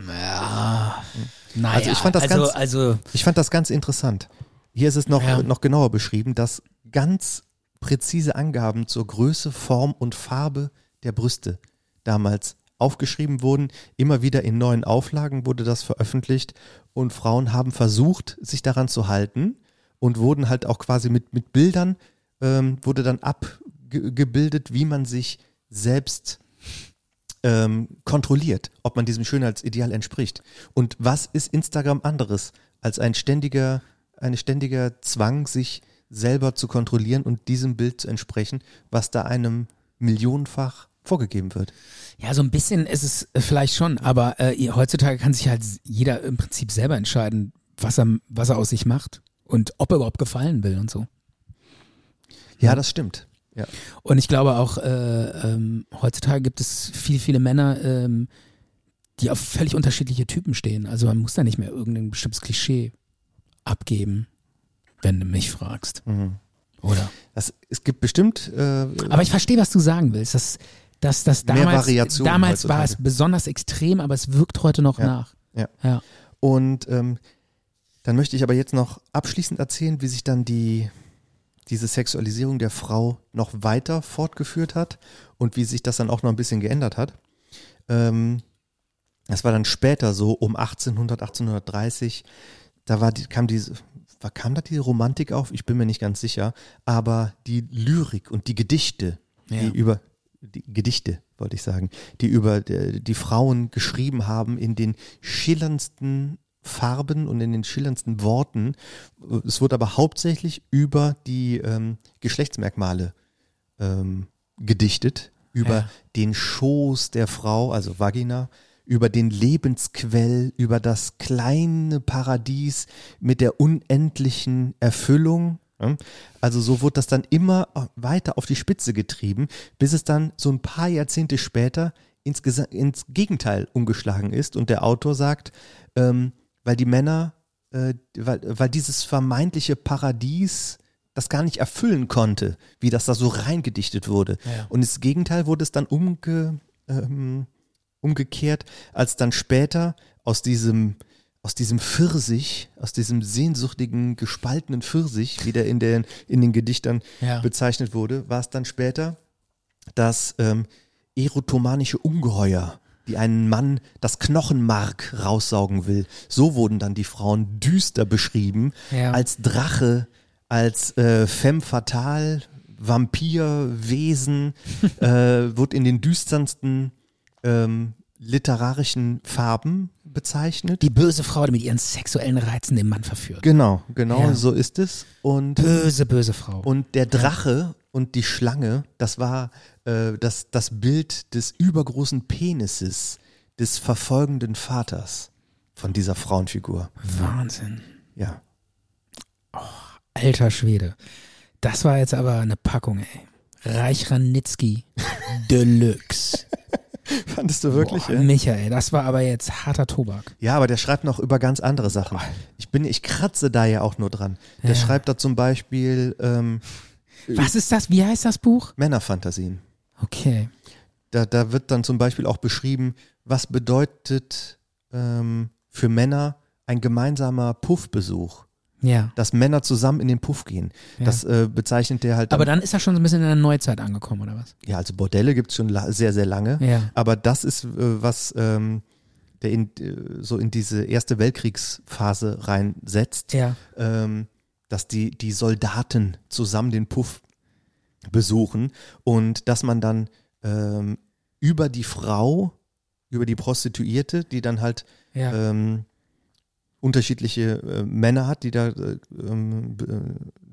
[SPEAKER 2] Ja. Naja,
[SPEAKER 1] Also ich fand das
[SPEAKER 2] also,
[SPEAKER 1] ganz-
[SPEAKER 2] also
[SPEAKER 1] Ich fand das ganz interessant. Hier ist es noch,
[SPEAKER 2] Ja.
[SPEAKER 1] noch genauer beschrieben, dass ganz präzise Angaben zur Größe, Form und Farbe der Brüste damals aufgeschrieben wurden. Immer wieder in neuen Auflagen wurde das veröffentlicht und Frauen haben versucht, sich daran zu halten und wurden halt auch quasi mit, mit Bildern, ähm, wurde dann abgebildet, wie man sich selbst ähm, kontrolliert, ob man diesem Schönheitsideal entspricht. Und was ist Instagram anderes als ein ständiger, ein ständiger Zwang, sich selber zu kontrollieren und diesem Bild zu entsprechen, was da einem millionenfach vorgegeben wird?
[SPEAKER 2] Ja, so ein bisschen ist es äh, vielleicht schon, aber äh, ihr- heutzutage kann sich halt s- jeder im Prinzip selber entscheiden, was er, was er aus sich macht und ob er überhaupt gefallen will und so.
[SPEAKER 1] Ja, das stimmt. Ja.
[SPEAKER 2] Und ich glaube auch, äh, ähm, heutzutage gibt es viele, viele Männer, ähm, die auf völlig unterschiedliche Typen stehen. Also man muss da nicht mehr irgendein bestimmtes Klischee abgeben, wenn du mich fragst. Oder?
[SPEAKER 1] Das, es gibt bestimmt. Äh,
[SPEAKER 2] Aber ich verstehe, was du sagen willst. Das, das, das
[SPEAKER 1] Mehr
[SPEAKER 2] damals,
[SPEAKER 1] Variation
[SPEAKER 2] damals war es
[SPEAKER 1] heutzutage.
[SPEAKER 2] besonders extrem, aber es wirkt heute noch
[SPEAKER 1] Ja.
[SPEAKER 2] nach.
[SPEAKER 1] Ja.
[SPEAKER 2] Ja.
[SPEAKER 1] Und ähm, dann möchte ich aber jetzt noch abschließend erzählen, wie sich dann die, diese Sexualisierung der Frau noch weiter fortgeführt hat und wie sich das dann auch noch ein bisschen geändert hat. Ähm, das war dann später so um 1800, 1830. Da war die, kam diese, war, kam da die Romantik auf? Ich bin mir nicht ganz sicher. Aber die Lyrik und die Gedichte,
[SPEAKER 2] Ja.
[SPEAKER 1] die über die Gedichte, wollte ich sagen, die über äh, die Frauen geschrieben haben in den schillerndsten Farben und in den schillerndsten Worten. äh, Es wurde aber hauptsächlich über die ähm, Geschlechtsmerkmale ähm, gedichtet, über
[SPEAKER 2] Ja.
[SPEAKER 1] den Schoß der Frau, also Vagina, über den Lebensquell, über das kleine Paradies mit der unendlichen Erfüllung. ja. Also so wurde das dann immer weiter auf die Spitze getrieben, bis es dann so ein paar Jahrzehnte später ins, Gesa- ins Gegenteil umgeschlagen ist und der Autor sagt, ähm, weil die Männer, äh, weil, weil dieses vermeintliche Paradies das gar nicht erfüllen konnte, wie das da so reingedichtet wurde. Und das Gegenteil wurde es dann umge, ähm, umgekehrt, als dann später aus diesem, aus diesem Pfirsich, aus diesem sehnsuchtigen, gespaltenen Pfirsich, wie der in den, in den Gedichtern
[SPEAKER 2] Ja.
[SPEAKER 1] bezeichnet wurde, war es dann später das ähm, erotomanische Ungeheuer, die einen Mann das Knochenmark raussaugen will. So wurden dann die Frauen düster beschrieben,
[SPEAKER 2] Ja.
[SPEAKER 1] als Drache, als äh, femme fatale, Vampir,
[SPEAKER 2] [laughs]
[SPEAKER 1] Wesen, äh, wurde in den düsternsten ähm, literarischen Farben bezeichnet.
[SPEAKER 2] Die böse Frau, die mit ihren sexuellen Reizen den Mann verführt.
[SPEAKER 1] genau, genau,
[SPEAKER 2] Ja. Äh,
[SPEAKER 1] so ist es. Und äh,
[SPEAKER 2] böse, böse Frau.
[SPEAKER 1] Und der Drache und die Schlange, das war äh, das, das Bild des übergroßen Penises des verfolgenden Vaters von dieser Frauenfigur.
[SPEAKER 2] Wahnsinn.
[SPEAKER 1] Ja.
[SPEAKER 2] Alter Schwede. Das war jetzt aber eine Packung, ey.
[SPEAKER 1] [laughs]
[SPEAKER 2] Reich Ranitzky Deluxe.
[SPEAKER 1] Fandest du wirklich?
[SPEAKER 2] Boah, Michael, das war aber jetzt harter Tobak.
[SPEAKER 1] Ja, aber der schreibt noch über ganz andere Sachen. Ich bin, ich kratze da ja auch nur dran. Der
[SPEAKER 2] Ja.
[SPEAKER 1] schreibt da zum Beispiel ähm,
[SPEAKER 2] Was ist das? Wie heißt das Buch?
[SPEAKER 1] Männerfantasien.
[SPEAKER 2] Okay.
[SPEAKER 1] da, da wird dann zum Beispiel auch beschrieben, was bedeutet ähm, für Männer ein gemeinsamer Puffbesuch.
[SPEAKER 2] Ja.
[SPEAKER 1] Dass Männer zusammen in den Puff gehen.
[SPEAKER 2] Ja.
[SPEAKER 1] Das äh, bezeichnet der halt.
[SPEAKER 2] Aber dann ist er schon so ein bisschen in der Neuzeit angekommen, oder was?
[SPEAKER 1] ja, also Bordelle gibt es schon la sehr, sehr lange.
[SPEAKER 2] Ja.
[SPEAKER 1] Aber das ist, äh, was ähm, der in, äh, so in diese Erste Weltkriegsphase reinsetzt.
[SPEAKER 2] Ja.
[SPEAKER 1] ähm, dass die, die Soldaten zusammen den Puff besuchen und dass man dann ähm, über die Frau, über die Prostituierte, die dann halt
[SPEAKER 2] Ja.
[SPEAKER 1] ähm, unterschiedliche äh, Männer hat, die da äh, ähm, b- äh,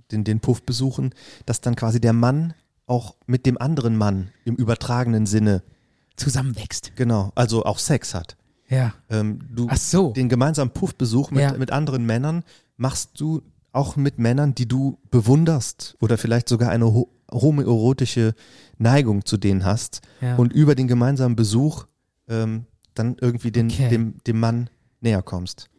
[SPEAKER 1] den, den Puff besuchen, dass dann quasi der Mann auch mit dem anderen Mann im übertragenen Sinne,
[SPEAKER 2] Zusammenwächst.
[SPEAKER 1] genau, also auch Sex hat.
[SPEAKER 2] Ja.
[SPEAKER 1] Ähm, du
[SPEAKER 2] Ach so.
[SPEAKER 1] den gemeinsamen Puffbesuch mit,
[SPEAKER 2] Ja.
[SPEAKER 1] mit anderen Männern machst du auch mit Männern, die du bewunderst oder vielleicht sogar eine ho homoerotische Neigung zu denen hast
[SPEAKER 2] Ja.
[SPEAKER 1] und über den gemeinsamen Besuch ähm, dann irgendwie den,
[SPEAKER 2] Okay.
[SPEAKER 1] dem, dem Mann näher kommst.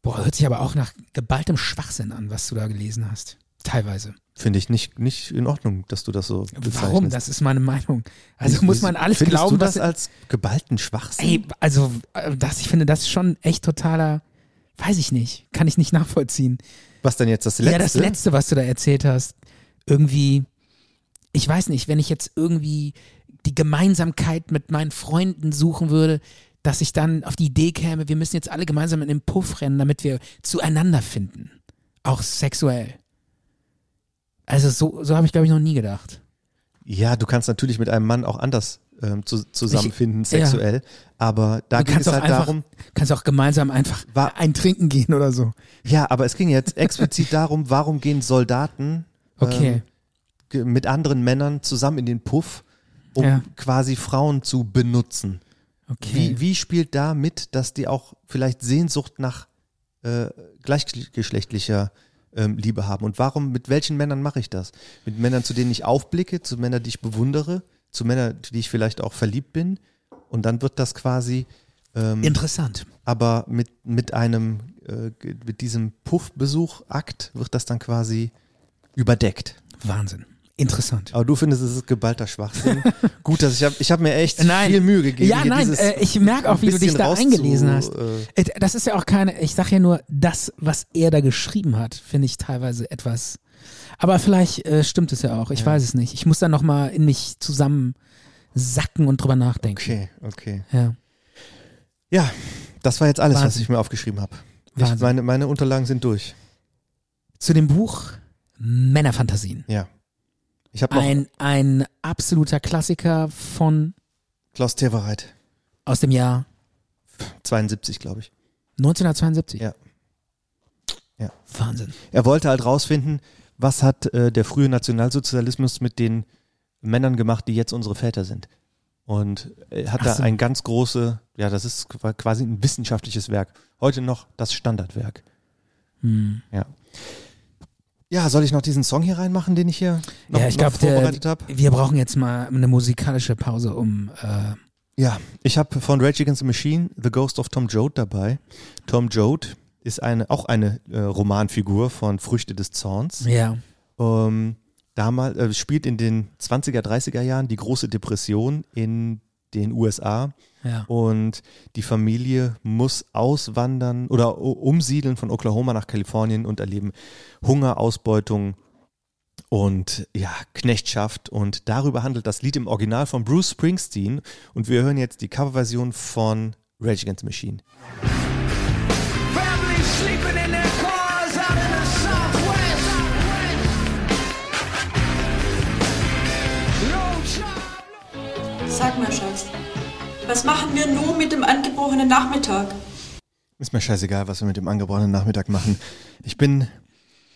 [SPEAKER 2] Boah, hört sich aber auch nach geballtem Schwachsinn an, was du da gelesen hast. Teilweise.
[SPEAKER 1] Finde ich nicht, nicht in Ordnung, dass du das so bezeichnest.
[SPEAKER 2] Warum? Das ist meine Meinung. Also muss man alles
[SPEAKER 1] Findest
[SPEAKER 2] glauben,
[SPEAKER 1] du das
[SPEAKER 2] was.
[SPEAKER 1] als geballten Schwachsinn?
[SPEAKER 2] Ey, also äh, das, ich finde das schon echt totaler, weiß ich nicht, kann ich nicht nachvollziehen.
[SPEAKER 1] was denn jetzt das letzte?
[SPEAKER 2] Ja, das Letzte, was du da erzählt hast, irgendwie, ich weiß nicht, wenn ich jetzt irgendwie die Gemeinsamkeit mit meinen Freunden suchen würde, dass ich dann auf die Idee käme, wir müssen jetzt alle gemeinsam in den Puff rennen, damit wir zueinander finden. Auch sexuell. Also so, so habe ich, glaube ich, noch nie gedacht.
[SPEAKER 1] Ja, du kannst natürlich mit einem Mann auch anders ähm, zu, zusammenfinden, sexuell. Aber da
[SPEAKER 2] Du
[SPEAKER 1] ging
[SPEAKER 2] kannst
[SPEAKER 1] es
[SPEAKER 2] auch,
[SPEAKER 1] halt
[SPEAKER 2] einfach,
[SPEAKER 1] darum.
[SPEAKER 2] kannst auch gemeinsam einfach
[SPEAKER 1] War-
[SPEAKER 2] ein Trinken gehen oder so.
[SPEAKER 1] Ja, aber es ging jetzt
[SPEAKER 2] [laughs]
[SPEAKER 1] explizit darum, warum gehen Soldaten Ähm,
[SPEAKER 2] Okay.
[SPEAKER 1] ge- mit anderen Männern zusammen in den Puff, um
[SPEAKER 2] Ja.
[SPEAKER 1] quasi Frauen zu benutzen.
[SPEAKER 2] okay.
[SPEAKER 1] Wie, wie spielt da mit, dass die auch vielleicht Sehnsucht nach äh, gleichgeschlechtlicher ähm, Liebe haben? Und warum, mit welchen Männern mache ich das? Mit Männern, zu denen ich aufblicke, zu Männern, die ich bewundere, zu Männern, die ich vielleicht auch verliebt bin. Und dann wird das quasi, ähm,
[SPEAKER 2] Interessant.
[SPEAKER 1] aber mit, mit einem, äh, ge- mit diesem Puffbesuchakt wird das dann quasi überdeckt.
[SPEAKER 2] Wahnsinn. Interessant.
[SPEAKER 1] Aber du findest, es ist geballter Schwachsinn.
[SPEAKER 2] [laughs]
[SPEAKER 1] Gut, dass ich habe ich hab mir echt
[SPEAKER 2] Nein.
[SPEAKER 1] viel Mühe gegeben.
[SPEAKER 2] Ja,
[SPEAKER 1] hier
[SPEAKER 2] nein,
[SPEAKER 1] dieses
[SPEAKER 2] äh, ich merke auch, wie du dich
[SPEAKER 1] bisschen
[SPEAKER 2] da
[SPEAKER 1] rauszu-
[SPEAKER 2] eingelesen hast.
[SPEAKER 1] äh,
[SPEAKER 2] Äh, Das ist ja auch keine, ich sage ja nur, das, was er da geschrieben hat, finde ich teilweise etwas. Aber vielleicht äh, stimmt es ja auch, ich weiß es nicht. Ich muss da nochmal in mich zusammensacken und drüber nachdenken.
[SPEAKER 1] Okay, okay.
[SPEAKER 2] Ja.
[SPEAKER 1] Ja, das war jetzt alles, was
[SPEAKER 2] Wahnsinn.
[SPEAKER 1] ich mir aufgeschrieben habe.
[SPEAKER 2] Wahnsinn.
[SPEAKER 1] Ich- Meine, meine Unterlagen sind durch.
[SPEAKER 2] Zu dem Buch Männerfantasien.
[SPEAKER 1] Ja. Ich habe noch
[SPEAKER 2] Ein, ein absoluter Klassiker von
[SPEAKER 1] Klaus Tevereit,
[SPEAKER 2] aus dem Jahr
[SPEAKER 1] 72, glaube ich.
[SPEAKER 2] 1972.
[SPEAKER 1] Ja. Ja.
[SPEAKER 2] Wahnsinn.
[SPEAKER 1] Er wollte halt rausfinden, was hat äh, der frühe Nationalsozialismus mit den Männern gemacht, die jetzt unsere Väter sind. Und äh, hat
[SPEAKER 2] Ach
[SPEAKER 1] da
[SPEAKER 2] so.
[SPEAKER 1] ein ganz große, ja, das ist qu- quasi ein wissenschaftliches Werk. Heute noch das Standardwerk.
[SPEAKER 2] Hm.
[SPEAKER 1] Ja. Ja, soll ich noch diesen Song hier reinmachen, den ich hier noch,
[SPEAKER 2] ja, ich
[SPEAKER 1] noch
[SPEAKER 2] glaube,
[SPEAKER 1] vorbereitet habe?
[SPEAKER 2] wir brauchen jetzt mal eine musikalische Pause, um äh,
[SPEAKER 1] Ja, ich habe von Rage Against the Machine The Ghost of Tom Joad dabei. Tom Joad ist eine, auch eine äh, Romanfigur von Früchte des Zorns.
[SPEAKER 2] ja.
[SPEAKER 1] Ähm, damals äh, spielt in den 20er, 30er Jahren die große Depression in den USA
[SPEAKER 2] ja.
[SPEAKER 1] und die Familie muss auswandern oder u- umsiedeln von Oklahoma nach Kalifornien und erleben Hunger, Ausbeutung und ja, Knechtschaft. Und darüber handelt das Lied im Original von Bruce Springsteen. Und wir hören jetzt die Coverversion von Rage Against the Machine.
[SPEAKER 7] Families sleeping in their cars out in the southwest.
[SPEAKER 10] Sag mal, Schatz, was machen wir nun mit dem angebrochenen Nachmittag?
[SPEAKER 1] Ist mir scheißegal, was wir mit dem angeborenen Nachmittag machen. Ich bin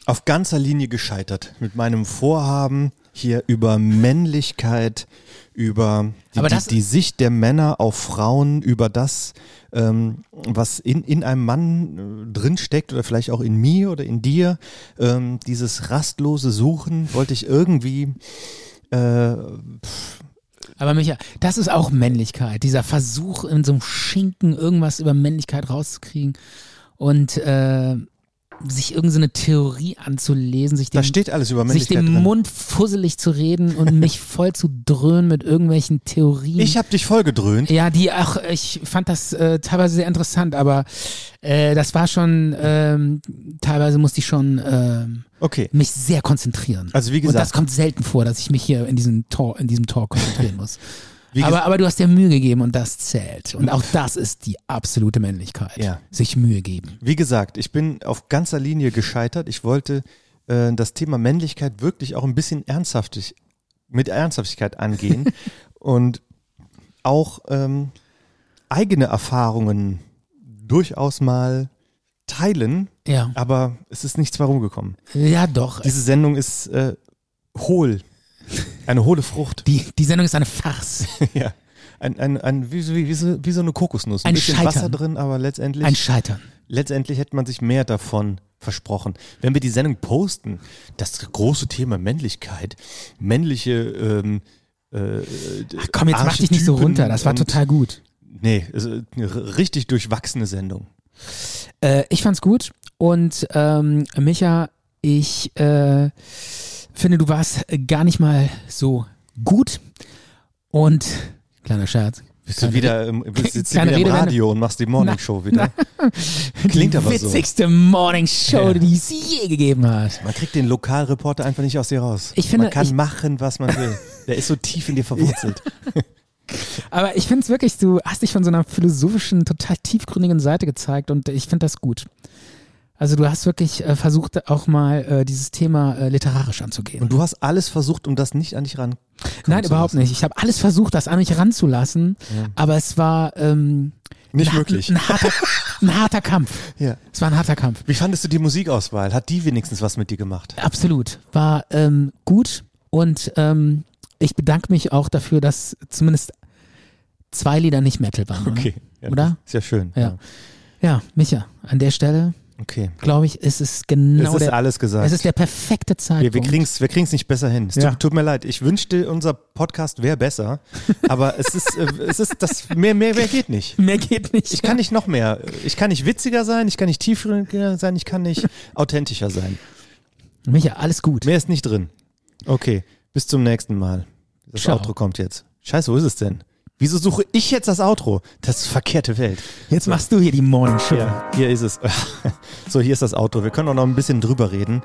[SPEAKER 1] auf ganzer Linie gescheitert mit meinem Vorhaben hier über Männlichkeit, über die,
[SPEAKER 2] Aber das-
[SPEAKER 1] die, die Sicht der Männer auf Frauen, über das, ähm, was in, in einem Mann äh, drinsteckt oder vielleicht auch in mir oder in dir. Ähm, dieses rastlose Suchen wollte ich irgendwie äh,
[SPEAKER 2] Aber Micha, das ist auch Männlichkeit, dieser Versuch in so einem Schinken irgendwas über Männlichkeit rauszukriegen und äh, sich irgendeine so eine Theorie anzulesen, sich
[SPEAKER 1] da
[SPEAKER 2] den,
[SPEAKER 1] steht alles über
[SPEAKER 2] sich
[SPEAKER 1] Männlichkeit
[SPEAKER 2] den
[SPEAKER 1] drin.
[SPEAKER 2] Mund fusselig zu reden
[SPEAKER 1] [laughs]
[SPEAKER 2] und mich voll zu dröhnen mit irgendwelchen Theorien.
[SPEAKER 1] Ich habe dich vollgedröhnt.
[SPEAKER 2] ja, die, ach, ich fand das äh, teilweise sehr interessant, aber äh, das war schon, ähm, teilweise musste ich schon ähm,
[SPEAKER 1] Okay.
[SPEAKER 2] mich sehr konzentrieren.
[SPEAKER 1] Also wie
[SPEAKER 2] und
[SPEAKER 1] gesagt-
[SPEAKER 2] das kommt selten vor, dass ich mich hier in diesem Tor, in diesem
[SPEAKER 1] [laughs]
[SPEAKER 2] Tor konzentrieren muss.
[SPEAKER 1] Wie
[SPEAKER 2] aber, aber du hast dir Mühe gegeben und das zählt. Und auch das ist die absolute Männlichkeit.
[SPEAKER 1] Ja.
[SPEAKER 2] Sich Mühe geben.
[SPEAKER 1] Wie gesagt, ich bin auf ganzer Linie gescheitert. Ich wollte äh, das Thema Männlichkeit wirklich auch ein bisschen ernsthaftig, mit Ernsthaftigkeit angehen und auch ähm, eigene Erfahrungen durchaus mal teilen,
[SPEAKER 2] Ja.
[SPEAKER 1] aber es ist nichts mehr rumgekommen.
[SPEAKER 2] Ja, doch.
[SPEAKER 1] Diese Sendung ist äh, hohl, eine hohle Frucht.
[SPEAKER 2] [laughs] Die, die Sendung ist
[SPEAKER 1] [laughs]
[SPEAKER 2] eine Farce.
[SPEAKER 1] ja. Ein, ein, ein, wie, so- wie, so- wie so eine Kokosnuss. Ein
[SPEAKER 2] Ein
[SPEAKER 1] bisschen
[SPEAKER 2] Scheitern.
[SPEAKER 1] Wasser drin, aber letztendlich
[SPEAKER 2] Ein Scheitern.
[SPEAKER 1] letztendlich hätte man sich mehr davon versprochen. Wenn wir die Sendung posten, das große Thema Männlichkeit, männliche ähm, äh,
[SPEAKER 2] Ach komm, jetzt mach dich nicht so
[SPEAKER 1] Archetypen
[SPEAKER 2] runter. Das war
[SPEAKER 1] und-
[SPEAKER 2] total gut.
[SPEAKER 1] Nee, also eine r- richtig durchwachsene Sendung.
[SPEAKER 2] Äh, ich fand's gut. Und ähm, Micha, Ich äh, finde, du warst gar nicht mal so gut. Und kleiner Scherz.
[SPEAKER 1] Bist du wieder im, bist, sitzt du
[SPEAKER 2] Kleine
[SPEAKER 1] wieder im
[SPEAKER 2] Redewendung.
[SPEAKER 1] Radio und machst die Morning Show wieder? Klingt aber
[SPEAKER 2] die
[SPEAKER 1] so.
[SPEAKER 2] witzigste Morning Show,
[SPEAKER 1] Ja.
[SPEAKER 2] die es je gegeben hat.
[SPEAKER 1] Man kriegt den Lokalreporter einfach nicht aus dir raus.
[SPEAKER 2] Ich finde,
[SPEAKER 1] man kann
[SPEAKER 2] ich-
[SPEAKER 1] machen, was man will. Der ist so tief in dir verwurzelt.
[SPEAKER 2] Aber ich finde es wirklich, du hast dich von so einer philosophischen, total tiefgründigen Seite gezeigt und ich finde das gut. Also du hast wirklich äh, versucht, auch mal äh, dieses Thema äh, literarisch anzugehen.
[SPEAKER 1] Und du hast alles versucht, um das nicht an dich ran.
[SPEAKER 2] Nein, überhaupt nicht. Ich habe alles versucht, das an mich ranzulassen, aber es war ähm,
[SPEAKER 1] Nicht
[SPEAKER 2] ein, har-
[SPEAKER 1] möglich.
[SPEAKER 2] Ein harter, ein harter [laughs] Kampf.
[SPEAKER 1] Ja.
[SPEAKER 2] Es war ein harter Kampf.
[SPEAKER 1] Wie fandest du die Musikauswahl? Hat die wenigstens was mit dir gemacht?
[SPEAKER 2] Absolut. War ähm, gut und ähm, ich bedanke mich auch dafür, dass zumindest zwei Lieder nicht Metal waren.
[SPEAKER 1] Okay. Ja,
[SPEAKER 2] Oder?
[SPEAKER 1] Ist ja schön.
[SPEAKER 2] Ja. Oder? Ja, Micha, an der Stelle,
[SPEAKER 1] Okay.
[SPEAKER 2] glaube ich, ist es genau
[SPEAKER 1] es ist
[SPEAKER 2] der,
[SPEAKER 1] alles gesagt.
[SPEAKER 2] es ist der perfekte
[SPEAKER 1] wir,
[SPEAKER 2] Zeitpunkt.
[SPEAKER 1] wir kriegen es wir kriegen's nicht besser hin. Es
[SPEAKER 2] Ja.
[SPEAKER 1] tut, tut mir leid. Ich wünschte, unser Podcast wäre besser. Aber es ist, äh, [laughs] es ist das, mehr, mehr, mehr geht nicht.
[SPEAKER 2] Mehr geht nicht.
[SPEAKER 1] Ich kann nicht noch mehr. Ich kann nicht witziger sein, ich kann nicht tiefgründiger sein, ich kann nicht authentischer sein.
[SPEAKER 2] Micha, alles gut.
[SPEAKER 1] Mehr ist nicht drin. Okay, bis zum nächsten Mal. Das
[SPEAKER 2] Ciao.
[SPEAKER 1] Outro kommt jetzt. Scheiße, wo ist es denn? Wieso suche ich jetzt das Outro? Das ist verkehrte Welt.
[SPEAKER 2] Jetzt machst du hier die Morning Show.
[SPEAKER 1] Ja, hier ist es. [laughs] So, hier ist das Outro. Wir können auch noch ein bisschen drüber reden.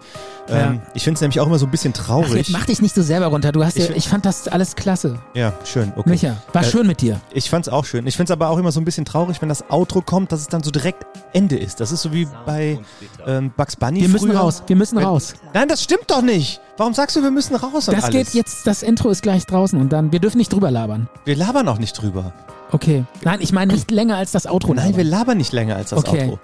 [SPEAKER 1] Ähm,
[SPEAKER 2] Ja.
[SPEAKER 1] ich finde es nämlich auch immer so ein bisschen
[SPEAKER 2] Ach, jetzt
[SPEAKER 1] traurig.
[SPEAKER 2] [laughs] mach dich nicht so selber runter. Du hast
[SPEAKER 1] Ich-
[SPEAKER 2] ja, ich fand das alles klasse.
[SPEAKER 1] ja, schön. Okay.
[SPEAKER 2] Micha, war
[SPEAKER 1] Äh,
[SPEAKER 2] schön mit dir.
[SPEAKER 1] Ich fand's auch schön. Ich find's aber auch immer so ein bisschen traurig, wenn das Outro kommt, dass es dann so direkt Ende ist. Das ist so wie bei ähm, Bugs Bunny
[SPEAKER 2] Wir müssen
[SPEAKER 1] früher.
[SPEAKER 2] raus, wir müssen raus.
[SPEAKER 1] Nein, das stimmt doch nicht. Warum sagst du, wir müssen raus und
[SPEAKER 2] Das
[SPEAKER 1] alles?
[SPEAKER 2] geht jetzt, das Intro ist gleich draußen und dann, wir dürfen nicht drüber labern.
[SPEAKER 1] Wir labern auch nicht drüber.
[SPEAKER 2] Okay. Nein, ich meine nicht länger als das Outro.
[SPEAKER 1] Nein, wir
[SPEAKER 2] labern.
[SPEAKER 1] labern nicht länger als das
[SPEAKER 2] Okay.
[SPEAKER 1] Outro.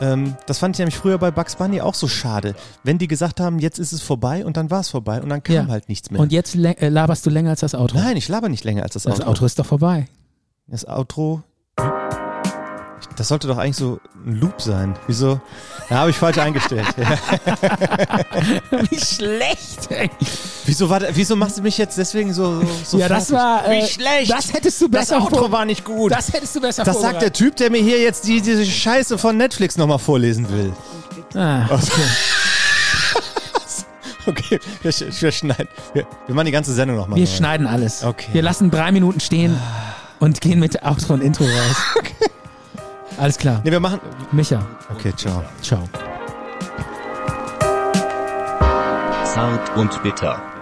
[SPEAKER 1] Ähm, das fand ich nämlich früher bei Bugs Bunny auch so schade. Wenn die gesagt haben, jetzt ist es vorbei und dann war es vorbei und dann kam
[SPEAKER 2] Ja.
[SPEAKER 1] halt nichts mehr.
[SPEAKER 2] Und jetzt lä- äh, laberst du länger als das Outro.
[SPEAKER 1] Nein, ich laber nicht länger als das
[SPEAKER 2] das
[SPEAKER 1] Outro.
[SPEAKER 2] Outro. ist doch vorbei.
[SPEAKER 1] Das Outro. Das sollte doch eigentlich so ein Loop sein. Wieso? Da habe ich falsch
[SPEAKER 2] [laughs]
[SPEAKER 1] eingestellt. [laughs] Ja.
[SPEAKER 2] Wie schlecht, ey.
[SPEAKER 1] Wieso, war da, wieso machst du mich jetzt deswegen so, so, so
[SPEAKER 2] [laughs] ja, das
[SPEAKER 1] fertig?
[SPEAKER 2] war. Äh,
[SPEAKER 1] Wie schlecht!
[SPEAKER 2] Das hättest du
[SPEAKER 1] Das
[SPEAKER 2] besser
[SPEAKER 1] Outro
[SPEAKER 2] vor-
[SPEAKER 1] war nicht gut.
[SPEAKER 2] Das hättest du besser
[SPEAKER 1] Das sagt der
[SPEAKER 2] vorbereitet.
[SPEAKER 1] Typ, der mir hier jetzt die, diese Scheiße von Netflix nochmal vorlesen will. [laughs]
[SPEAKER 2] Ah,
[SPEAKER 1] Oh
[SPEAKER 2] okay.
[SPEAKER 1] Okay, wir, sch- wir schneiden. Wir, wir machen die ganze Sendung nochmal.
[SPEAKER 2] Wir schneiden alles.
[SPEAKER 1] Okay. Ah.
[SPEAKER 2] Wir lassen drei Minuten stehen und gehen mit Outro und
[SPEAKER 1] [laughs]
[SPEAKER 2] Intro raus. Alles klar.
[SPEAKER 1] Nee, wir machen.
[SPEAKER 2] Micha,
[SPEAKER 1] Okay, ciao.
[SPEAKER 2] ciao.
[SPEAKER 11] Zart und bitter.